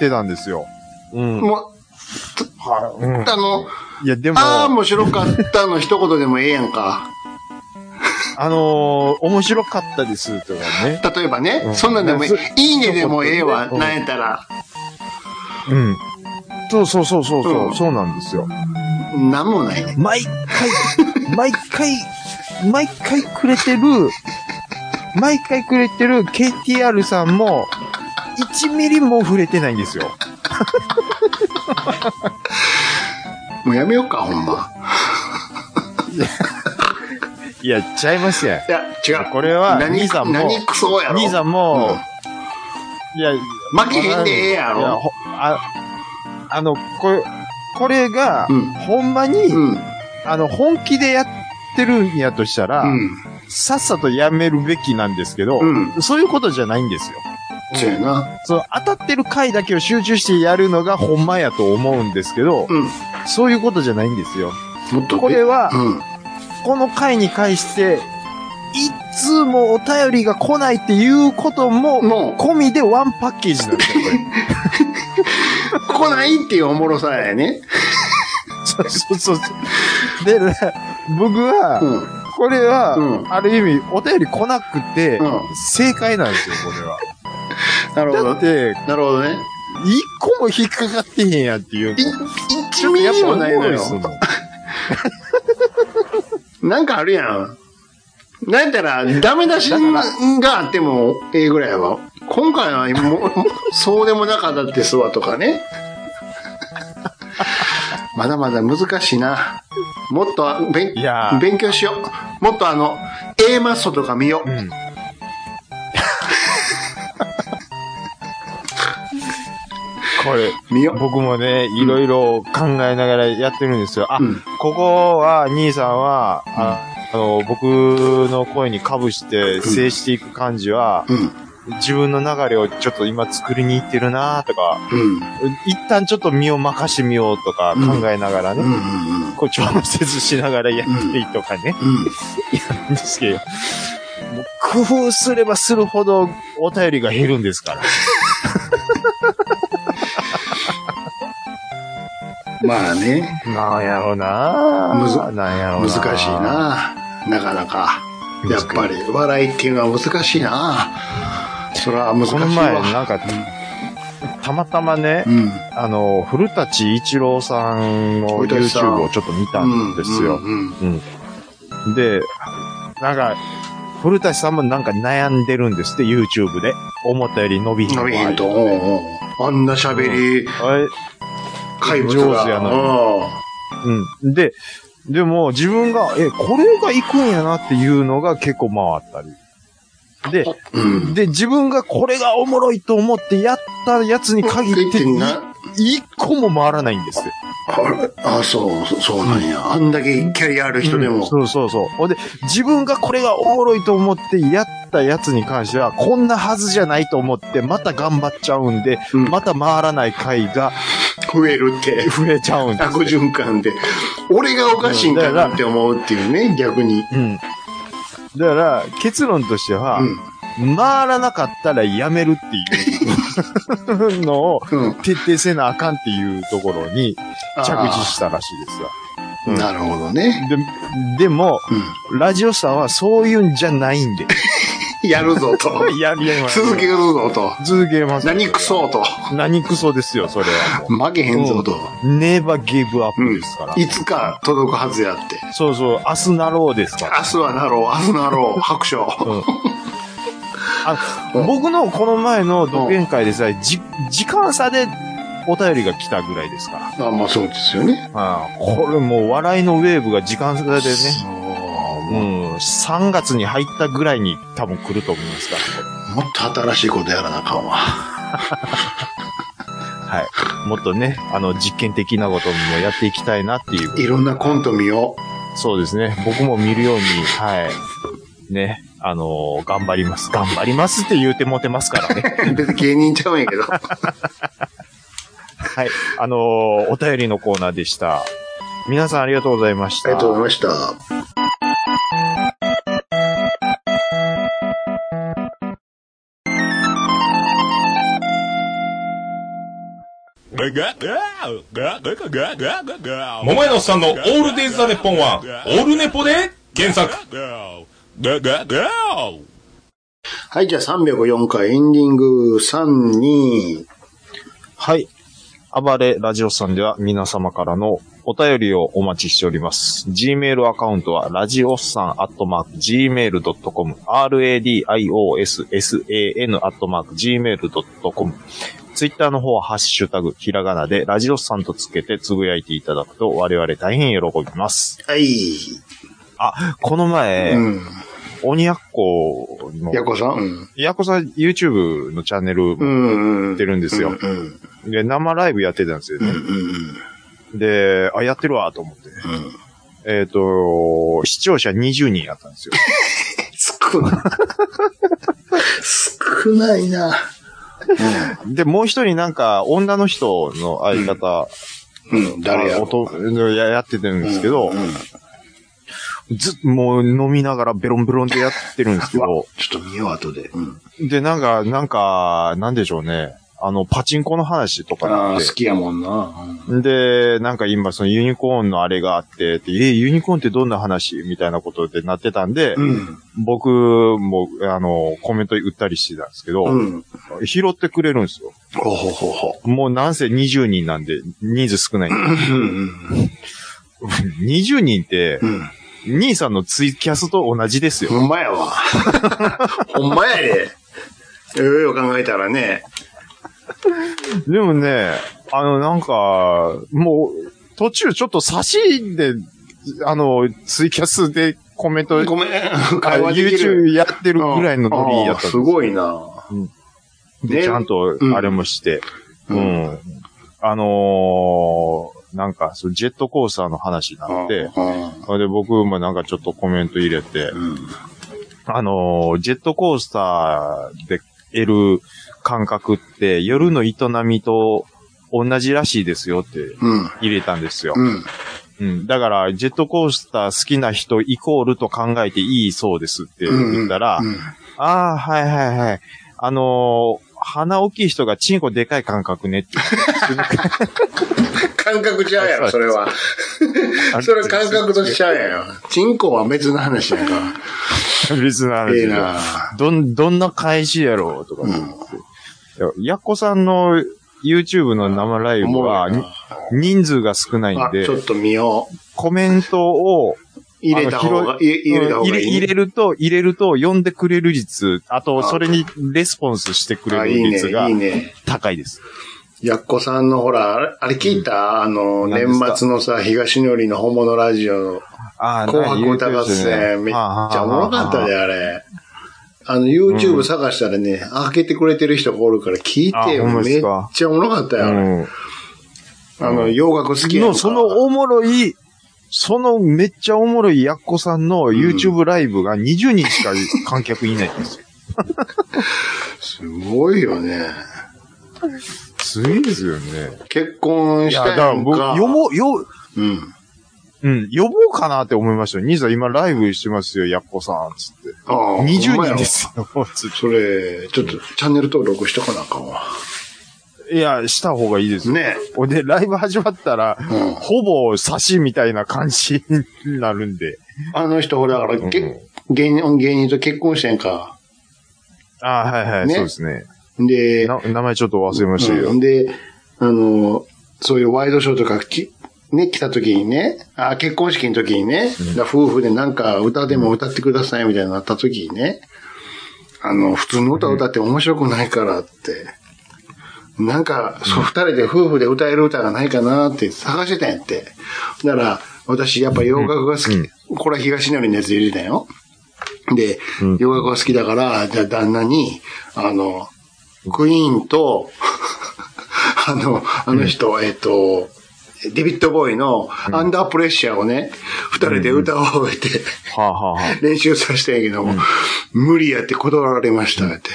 [SPEAKER 5] てたんですよ。うん。
[SPEAKER 4] も
[SPEAKER 5] はいうん
[SPEAKER 4] う、あの、
[SPEAKER 5] いや、でも、
[SPEAKER 4] ああ、
[SPEAKER 5] あ
[SPEAKER 4] 面白かったの一言でもええやんか。
[SPEAKER 5] のー面白かったです、とかね。
[SPEAKER 4] 例えばね、
[SPEAKER 5] うん
[SPEAKER 4] そんなんでもいい
[SPEAKER 5] そ、
[SPEAKER 4] いいねでもええわ、
[SPEAKER 5] そこ
[SPEAKER 4] なんやったら、
[SPEAKER 5] うん。そうそうそうそうそう、
[SPEAKER 4] うん
[SPEAKER 5] そうなんですよ。
[SPEAKER 4] なんもないね。
[SPEAKER 5] 毎回、毎回、毎回くれてる、毎回くれてる KTR さんも、1ミリも触れてないんですよ。
[SPEAKER 4] もうやめようか、ほんま。
[SPEAKER 5] いや、ちゃいますやん。
[SPEAKER 4] いや、違う。
[SPEAKER 5] これは
[SPEAKER 4] 何、
[SPEAKER 5] 兄さんも
[SPEAKER 4] 何クソやろ。
[SPEAKER 5] 兄さ
[SPEAKER 4] ん。
[SPEAKER 5] んも、いや、
[SPEAKER 4] 負けへんでええや
[SPEAKER 5] いや
[SPEAKER 4] ろ。
[SPEAKER 5] ほあ、あの、これ、これが、
[SPEAKER 4] うん
[SPEAKER 5] ほんまに、
[SPEAKER 4] うん。
[SPEAKER 5] あの、本気でやってるんやとしたら、
[SPEAKER 4] うん。
[SPEAKER 5] さっさとやめるべきなんですけど、
[SPEAKER 4] うん。
[SPEAKER 5] そういうことじゃないんですよ。
[SPEAKER 4] そうやな。
[SPEAKER 5] その当たってる回だけを集中してやるのがほんまやと思うんですけど、
[SPEAKER 4] うん。
[SPEAKER 5] そういうことじゃないんですよ。
[SPEAKER 4] もっと。
[SPEAKER 5] これは、
[SPEAKER 4] うん。
[SPEAKER 5] この回に関して、いつもお便りが来ないっていうことも、
[SPEAKER 4] もう
[SPEAKER 5] 込みでワンパッケージなんですよ、こ れ。
[SPEAKER 4] 来ないっていうおもろさやね。
[SPEAKER 5] そうそうそうそう。で、ね僕は、
[SPEAKER 4] うん。
[SPEAKER 5] これは、
[SPEAKER 4] うん
[SPEAKER 5] ある意味、お便り来なくて、
[SPEAKER 4] うん
[SPEAKER 5] 正解なんですよ、これは。
[SPEAKER 4] なるほ
[SPEAKER 5] だ
[SPEAKER 4] ど
[SPEAKER 5] っ。て、
[SPEAKER 4] なるほどね。
[SPEAKER 5] 一個も引っかかってへんやんっていう。
[SPEAKER 4] い一ミリもないの
[SPEAKER 5] やっ
[SPEAKER 4] よ
[SPEAKER 5] ぱ。おもろいっ
[SPEAKER 4] なんかあるやん。なんやったら、ダメ出しがあってもええぐらいは。今 回はもう、そうでもなかったですわとかね。 まだまだ難しいな。もっとあ勉
[SPEAKER 5] いやー
[SPEAKER 4] 勉強しよう。もっとあの、A マッソとか見よう。
[SPEAKER 5] すのうん。これ、
[SPEAKER 4] 見よ
[SPEAKER 5] 僕もね、いろいろ考えながらやってるんですよ。あ、
[SPEAKER 4] う。うん。
[SPEAKER 5] ここは、兄さんは、ああの、僕の声に被して、制していく感じは、
[SPEAKER 4] うん。
[SPEAKER 5] 自分の流れをちょっと今作りに行ってるなとか、
[SPEAKER 4] うん。
[SPEAKER 5] 一旦ちょっと身を任してみようとか考えながらね、
[SPEAKER 4] うん。うん。
[SPEAKER 5] こう調節しながらやったりとかね、
[SPEAKER 4] うん。
[SPEAKER 5] ん、ですけど、もう工夫すればするほどお便りが減るんですから。
[SPEAKER 4] まあね、
[SPEAKER 5] なんやろうな
[SPEAKER 4] むず
[SPEAKER 5] なんやろう
[SPEAKER 4] 難
[SPEAKER 5] な
[SPEAKER 4] しい。な。なかなか。やっぱり、笑いっていうのは難しいな。それは難しい
[SPEAKER 5] こ
[SPEAKER 4] わ。
[SPEAKER 5] の前、なんか、たまたまね、
[SPEAKER 4] うん。うん。
[SPEAKER 5] あの、古舘一郎さんの
[SPEAKER 4] 古舘さん
[SPEAKER 5] YouTube をちょっと見たんですよ。
[SPEAKER 4] うん。
[SPEAKER 5] で、なんか、古舘さんもなんか悩んでるんですって、YouTube で。思ったより伸びひん
[SPEAKER 4] 伸
[SPEAKER 5] わ
[SPEAKER 4] びひんと。おうおうあんな喋り、
[SPEAKER 5] あれ
[SPEAKER 4] 怪物
[SPEAKER 5] 上
[SPEAKER 4] が。
[SPEAKER 5] 手やな
[SPEAKER 4] うん
[SPEAKER 5] うん。で、でも自分が、え、これが行くんやなっていうのが結構回ったり。で、
[SPEAKER 4] うん。
[SPEAKER 5] で、自分がこれがおもろいと思ってやったやつに限って、
[SPEAKER 4] うんない
[SPEAKER 5] 一個も回らないんですって。
[SPEAKER 4] あれあ、そう、そそうなんや。あんだけキャリアある人で
[SPEAKER 5] うん
[SPEAKER 4] も。
[SPEAKER 5] そうそうそう。ほんで、自分がこれがおもろいと思ってやったやつに関しては、こんなはずじゃないと思って、また頑張っちゃうんで、
[SPEAKER 4] うん
[SPEAKER 5] また回らない回が
[SPEAKER 4] 増えるって。
[SPEAKER 5] 増えちゃうんです。
[SPEAKER 4] 悪循環で。俺がおかしいんかなって思うっていうね、逆に。
[SPEAKER 5] うん。だから、結論としては、
[SPEAKER 4] うん。
[SPEAKER 5] 回らなかったらやめるっていう のを
[SPEAKER 4] うん。
[SPEAKER 5] 徹底せなあかんっていうところに
[SPEAKER 4] あー
[SPEAKER 5] 着地したらしいですよ。
[SPEAKER 4] なるほどね。
[SPEAKER 5] で、でも、
[SPEAKER 4] う
[SPEAKER 5] ラジオさんはそういうんじゃな いんで。
[SPEAKER 4] ん。やるぞと。
[SPEAKER 5] やりやります
[SPEAKER 4] 続けるぞと。
[SPEAKER 5] 続けます。
[SPEAKER 4] 何クソと。
[SPEAKER 5] 何クソですよ、それはも
[SPEAKER 4] 負けへんぞと。
[SPEAKER 5] う。ネバゲブアップですから。
[SPEAKER 4] いつか届くはずやって。
[SPEAKER 5] そうそう、明日なろうですから。
[SPEAKER 4] 明日はなろう、明日なろう、白書。
[SPEAKER 5] うんあ
[SPEAKER 4] うん
[SPEAKER 5] 僕のこの前の独演会でさえ、じ、時間差でお便りが来たぐらいですから。
[SPEAKER 4] あ、まあそうですよね。
[SPEAKER 5] ああこれもう笑いのウェーブが時間差でね、
[SPEAKER 4] そうも
[SPEAKER 5] うん、3月に入ったぐらいに多分来ると思いますから。
[SPEAKER 4] うもっと新しいことやらなあかんわ。
[SPEAKER 5] はい。もっとね、あの、実験的なこともやっていきたいなっていう。
[SPEAKER 4] いろんなコント見よ
[SPEAKER 5] そうですね。僕も見るように、はい。ね。あのー頑張ります。頑張りますって言うてもてますから ね。
[SPEAKER 4] う。別に芸人ちゃうんやけど。
[SPEAKER 5] はい。あのーお便りのコーナーでした。皆さんありがとうございまし
[SPEAKER 4] あ
[SPEAKER 5] た。
[SPEAKER 4] りがとうございました。
[SPEAKER 6] 桃
[SPEAKER 7] 桃
[SPEAKER 6] 井
[SPEAKER 7] 屋のおっさんの
[SPEAKER 6] の
[SPEAKER 7] オ
[SPEAKER 6] オ
[SPEAKER 7] ー
[SPEAKER 6] ー
[SPEAKER 7] ルデ
[SPEAKER 6] ルデ
[SPEAKER 7] イ
[SPEAKER 6] イ
[SPEAKER 7] ズ・
[SPEAKER 6] ズ・
[SPEAKER 7] ザ・
[SPEAKER 6] ザ・
[SPEAKER 7] ネ
[SPEAKER 6] ネ
[SPEAKER 7] ッ
[SPEAKER 6] ッ
[SPEAKER 7] ポ
[SPEAKER 6] ポ
[SPEAKER 7] ン
[SPEAKER 6] ン
[SPEAKER 7] は
[SPEAKER 6] は、
[SPEAKER 7] オ
[SPEAKER 6] オ
[SPEAKER 7] ー
[SPEAKER 6] ー
[SPEAKER 7] ル
[SPEAKER 6] ル
[SPEAKER 7] ネ
[SPEAKER 6] ネ
[SPEAKER 7] ポ
[SPEAKER 6] ポ
[SPEAKER 7] で
[SPEAKER 6] で
[SPEAKER 7] 原
[SPEAKER 6] 原
[SPEAKER 7] 作
[SPEAKER 6] 作。
[SPEAKER 4] はい、じゃあ304回エンディング3、2、
[SPEAKER 5] はい。暴れラジオさんでは皆様からのお便りをお待ちしております。Gmail アカウントは、ラジオさんアットマーク gmail.com、radiossan アットマーク gmail.com。ツイッターの方は、ハッシュタグ、ひらがなで、ラジオさんとつけてつぶやいていただくと、我々大変喜びます。
[SPEAKER 4] はい。
[SPEAKER 5] この前、
[SPEAKER 4] うん。
[SPEAKER 5] 鬼やっこの、
[SPEAKER 4] やこさんうん。
[SPEAKER 5] やっこさん YouTube のチャンネル
[SPEAKER 4] う
[SPEAKER 5] 持
[SPEAKER 4] んうん。
[SPEAKER 5] ってるんですよ。
[SPEAKER 4] うんうん。
[SPEAKER 5] で、生ライブやってたんですよ
[SPEAKER 4] うん
[SPEAKER 5] ね。で、あ、やってるわ、と思って。
[SPEAKER 4] うんうん。
[SPEAKER 5] えっ、と、視聴者20人やったん ですよ。
[SPEAKER 4] 少ない。少ないな。
[SPEAKER 5] で、もう一人なんか、女の人の相方、
[SPEAKER 4] うん。うん、誰や
[SPEAKER 5] あ
[SPEAKER 4] ろ
[SPEAKER 5] おとややっててるんですけど、
[SPEAKER 4] うんうん
[SPEAKER 5] ずっともう飲みながらベロンベロンでやってるんですけど、
[SPEAKER 4] ちょっと見 よう、後で。うん。
[SPEAKER 5] で、なんか、なんか、なんでしょうね。あの、パチンコの話とか
[SPEAKER 4] あ
[SPEAKER 5] な
[SPEAKER 4] あ、
[SPEAKER 5] っ
[SPEAKER 4] 好きやもんな。
[SPEAKER 5] て。で、なんか今、そのユニコーンのあれがあって、ってえ、ユニコーンってどんな話みたいなことでなってたんで、
[SPEAKER 4] うん。
[SPEAKER 5] 僕も、あの、コメント打ったりしてたんですけど、
[SPEAKER 4] うん。
[SPEAKER 5] 拾ってくれるんですよ。
[SPEAKER 4] ほほほほ。
[SPEAKER 5] もうなんせ20人なんで、人数少ない。
[SPEAKER 4] うんうん
[SPEAKER 5] 20人って
[SPEAKER 4] う、ん。うん。
[SPEAKER 5] 兄さんのツイキャスと同じですよ。
[SPEAKER 4] ほんまや わ。ほんまやで。いろいろ考えたらね。
[SPEAKER 5] でもね、あの、なんか、もう、途中ちょっと差しで、あの、ツイキャスでコメント、
[SPEAKER 4] ごめん。
[SPEAKER 5] あ
[SPEAKER 4] 会話できる。
[SPEAKER 5] YouTube やってるぐらいのノリ
[SPEAKER 4] あ
[SPEAKER 5] やったんで
[SPEAKER 4] あ
[SPEAKER 5] す
[SPEAKER 4] す
[SPEAKER 5] よ
[SPEAKER 4] ごいな。
[SPEAKER 5] で、
[SPEAKER 4] ね
[SPEAKER 5] ちゃんと、あれもして。
[SPEAKER 4] う
[SPEAKER 5] う。
[SPEAKER 4] んん
[SPEAKER 5] あのーなんか、そうジェットコースターの話になって、
[SPEAKER 4] うん
[SPEAKER 5] で、僕もなんかちょっとコメント入れて、
[SPEAKER 4] うん。
[SPEAKER 5] あのージェットコースターで得る感覚って夜の営みと同じらしいですよって
[SPEAKER 4] うん。
[SPEAKER 5] 入れたんですよ。
[SPEAKER 4] うん。
[SPEAKER 5] うん。だから、ジェットコースター好きな人イコールと考えていいそうですって
[SPEAKER 4] うん。
[SPEAKER 5] 言ったら、
[SPEAKER 4] うん
[SPEAKER 5] ああ、はいはいはい。あのー鼻大きい人がチンコでかい感覚ねって 言って。
[SPEAKER 4] 感覚ちゃうやろ、それは。それは感覚としちゃうやろ。人口は別の話やんか。
[SPEAKER 5] 別な話
[SPEAKER 4] ええ
[SPEAKER 5] で
[SPEAKER 4] な
[SPEAKER 5] どん、どんな返しやろうとか思って。いややっこさんの YouTube の生ライブ
[SPEAKER 4] 思う
[SPEAKER 5] は、
[SPEAKER 4] な
[SPEAKER 5] 人数が少ないん
[SPEAKER 4] あ、
[SPEAKER 5] で
[SPEAKER 4] ち、ょっと見よう。
[SPEAKER 5] コメントを
[SPEAKER 4] 入れた方
[SPEAKER 5] あ
[SPEAKER 4] が、入れ入れた方
[SPEAKER 5] 入
[SPEAKER 4] が
[SPEAKER 5] れ
[SPEAKER 4] いい。
[SPEAKER 5] 入れると、入れると読んでくれる率、あと、
[SPEAKER 4] あ
[SPEAKER 5] それにレスポンスしてく
[SPEAKER 4] あ、
[SPEAKER 5] れ
[SPEAKER 4] い
[SPEAKER 5] る
[SPEAKER 4] い
[SPEAKER 5] 率が
[SPEAKER 4] ね、いいね。
[SPEAKER 5] 高いです。
[SPEAKER 4] やっこさんのほら、あれあれ聞いた、あの、
[SPEAKER 5] 何で
[SPEAKER 4] 年
[SPEAKER 5] すか
[SPEAKER 4] 末のさ、東のりの本物ラジオの
[SPEAKER 5] あー
[SPEAKER 4] 紅白歌合
[SPEAKER 5] ね
[SPEAKER 4] 戦、めっちゃおもろかったで、
[SPEAKER 5] あ
[SPEAKER 4] あれ。あの、
[SPEAKER 5] う
[SPEAKER 4] YouTube
[SPEAKER 5] ん
[SPEAKER 4] 探したらね、開けてくれてる人がおるから聞いてよ。
[SPEAKER 5] あほんまで
[SPEAKER 4] め
[SPEAKER 5] す
[SPEAKER 4] っ
[SPEAKER 5] か
[SPEAKER 4] ちゃおもろかった
[SPEAKER 5] ー
[SPEAKER 4] よ、あ
[SPEAKER 5] はーは
[SPEAKER 4] れ。
[SPEAKER 5] ーはーうん
[SPEAKER 4] あの、洋楽好きやん
[SPEAKER 5] の、
[SPEAKER 4] か
[SPEAKER 5] そのおもろい、そのめっちゃおもろいやっこさんの YouTube ライブが20人しか観客いないんですよ。
[SPEAKER 4] すごいよね。
[SPEAKER 5] すげえですよね。
[SPEAKER 4] 結婚
[SPEAKER 5] い
[SPEAKER 4] し
[SPEAKER 5] や、
[SPEAKER 4] た
[SPEAKER 5] だか
[SPEAKER 4] や
[SPEAKER 5] ら
[SPEAKER 4] ん
[SPEAKER 5] 僕、
[SPEAKER 4] か。
[SPEAKER 5] よも、よ、
[SPEAKER 4] うん。
[SPEAKER 5] うん、呼ぼうかなって思いましたよ。兄さん今ライブしてますよ、やっこさん、つって。
[SPEAKER 4] ああ
[SPEAKER 5] 20人ですよ、つっ
[SPEAKER 4] それ、ちょっとチャンネル登録しとかなあかんわ。
[SPEAKER 5] ていや、した方がいいですよ。
[SPEAKER 4] ね
[SPEAKER 5] ほんで、ライブ始まったら、
[SPEAKER 4] え。うん。
[SPEAKER 5] ほぼ差しみたいな感じになるんで。
[SPEAKER 4] あの人、ほら、だから、
[SPEAKER 5] う
[SPEAKER 4] け芸人、芸人と結婚してんか。
[SPEAKER 5] あーはいはい、
[SPEAKER 4] ね
[SPEAKER 5] そうですね。
[SPEAKER 4] で、
[SPEAKER 5] な名前ちょっと忘れましたけど。
[SPEAKER 4] うんで、あの、そういうワイドショーとかき、ね、来た時にね、あ、結婚式の時にね、だ夫婦でなんか歌でも歌ってくださいみたいになった時にね、あの、普通の歌歌って面白くないからって、なんか、そう、二人で夫婦で歌える歌がないかなって探してたんやって。だから、私やっぱ洋楽が好き、これは東成のやつ入れてたんよ。で、洋楽が好きだから、じゃあ旦那に、あの、クイーンと、 あの、あの人、えっと、デビッド・ボーイのアンダープレッシャーをね、二、人で歌を終えて、
[SPEAKER 5] はあ、はあはあ、
[SPEAKER 4] 練習させたんやけども、無理やって断られました、って。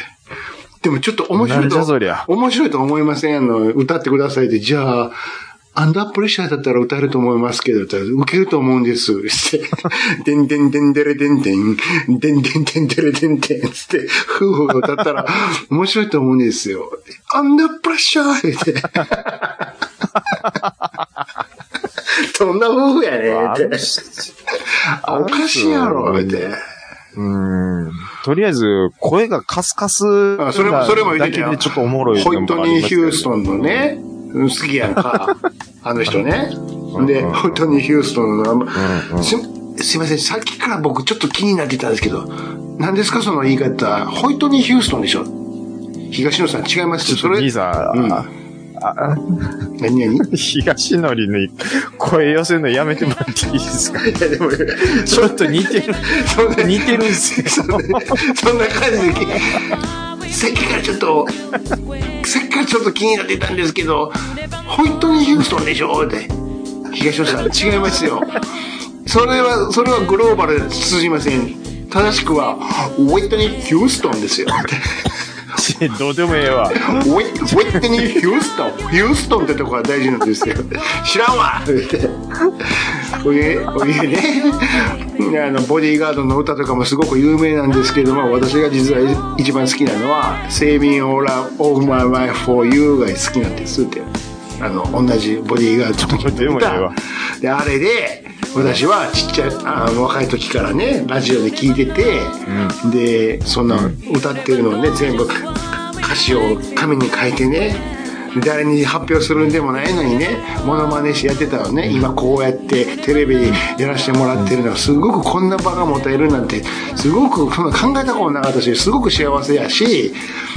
[SPEAKER 4] でもちょっと面白い
[SPEAKER 5] なんじゃそりゃ
[SPEAKER 4] と、面白いと思いませんあの、歌ってくださいって、じゃあ、アンダープレッシャーだったら歌えると思いますけど、って言ったら受けると思うんです、 って。でんでんでんでれでんでん、でんでんでんでれでんでん、つって、夫婦が歌ったら面白いと思うんですよ。アンダープレッシャー って。どんな夫婦やねん
[SPEAKER 5] あ
[SPEAKER 4] って
[SPEAKER 5] の。人
[SPEAKER 4] あおかしいやろ、って。
[SPEAKER 5] うんとりあえず、声がカスカス
[SPEAKER 4] あそれも、それも
[SPEAKER 5] だ
[SPEAKER 4] 言って
[SPEAKER 5] け
[SPEAKER 4] たよ。
[SPEAKER 5] でちょっとおもろい
[SPEAKER 4] ホイ
[SPEAKER 5] の
[SPEAKER 4] ッ
[SPEAKER 5] も
[SPEAKER 4] ト
[SPEAKER 5] あり
[SPEAKER 4] ニー・
[SPEAKER 5] ます
[SPEAKER 4] ヒ
[SPEAKER 5] けど
[SPEAKER 4] ューストンのね、好きやん か。あの人ね。で、
[SPEAKER 5] うん
[SPEAKER 4] ホイットニー・ヒューストンのあの、
[SPEAKER 5] うんうん
[SPEAKER 4] す、すいません、さっきから僕ちょっと気になってたんですけど、何ですかその言い方。ホイットニー・ヒューストンでしょ東野さん違いますよそれ
[SPEAKER 5] 兄、さん、
[SPEAKER 4] うん
[SPEAKER 5] ああ
[SPEAKER 4] 何 々い
[SPEAKER 5] 東のりに声寄せるのやめてもらっていいですか
[SPEAKER 4] やでも、
[SPEAKER 5] ちょっと似てる、
[SPEAKER 4] そんな、
[SPEAKER 5] 似てるんですよ。
[SPEAKER 4] そんな そんな感じで、さっきからちょっと、さっきからちょっと気になってたんですけど、ホイットニー・ヒューストンでしょって。東野さん、違いますよ。それは、それはグローバルで通じません。正しくは、ホイットニー・ヒューストンですよ。
[SPEAKER 5] どうでもええわ。
[SPEAKER 4] ウィウィットニー・ヒューストン。ヒューストンってとこが大事なん ですよ。知らんわって。 おいえ、おいえね。あの、ボディーガードの歌とかもすごく有名なんですけども、私が実は一番好きなのは、Saving All of My Life for You が好きなんですって。あの、同じボディーガードの
[SPEAKER 5] どうでもええわ。
[SPEAKER 4] で、あれで、私はちっちゃい、あの、若い時からね、ラジオで聞いてて、で、そんな歌ってるのをね、全部歌詞を紙に書いてね、誰に発表するんでもないのにね、モノマネしてやってたのね、今こうやってテレビでやらせてもらってるのは、すごくこんな場が持てるなんて、すごくそんな考えたことなかったし、すごく幸せやし、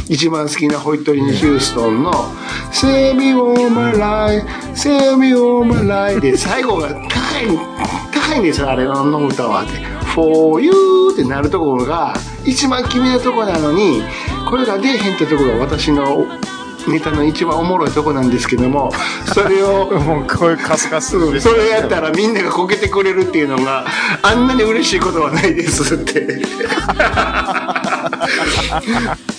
[SPEAKER 4] 一番好きなホイットリー・ヒューストンの、Save me all my life, save me all my life で、最後が高い、 高いんですよ、あれあの歌は。For you ってなるところが、一番君のところなのに、これが出えへんってところが私のネタの一番おもろいとこなんですけども、それを、
[SPEAKER 5] もう声カスカス
[SPEAKER 4] うん
[SPEAKER 5] です。
[SPEAKER 4] それやったらみんながこけてくれるっていうのがあんなに嬉しいことはないですって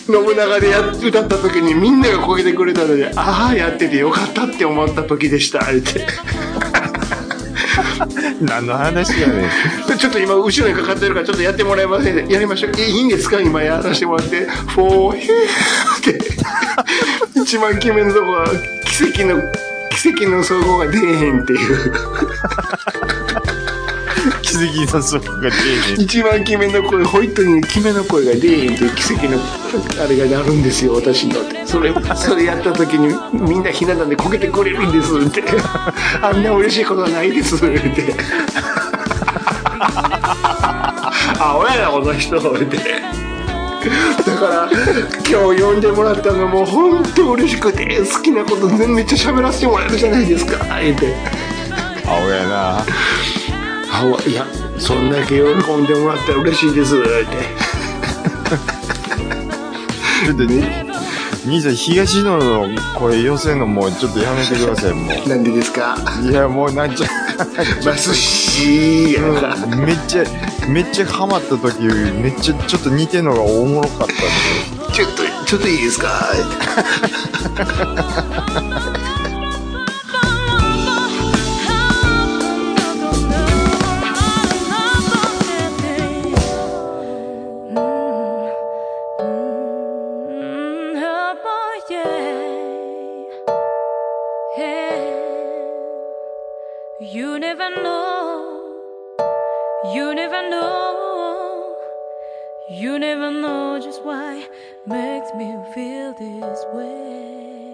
[SPEAKER 4] 信長でや歌った時にみんながこけてくれたのでああやっててよかったって思った時でしたって
[SPEAKER 5] 何の話やねん。
[SPEAKER 4] ちょっと今後ろにかかってるからちょっとやってもらえませんねやりましょうえいいんですか今やらせてもらって「フォーヒュー」って一番決めのとこは奇跡の奇跡の総合が出えへんっていう。
[SPEAKER 5] 気づきのそこが丁寧に。
[SPEAKER 4] 一番キメの声ホイットにキメの声が出えへんっていう奇跡のあれがなるんですよ私のってそれそれやった時にみんなひな壇でこけてくれるんですってあんな嬉しいことはないですってあ親やこの人ってだから今日呼んでもらったのも本当嬉しくて好きなこと全然めっちゃ喋らせてもらえるじゃないですか言って。
[SPEAKER 5] 青やな。
[SPEAKER 4] あいやそんだけ喜んでもらったら嬉しいですって
[SPEAKER 5] ちょっとね、兄さん、東野の声寄せんのもうちょっとやめてください、も
[SPEAKER 4] なんでですか
[SPEAKER 5] う。いや、もうなんちゃ、
[SPEAKER 4] ますしやから
[SPEAKER 5] めっちゃ、めっちゃハマった時より、めっちゃちょっと似てんのがおもろかったんで。
[SPEAKER 4] ちょっとちょっといいですか
[SPEAKER 6] 「あなたの中に You never know. You never know. You never know just why makes me feel this way.